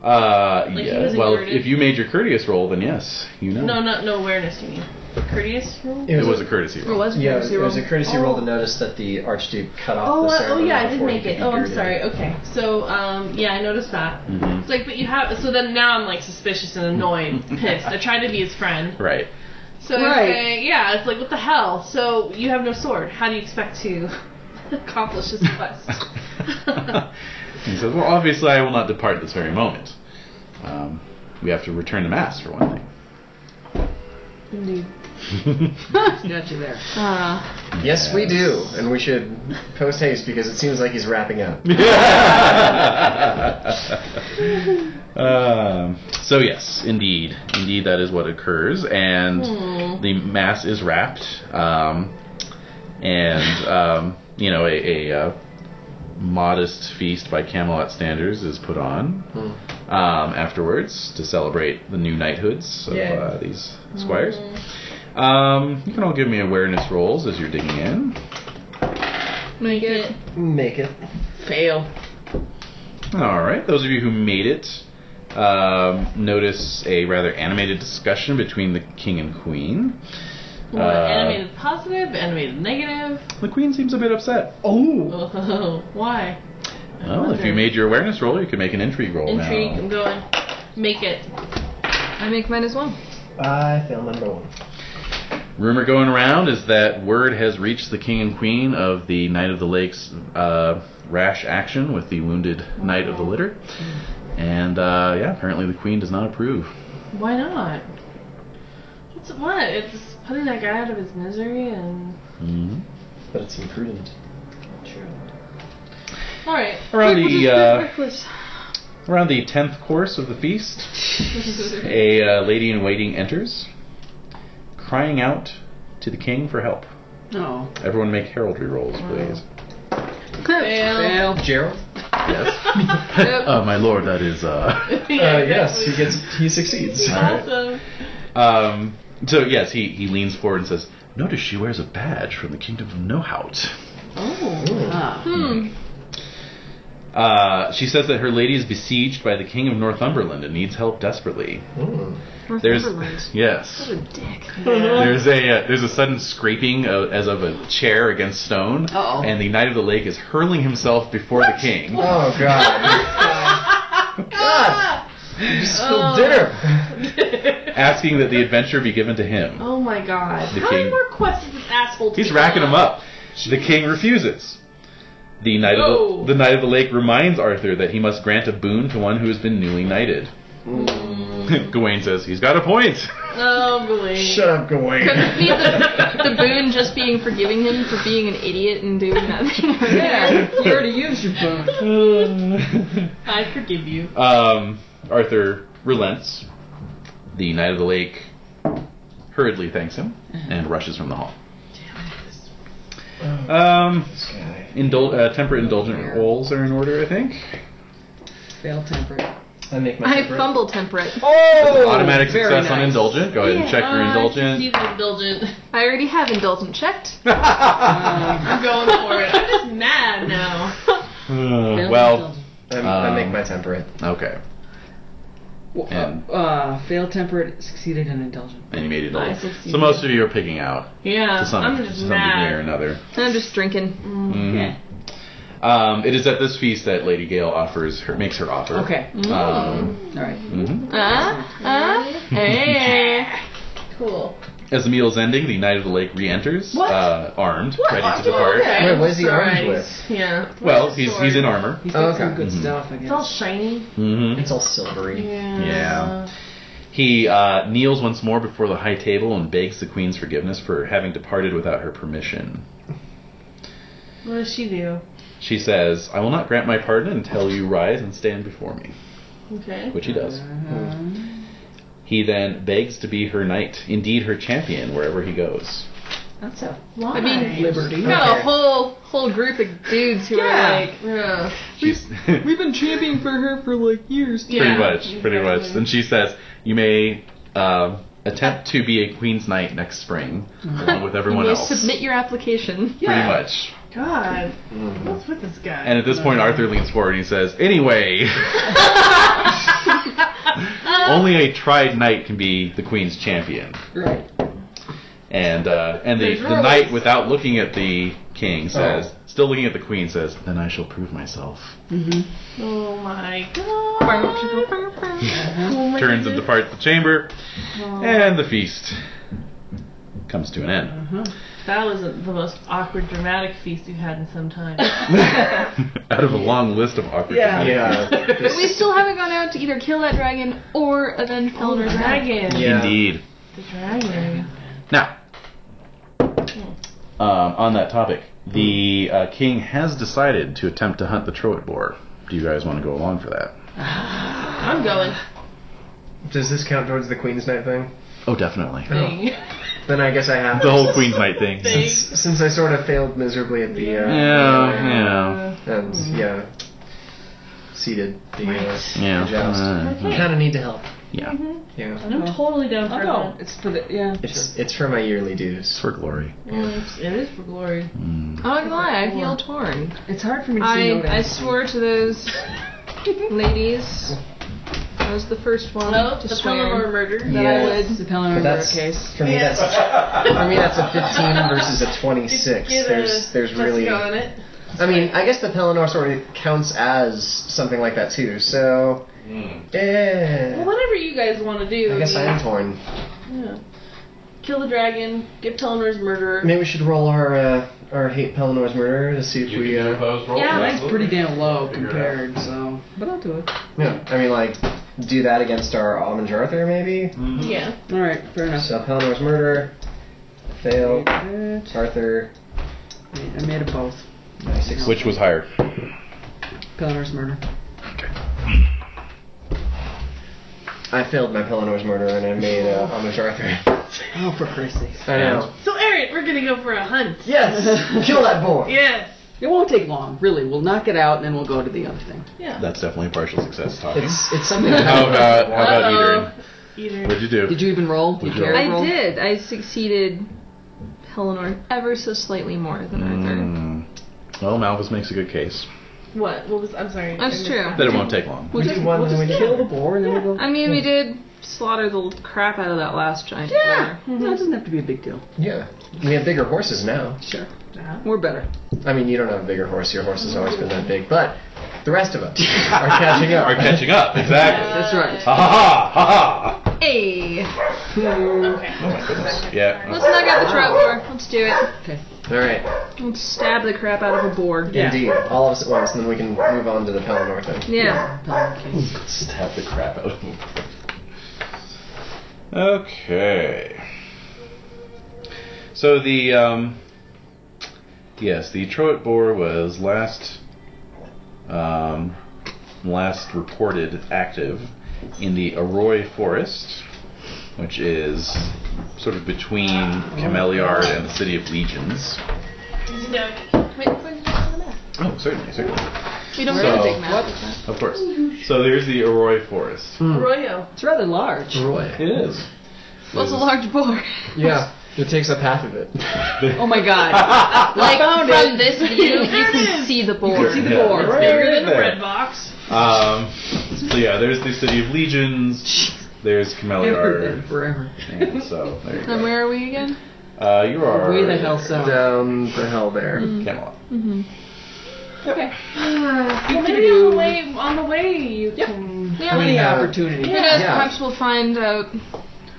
Speaker 6: Uh,
Speaker 2: Like, he
Speaker 6: yeah.
Speaker 2: wasn't
Speaker 6: Well,
Speaker 2: girded?
Speaker 6: if you made your courteous roll, then yes, you know.
Speaker 2: No, not no awareness. You mean courteous rule?
Speaker 6: It was a courtesy
Speaker 4: Or
Speaker 6: roll.
Speaker 4: was it
Speaker 3: Yeah,
Speaker 4: courtesy
Speaker 3: it was
Speaker 4: roll?
Speaker 3: a courtesy
Speaker 2: Oh.
Speaker 3: roll to notice that the Archduke cut off
Speaker 2: Oh,
Speaker 3: the
Speaker 2: uh, oh
Speaker 3: ceremony.
Speaker 2: yeah, I did
Speaker 3: before he
Speaker 2: make
Speaker 3: could
Speaker 2: it.
Speaker 3: be
Speaker 2: Oh, I'm
Speaker 3: girded.
Speaker 2: sorry. Okay, so um, yeah, I noticed that.
Speaker 6: Mhm.
Speaker 2: It's like, but you have. So then now I'm like suspicious and annoyed, pissed. I tried to be his friend.
Speaker 6: Mm-hmm. Right.
Speaker 2: So I
Speaker 5: Right.
Speaker 2: say, yeah, it's like what the hell? So you have no sword. How do you expect to accomplish this quest?
Speaker 6: he says, "Well, obviously, I will not depart this very moment. Um, we have to return the mass for one thing."
Speaker 2: Indeed.
Speaker 5: Got you there.
Speaker 4: Ah,
Speaker 3: Yes, we do, and we should post haste because it seems like he's wrapping up.
Speaker 6: um, so yes, indeed, indeed, that is what occurs, and the mass is wrapped, um, and um, you know, a, a uh, modest feast by Camelot standards is put on um, afterwards to celebrate the new knighthoods of
Speaker 3: Yay.
Speaker 6: uh, these squires. Um, you can all give me awareness rolls as you're digging in.
Speaker 4: make it.
Speaker 3: Make it.
Speaker 5: Fail.
Speaker 6: All right, those of you who made it, um, notice a rather animated discussion between the king and queen.
Speaker 2: What,
Speaker 6: Uh,
Speaker 2: animated positive, animated negative.
Speaker 6: The queen seems a bit upset. Oh,
Speaker 2: Oh, why?
Speaker 6: well, if you made your awareness roll, you can make an intrigue roll
Speaker 2: Intrigue. I'm
Speaker 6: now.
Speaker 2: going. Make it.
Speaker 4: I make minus one.
Speaker 3: I fail number one.
Speaker 6: Rumor going around is that word has reached the king and queen of the Knight of the Lake's uh, rash action with the wounded knight of the litter,
Speaker 2: Mm.
Speaker 6: and uh, yeah, apparently the queen does not approve.
Speaker 2: Why not? It's what? It's putting that guy out of his misery and.
Speaker 6: hmm
Speaker 3: But it's imprudent.
Speaker 2: True. All right.
Speaker 6: Around the uh,
Speaker 4: Reckless.
Speaker 6: around the tenth course of the feast, A uh, lady in waiting enters, crying out to the king for help.
Speaker 5: Oh.
Speaker 6: Everyone make heraldry rolls, please.
Speaker 5: Fail.
Speaker 3: Gerald?
Speaker 6: Yes. oh, my lord, that is. Uh...
Speaker 3: uh, yes, he gets he succeeds.
Speaker 6: All right.
Speaker 2: Awesome.
Speaker 6: Um, so, yes, he, he leans forward and says, Notice she wears a badge from the kingdom of Nohout.
Speaker 5: Ah.
Speaker 6: Uh, she says that her lady is besieged by the king of Northumberland and needs help desperately.
Speaker 3: Mm.
Speaker 6: There's
Speaker 4: Northumberland.
Speaker 6: yes.
Speaker 4: What a dick.
Speaker 6: There's a uh, there's a sudden scraping of, as of a chair against stone,
Speaker 5: Uh-oh.
Speaker 6: and the knight of the lake is hurling himself before the king.
Speaker 3: Oh god. god! You just spilled
Speaker 4: Oh.
Speaker 3: dinner!
Speaker 6: asking that the adventure be given to him.
Speaker 2: Oh my god.
Speaker 6: The
Speaker 2: How many
Speaker 6: king-
Speaker 2: more quests is this asshole
Speaker 6: He's
Speaker 2: taking
Speaker 6: racking
Speaker 2: on?
Speaker 6: him up. The king refuses. The knight, of
Speaker 2: Whoa.
Speaker 6: the, the knight of the lake reminds Arthur that he must grant a boon to one who has been newly knighted. Gawain says, He's got a point.
Speaker 2: Oh, believe.
Speaker 3: Shut up, Gawain.
Speaker 4: Couldn't be the, the boon just being forgiving him for being an idiot and doing nothing.
Speaker 5: Yeah. You already used your phone.
Speaker 2: I forgive you.
Speaker 6: um, Arthur relents. The knight of the lake hurriedly thanks him and rushes from the hall. Um,
Speaker 3: This guy.
Speaker 6: indul- uh, temperate indulgent rolls are in order, I think.
Speaker 5: Fail temper.
Speaker 3: I make my
Speaker 4: I
Speaker 3: temperate.
Speaker 4: fumble temperate.
Speaker 5: Oh!
Speaker 6: Automatic
Speaker 5: very
Speaker 6: success on
Speaker 5: nice.
Speaker 6: indulgent. Go ahead and check your
Speaker 2: Uh,
Speaker 6: indulgent.
Speaker 2: You can indulgent.
Speaker 4: I already have indulgent checked.
Speaker 5: Um,
Speaker 2: I'm going for it. I'm just mad now.
Speaker 6: Uh, well,
Speaker 3: I, I make
Speaker 6: Um,
Speaker 3: my temperate.
Speaker 6: okay.
Speaker 5: w-
Speaker 6: And-
Speaker 5: uh, uh, failed temperate, succeeded in indulgent.
Speaker 6: And you made it
Speaker 2: Nice,
Speaker 6: all.
Speaker 2: succeeded.
Speaker 6: So most of you are picking out
Speaker 2: Yeah,
Speaker 6: to some,
Speaker 2: Um, I'm
Speaker 6: to
Speaker 2: just
Speaker 6: some degree
Speaker 2: mad.
Speaker 6: or another.
Speaker 4: I'm just drinking.
Speaker 5: Mm-hmm.
Speaker 6: Mhm. Um, it is at this feast that Lady Gale offers her makes her offer.
Speaker 5: Okay.
Speaker 6: Um,
Speaker 5: All right.
Speaker 6: mhm.
Speaker 4: Uh, uh, hey.
Speaker 2: Cool.
Speaker 6: As the meal is ending, the Knight of the Lake re-enters, uh, armed, ready to depart.
Speaker 2: Okay.
Speaker 3: Wait, what is he armed
Speaker 2: Right.
Speaker 3: with?
Speaker 2: Yeah.
Speaker 6: Well, he's he's in armor.
Speaker 5: He's got some
Speaker 3: Okay.
Speaker 5: good
Speaker 6: Mhm.
Speaker 5: stuff, I guess.
Speaker 2: It's all shiny.
Speaker 6: Mm-hmm.
Speaker 3: It's all silvery.
Speaker 2: Yeah.
Speaker 6: Yeah. He uh, kneels once more before the high table and begs the queen's forgiveness for having departed without her permission.
Speaker 2: What does she do?
Speaker 6: She says, "I will not grant my pardon until you rise and stand before me,"
Speaker 2: Okay.
Speaker 6: which he does.
Speaker 5: Uh-huh.
Speaker 6: He then begs to be her knight, indeed her champion, wherever he goes.
Speaker 5: That's a
Speaker 2: Why?
Speaker 4: I mean,
Speaker 5: liberty.
Speaker 4: we got
Speaker 3: Okay.
Speaker 4: a whole whole group of dudes who
Speaker 5: Yeah.
Speaker 4: are like,
Speaker 2: Yeah.
Speaker 6: She's
Speaker 5: We've been championing for her for like years.
Speaker 2: Yeah.
Speaker 6: pretty much, pretty much.
Speaker 2: exactly.
Speaker 6: And she says, "You may um attempt to be a queen's knight next spring,
Speaker 2: Mm-hmm.
Speaker 6: along with everyone
Speaker 4: you
Speaker 6: else."
Speaker 4: submit your application.
Speaker 6: Pretty
Speaker 2: Yeah.
Speaker 6: much.
Speaker 2: God,
Speaker 3: Mhm.
Speaker 2: what's with this guy?
Speaker 6: And at this
Speaker 2: Mm-hmm.
Speaker 6: point, Arthur leans forward and he says, "Anyway, only a tried knight can be the queen's champion."
Speaker 5: Right.
Speaker 6: And uh, and the,
Speaker 2: There's
Speaker 6: the
Speaker 2: rules.
Speaker 6: knight, without looking at the king, says,
Speaker 3: Oh.
Speaker 6: still looking at the queen, says, "Then I shall prove myself."
Speaker 5: Mm-hmm.
Speaker 2: oh my God. Oh my
Speaker 6: Turns and
Speaker 2: goodness.
Speaker 6: departs the chamber,
Speaker 2: Oh,
Speaker 6: and the feast comes to an end.
Speaker 5: Uh-huh.
Speaker 2: that was the most awkward, dramatic feast you've had in some time.
Speaker 6: Out of a long list of awkward.
Speaker 5: Yeah.
Speaker 3: Yeah.
Speaker 4: But we still haven't gone out to either kill that dragon or avenge
Speaker 2: Oh, the
Speaker 4: Pelnor's death.
Speaker 2: dragon.
Speaker 3: Yeah.
Speaker 6: Indeed.
Speaker 2: The dragon.
Speaker 6: Now, um, on that topic, the uh, king has decided to attempt to hunt the Troit boar. Do you guys want to go along for that?
Speaker 2: I'm going.
Speaker 3: Does this count towards the Queen's Night thing?
Speaker 6: Oh, definitely.
Speaker 2: Thing.
Speaker 3: Then I guess I have
Speaker 6: The whole Queen's Night thing.
Speaker 2: Thing.
Speaker 3: Since, since I sort of failed miserably at the. Uh,
Speaker 6: Yeah, yeah,
Speaker 3: And yeah, seated the, uh, the joust.
Speaker 6: yeah. Uh,
Speaker 3: I kind of need the help.
Speaker 6: yeah.
Speaker 4: Mm-hmm.
Speaker 3: Yeah.
Speaker 2: I'm totally down for
Speaker 5: Oh,
Speaker 2: that.
Speaker 5: it's for the yeah.
Speaker 3: It's it's for my yearly
Speaker 6: It's
Speaker 3: dues.
Speaker 6: for glory.
Speaker 2: It's, it is for glory.
Speaker 6: Mm.
Speaker 4: I'm not gonna lie, I feel torn.
Speaker 5: It's hard for me to say
Speaker 4: I
Speaker 5: no to
Speaker 4: I
Speaker 5: anything.
Speaker 4: swore to those ladies. I was the first one
Speaker 2: Oh,
Speaker 4: to
Speaker 2: the
Speaker 4: swear.
Speaker 2: Pelennor murder.
Speaker 4: that I would-
Speaker 5: It's the Pelennor
Speaker 3: But that's
Speaker 5: case.
Speaker 3: for me. That's for me. That's a 15 versus a 26.
Speaker 2: Get a
Speaker 3: There's there's
Speaker 2: Jessica
Speaker 3: really.
Speaker 2: on it.
Speaker 3: I mean, I guess the Pelennor sort of counts as something like that too. So
Speaker 2: Well,
Speaker 3: yeah.
Speaker 2: whatever you guys want to do.
Speaker 3: I guess I
Speaker 2: mean,
Speaker 3: am torn.
Speaker 2: Yeah. Kill the dragon. Get Pelnor's murderer.
Speaker 3: Maybe we should roll our uh, our hate Pellinor's murder to see if we. Uh,
Speaker 2: Yeah,
Speaker 5: Mine's pretty damn low compared, so but I'll do it.
Speaker 3: yeah. I mean, like, do that against our Almond Arthur maybe.
Speaker 2: Yeah.
Speaker 5: All right, fair enough.
Speaker 3: So Pellinor's murder, fail.
Speaker 5: I
Speaker 3: Arthur,
Speaker 5: made- I made it both.
Speaker 3: six.
Speaker 6: Which was higher?
Speaker 5: Pellinor's murder.
Speaker 3: I failed my Pellinor's murder and I made uh, homage to Arthur.
Speaker 5: Oh, for Christ's sake!
Speaker 3: I know.
Speaker 2: So, Aaron, we're gonna go for a hunt.
Speaker 3: Yes, kill that boy.
Speaker 2: Yes.
Speaker 5: It won't take long, really. We'll knock it out, and then we'll go to the other thing.
Speaker 2: Yeah.
Speaker 6: That's definitely a partial success. Todd.
Speaker 3: It's it's something.
Speaker 6: How about how about
Speaker 2: Uh-oh.
Speaker 6: Ederin?
Speaker 2: Either.
Speaker 6: What'd you do?
Speaker 5: Did you even roll? Did you
Speaker 6: I
Speaker 5: ever
Speaker 4: I
Speaker 5: roll?
Speaker 4: did. I succeeded Pelennor ever so slightly more than Arthur.
Speaker 6: Mm. Well, Malvis makes a good case
Speaker 2: What? What was? I'm sorry.
Speaker 4: That's
Speaker 2: I missed
Speaker 4: true.
Speaker 2: that.
Speaker 6: that it won't take long.
Speaker 3: we
Speaker 5: We'll
Speaker 3: do one,
Speaker 5: we'll
Speaker 3: then we
Speaker 5: just
Speaker 3: do
Speaker 5: kill the
Speaker 3: another.
Speaker 5: boar, and then we'll go.
Speaker 4: I mean, we did slaughter the crap out of that last giant. Yeah.
Speaker 5: No, it doesn't have to be a big deal.
Speaker 3: Yeah, we have bigger horses now.
Speaker 5: Sure. We're better.
Speaker 3: I mean, you don't have a bigger horse. Your horse has always been that big, but the rest of us are catching up.
Speaker 6: Are catching up exactly.
Speaker 5: That's right.
Speaker 6: Ha ha ha ha.
Speaker 4: Hey,
Speaker 6: Oh my goodness. Yeah.
Speaker 4: let's knock out the trout boar. Let's do it.
Speaker 3: All right,
Speaker 4: Let's stab the crap out of a boar.
Speaker 5: Yeah.
Speaker 3: indeed, all of us at once, and then we can move on to the Pelennor thing.
Speaker 4: Yeah.
Speaker 5: Pelennor case.
Speaker 6: Stab the crap out of him. Okay. So the um, yes, the Troit boar was last um, last reported active in the Arroy Forest, which is sort of between Cameliard and the city of Legions.
Speaker 2: Wait, where's the map?
Speaker 6: Oh, certainly, certainly.
Speaker 4: We don't
Speaker 6: So-
Speaker 4: get a big map. like that.
Speaker 6: Of course. So there's the Arroy Forest.
Speaker 5: Hmm.
Speaker 2: Arroyo.
Speaker 5: It's rather large.
Speaker 3: Roy.
Speaker 6: It is.
Speaker 4: Well, it's a large board.
Speaker 3: Yeah, it takes up half of it.
Speaker 5: Oh my god.
Speaker 2: Like
Speaker 5: found
Speaker 2: from
Speaker 5: it.
Speaker 2: this view, you can see the board.
Speaker 5: see the
Speaker 6: Yeah,
Speaker 5: board.
Speaker 6: it's
Speaker 2: Bigger
Speaker 6: right
Speaker 2: than a
Speaker 6: there.
Speaker 2: bread box.
Speaker 6: Um, so yeah, there's the City of Legions. There's
Speaker 5: I've heard
Speaker 6: Cameliard.
Speaker 5: that forever.
Speaker 6: And so there you
Speaker 4: And
Speaker 6: go.
Speaker 4: where are we again?
Speaker 6: Uh, you are
Speaker 5: Way the hell south.
Speaker 3: Down the hell there.
Speaker 6: Camelot.
Speaker 2: Okay. well, maybe on the way, on the way you can
Speaker 4: Yeah,
Speaker 5: Many
Speaker 4: we
Speaker 3: Yeah.
Speaker 5: opportunities.
Speaker 4: Who knows?
Speaker 3: Yeah.
Speaker 4: Perhaps we'll find out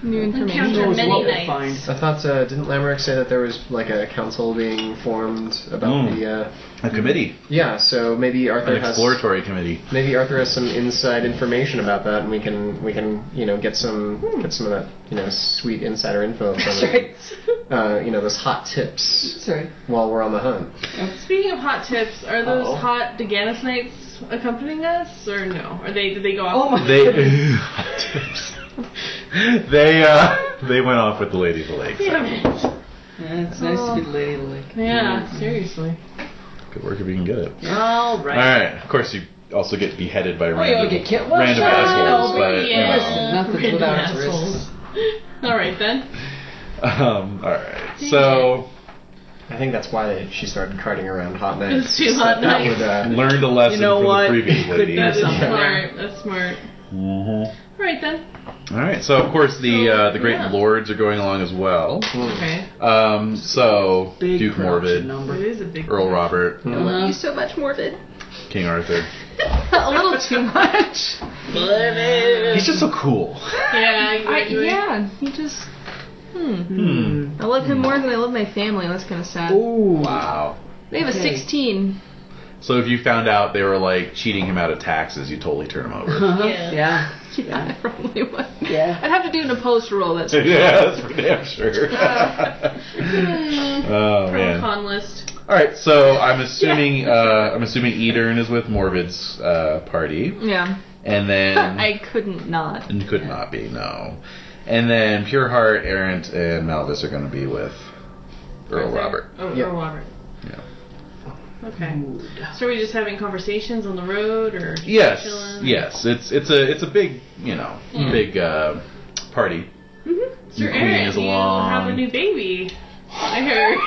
Speaker 4: new
Speaker 5: Who
Speaker 4: information.
Speaker 2: Encounter
Speaker 5: knows
Speaker 2: many
Speaker 5: what we'll
Speaker 2: nights.
Speaker 3: I
Speaker 5: find.
Speaker 3: thought, uh, didn't Lamorak say that there was like a council being formed about
Speaker 6: Mm.
Speaker 3: the? Uh,
Speaker 6: A committee,
Speaker 3: yeah, so maybe Arthur
Speaker 6: an
Speaker 3: has
Speaker 6: exploratory committee.
Speaker 3: maybe Arthur has some inside information about that, and we can we can you know get some
Speaker 2: Hmm.
Speaker 3: get some of that you know sweet insider info from
Speaker 5: That's
Speaker 3: it.
Speaker 5: right.
Speaker 3: Uh, you know those hot tips
Speaker 5: Sorry.
Speaker 3: while we're on the hunt.
Speaker 2: Speaking of hot tips, are those
Speaker 5: Uh-oh.
Speaker 2: hot Deganis nights accompanying us, or no? Are they? Did they go
Speaker 5: Oh
Speaker 2: off?
Speaker 5: my.
Speaker 6: They they uh, they went off with the Lady of the Lake. So
Speaker 2: Damn it.
Speaker 5: Yeah, it's nice to be the lady of the lake.
Speaker 2: Yeah,
Speaker 6: Mm.
Speaker 2: seriously.
Speaker 6: good work if you can get it.
Speaker 2: All
Speaker 6: All right. Of course, you also get beheaded by
Speaker 5: Oh, you don't
Speaker 6: random
Speaker 5: get killed. Well,
Speaker 6: random
Speaker 5: sure,
Speaker 6: assholes,
Speaker 2: Oh,
Speaker 5: no,
Speaker 6: but you
Speaker 2: yeah.
Speaker 6: know.
Speaker 5: Nothing
Speaker 2: Random
Speaker 5: without its
Speaker 2: assholes.
Speaker 5: risks.
Speaker 2: All right then.
Speaker 6: Um, all right. So
Speaker 3: I think that's why they, she started carting around hot nights.
Speaker 2: It's too hot
Speaker 3: that
Speaker 2: nights.
Speaker 3: would, uh,
Speaker 6: learned a lesson
Speaker 5: know
Speaker 6: from
Speaker 5: what?
Speaker 6: the previous
Speaker 5: Could
Speaker 6: lady.
Speaker 5: be
Speaker 2: That is
Speaker 5: something.
Speaker 2: smart. That's smart.
Speaker 6: Mhm.
Speaker 2: All right then.
Speaker 6: All right. So of course the uh, the great
Speaker 2: Yeah.
Speaker 6: lords are going along as well.
Speaker 2: Okay.
Speaker 6: Um, so
Speaker 5: Big
Speaker 6: Duke
Speaker 5: production
Speaker 6: Morbid,
Speaker 5: Number.
Speaker 2: It is a big.
Speaker 6: Earl Robert,
Speaker 5: Uh-huh.
Speaker 4: you so much, Morbid.
Speaker 6: King Arthur.
Speaker 4: a little too much.
Speaker 6: He's just so cool.
Speaker 2: Yeah.
Speaker 4: I,
Speaker 2: exactly.
Speaker 4: yeah, he just. Hmm. Oh,
Speaker 6: Hmm.
Speaker 4: I love him more than I love my family. That's kind of sad.
Speaker 5: Ooh.
Speaker 6: Wow.
Speaker 4: They have a
Speaker 5: Okay.
Speaker 4: 16.
Speaker 6: So if you found out they were like cheating him out of taxes, you totally turn him over.
Speaker 5: Uh-huh.
Speaker 2: Yeah.
Speaker 5: Yeah.
Speaker 4: Yeah, I probably would.
Speaker 5: Yeah.
Speaker 4: I'd have to do an opposed roll. That's
Speaker 6: yeah, that's for damn sure. oh
Speaker 2: Pro
Speaker 6: man.
Speaker 2: con list.
Speaker 6: All right, so I'm assuming uh, I'm assuming Edern is with Morvid's uh, party,
Speaker 4: yeah.
Speaker 6: and then
Speaker 4: I couldn't not.
Speaker 6: and could not be no, and then Pureheart, Errant, and Malvis are going to be with Earl
Speaker 2: Arthur.
Speaker 6: Robert.
Speaker 2: Oh,
Speaker 3: Yeah.
Speaker 2: Earl Robert.
Speaker 6: Yeah.
Speaker 2: Okay. So are we just having conversations on the road, or just
Speaker 6: Yes,
Speaker 2: chilling?
Speaker 6: yes, it's it's a it's a big you know big uh, party.
Speaker 2: Sir
Speaker 6: Queen
Speaker 2: Eric,
Speaker 6: is
Speaker 2: you
Speaker 6: along.
Speaker 2: have a new baby. I heard.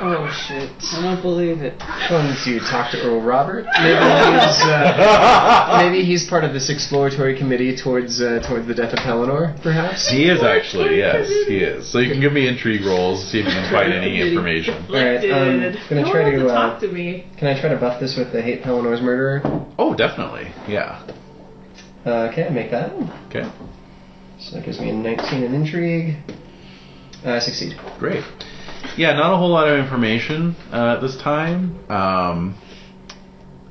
Speaker 5: Oh shit. I don't believe it.
Speaker 3: fun to talk to Earl Robert. Maybe he's, uh, maybe he's part of this exploratory committee towards uh, towards the death of Pelennor, perhaps.
Speaker 6: He is actually yes, he is. So you can give me intrigue rolls, see if you can find any information.
Speaker 3: All right, um,
Speaker 2: Elected.
Speaker 3: gonna
Speaker 2: no
Speaker 3: try
Speaker 2: one
Speaker 3: to,
Speaker 2: wants
Speaker 3: uh,
Speaker 2: talk to me.
Speaker 3: Can I try to buff this with the hate Pellenor's murderer?
Speaker 6: Oh, definitely, yeah.
Speaker 3: Uh, okay, I make that.
Speaker 6: Okay.
Speaker 3: So that gives me a 19 in intrigue. Uh, I succeed.
Speaker 6: Great. Yeah, not a whole lot of information uh, at this time. Um,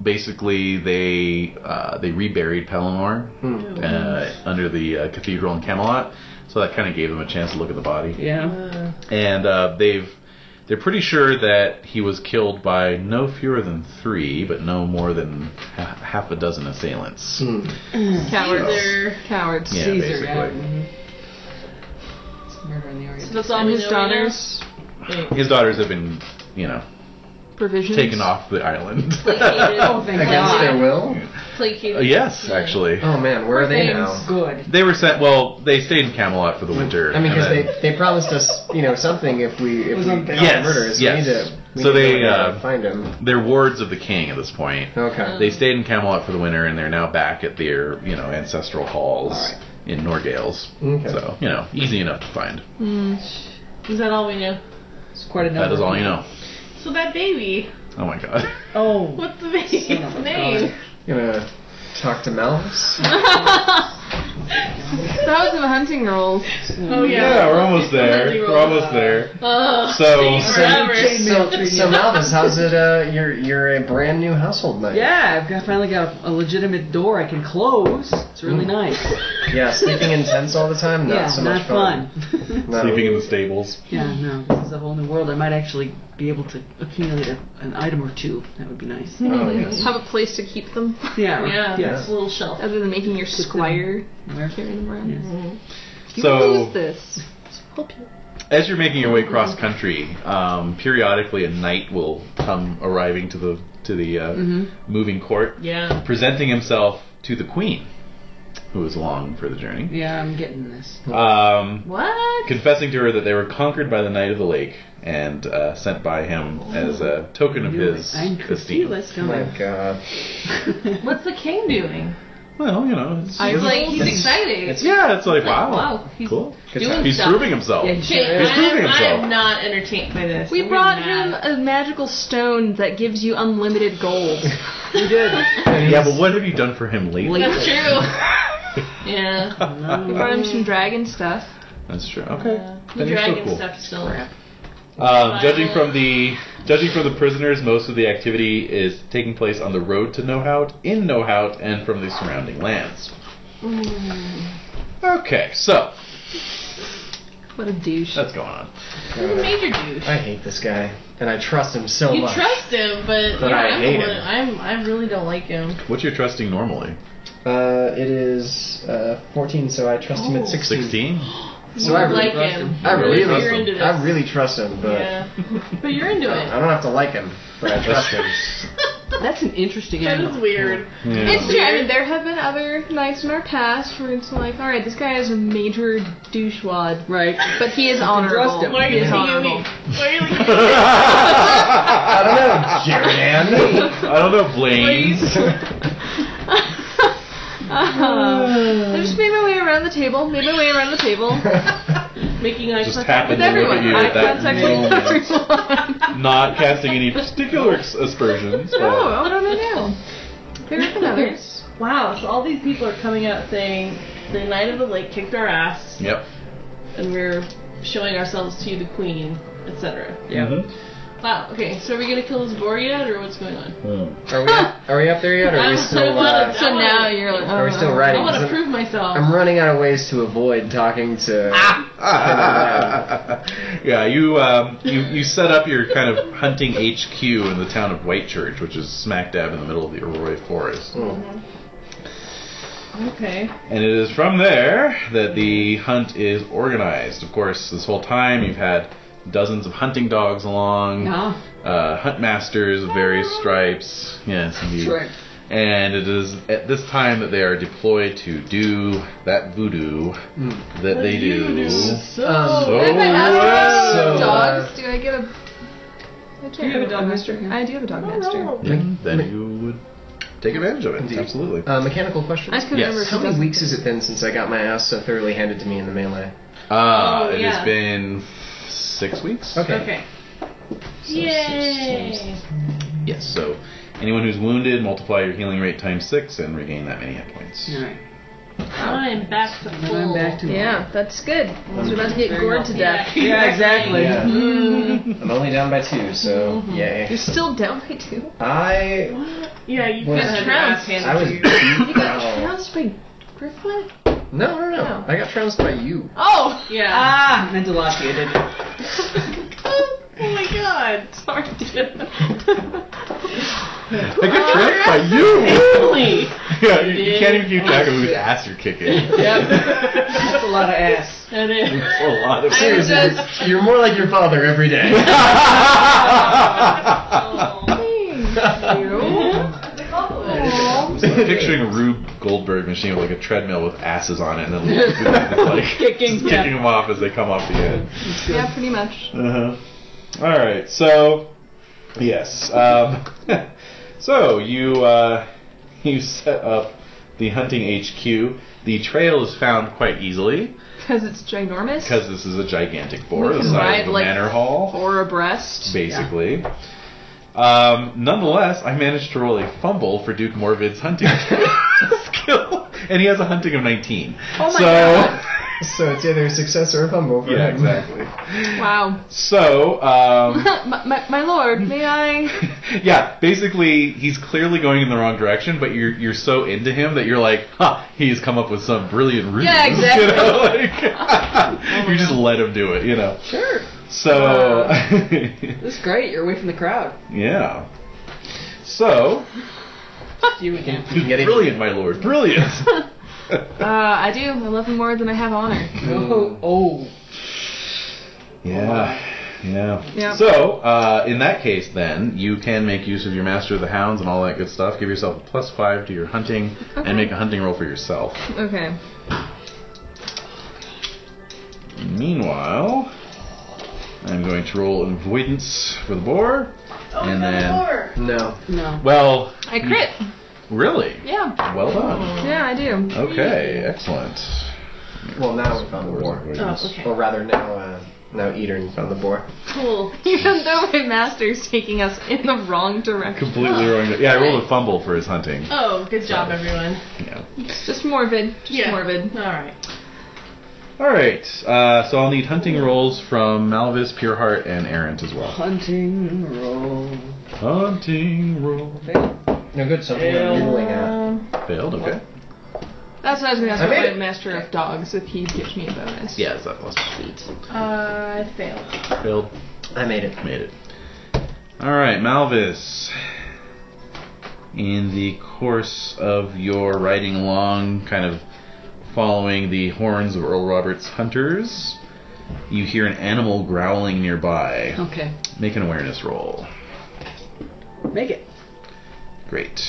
Speaker 6: basically, they uh, they reburied Pelennor
Speaker 3: Hmm.
Speaker 6: uh, under the uh, cathedral in Camelot, so that kind of gave them a chance to look at the body.
Speaker 5: Yeah.
Speaker 6: And uh, they've they're pretty sure that he was killed by no fewer than three, but no more than ha- half a dozen assailants.
Speaker 3: Hmm.
Speaker 4: Cowards.
Speaker 2: Either-
Speaker 4: Cowards.
Speaker 6: Yeah,
Speaker 5: Caesar,
Speaker 6: basically.
Speaker 5: yeah. Mm-hmm. It's murder in the Orient.
Speaker 2: So that's all
Speaker 4: And
Speaker 2: we
Speaker 4: his
Speaker 2: know
Speaker 4: daughters.
Speaker 2: right now?
Speaker 6: His daughters have been, you know,
Speaker 4: Provisions.
Speaker 6: taken off the island.
Speaker 2: Placated.
Speaker 5: Oh, thank
Speaker 3: Against
Speaker 5: God.
Speaker 3: their will?
Speaker 2: Placated.
Speaker 6: Uh, yes, actually.
Speaker 3: Oh man, where are they
Speaker 5: Things
Speaker 3: now?
Speaker 5: good.
Speaker 6: They were sent. Well, they stayed in Camelot for the winter.
Speaker 3: Hmm. I mean,
Speaker 6: and
Speaker 3: because
Speaker 6: then-
Speaker 3: they, they promised us, you know, something if we if
Speaker 5: Was
Speaker 3: we
Speaker 5: on
Speaker 3: got
Speaker 5: bail.
Speaker 6: Yes,
Speaker 3: the murderers.
Speaker 6: yes.
Speaker 3: We need to. We
Speaker 6: So
Speaker 3: need to
Speaker 6: they,
Speaker 3: go down and
Speaker 6: uh,
Speaker 3: find him.
Speaker 6: they're wards of the king at this point.
Speaker 5: Hmm.
Speaker 3: Okay.
Speaker 6: They stayed in Camelot for the winter, and they're now back at their you know ancestral halls in Norgales.
Speaker 3: Okay.
Speaker 6: So you know, easy enough to find.
Speaker 2: Is that all we know?
Speaker 5: It's quite a number.
Speaker 6: That
Speaker 3: Uh-huh.
Speaker 6: is all you know.
Speaker 2: So that baby.
Speaker 6: Oh my god.
Speaker 5: Oh.
Speaker 2: What's the baby's
Speaker 5: Son of a
Speaker 2: name?
Speaker 3: Gonna talk to Malvis.
Speaker 4: That was in the hunting rolls.
Speaker 2: Oh yeah.
Speaker 6: Yeah, we're almost there.
Speaker 2: Really
Speaker 6: We're
Speaker 2: roll.
Speaker 6: almost there.
Speaker 2: Oh,
Speaker 6: So-
Speaker 2: take
Speaker 6: So-
Speaker 2: forever.
Speaker 3: So, so Malvis, how's it? Uh, you're you're a brand new household knight.
Speaker 5: Yeah, I've got, finally got a, a legitimate door I can close. It's really
Speaker 6: Mm.
Speaker 5: nice.
Speaker 3: Yeah, sleeping in tents all the time. Not
Speaker 5: yeah,
Speaker 3: so
Speaker 5: not
Speaker 3: much fun.
Speaker 5: fun.
Speaker 3: No.
Speaker 6: Sleeping in the stables.
Speaker 5: yeah, no, this is a whole new world. I might actually be able to accumulate a, an item or two. That would be nice.
Speaker 3: Oh, yes.
Speaker 4: Have a place to keep them.
Speaker 5: Yeah.
Speaker 2: yeah,
Speaker 5: Yes.
Speaker 2: it's a little shelf.
Speaker 4: Other than making your squire
Speaker 5: Where-
Speaker 4: carry them around.
Speaker 5: Yes.
Speaker 4: You
Speaker 6: So-
Speaker 4: lose this. Help you.
Speaker 6: as you're making your way cross country, um, periodically a knight will come arriving to the to the uh,
Speaker 2: Mm-hmm.
Speaker 6: moving court,
Speaker 2: Yeah.
Speaker 6: presenting himself to the queen, who is long for the journey,
Speaker 5: Yeah, I'm getting this.
Speaker 6: um,
Speaker 2: What?
Speaker 6: confessing to her that they were conquered by the knight of the lake and uh, sent by him as
Speaker 2: Oh.
Speaker 6: a token of his
Speaker 5: I'm
Speaker 6: esteem.
Speaker 5: Let's go.
Speaker 3: My God.
Speaker 2: What's the king doing?
Speaker 6: Well, you know, it's,
Speaker 2: He's like he's
Speaker 3: It's-
Speaker 2: excited.
Speaker 3: it's-
Speaker 6: yeah, it's like
Speaker 2: Like,
Speaker 6: wow,
Speaker 2: wow, he's
Speaker 6: cool.
Speaker 3: Good
Speaker 2: doing
Speaker 3: time.
Speaker 6: He's
Speaker 2: stuff.
Speaker 6: proving himself.
Speaker 5: Yeah,
Speaker 2: Shit,
Speaker 5: sure.
Speaker 6: He's
Speaker 2: I,
Speaker 6: proving
Speaker 2: am, I
Speaker 6: himself.
Speaker 2: am not entertained by this.
Speaker 4: We
Speaker 2: I'm
Speaker 4: brought him
Speaker 2: mad.
Speaker 4: a magical stone that gives you unlimited gold.
Speaker 3: You did.
Speaker 6: Yeah, but what have you done for him lately?
Speaker 2: That's true. yeah.
Speaker 4: we brought him some dragon stuff.
Speaker 6: That's true. Okay.
Speaker 2: The
Speaker 6: Then you're
Speaker 2: dragon
Speaker 6: still cool.
Speaker 2: stuff still.
Speaker 6: Um, judging from the judging from the prisoners, most of the activity is taking place on the road to Nohout, in Nohout, and from the surrounding lands. Okay, so
Speaker 4: What a douche.
Speaker 6: that's going on.
Speaker 2: He's a major douche.
Speaker 3: I hate this guy, and I trust him so
Speaker 2: You
Speaker 3: much.
Speaker 2: trust him, but,
Speaker 3: But
Speaker 2: yeah,
Speaker 3: I
Speaker 2: I'm
Speaker 3: hate
Speaker 2: the one-
Speaker 3: him.
Speaker 2: I'm I really don't like him.
Speaker 6: What's your trusting normally?
Speaker 3: Uh, it is uh, 14, so I trust him
Speaker 2: Oh.
Speaker 3: at 16.
Speaker 6: Sixteen.
Speaker 3: So I
Speaker 2: You
Speaker 3: really
Speaker 2: like
Speaker 3: trust
Speaker 2: him.
Speaker 3: I
Speaker 6: You
Speaker 3: really,
Speaker 6: really trust
Speaker 2: You're into
Speaker 6: him.
Speaker 2: this.
Speaker 3: I really trust him, but
Speaker 2: yeah. But you're into
Speaker 3: I, I
Speaker 2: it.
Speaker 3: don't have to like him, but I trust him.
Speaker 5: That's an interesting
Speaker 2: That
Speaker 5: animal.
Speaker 2: is weird.
Speaker 4: It's true.
Speaker 6: Yeah.
Speaker 4: I mean, there have been other nights in our past where it's like, all right, this guy is a major douchewad,
Speaker 5: Right.
Speaker 4: but he is honorable.
Speaker 5: him.
Speaker 2: Why are
Speaker 4: He
Speaker 2: you
Speaker 4: is
Speaker 2: looking at
Speaker 4: honorable.
Speaker 2: me? Why are you looking at me?
Speaker 6: I
Speaker 3: I don't know, Jared.
Speaker 6: don't know, Blaine.
Speaker 4: Uh, I just made my way around the table. Made my way around the table.
Speaker 2: Making eye
Speaker 6: Just
Speaker 2: contact with
Speaker 6: happened to
Speaker 2: everyone.
Speaker 6: look at you
Speaker 4: Eye
Speaker 6: at that
Speaker 4: contact with
Speaker 6: moment.
Speaker 4: everyone.
Speaker 6: Not casting any particular ex- aspersions. but-
Speaker 4: Oh, oh no no no. There have been others.
Speaker 2: Wow, so all these people are coming out saying the Knight of the Lake kicked our ass
Speaker 6: Yep.
Speaker 2: and we're showing ourselves to the Queen, etc.
Speaker 6: Yeah.
Speaker 2: Wow, okay, so are we gonna kill this boar yet or what's going on?
Speaker 3: Are we up, are we up there yet? Or are
Speaker 2: I'm
Speaker 3: we still
Speaker 2: so
Speaker 3: uh,
Speaker 2: glad.
Speaker 4: So now you're like,
Speaker 3: are we
Speaker 4: oh,
Speaker 3: still
Speaker 2: I
Speaker 3: riding? 'Cause
Speaker 2: wanna
Speaker 3: I'm,
Speaker 2: prove myself.
Speaker 3: I'm running out of ways to avoid talking to.
Speaker 2: Ah.
Speaker 6: yeah, you, um, you you set up your kind of hunting HQ in the town of Whitechurch, which is smack dab in the middle of the Arroy Forest.
Speaker 2: okay.
Speaker 6: And it is from there that the hunt is organized. Of course, this whole time you've had dozens of hunting dogs along,
Speaker 5: Ah.
Speaker 6: uh, hunt masters of various stripes. Yes, indeed.
Speaker 5: Oh,
Speaker 6: And it is at this time that they are deployed to do that voodoo that they do.
Speaker 3: Um,
Speaker 6: So
Speaker 4: If I have
Speaker 6: well.
Speaker 3: So, uh,
Speaker 4: dogs, do I get a? I can't
Speaker 5: have
Speaker 4: get
Speaker 5: a dog master here.
Speaker 4: I do have a dog master.
Speaker 6: Yeah, then you would take advantage of it.
Speaker 3: Indeed.
Speaker 6: Absolutely.
Speaker 3: uh, mechanical question.
Speaker 4: I just couldn't
Speaker 6: Yes.
Speaker 4: remember. if
Speaker 3: How
Speaker 4: he
Speaker 3: many
Speaker 4: does-
Speaker 3: weeks has it been since I got my ass so thoroughly handed to me in the melee?
Speaker 6: Uh,
Speaker 2: Oh,
Speaker 6: it
Speaker 2: yeah.
Speaker 6: has been six weeks.
Speaker 2: Okay. Yay!
Speaker 6: Yes. So anyone who's wounded, multiply your healing rate times six and regain that many hit points.
Speaker 5: All right.
Speaker 2: I'm back to
Speaker 5: Then
Speaker 2: full.
Speaker 5: I'm back to
Speaker 4: Yeah, that's good. 'Cause We're about to get
Speaker 5: Very
Speaker 4: gored
Speaker 5: well.
Speaker 4: to
Speaker 2: Yeah,
Speaker 4: death.
Speaker 5: Yeah, exactly.
Speaker 3: Yeah. I'm only down by two, so yay.
Speaker 4: You're still down by two.
Speaker 3: I
Speaker 2: Yeah, you
Speaker 3: Well,
Speaker 2: kind of had your
Speaker 4: trounced.
Speaker 2: ass handed
Speaker 3: I was
Speaker 2: to you.
Speaker 4: You
Speaker 3: beat
Speaker 4: got
Speaker 3: down.
Speaker 4: trounced by Griffin.
Speaker 3: No, no, no.
Speaker 4: No.
Speaker 3: I got trounced by you.
Speaker 4: Oh.
Speaker 2: Yeah.
Speaker 5: Ah, meant to laugh at you, didn't it?
Speaker 2: oh my god. Sorry, dude.
Speaker 6: I get trapped
Speaker 2: Oh,
Speaker 6: by you.
Speaker 2: Really?
Speaker 6: yeah, you, you can't even keep track of whose ass you're kicking.
Speaker 5: That's a lot of ass.
Speaker 2: That is.
Speaker 6: It's a lot of.
Speaker 3: Seriously, you're- you're more like your father every day.
Speaker 2: Oh.
Speaker 6: I'm picturing a Rube Goldberg machine with like a treadmill with asses on it, and then like
Speaker 5: Kicking,
Speaker 6: just
Speaker 5: yeah.
Speaker 6: kicking them off as they come off the end.
Speaker 4: Yeah, pretty much.
Speaker 6: Uh-huh. All right. So, yes. Um, so you uh, you set up the hunting HQ. The trail is found quite easily
Speaker 4: Because it's ginormous.
Speaker 6: because this is a gigantic boar
Speaker 4: We
Speaker 6: the
Speaker 4: can
Speaker 6: size
Speaker 4: ride,
Speaker 6: of a
Speaker 4: like,
Speaker 6: manor hall,
Speaker 4: Or abreast.
Speaker 6: basically. Um, nonetheless, I managed to roll a fumble for Duke Morvid's hunting skill, and he has a hunting of 19.
Speaker 4: Oh my
Speaker 6: so,
Speaker 4: God.
Speaker 3: So it's either a success or a fumble for
Speaker 6: Yeah,
Speaker 3: him.
Speaker 6: exactly.
Speaker 4: Wow.
Speaker 6: So, um,
Speaker 4: my, my, my lord, may I?
Speaker 6: yeah, basically, he's clearly going in the wrong direction, but you're you're so into him that you're like, huh, he's come up with some brilliant ruse.
Speaker 4: Yeah, exactly.
Speaker 6: You, know, like, you just let him do it, you know.
Speaker 5: Sure.
Speaker 6: So,
Speaker 5: This is great. You're away from the crowd.
Speaker 6: yeah. So,
Speaker 5: You again.
Speaker 3: You can get it.
Speaker 6: brilliant, my lord, brilliant.
Speaker 4: Uh, I do. I love him more than I have honor.
Speaker 5: Oh, oh.
Speaker 6: Yeah. Yeah.
Speaker 4: Yeah.
Speaker 6: So, uh, in that case, then, you can make use of your Master of the Hounds and all that good stuff. Give yourself a plus five to your hunting and make a hunting roll for yourself.
Speaker 4: Okay.
Speaker 6: Meanwhile, I'm going to roll an avoidance for the boar. and then.
Speaker 3: No.
Speaker 5: No.
Speaker 6: Well,
Speaker 4: I crit.
Speaker 6: really?
Speaker 4: Yeah.
Speaker 6: Well done.
Speaker 4: Yeah, I do.
Speaker 6: Okay, excellent.
Speaker 3: Well, now we found the
Speaker 6: Boar's
Speaker 3: boar.
Speaker 6: avoidance.
Speaker 3: Or rather, now uh, now Eater found the boar.
Speaker 2: Cool.
Speaker 4: Even though my master's taking us in the wrong direction.
Speaker 6: Completely wrong. Yeah, I rolled a fumble for his hunting.
Speaker 2: Oh, good job, everyone.
Speaker 6: Yeah.
Speaker 4: It's just morbid. Just
Speaker 2: Yeah.
Speaker 4: morbid.
Speaker 2: All right.
Speaker 6: All right. Uh, so I'll need hunting rolls from Malvis, Pureheart, and Errant as well.
Speaker 5: Hunting roll.
Speaker 6: Hunting roll.
Speaker 3: No good. Something I'm noodling at.
Speaker 6: Failed. Okay.
Speaker 4: That's what I was gonna ask
Speaker 3: I made
Speaker 4: about
Speaker 3: it.
Speaker 4: my master of dogs if he gives me a bonus.
Speaker 6: Yeah, is that plus?
Speaker 2: Uh, I failed.
Speaker 6: Failed.
Speaker 3: I made it.
Speaker 6: Made it. All right, Malvis. In the course of your riding along, kind of following the horns of Earl Roberts' hunters, you hear an animal growling nearby.
Speaker 5: Okay.
Speaker 6: Make an awareness roll.
Speaker 5: Make it.
Speaker 6: Great.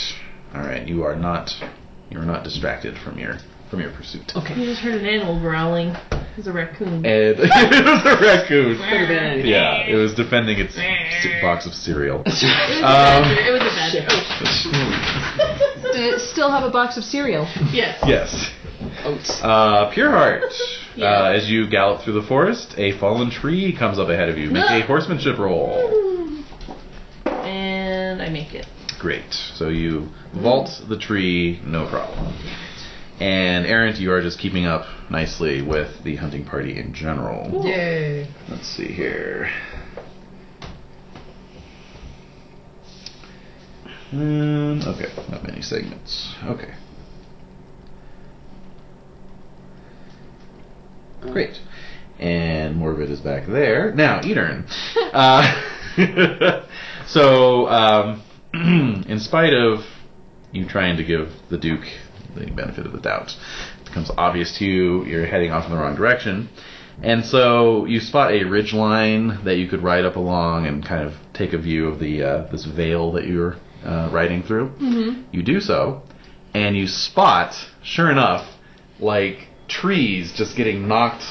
Speaker 6: All right, you are not you are not distracted from your from your pursuit.
Speaker 2: You just heard an animal growling. It was a raccoon.
Speaker 6: And it was a raccoon.
Speaker 5: Could have been anything.
Speaker 6: Yeah, it was defending its box of cereal.
Speaker 2: It was
Speaker 6: Um,
Speaker 2: a badger. It was a badger.
Speaker 4: Did it still have a box of cereal?
Speaker 2: Oh, yes.
Speaker 6: yes.
Speaker 5: Oats.
Speaker 6: Uh, Pure Heart.
Speaker 2: Yeah.
Speaker 6: uh, as you gallop through the forest, a fallen tree comes up ahead of you. Make a horsemanship roll.
Speaker 2: And I make it.
Speaker 6: Great. So you vault the tree, no problem. And Errant, you are just keeping up nicely with the hunting party in general.
Speaker 5: Yay.
Speaker 6: Let's see here. Um, okay, not many segments. Okay. Great. And Morbid is back there. Now, Etern. uh, so, um, in spite of you trying to give the Duke the benefit of the doubt, it becomes obvious to you you're heading off in the wrong direction. And so you spot a ridge line that you could ride up along and kind of take a view of the uh, this vale that you're uh, riding through. You do so, and you spot, sure enough, like trees just getting knocked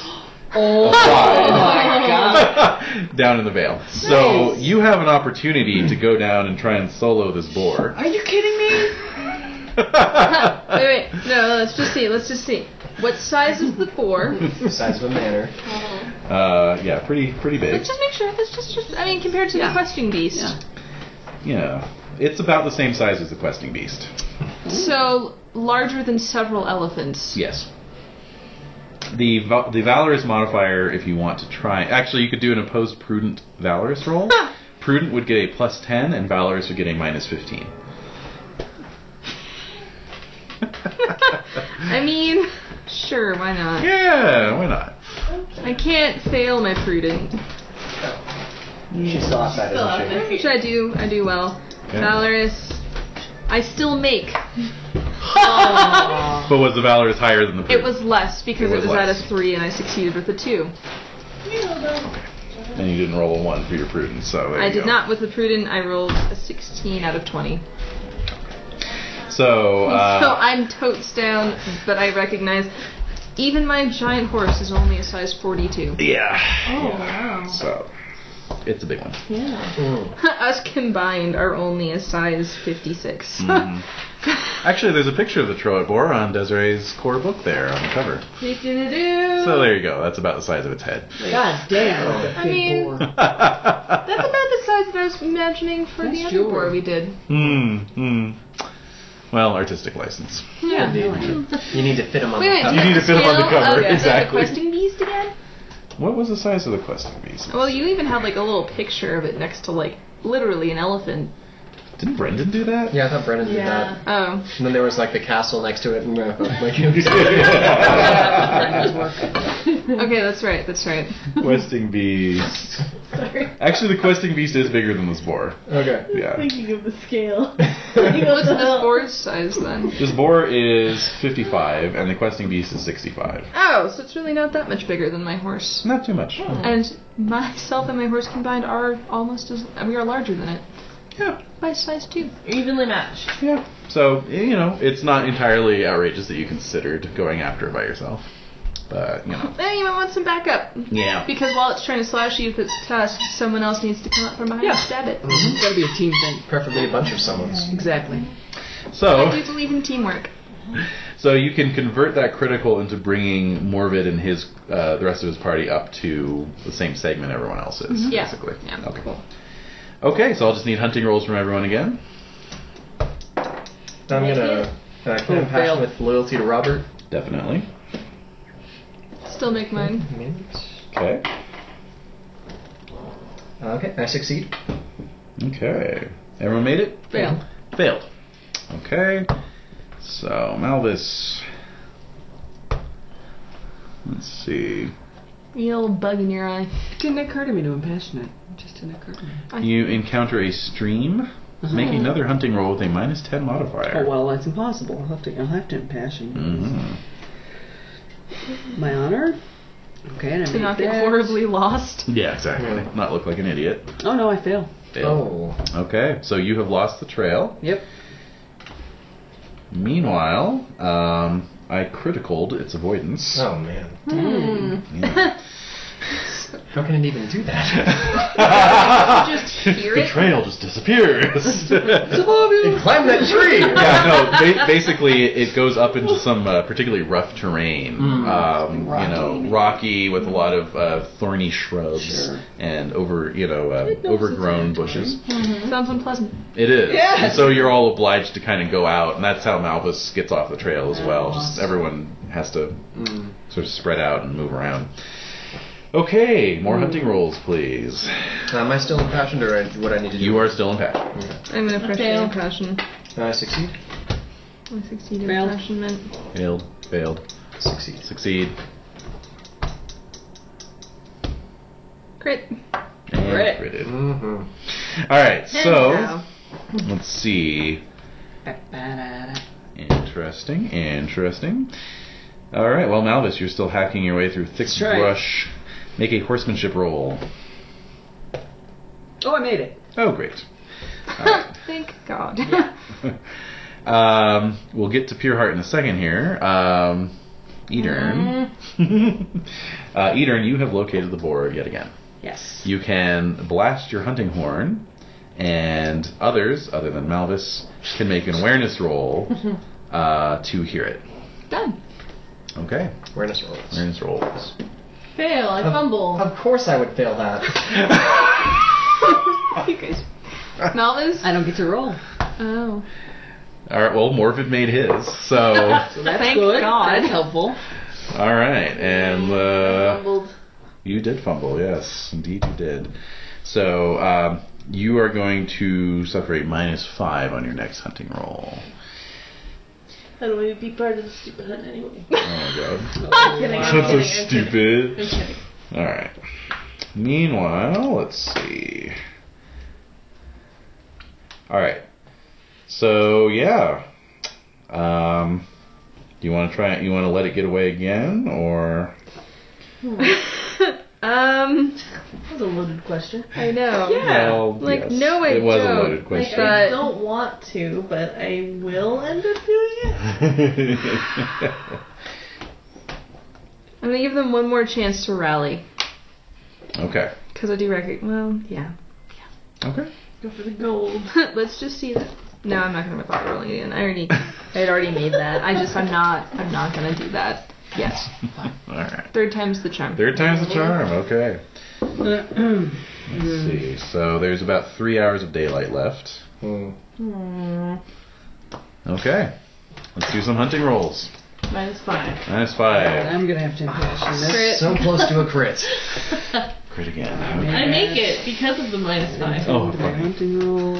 Speaker 5: Oh
Speaker 6: my
Speaker 5: my god.
Speaker 6: down in the vale. So you have an opportunity to go down and try and solo this boar.
Speaker 5: Are you kidding me?
Speaker 6: Uh,
Speaker 4: wait, wait. No, let's just see. Let's just see. What size is the boar?
Speaker 3: The size of a manor.
Speaker 6: Uh, yeah, pretty pretty big.
Speaker 4: Let's just make sure. Let's just, just I mean, compared to
Speaker 5: Yeah.
Speaker 4: the questing beast.
Speaker 5: Yeah.
Speaker 6: Yeah, it's about the same size as the questing beast.
Speaker 4: So larger than several elephants.
Speaker 6: Yes. The val- the valorous modifier, if you want to try, actually you could do an opposed prudent valorous roll. prudent would get a plus ten, and valorous would get a minus fifteen.
Speaker 4: I mean, sure, why not?
Speaker 6: yeah, why not?
Speaker 4: I can't fail my prudent,
Speaker 3: She's still outside, isn't she?
Speaker 4: which I do. I do well.
Speaker 6: Okay.
Speaker 4: Valorous. I still make. Um,
Speaker 6: But was the valorous higher than the
Speaker 4: It
Speaker 6: prudent?
Speaker 4: was less because
Speaker 6: It
Speaker 4: it
Speaker 6: was
Speaker 4: was, at
Speaker 6: less.
Speaker 4: a three and I succeeded with a two.
Speaker 6: and you didn't roll a one for your prudent, so there
Speaker 4: I
Speaker 6: you
Speaker 4: did
Speaker 6: go.
Speaker 4: not with the prudent. I rolled a 16 out of 20.
Speaker 6: So, uh,
Speaker 4: so I'm totes down, but I recognize even my giant horse is only a size 42.
Speaker 6: yeah.
Speaker 2: Oh,
Speaker 6: yeah.
Speaker 2: wow.
Speaker 6: So, it's a big one.
Speaker 2: Yeah.
Speaker 3: Mm.
Speaker 4: Us combined are only a size 56.
Speaker 6: Mhm. Actually, there's a picture of the Troit boar on Desiree's core book there on the cover. So there you go. That's about the size of its head.
Speaker 5: God damn. Oh, That's a
Speaker 4: I
Speaker 5: big
Speaker 4: mean-
Speaker 5: boar.
Speaker 4: That's
Speaker 6: uh,
Speaker 4: about the size that I was imagining for
Speaker 5: Nice
Speaker 4: the other war
Speaker 5: jewelry.
Speaker 4: we did.
Speaker 6: Hmm. Hmm. Well, artistic license.
Speaker 4: Yeah.
Speaker 3: You need to fit him on
Speaker 4: Wait, wait,
Speaker 3: the
Speaker 4: do
Speaker 6: You
Speaker 3: cover.
Speaker 4: have
Speaker 6: need to fit 'em on the
Speaker 4: scale
Speaker 6: cover,
Speaker 4: of the
Speaker 6: exactly.
Speaker 4: questing beast again?
Speaker 6: What was the size of the questing beast?
Speaker 4: Well, you even have like a little picture of it next to like literally an elephant.
Speaker 6: Didn't Brendan do that?
Speaker 3: Yeah, I thought Brennan did
Speaker 2: Yeah.
Speaker 3: that.
Speaker 4: Oh.
Speaker 3: And then there was like the castle next to it, and uh, like it was
Speaker 5: That does work.
Speaker 4: Okay, that's right. That's right.
Speaker 6: questing beast.
Speaker 8: Sorry.
Speaker 6: Actually, the questing beast is bigger than this boar.
Speaker 3: Okay.
Speaker 6: Yeah.
Speaker 8: Thinking of the scale.
Speaker 4: What's the boar's size then?
Speaker 6: This boar is 55, and the questing beast is 65.
Speaker 4: Oh, so it's really not that much bigger than my horse.
Speaker 6: Not too much.
Speaker 4: And myself and my horse combined are almost as we are larger than it
Speaker 6: Yeah.
Speaker 4: by size two.
Speaker 2: Evenly matched.
Speaker 6: Yeah. So y- you know, it's not entirely outrageous that you considered going after it by yourself, but you know.
Speaker 4: Hey, you might want some backup.
Speaker 6: Yeah.
Speaker 4: Because while it's trying to slash you with its tusk, someone else needs to come up from behind and stab it.
Speaker 5: It's gotta be a team thing.
Speaker 3: Preferably a bunch of someone's.
Speaker 5: Exactly.
Speaker 6: So.
Speaker 4: I do believe in teamwork.
Speaker 6: So you can convert that critical into bringing Morvid and his uh, the rest of his party up to the same segment everyone else is,
Speaker 4: Mm-hmm. Yeah.
Speaker 6: basically.
Speaker 4: Yeah.
Speaker 6: Okay. Okay, so I'll just need hunting rolls from everyone again.
Speaker 3: I'm gonna. Uh, can I pass
Speaker 5: failed.
Speaker 3: with loyalty to Robert?
Speaker 6: Definitely.
Speaker 4: Still make mine.
Speaker 3: Maybe.
Speaker 6: Okay.
Speaker 3: Okay, I succeed.
Speaker 6: Okay. Everyone made it?
Speaker 5: Fail.
Speaker 6: Failed. Okay. So Malvis. Let's see.
Speaker 4: You little bug in your eye.
Speaker 5: It didn't occur to me to impassion it. It just didn't occur to me.
Speaker 6: You encounter a stream.
Speaker 3: Mm-hmm.
Speaker 6: Make another hunting roll with a minus ten modifier.
Speaker 5: Oh well, that's impossible. I'll have to. I'll have to impassion.
Speaker 6: Mhm.
Speaker 5: My honor. Okay, and I
Speaker 4: To
Speaker 5: made
Speaker 4: not get
Speaker 5: that.
Speaker 4: horribly lost.
Speaker 6: Yeah, exactly. Not look like an idiot.
Speaker 5: Oh no, I fail.
Speaker 3: Oh.
Speaker 6: Okay, so you have lost the trail.
Speaker 5: Yep.
Speaker 6: Meanwhile, um, I criticaled its avoidance.
Speaker 3: Oh man.
Speaker 6: Yeah.
Speaker 3: Hmm. How can it even do that?
Speaker 2: just hear
Speaker 6: the
Speaker 2: it?
Speaker 6: trail just disappears.
Speaker 3: It climbed that tree.
Speaker 6: yeah, no. Ba- basically, it goes up into some uh, particularly rough terrain. um, You know, rocky with a lot of uh, thorny shrubs
Speaker 5: Sure.
Speaker 6: and over, you know, uh, overgrown bushes.
Speaker 4: Sounds unpleasant.
Speaker 6: It is. And so you're all obliged to kind of go out, and that's how Malvis gets off the trail as well. Just everyone has to
Speaker 3: Mm.
Speaker 6: sort of spread out and move around. Okay, more hunting rolls, please.
Speaker 3: Am I still impassioned, or I- what I need to do?
Speaker 6: You are still in passion.
Speaker 4: I'm gonna pressure
Speaker 2: Fail.
Speaker 4: impression.
Speaker 3: I succeed.
Speaker 4: I succeeded
Speaker 5: Failed.
Speaker 4: impressionment.
Speaker 6: Failed, failed,
Speaker 3: Succeed.
Speaker 6: succeed,
Speaker 4: Crit.
Speaker 6: and
Speaker 5: Crit.
Speaker 6: critted.
Speaker 3: Mm-hmm.
Speaker 6: All right, so
Speaker 4: Anyhow.
Speaker 6: let's see.
Speaker 5: Ba-ba-da-da.
Speaker 6: Interesting, interesting. All right, well, Malvis, you're still hacking your way through thick
Speaker 5: That's right.
Speaker 6: brush. Make a horsemanship roll.
Speaker 5: Oh, I made it.
Speaker 6: Oh, great.
Speaker 4: Thank God.
Speaker 6: Um, we'll get to Pure Heart in a second here. Um, Edern.
Speaker 5: Mm-hmm.
Speaker 6: uh, Edern, you have located the boar yet again.
Speaker 5: Yes.
Speaker 6: You can blast your hunting horn, and others, other than Malvis, can make an awareness roll
Speaker 5: Mm-hmm.
Speaker 6: uh, to hear it.
Speaker 4: Done.
Speaker 6: Okay,
Speaker 3: Awareness rolls.
Speaker 6: awareness rolls.
Speaker 2: Fail. I fumble.
Speaker 3: Of course I would fail that.
Speaker 4: you guys. Malvis?
Speaker 5: I don't get to roll.
Speaker 4: Oh.
Speaker 6: All right, well, Morvid made his, so. all
Speaker 5: So that's
Speaker 4: Thank
Speaker 5: good.
Speaker 4: God.
Speaker 5: That's helpful.
Speaker 6: right, and uh,
Speaker 4: Fumbled.
Speaker 6: You did fumble, yes, indeed you did. So um, you are going to suffer a minus five on your next hunting roll.
Speaker 8: I don't want to be part of the stupid hunt anyway.
Speaker 6: Oh my god,
Speaker 8: I'm kidding. I'm
Speaker 6: that's so
Speaker 8: kidding, I'm kidding.
Speaker 6: stupid.
Speaker 8: I'm kidding.
Speaker 6: All right. Meanwhile, let's see. All right. So yeah, um, do you want to try? You want to let it get away again, or
Speaker 4: Um,
Speaker 8: That was a loaded question.
Speaker 4: I know.
Speaker 6: Well,
Speaker 4: Like,
Speaker 6: yes,
Speaker 4: no, I
Speaker 6: It was a
Speaker 4: don't.
Speaker 6: loaded
Speaker 8: Like,
Speaker 6: question.
Speaker 8: I
Speaker 2: uh,
Speaker 4: But-
Speaker 8: don't want to, but I will end up doing it.
Speaker 4: I'm gonna give them one more chance to rally.
Speaker 6: okay.
Speaker 4: Because I do recognize. Well, yeah.
Speaker 6: Okay.
Speaker 8: Go for the gold.
Speaker 4: Let's just see that. No, I'm not gonna bother rolling again. I already, I had already made that. I just, I'm not, I'm not gonna do that. Yes.
Speaker 6: All right.
Speaker 4: Third time's the charm.
Speaker 6: Third time's the charm. Okay. Let's see. So there's about three hours of daylight left.
Speaker 3: Mm.
Speaker 6: Okay. Let's do some hunting rolls.
Speaker 2: Minus five.
Speaker 6: Minus five.
Speaker 5: I'm gonna have to impassion this.
Speaker 4: Crit.
Speaker 3: So close to a crit.
Speaker 6: Crit again. Okay.
Speaker 2: I make it because of the minus five.
Speaker 6: Oh,
Speaker 5: Into my
Speaker 6: fuck.
Speaker 5: hunting roll.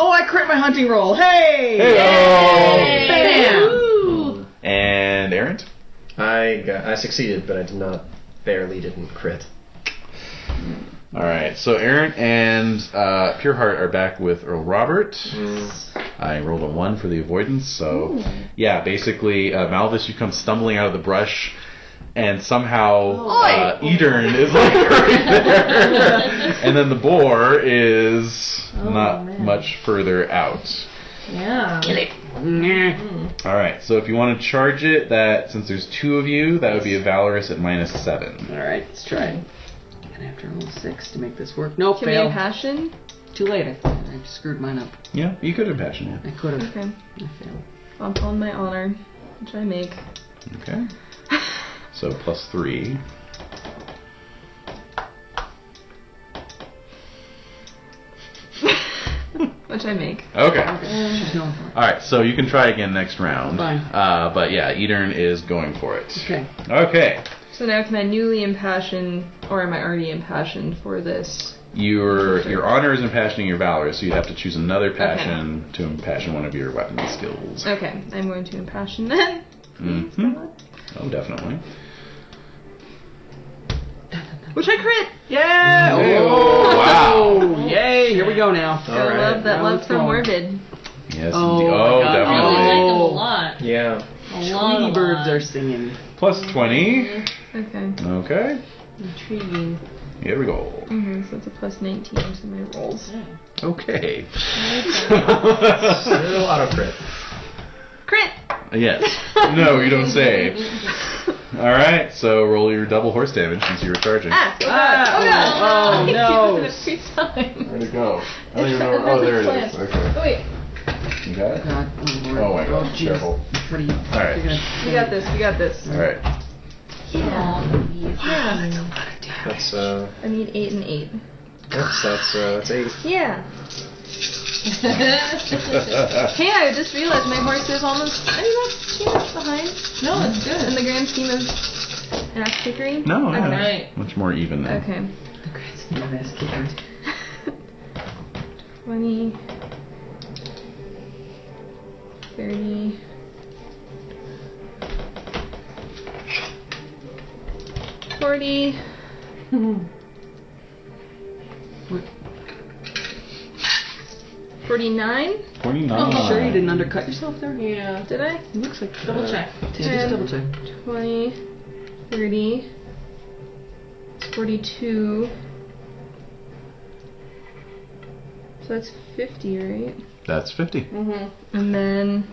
Speaker 5: oh, I crit my hunting roll. Hey!
Speaker 6: Hey-o!
Speaker 5: Bam!
Speaker 2: Ooh.
Speaker 6: And errant.
Speaker 3: I got, I succeeded, but I did not barely didn't crit.
Speaker 6: All right, so Aaron and uh, Pureheart are back with Earl Robert. I rolled a one for the avoidance, so yeah, basically uh, Malvis you come stumbling out of the brush, and somehow uh, Edern is like right there, and then the boar is not
Speaker 2: man.
Speaker 6: much further out.
Speaker 2: Yeah.
Speaker 6: All right, so if you want to charge it, that since there's two of you, that would be a valorous at minus seven.
Speaker 5: All right, let's try. it. I'm gonna have to roll six to make this work. Nope,
Speaker 4: Can we
Speaker 5: fail.
Speaker 4: impassion?
Speaker 5: Too late. I, I screwed mine up.
Speaker 6: Yeah, you could impassion it.
Speaker 5: I could have.
Speaker 4: Okay.
Speaker 5: I failed.
Speaker 4: I'm on my honor, which I make.
Speaker 6: Okay. So plus three.
Speaker 4: Which I make.
Speaker 6: Okay.
Speaker 5: She's going for it.
Speaker 6: All right. So you can try again next round.
Speaker 5: Fine.
Speaker 6: Uh, but yeah, Edern is going for it.
Speaker 5: Okay.
Speaker 6: Okay.
Speaker 4: So now can I newly impassion, or am I already impassioned for this?
Speaker 6: Your your honor is impassioning your valor, so you'd have to choose another passion to impassion one of your weapon skills.
Speaker 5: Oh,
Speaker 4: Okay, I'm going to impassion then.
Speaker 6: hmm Oh, definitely.
Speaker 4: Which I crit!
Speaker 5: Yeah.
Speaker 6: Oh, wow.
Speaker 5: Yay! Here we go now.
Speaker 3: All
Speaker 4: I love that
Speaker 5: now
Speaker 4: love
Speaker 5: it's
Speaker 4: from
Speaker 5: going.
Speaker 4: Morbid.
Speaker 6: Yes.
Speaker 5: Oh,
Speaker 6: indeed. oh
Speaker 5: my God.
Speaker 2: I really
Speaker 6: definitely.
Speaker 2: like them a
Speaker 5: Oh.
Speaker 2: lot.
Speaker 3: Yeah.
Speaker 2: A lot.
Speaker 5: Tweety
Speaker 2: a
Speaker 5: birds
Speaker 2: lot.
Speaker 5: are singing.
Speaker 6: Plus twenty.
Speaker 4: Okay.
Speaker 5: Mm-hmm.
Speaker 6: Okay.
Speaker 2: intriguing.
Speaker 6: Here we go.
Speaker 4: hmm so it's a plus 19 to my rolls.
Speaker 6: Okay.
Speaker 3: Still auto crit.
Speaker 4: Crit!
Speaker 6: yes. No, you don't say. All right. So roll your double horse damage since you were charging.
Speaker 4: Ah! Oh god! Oh, god.
Speaker 5: Oh, no.
Speaker 4: I keep doing it every time.
Speaker 6: Where'd it go? I don't even know. Oh, there it is. Okay.
Speaker 4: Oh, wait,
Speaker 6: You got it?
Speaker 5: God, oh, Lord.
Speaker 6: Oh my God,
Speaker 5: jeez.
Speaker 6: careful.
Speaker 5: What are you?
Speaker 6: All right.
Speaker 5: You're gonna,
Speaker 4: we got this, we got this.
Speaker 6: Alright.
Speaker 4: Yeah.
Speaker 3: That's uh,
Speaker 4: I need 8 and 8.
Speaker 3: that's that's uh, that's eight.
Speaker 4: Yeah. Hey, I just realized my horse is almost are you guys two minutes behind
Speaker 2: no, it's
Speaker 4: in
Speaker 2: good.
Speaker 4: the grand scheme of ass kickery.
Speaker 6: no, no.
Speaker 4: Okay.
Speaker 2: Right.
Speaker 6: Much more even now.
Speaker 4: Okay.
Speaker 5: the grand scheme of ass kickers.
Speaker 4: Twenty. Thirty. Forty. Forty-nine.
Speaker 6: 29.
Speaker 5: You sure you didn't undercut yourself there?
Speaker 2: Yeah.
Speaker 4: Did I?
Speaker 5: It looks like
Speaker 2: Double check.
Speaker 5: Just double check.
Speaker 4: 20, 30, 42. So that's 50, right?
Speaker 6: That's 50.
Speaker 2: Mm-hmm.
Speaker 4: And then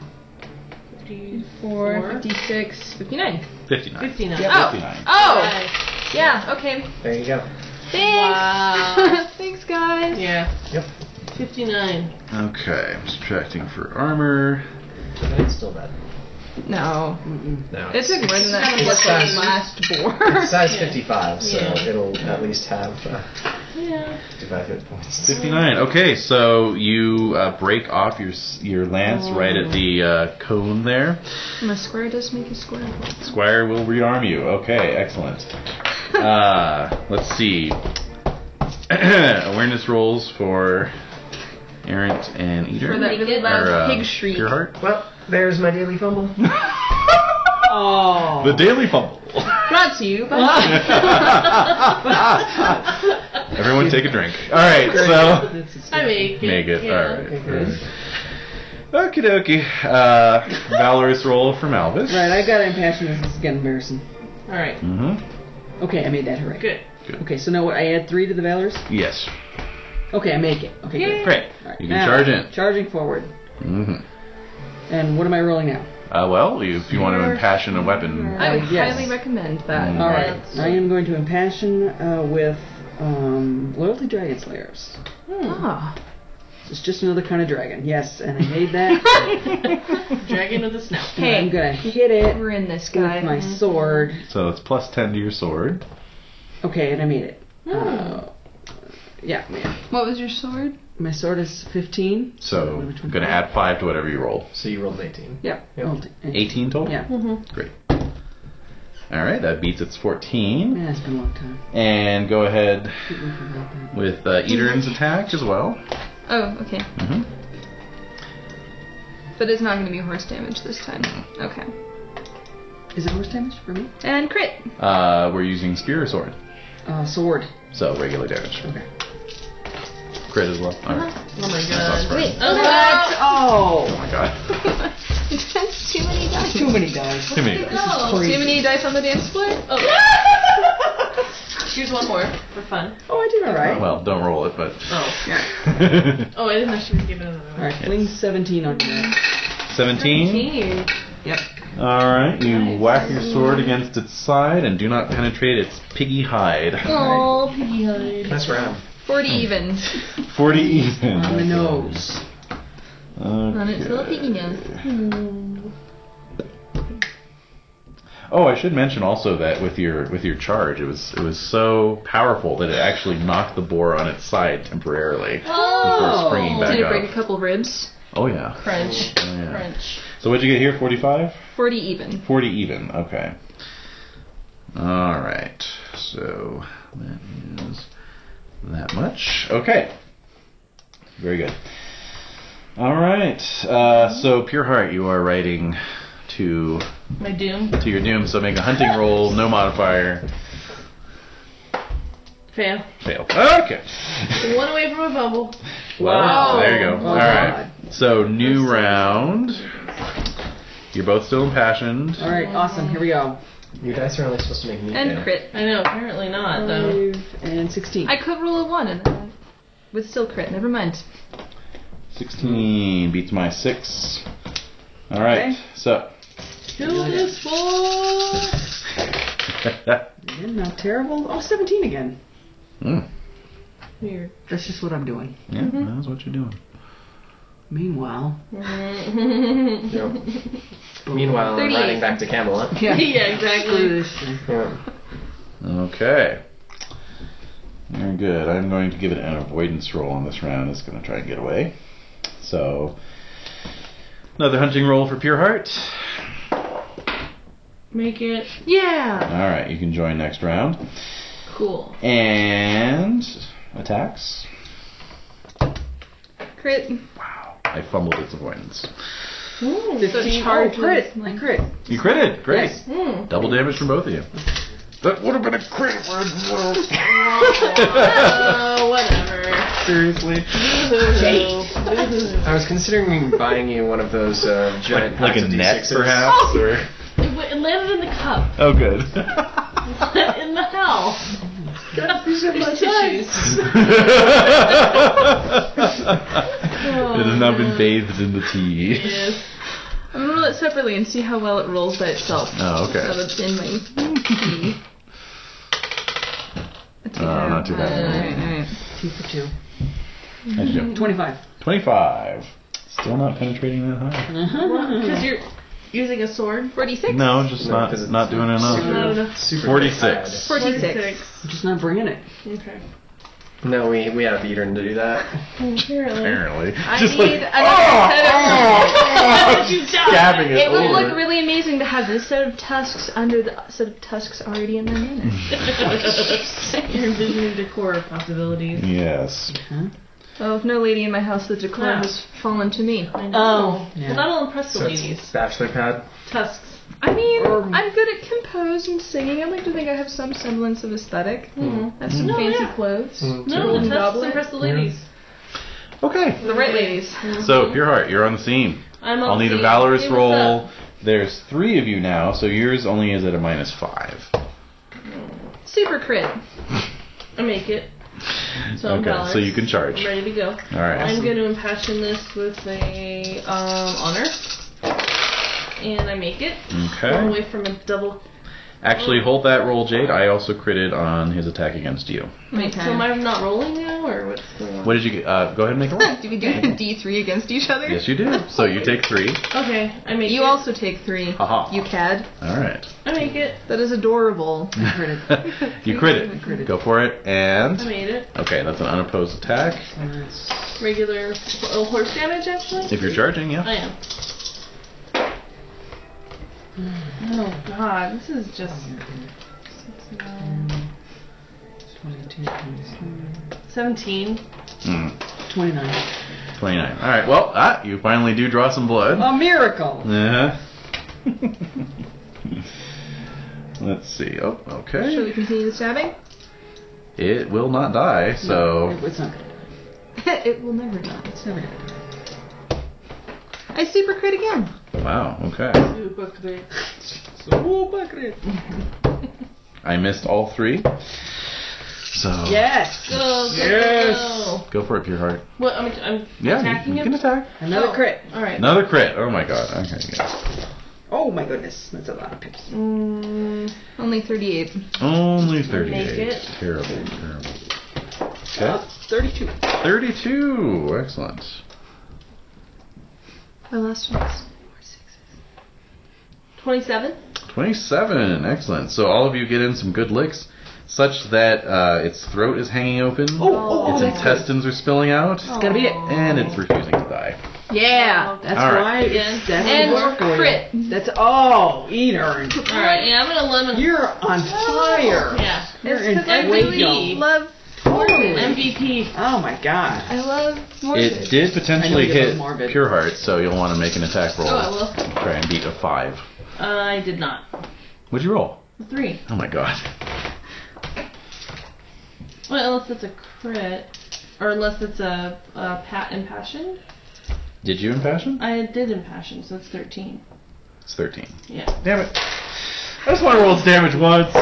Speaker 4: 4, 56, 59.
Speaker 6: 59.
Speaker 2: 59.
Speaker 4: Oh!
Speaker 6: 59.
Speaker 4: Oh! Yeah, okay.
Speaker 3: There you go.
Speaker 4: Thanks!
Speaker 2: Wow.
Speaker 4: Thanks, guys!
Speaker 2: Yeah.
Speaker 3: Yep.
Speaker 2: 59.
Speaker 6: Okay, I'm subtracting for armor.
Speaker 3: But it's still bad.
Speaker 4: No.
Speaker 3: No.
Speaker 4: It took more than that to
Speaker 3: It's
Speaker 4: get to the
Speaker 3: fast.
Speaker 4: last board.
Speaker 3: It's size 55, so
Speaker 2: Yeah.
Speaker 3: it'll at least have uh,
Speaker 2: Yeah.
Speaker 3: 55 hit points.
Speaker 6: 59. Okay, so you uh, break off your s- your lance right at the uh, cone there.
Speaker 4: My square does make a square.
Speaker 6: Squire will rearm you. Okay, excellent. Uh, let's see. Awareness rolls for Errant and Eater.
Speaker 4: For that really loud
Speaker 6: Or, uh,
Speaker 4: pig shriek.
Speaker 6: Pureheart.
Speaker 3: Well, there's my daily fumble.
Speaker 5: Oh.
Speaker 6: The Daily Fumble.
Speaker 4: Brought to you by.
Speaker 6: Everyone take a drink. All right, so
Speaker 5: That's hysterical.
Speaker 2: I make it.
Speaker 6: make it.
Speaker 2: Yeah.
Speaker 6: All right. Okie dokie. Uh, valorous roll from Alvis.
Speaker 5: Right, I got impassioned. This is getting embarrassing.
Speaker 2: All right.
Speaker 6: Mm-hmm.
Speaker 5: Okay, I made that hooray.
Speaker 2: Good.
Speaker 5: Okay, so now what? I add three to the valors.
Speaker 6: Yes.
Speaker 5: Okay, I make it. Okay, good.
Speaker 6: Great.
Speaker 5: All right,
Speaker 6: You can
Speaker 5: now,
Speaker 6: charge in.
Speaker 5: Charging forward.
Speaker 6: Mm-hmm.
Speaker 5: And what am I rolling now?
Speaker 6: Uh, well, you, if you want to impassion a weapon,
Speaker 4: I would
Speaker 5: Yes.
Speaker 4: highly recommend that.
Speaker 6: Mm.
Speaker 5: All right, I am going to impassion uh, with um, loyalty dragon slayers.
Speaker 4: Ah.
Speaker 5: It's just another kind of dragon. Yes, and I made that.
Speaker 2: Dragon of the snout.
Speaker 5: and I'm
Speaker 4: Hey,
Speaker 5: gonna hit it
Speaker 4: we're in this
Speaker 5: with
Speaker 4: guy.
Speaker 5: my sword.
Speaker 6: so it's plus ten to your sword.
Speaker 5: Okay, and I made it. Uh, yeah, man.
Speaker 4: What was your sword?
Speaker 5: My sword is 15.
Speaker 6: So I'm gonna add five to whatever you roll.
Speaker 3: So you rolled an 18.
Speaker 5: Yeah.
Speaker 3: Yep.
Speaker 5: rolled it.
Speaker 6: Eighteen total.
Speaker 5: Yeah.
Speaker 2: Mm-hmm.
Speaker 6: Great. All right, that beats its fourteen.
Speaker 5: Yeah, it's been a long time.
Speaker 6: And go ahead
Speaker 5: Completely forgot that.
Speaker 6: with uh, Edern's attack as well.
Speaker 4: Oh, okay.
Speaker 6: Mhm.
Speaker 4: But it's not going to be horse damage this time. Okay.
Speaker 5: Is it horse damage for me?
Speaker 2: And crit.
Speaker 6: Uh, we're using spear or sword,
Speaker 5: Uh, sword.
Speaker 6: so regular damage.
Speaker 5: Okay.
Speaker 6: Crit as well. All right.
Speaker 2: Oh my
Speaker 6: That's
Speaker 2: god.
Speaker 6: fine.
Speaker 2: Wait. Oh
Speaker 5: What?
Speaker 6: Oh
Speaker 5: Oh,
Speaker 6: my god.
Speaker 2: It depends too many dice.
Speaker 5: too many dice.
Speaker 6: Too many.
Speaker 5: This is
Speaker 2: Do you have
Speaker 5: crazy.
Speaker 2: any dice on the dance floor? Oh. Here's one more for fun.
Speaker 5: Oh, I did all right.
Speaker 6: Well, don't roll it, but.
Speaker 2: Oh. Oh, I didn't know she was giving another one.
Speaker 5: All right, fling 17 on you.
Speaker 6: 17.
Speaker 2: Hey.
Speaker 5: Yep.
Speaker 6: All right, you
Speaker 2: Nice.
Speaker 6: whack your sword against its side and do not penetrate its piggy hide.
Speaker 2: Oh, piggy hide.
Speaker 3: That's round.
Speaker 4: 40 even.
Speaker 6: 40 even.
Speaker 5: On the nose.
Speaker 2: On its little piggy nose.
Speaker 6: Oh, I should mention also that with your with your charge, it was it was so powerful that it actually knocked the boar on its side temporarily
Speaker 4: Oh.
Speaker 6: before springing back
Speaker 4: Did it
Speaker 6: up.
Speaker 4: break a couple ribs?
Speaker 6: Oh yeah.
Speaker 2: Crunch.
Speaker 6: Oh, yeah.
Speaker 2: Crunch.
Speaker 6: So what'd you get here? 45?
Speaker 4: 40 even.
Speaker 6: 40 even. Okay. All right. So that is that much. Okay. Very good. All right. Uh, so pure heart, you are writing to
Speaker 2: My doom.
Speaker 6: to your doom. So make a hunting roll, no modifier.
Speaker 2: Fail.
Speaker 6: Fail. Okay.
Speaker 2: One away from a bubble.
Speaker 6: Well, there you go.
Speaker 5: Oh,
Speaker 6: All right. So new round. You're both still impassioned.
Speaker 5: All right, awesome. Here we go.
Speaker 3: Your dice are only supposed to make me
Speaker 4: And
Speaker 3: fail.
Speaker 4: crit.
Speaker 2: I know, apparently not, though.
Speaker 5: Five and 16.
Speaker 4: I could roll a 1 and then with still crit. Never mind.
Speaker 6: 16 beats my 6. All right.
Speaker 5: Okay.
Speaker 6: So
Speaker 2: Kill this fool!
Speaker 5: Again, not terrible. Oh, 17 again.
Speaker 6: Mm,
Speaker 2: Weird.
Speaker 5: That's just what I'm doing.
Speaker 6: yeah,
Speaker 2: Mm-hmm.
Speaker 6: that's what you're doing.
Speaker 5: Meanwhile,
Speaker 3: Yep. Meanwhile, I'm
Speaker 4: 38.
Speaker 3: riding back to Camelot.
Speaker 5: yeah,
Speaker 2: yeah, exactly.
Speaker 5: screw this thing.
Speaker 3: Yeah.
Speaker 6: Okay. Very good. I'm going to give it an avoidance roll on this round. It's going to try and get away. So, another hunting roll for Pure Heart.
Speaker 2: Make it
Speaker 4: Yeah.
Speaker 6: All right, you can join next round.
Speaker 2: cool.
Speaker 6: And attacks.
Speaker 4: Crit.
Speaker 6: Wow, I fumbled its avoidance.
Speaker 4: So
Speaker 5: 15.
Speaker 4: charge
Speaker 5: oh, crit.
Speaker 4: is like-
Speaker 5: I crit.
Speaker 6: You critted. Great.
Speaker 5: Yes.
Speaker 2: Mm.
Speaker 6: Double damage from both of you. That would have been a crit.
Speaker 2: Oh, whatever.
Speaker 6: Seriously.
Speaker 3: I was considering buying you one of those uh, giant
Speaker 6: Like, like
Speaker 3: packs
Speaker 6: a
Speaker 3: of
Speaker 6: net,
Speaker 3: D6s.
Speaker 6: perhaps? Or...
Speaker 2: It, w- it landed in the cup.
Speaker 6: Oh, good.
Speaker 2: What in the hell? There's tissues.
Speaker 6: it has now been bathed in the tea.
Speaker 2: Yes.
Speaker 4: I'm gonna roll it separately and see how well it rolls by itself.
Speaker 6: Oh, okay.
Speaker 4: So it's in my key.
Speaker 6: Oh, not too bad.
Speaker 4: Alright,
Speaker 5: Two for two.
Speaker 6: How'd you do?
Speaker 5: 25.
Speaker 6: 25. Still not penetrating that high.
Speaker 2: Because you're using a sword.
Speaker 4: 46?
Speaker 6: No, just
Speaker 3: No,
Speaker 6: not
Speaker 3: 'cause it's
Speaker 6: not doing enough.
Speaker 2: Not
Speaker 3: Super,
Speaker 4: uh,
Speaker 2: enough.
Speaker 3: super
Speaker 6: 46.
Speaker 4: 46.
Speaker 5: I'm just not bringing it.
Speaker 2: Okay.
Speaker 3: bad. No, we, we had a beater to do that.
Speaker 2: Apparently.
Speaker 6: Apparently.
Speaker 4: I
Speaker 6: Just
Speaker 4: need
Speaker 6: like,
Speaker 4: another set of
Speaker 6: dabbing it
Speaker 4: It would
Speaker 6: over.
Speaker 4: look really amazing to have this set of tusks under the set of tusks already in their manor.
Speaker 2: You're envisioning decor possibilities.
Speaker 6: Yes.
Speaker 4: oh, if no lady in my house, the decor
Speaker 2: Yeah.
Speaker 4: has fallen to me. Um,
Speaker 2: I
Speaker 5: Oh.
Speaker 2: know.
Speaker 5: Yeah.
Speaker 2: Well, that'll impress the
Speaker 3: So it's
Speaker 2: ladies.
Speaker 3: bachelor pad.
Speaker 2: Tusks.
Speaker 4: I mean,
Speaker 5: Or-
Speaker 4: I'm good at compose and singing. I like to think I have some semblance of aesthetic. I have some
Speaker 2: No,
Speaker 4: fancy
Speaker 2: yeah.
Speaker 4: clothes.
Speaker 2: No, the tusks
Speaker 4: Goblet.
Speaker 2: impress the ladies.
Speaker 6: Okay.
Speaker 4: The right ladies.
Speaker 6: So, Pure Heart, you're on the scene.
Speaker 2: I'm on
Speaker 6: I'll need
Speaker 2: the
Speaker 6: a
Speaker 2: scene.
Speaker 6: valorous
Speaker 2: Hey, what's
Speaker 6: roll.
Speaker 2: Mm-hmm. up?
Speaker 6: There's three of you now, so yours only is at a minus five.
Speaker 4: Super crit.
Speaker 2: I make it. So I'm
Speaker 6: okay, so
Speaker 2: valorous.
Speaker 6: you can charge.
Speaker 2: I'm ready to go.
Speaker 6: All right.
Speaker 2: I'm going to impassion this with a um, honor. And I make it. All the
Speaker 6: Okay.
Speaker 2: way from a double.
Speaker 6: Actually, hold that roll, Jade. I also critted on his attack against you.
Speaker 2: Wait, so am I not rolling now, or what's going on?
Speaker 6: What did you get? Uh, go ahead and make a roll.
Speaker 4: Do we do a D3 against each other?
Speaker 6: yes, you do. So you take three.
Speaker 2: Okay, I make
Speaker 4: You
Speaker 2: it.
Speaker 4: also take three.
Speaker 6: Haha.
Speaker 4: You cad.
Speaker 6: All right.
Speaker 2: I make it.
Speaker 4: That is adorable.
Speaker 5: I critted.
Speaker 6: you crit it. Go for it. And.
Speaker 2: I made it.
Speaker 6: Okay, that's an unopposed attack.
Speaker 2: Regular oh, horse damage, actually.
Speaker 6: If you're charging, yeah.
Speaker 2: I am. Oh God, this is just
Speaker 5: 22, 27,
Speaker 2: seventeen.
Speaker 6: Mm,
Speaker 5: 29.
Speaker 6: 29. All right, well, ah, you finally do draw some blood.
Speaker 5: A miracle!
Speaker 6: Uh-huh. Let's see. Oh,
Speaker 4: Shall
Speaker 6: okay.
Speaker 4: we continue the stabbing?
Speaker 6: It will not die, so.
Speaker 5: It's not good.
Speaker 4: it will never die.
Speaker 5: It's never good.
Speaker 4: I super crit again.
Speaker 6: Wow, okay. I missed all three. So.
Speaker 5: Yes.
Speaker 2: Go, go,
Speaker 6: Yes.
Speaker 2: go.
Speaker 6: Go for it, Pure Heart.
Speaker 2: What, I'm, I'm
Speaker 6: Yeah, you,
Speaker 2: attacking
Speaker 6: you can
Speaker 2: him?
Speaker 6: attack.
Speaker 5: Another crit.
Speaker 2: Alright.
Speaker 6: Another crit. Oh my god. Okay, yeah.
Speaker 5: Oh my goodness, that's a lot of pips.
Speaker 2: Mm,
Speaker 4: Only 38.
Speaker 6: Only
Speaker 2: it.
Speaker 6: 38. Terrible, terrible. Okay.
Speaker 5: Uh, Thirty-two. Oh,
Speaker 6: 32. Excellent.
Speaker 4: My last one was
Speaker 2: 27?
Speaker 6: 27. Excellent. So all of you get in some good licks, such that uh, its throat is hanging open,
Speaker 5: Oh,
Speaker 6: its intestines are spilling out,
Speaker 5: Gotta be it.
Speaker 6: and it's refusing to die.
Speaker 5: Yeah, that's
Speaker 6: All right.
Speaker 5: why. It's, that's
Speaker 2: And
Speaker 5: work going.
Speaker 2: crit.
Speaker 5: That's oh, Etern.
Speaker 2: Alright, yeah, I'm gonna lemon.
Speaker 5: You're on fire.
Speaker 2: yeah.
Speaker 5: You're
Speaker 4: It's 'cause
Speaker 5: in
Speaker 2: I
Speaker 5: great
Speaker 2: really
Speaker 5: shape.
Speaker 4: Love.
Speaker 5: Totally.
Speaker 2: MVP.
Speaker 5: Oh my god.
Speaker 4: I love morbid.
Speaker 6: It did potentially
Speaker 5: I know you're
Speaker 6: hit
Speaker 5: morbid.
Speaker 6: Pure Heart, so you'll want to make an attack roll.
Speaker 2: Oh, I will.
Speaker 6: Try and beat a 5.
Speaker 2: I did not.
Speaker 6: What'd you roll?
Speaker 2: Three.
Speaker 6: Oh my god.
Speaker 2: Well, unless it's a crit. Or unless it's a, a pat impassioned.
Speaker 6: Did you impassion?
Speaker 2: I did impassion, so it's 13.
Speaker 6: It's 13.
Speaker 2: Yeah.
Speaker 6: Damn it. I just want to roll its damage once.
Speaker 2: no,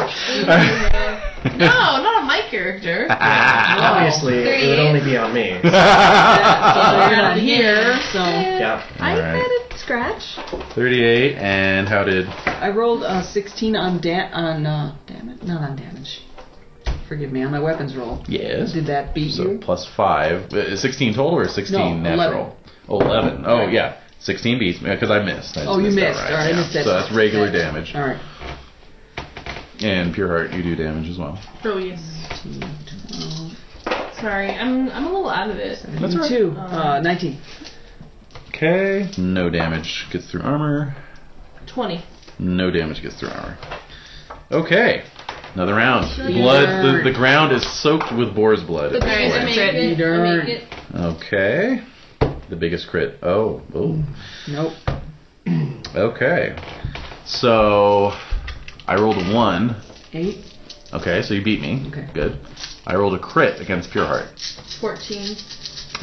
Speaker 2: Oh, not on my character.
Speaker 5: Ah.
Speaker 6: Oh, Ah.
Speaker 3: Obviously, it would only be on me.
Speaker 5: That's
Speaker 2: you're
Speaker 5: on
Speaker 2: not
Speaker 5: here. So
Speaker 3: yeah.
Speaker 4: I
Speaker 6: Alright.
Speaker 4: had a scratch.
Speaker 6: 38, and how did.
Speaker 5: I rolled a sixteen on da- on uh, damage, not on damage. Forgive me on my weapons roll.
Speaker 6: Yes.
Speaker 5: Did that beat
Speaker 6: So
Speaker 5: you?
Speaker 6: plus 5. Uh, 16 total or 16
Speaker 5: No,
Speaker 6: natural? 11. Oh,
Speaker 5: Right.
Speaker 6: yeah. 16 beats me because I missed. I just
Speaker 5: Oh, you missed.
Speaker 6: outright,
Speaker 5: All right, I
Speaker 6: yeah.
Speaker 5: missed that.
Speaker 6: So that's regular
Speaker 5: Okay.
Speaker 6: damage.
Speaker 5: All right.
Speaker 6: And Pure Heart, you do damage as well.
Speaker 2: Oh, yes.
Speaker 5: 18, 12,
Speaker 2: Sorry, I'm, I'm a little out of it.
Speaker 6: That's right.
Speaker 5: 22, uh, 19.
Speaker 6: Okay. No damage gets through armor.
Speaker 2: 20.
Speaker 6: No damage gets through armor. Okay. Another round. Blood. The, the ground is soaked with boar's blood. at
Speaker 2: But
Speaker 6: this
Speaker 2: guys, I
Speaker 6: point.
Speaker 2: make it. I
Speaker 5: Darn.
Speaker 2: make it.
Speaker 6: Okay. The biggest crit. Oh. Oh.
Speaker 5: Nope.
Speaker 6: Okay. So I rolled a one.
Speaker 5: 8.
Speaker 6: Okay, so you beat me.
Speaker 5: Okay.
Speaker 6: Good. I rolled a crit against Pure Heart,
Speaker 2: 14.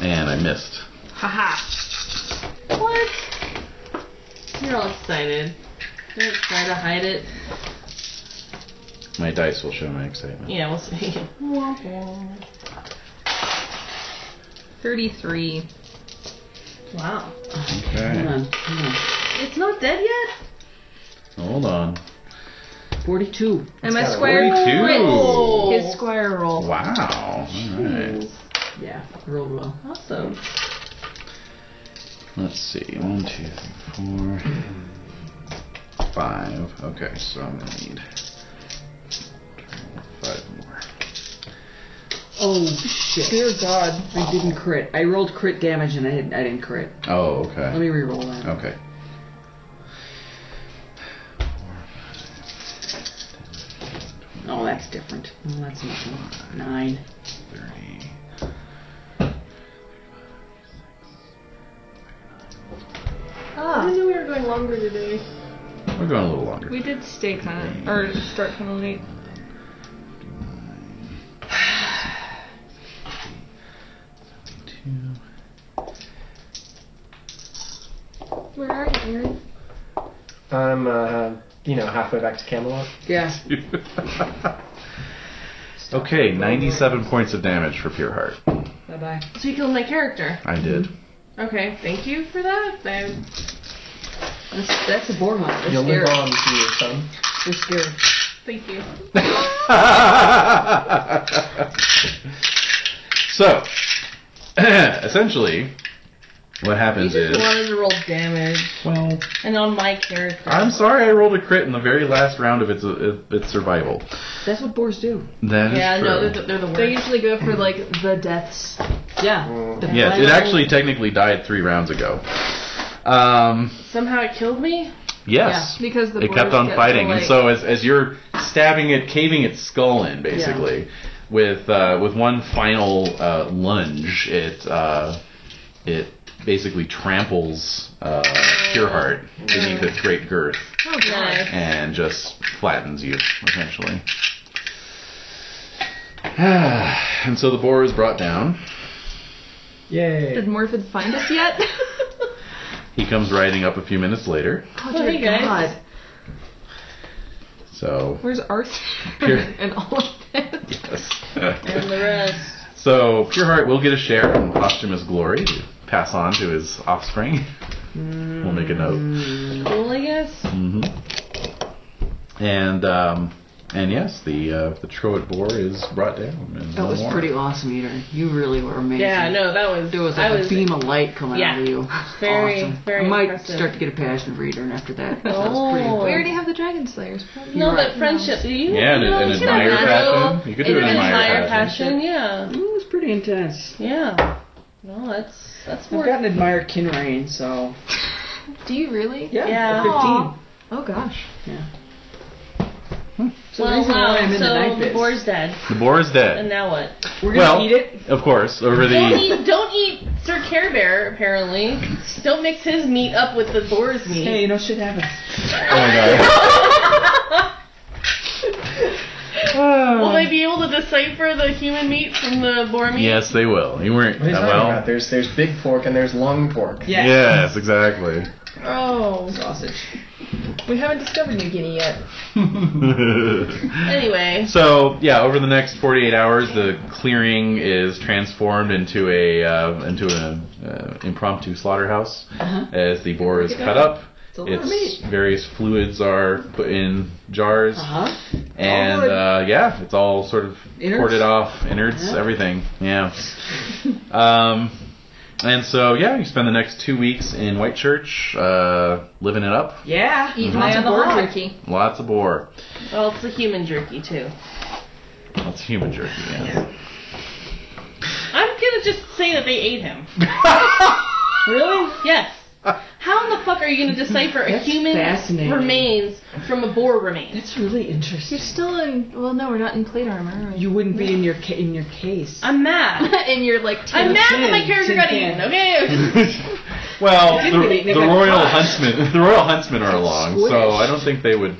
Speaker 6: and I missed.
Speaker 2: Haha. What? You're all excited. Don't try to hide it.
Speaker 6: My dice will show my excitement.
Speaker 2: Yeah, we'll see. Womp womp.
Speaker 4: 33.
Speaker 2: wow.
Speaker 5: Come
Speaker 6: Okay.
Speaker 5: on. Come on.
Speaker 2: It's not dead yet?
Speaker 6: Hold on.
Speaker 5: 42.
Speaker 4: And my
Speaker 3: got a
Speaker 4: squire
Speaker 6: Forty-two.
Speaker 4: crit. His squire roll.
Speaker 6: Wow. All right.
Speaker 5: Yeah, rolled well.
Speaker 2: Awesome.
Speaker 6: Let's see. One, two, three, four, five. Okay, so I'm gonna need five more.
Speaker 5: Oh, shit. Dear God. I didn't crit. I rolled crit damage and I didn't, I didn't crit.
Speaker 6: Oh,
Speaker 5: Let
Speaker 6: okay.
Speaker 5: me re-roll that.
Speaker 6: Okay.
Speaker 5: Oh, that's different. Oh, that's much more. 9.
Speaker 6: Thirty.
Speaker 2: I knew we were going longer today.
Speaker 6: We're going a little longer.
Speaker 4: We did stay kind of, or start kind of late.
Speaker 6: Two.
Speaker 4: Where are you, Aaron?
Speaker 3: I'm, uh, you know, halfway back to Camelot.
Speaker 5: Yeah.
Speaker 6: okay, 97 points of damage for Pure Heart.
Speaker 5: Bye-bye.
Speaker 2: So you killed my character.
Speaker 6: I did.
Speaker 2: Okay, thank you for that. I-
Speaker 5: That's, that's a boar hunt. They're
Speaker 3: You'll
Speaker 5: scary.
Speaker 3: live on through your son.
Speaker 5: They're scary.
Speaker 2: thank you.
Speaker 6: so, essentially, what
Speaker 2: You
Speaker 6: happens
Speaker 2: just
Speaker 6: is.
Speaker 2: wanted to roll damage.
Speaker 6: Well,
Speaker 2: And on my character.
Speaker 6: I'm sorry I rolled a crit in the very last round of its, of its survival.
Speaker 5: That's what boars do.
Speaker 6: That is
Speaker 2: yeah,
Speaker 6: true.
Speaker 2: no, they're the, they're the worst.
Speaker 4: They usually go for like the deaths.
Speaker 5: Yeah.
Speaker 3: Mm.
Speaker 6: yes, it actually technically died three rounds ago. Um,
Speaker 2: Somehow it killed me?
Speaker 6: yes.
Speaker 4: Because the
Speaker 6: it kept
Speaker 4: boars
Speaker 6: on
Speaker 4: get
Speaker 6: fighting,
Speaker 4: to,
Speaker 6: and
Speaker 4: like-
Speaker 6: so as, as you're stabbing it, caving its skull in, basically, with uh, with one final uh, lunge, it uh, it basically tramples uh, Pureheart beneath its great girth
Speaker 4: Oh, God.
Speaker 6: and just flattens you, essentially. and so the boar is brought down.
Speaker 9: Yay.
Speaker 4: Did Morphid find us yet?
Speaker 6: He comes riding up a few minutes later.
Speaker 4: oh,
Speaker 2: hey,
Speaker 4: dear
Speaker 2: guys.
Speaker 4: God.
Speaker 6: So,
Speaker 4: Where's Arthur
Speaker 6: Here.
Speaker 4: and all of that?
Speaker 2: And the rest.
Speaker 6: so Pureheart will get a share in posthumous glory to pass on to his offspring. We'll make a note.
Speaker 2: Cool, I guess.
Speaker 6: hmm And um, and yes, the uh, the Troit boar is brought down. And
Speaker 5: That
Speaker 6: no
Speaker 5: was
Speaker 6: more.
Speaker 5: pretty awesome, Eater. You really were amazing.
Speaker 2: Yeah, no, that was.
Speaker 5: There was
Speaker 2: I
Speaker 5: like
Speaker 2: was
Speaker 5: a beam of light coming
Speaker 2: yeah.
Speaker 5: out of you.
Speaker 2: Very,
Speaker 5: awesome.
Speaker 2: very
Speaker 5: I might
Speaker 2: impressive.
Speaker 5: start to get a passion for Eater after that. That was pretty
Speaker 2: Oh.
Speaker 5: cool.
Speaker 4: We already have the Dragon Slayers.
Speaker 2: No,
Speaker 5: You're
Speaker 2: but
Speaker 5: right.
Speaker 2: friendship. You,
Speaker 6: Yeah, and
Speaker 2: you
Speaker 6: an-
Speaker 2: know,
Speaker 6: an
Speaker 2: you can
Speaker 6: admire
Speaker 2: have
Speaker 6: passion.
Speaker 2: natural-
Speaker 6: You could do
Speaker 2: and
Speaker 6: an admire
Speaker 2: passion. Yeah,
Speaker 5: It was pretty intense.
Speaker 2: yeah. No, that's that's
Speaker 5: I've
Speaker 2: more.
Speaker 5: got an admired Kinrain, so
Speaker 4: Do you really?
Speaker 5: yeah,
Speaker 2: Yeah.
Speaker 5: fifteen.
Speaker 4: Oh gosh.
Speaker 5: So the
Speaker 2: Well,
Speaker 5: reason
Speaker 2: wow.
Speaker 5: why I'm in the
Speaker 2: So
Speaker 5: knife
Speaker 2: the,
Speaker 5: is
Speaker 2: boar's dead,
Speaker 6: The boar is
Speaker 2: and
Speaker 6: dead.
Speaker 2: now what?
Speaker 5: we're gonna
Speaker 6: Well-
Speaker 5: eat it.
Speaker 6: Of course,
Speaker 2: Don't
Speaker 6: over the
Speaker 2: eat, don't eat Sir Care Bear. Apparently, don't mix his meat up with the boar's meat.
Speaker 5: Hey, you know shit happens.
Speaker 6: oh my god.
Speaker 2: Will they be able to decipher the human meat from the boar meat?
Speaker 6: Yes, they will. You weren't
Speaker 3: What are you
Speaker 6: uh,
Speaker 3: talking
Speaker 6: well.
Speaker 3: about? There's there's big pork and there's long pork.
Speaker 5: Yeah.
Speaker 6: Yes, exactly.
Speaker 2: Oh.
Speaker 5: Sausage.
Speaker 4: We haven't discovered New Guinea yet.
Speaker 2: Anyway.
Speaker 6: So yeah, over the next 48 hours, the clearing is transformed into a uh, into an uh, impromptu slaughterhouse as the boar is cut up. Its various fluids are put in jars,
Speaker 5: Uh huh.
Speaker 6: and
Speaker 5: good.
Speaker 6: uh, yeah, it's all sort of
Speaker 5: Innards.
Speaker 6: ported off, innards,
Speaker 5: Yeah.
Speaker 6: everything. Yeah. um, and so yeah, you spend the next two weeks in Whitechurch, uh, living it up.
Speaker 5: Yeah.
Speaker 6: Mm-hmm.
Speaker 4: Eating my on the hot turkey.
Speaker 6: Lots of boar.
Speaker 2: Well, it's the human jerky too.
Speaker 6: That's human jerky. Yeah.
Speaker 2: I'm gonna just say that they ate him.
Speaker 5: Really?
Speaker 2: Yes. How in the fuck are you gonna decipher a
Speaker 5: That's
Speaker 2: human
Speaker 5: fascinating.
Speaker 2: remains from a boar remains?
Speaker 5: That's really interesting.
Speaker 4: You're still in. Well, no, we're not in plate armor. Right?
Speaker 5: You wouldn't be in your ca- in your case.
Speaker 6: Oh,
Speaker 2: I'm mad.
Speaker 4: in your like. Tin.
Speaker 2: I'm mad that my
Speaker 5: Tin,
Speaker 2: character
Speaker 5: tin
Speaker 2: got
Speaker 5: can.
Speaker 2: eaten. Okay.
Speaker 6: Well,
Speaker 5: They didn't get
Speaker 6: the,
Speaker 5: eaten, they
Speaker 6: the
Speaker 5: got
Speaker 6: royal
Speaker 5: crushed.
Speaker 6: huntsmen, the royal huntsmen are along, so I don't think they would.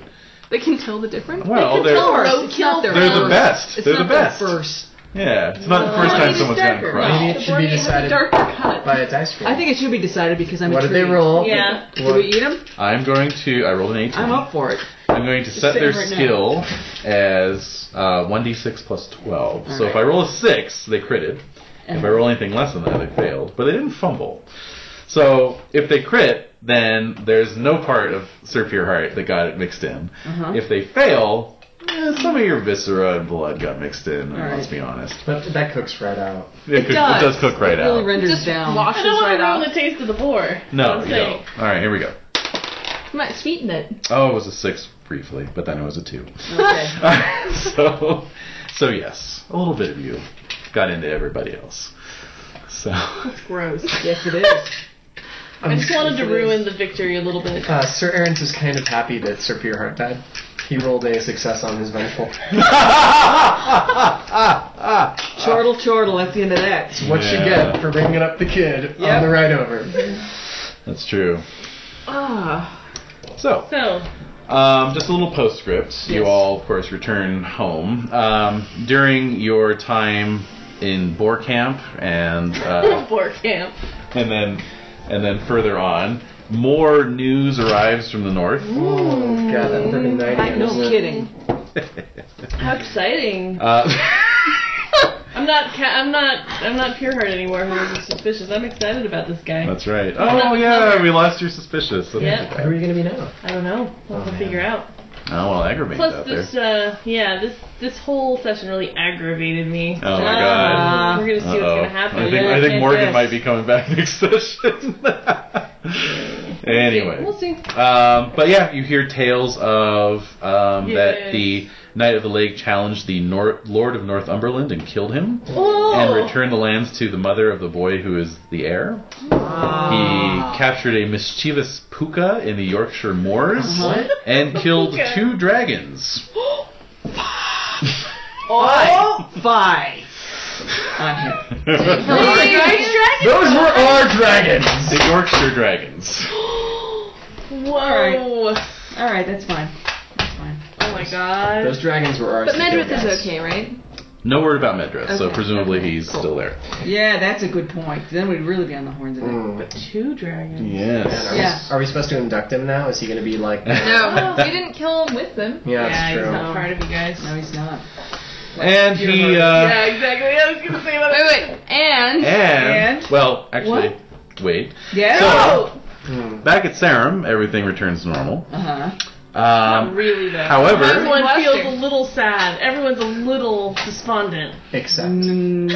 Speaker 4: They can tell the difference.
Speaker 6: Well, they're
Speaker 4: Or
Speaker 2: Roadkill
Speaker 4: it's not their
Speaker 6: they're the
Speaker 4: own.
Speaker 6: best.
Speaker 5: It's
Speaker 6: they're
Speaker 5: not
Speaker 6: the best.
Speaker 5: first.
Speaker 6: Yeah, it's not the first
Speaker 2: No,
Speaker 6: time
Speaker 2: it's
Speaker 6: someone's gotten
Speaker 4: darker.
Speaker 6: crushed.
Speaker 3: Maybe it should
Speaker 4: Or
Speaker 3: be
Speaker 4: you have a
Speaker 3: decided
Speaker 4: darker cut.
Speaker 3: by its ice cream.
Speaker 5: I think it should be decided because I'm.
Speaker 3: What did they
Speaker 5: intrigued.
Speaker 3: roll?
Speaker 2: Yeah.
Speaker 5: Do we eat them?
Speaker 6: I'm going to. I rolled an 18.
Speaker 5: I'm
Speaker 6: I'm,
Speaker 5: up for it.
Speaker 6: going to set
Speaker 5: sitting
Speaker 6: their
Speaker 5: right now.
Speaker 6: skill as uh, 1d6 plus 12. so if I roll a six, they critted. If I roll anything less than that, they failed. But they didn't fumble. So if they crit, then there's no part of Sir Pureheart that got it mixed in.
Speaker 5: Uh-huh.
Speaker 6: If they fail, eh, some of your viscera and blood got mixed in. Let's
Speaker 5: right.
Speaker 6: be honest.
Speaker 3: But that cooks right out.
Speaker 6: It, cook-
Speaker 4: does.
Speaker 6: it does cook right
Speaker 5: It really
Speaker 6: out.
Speaker 5: renders
Speaker 4: Just
Speaker 5: down.
Speaker 2: I
Speaker 4: washes
Speaker 2: don't want
Speaker 4: right
Speaker 2: to ruin
Speaker 4: off.
Speaker 2: the taste of the boar.
Speaker 6: no,
Speaker 2: I'm
Speaker 6: you
Speaker 2: saying.
Speaker 6: don't. All right, here we go.
Speaker 4: You might sweeten it.
Speaker 6: Oh, it was a six briefly, but then it was a two.
Speaker 5: Okay.
Speaker 6: so, so yes, a little bit of you got into everybody else. So,
Speaker 2: Gross.
Speaker 5: yes, it is.
Speaker 2: I just wanted to ruin the victory a little bit.
Speaker 3: Uh, Sir Errant is kind of happy that Sir Pureheart died. He rolled a success on his vengeful.
Speaker 5: Chortle, chortle. At the end of that.
Speaker 3: What you
Speaker 6: Yeah.
Speaker 3: get for bringing up the kid on
Speaker 5: Yep.
Speaker 3: the ride over.
Speaker 6: that's true.
Speaker 5: Ah.
Speaker 6: So,
Speaker 2: So,
Speaker 6: Um, just a little postscript. You
Speaker 5: Yes.
Speaker 6: all, of course, return home. Um, during your time in Boar Camp and uh,
Speaker 2: boar camp.
Speaker 6: and then and then further on, more news arrives from the north.
Speaker 3: Oh god, that 39
Speaker 5: I, no kidding.
Speaker 2: How exciting!
Speaker 6: Uh,
Speaker 2: I'm not. Ca- I'm not. I'm not Pureheart anymore. Who was suspicious? I'm excited about this guy.
Speaker 6: that's right.
Speaker 2: that
Speaker 6: Oh
Speaker 2: was
Speaker 6: yeah,
Speaker 2: clever.
Speaker 6: we lost your suspicious. That is
Speaker 2: Yeah.
Speaker 6: okay.
Speaker 3: Who are you gonna be now?
Speaker 2: I don't know. We'll have to figure out.
Speaker 6: Oh well, aggravated
Speaker 2: Plus,
Speaker 6: out there.
Speaker 2: this. Uh, yeah, this this whole session really aggravated me.
Speaker 6: Oh my
Speaker 2: Uh,
Speaker 6: god.
Speaker 2: We're gonna see what's
Speaker 6: Uh-oh.
Speaker 2: gonna happen.
Speaker 6: I think,
Speaker 2: Yeah,
Speaker 6: I think
Speaker 2: can't
Speaker 6: Morgan
Speaker 2: guess.
Speaker 6: might be coming back next session. anyway.
Speaker 2: We'll see.
Speaker 6: Um, but yeah, you hear tales of um,
Speaker 2: Yay.
Speaker 6: that the Knight of the Lake challenged the Nor- Lord of Northumberland and killed him,
Speaker 2: Oh!
Speaker 6: and returned the lands to the mother of the boy who is the heir.
Speaker 4: Ah.
Speaker 6: He captured a mischievous puka in the Yorkshire moors
Speaker 4: Uh-huh.
Speaker 6: and killed
Speaker 2: Puka.
Speaker 6: two dragons.
Speaker 5: Oh, Five. Five. on him.
Speaker 6: the
Speaker 3: Those were our dragons.
Speaker 6: Yorkshire dragons.
Speaker 8: Whoa.
Speaker 2: Oh,
Speaker 5: All right, that's fine. That's fine.
Speaker 8: Oh my
Speaker 2: Uh,
Speaker 8: god.
Speaker 3: Those dragons were ours.
Speaker 4: But
Speaker 3: to kill,
Speaker 4: Medrith
Speaker 3: guys.
Speaker 4: is okay, right?
Speaker 6: No word about Medrith, so
Speaker 4: Okay,
Speaker 6: presumably
Speaker 4: okay,
Speaker 6: he's
Speaker 4: cool.
Speaker 6: still there.
Speaker 5: Yeah, that's a good point. Then we'd really be on the horns of it.
Speaker 3: Mm.
Speaker 8: Two dragons.
Speaker 3: Man,
Speaker 6: Yes.
Speaker 3: are,
Speaker 5: Yeah.
Speaker 3: we, are we supposed to induct him now? Is he going to be like?
Speaker 4: No, we didn't kill him with them.
Speaker 3: Yeah, that's
Speaker 2: yeah, he's
Speaker 3: true.
Speaker 2: not part of you guys.
Speaker 5: No, he's not.
Speaker 6: And he, uh,
Speaker 8: Yeah, exactly. I was gonna say
Speaker 4: Wait,
Speaker 8: that.
Speaker 4: wait, and
Speaker 6: and, well, actually, wait.
Speaker 5: Yeah.
Speaker 8: Oh!
Speaker 6: So,
Speaker 3: Hmm.
Speaker 6: back at Sarum, everything returns to normal.
Speaker 5: Uh huh.
Speaker 6: Um,
Speaker 8: really though.
Speaker 6: however-
Speaker 8: everyone
Speaker 4: Bless
Speaker 8: feels
Speaker 4: her.
Speaker 8: a little sad. Everyone's a little despondent
Speaker 3: Except.
Speaker 5: Mm,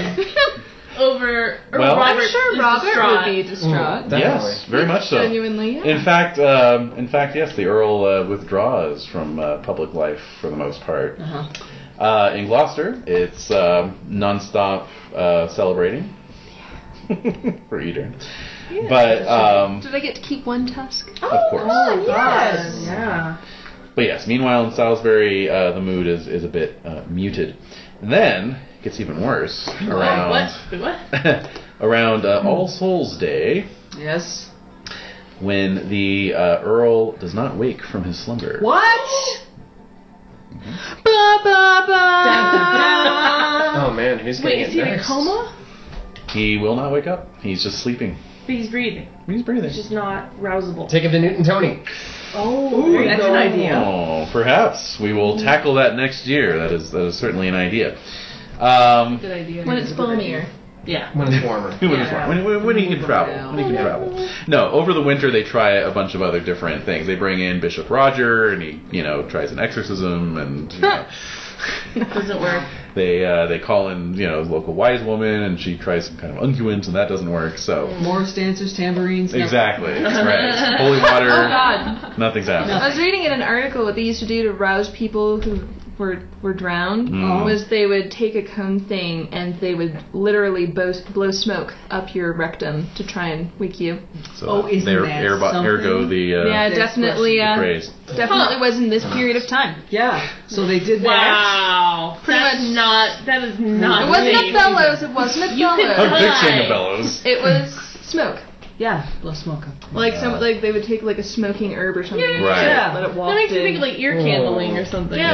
Speaker 8: over. Or
Speaker 6: Well-
Speaker 8: Robert
Speaker 4: I'm sure
Speaker 8: is
Speaker 4: Robert
Speaker 8: distraught.
Speaker 4: would be distraught.
Speaker 3: Definitely.
Speaker 6: yes, very much so.
Speaker 4: Genuinely, yeah.
Speaker 6: In fact, um, in fact, yes, the Earl uh, withdraws from uh, public life for the most part.
Speaker 5: Uh-huh.
Speaker 6: Uh, in Gloucester, it's um nonstop uh, celebrating for Eater, but um,
Speaker 4: Did I get to keep one tusk?
Speaker 8: Oh,
Speaker 6: of course.
Speaker 5: yes.
Speaker 8: Yeah.
Speaker 6: But yes, meanwhile in Salisbury, uh, the mood is is a bit uh, muted. And then it gets even worse around
Speaker 8: What? What?
Speaker 6: around uh, All Souls Day
Speaker 5: Yes.
Speaker 6: when the uh, Earl does not wake from his slumber.
Speaker 5: What?
Speaker 8: Ah.
Speaker 3: Oh man, who's going
Speaker 8: Wait,
Speaker 3: to
Speaker 8: is
Speaker 3: get
Speaker 8: he in a
Speaker 3: next?
Speaker 8: coma?
Speaker 6: He will not wake up. He's just sleeping.
Speaker 8: But he's breathing.
Speaker 6: He's breathing.
Speaker 8: He's just not rousable.
Speaker 3: Take him to Newton Tony.
Speaker 8: Oh,
Speaker 5: Ooh, that's an idea.
Speaker 6: Oh, perhaps we will tackle that next year. That is that is certainly an idea. Um,
Speaker 8: good idea.
Speaker 4: When it's balmier.
Speaker 8: yeah.
Speaker 3: When it's warmer.
Speaker 6: When, it's fine. when, when, when he can travel. When he can travel. No, over the winter they try a bunch of other different things. They bring in Bishop Roger, and he, you know, tries an exorcism, and you know,
Speaker 8: Doesn't work.
Speaker 6: they uh, they call in, you know, local wise woman, and she tries some kind of unguent, and that doesn't work. So
Speaker 5: Morris dancers, tambourines. no.
Speaker 6: exactly, right? Holy water.
Speaker 5: Oh,
Speaker 6: Nothing's happening.
Speaker 4: I was reading in an article what they used to do to rouse people who were were drowned Mm-hmm.
Speaker 6: Mm.
Speaker 4: was they would take a cone thing and they would literally blow, blow smoke up your rectum to try and wake you.
Speaker 6: So
Speaker 5: Oh, isn't
Speaker 6: there,
Speaker 5: that
Speaker 6: ergo-
Speaker 5: something?
Speaker 6: ergo the uh,
Speaker 4: yeah,
Speaker 5: that's
Speaker 4: definitely,
Speaker 6: the
Speaker 4: uh,
Speaker 6: phrase.
Speaker 4: definitely was in this period of time.
Speaker 5: Yeah. So they did that.
Speaker 8: Wow.
Speaker 4: Pretty
Speaker 8: That's
Speaker 4: much-
Speaker 8: not. That is not.
Speaker 4: It wasn't
Speaker 8: safe.
Speaker 4: a bellows. It wasn't a
Speaker 8: You could-
Speaker 6: I'm
Speaker 8: Hi.
Speaker 4: bellows.
Speaker 6: fixing the bellows.
Speaker 4: It was smoke.
Speaker 5: Yeah. Blow smoke up.
Speaker 4: Like some, like they would take like a smoking herb or something.
Speaker 8: Yeah,
Speaker 4: and
Speaker 6: Right.
Speaker 5: Yeah.
Speaker 4: Let it
Speaker 8: That
Speaker 4: walk
Speaker 8: makes me
Speaker 4: in.
Speaker 8: think of like ear candling or something.
Speaker 6: Yeah,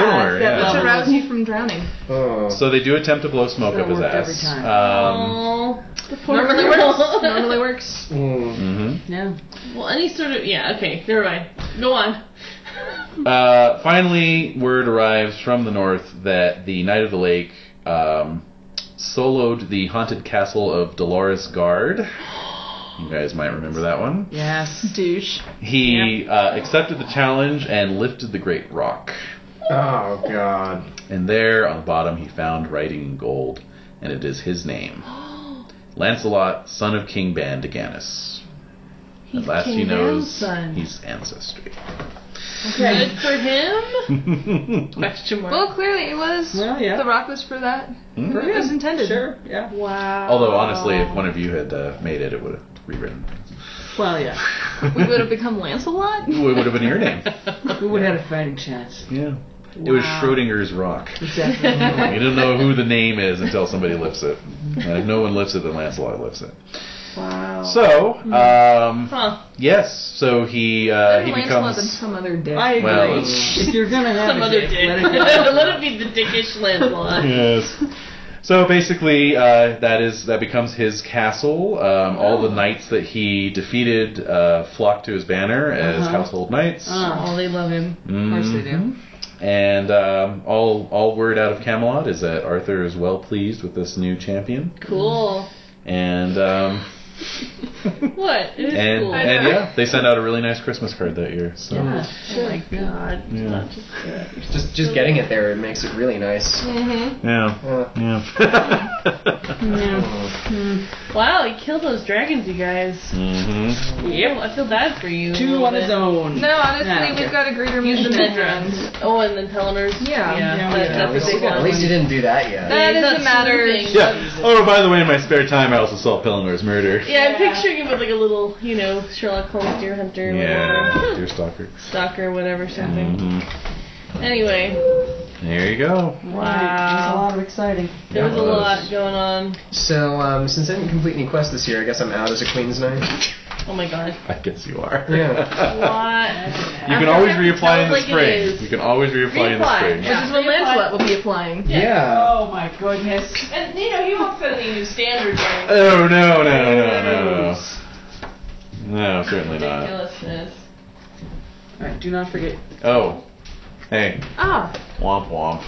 Speaker 6: similar.
Speaker 5: that
Speaker 6: Yeah.
Speaker 5: was
Speaker 4: to rouse you from drowning.
Speaker 3: Oh.
Speaker 6: So they do attempt to blow smoke
Speaker 5: That
Speaker 6: up his
Speaker 5: worked
Speaker 6: ass.
Speaker 5: every time.
Speaker 6: Um,
Speaker 8: Oh, the poor
Speaker 4: Normally
Speaker 8: girl.
Speaker 4: works. Normally works.
Speaker 3: Mm.
Speaker 6: mhm.
Speaker 5: Yeah.
Speaker 8: Well, any sort of yeah. Okay, never mind. Go on.
Speaker 6: Uh, finally, word arrives from the north that the Knight of the Lake um, soloed the haunted castle of Dolores Guard. You guys might remember that one.
Speaker 5: Yes.
Speaker 4: Douche.
Speaker 6: He uh, accepted the challenge and lifted the great rock.
Speaker 3: Oh god.
Speaker 6: And there, on the bottom, he found writing in gold, and it is his name Lancelot, son of King Bandiganus. At last he
Speaker 8: King
Speaker 6: knows
Speaker 8: Ban's son.
Speaker 6: he's ancestry.
Speaker 8: Good for him? Question mark.
Speaker 4: Well, clearly it was.
Speaker 5: Well, yeah. Mm-hmm.
Speaker 4: The rock was for that.
Speaker 6: Hmm?
Speaker 4: It was intended.
Speaker 5: Sure. Yeah.
Speaker 8: Wow.
Speaker 6: Although honestly, if one of you had uh, made it, it would have rewritten.
Speaker 5: Well, yeah.
Speaker 4: We would have become Lancelot.
Speaker 6: it would have been your name.
Speaker 5: We would have had a fighting chance.
Speaker 6: Yeah. It was Schrodinger's rock.
Speaker 5: Exactly.
Speaker 6: You don't know who the name is until somebody lifts it. And if no one lifts it, then Lancelot lifts it. Wow. So, um,
Speaker 8: Huh.
Speaker 6: yes. So he
Speaker 4: Better
Speaker 6: uh, he
Speaker 4: Lancelot than
Speaker 6: becomes.
Speaker 4: some other dick.
Speaker 5: I agree.
Speaker 6: Well, it's-
Speaker 5: if you're gonna have
Speaker 8: Some
Speaker 5: a
Speaker 8: other
Speaker 5: dick,
Speaker 8: dick.
Speaker 5: let it be
Speaker 8: Let it be the dickish Lancelot.
Speaker 6: Yes. So basically, uh, that is that becomes his castle. Um, all
Speaker 5: Oh.
Speaker 6: the knights that he defeated uh, flock to his banner as
Speaker 5: Uh-huh.
Speaker 6: household knights. Mm-hmm.
Speaker 5: Uh,
Speaker 8: Oh, they love him.
Speaker 5: of course they do.
Speaker 6: And um, all all word out of Camelot is that Arthur is well pleased with this new champion.
Speaker 8: Cool.
Speaker 6: And um,
Speaker 8: What? It is
Speaker 6: and
Speaker 8: cool.
Speaker 6: and yeah, they sent out a really nice Christmas card that year. So
Speaker 5: Yeah.
Speaker 8: Oh my god.
Speaker 6: Yeah.
Speaker 8: Not just
Speaker 3: Just just getting it there makes it really nice.
Speaker 6: yeah,
Speaker 3: Uh,
Speaker 6: yeah. Oh.
Speaker 8: Hmm. Wow, he killed those dragons, you guys.
Speaker 6: hmm
Speaker 8: Yep, I feel bad for you. a
Speaker 5: Two
Speaker 8: little
Speaker 5: on his
Speaker 8: bit.
Speaker 5: own.
Speaker 4: No, honestly,
Speaker 5: Yeah.
Speaker 4: we've got a greater mission
Speaker 8: the
Speaker 4: at
Speaker 8: bedroom.
Speaker 4: hand.
Speaker 8: Oh, and then Telenor's.
Speaker 4: Yeah.
Speaker 5: Yeah,
Speaker 8: that-
Speaker 5: yeah,
Speaker 8: that's
Speaker 3: at,
Speaker 8: a
Speaker 3: least,
Speaker 8: big one.
Speaker 3: at least you didn't do that yet.
Speaker 4: That
Speaker 8: he's
Speaker 4: is
Speaker 8: not
Speaker 4: a matter.
Speaker 8: snooping.
Speaker 6: Yeah. Oh, by the way, in my spare time, I also solved Pellinor's murder.
Speaker 8: Yeah, I'm
Speaker 4: Yeah.
Speaker 8: picturing him with like a little, you know, Sherlock Holmes deer hunter, whatever,
Speaker 6: Yeah, dear stalker.
Speaker 8: stalker, whatever, something.
Speaker 6: hmm
Speaker 2: Anyway,
Speaker 6: There you go.
Speaker 5: There's a
Speaker 2: wow.
Speaker 5: lot of exciting.
Speaker 2: There was a
Speaker 6: Yeah, it was.
Speaker 2: lot going on.
Speaker 3: So, um, since I didn't complete any quests this year, I guess I'm out as a Queen's Knight.
Speaker 2: Oh my god.
Speaker 6: I guess you are.
Speaker 3: Yeah.
Speaker 2: What?
Speaker 6: You can
Speaker 2: After
Speaker 6: always
Speaker 2: I have to tell
Speaker 6: reapply in
Speaker 2: it
Speaker 6: the
Speaker 2: like it
Speaker 6: spring.
Speaker 2: is.
Speaker 6: You can always reapply in the
Speaker 2: Reapply.
Speaker 6: spring.
Speaker 2: Yeah.
Speaker 4: Which is when Lancelot will be applying.
Speaker 3: yeah.
Speaker 5: Oh my goodness.
Speaker 2: And you know, you won't set any new standards or anything.
Speaker 6: Oh no no no no no. No, certainly not.
Speaker 2: Ridiculousness.
Speaker 5: Alright, do not forget.
Speaker 6: Oh, hey,
Speaker 4: Ah.
Speaker 6: womp womp.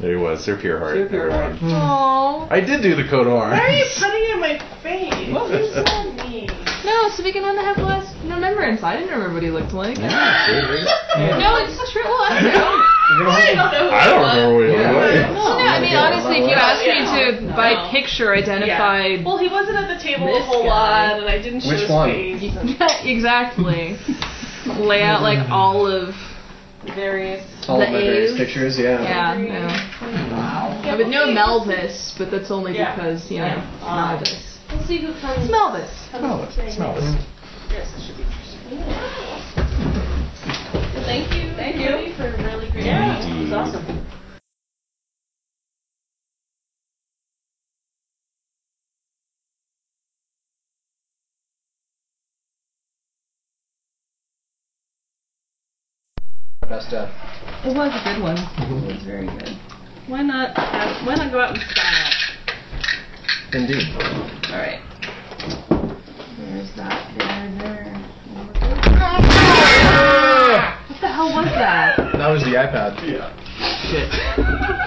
Speaker 6: there he was, Sir Pureheart.
Speaker 5: Sir Pureheart.
Speaker 6: everyone.
Speaker 4: Aww.
Speaker 6: I did do the coat of arms.
Speaker 2: Why are you putting it in my face? What was that mean?
Speaker 4: No, so we can only have last remembrance. I didn't remember what he looked like. No, it's true. Well, I don't know.
Speaker 2: I don't know. who it was.
Speaker 6: I don't remember what he
Speaker 3: Yeah.
Speaker 6: looked like.
Speaker 4: Well, no, I mean,
Speaker 3: Yeah.
Speaker 4: honestly, if you asked me to, by
Speaker 2: No.
Speaker 4: picture, identify.
Speaker 2: Well, he wasn't at the table a
Speaker 4: This
Speaker 2: whole
Speaker 4: guy.
Speaker 2: lot, and I didn't show
Speaker 3: Which
Speaker 2: his
Speaker 3: one?
Speaker 2: face. and
Speaker 4: exactly. Lay out, like, all of.
Speaker 2: Various.
Speaker 3: All of
Speaker 4: The
Speaker 3: my various
Speaker 4: A's.
Speaker 3: pictures, yeah.
Speaker 4: Yeah, no. I would know Melvis, but that's only
Speaker 2: Yeah.
Speaker 4: because, you know,
Speaker 2: Yeah. Ah.
Speaker 4: Melvis.
Speaker 10: We'll see who comes.
Speaker 4: It's Melvis.
Speaker 10: Smell this.
Speaker 6: Smell this.
Speaker 2: Yes, it should be interesting.
Speaker 10: Thank you. Thank you for a really great.
Speaker 2: Yeah, it was awesome.
Speaker 3: Best Mm-hmm. stuff.
Speaker 11: It was a good one. It was very good. Why not? Have, why not go out in style?
Speaker 3: Indeed.
Speaker 11: All right. There's that. There. There. What the hell was that?
Speaker 3: That was the iPad.
Speaker 6: Yeah,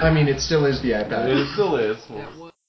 Speaker 3: I mean, it still is the iPad.
Speaker 6: it still is. We'll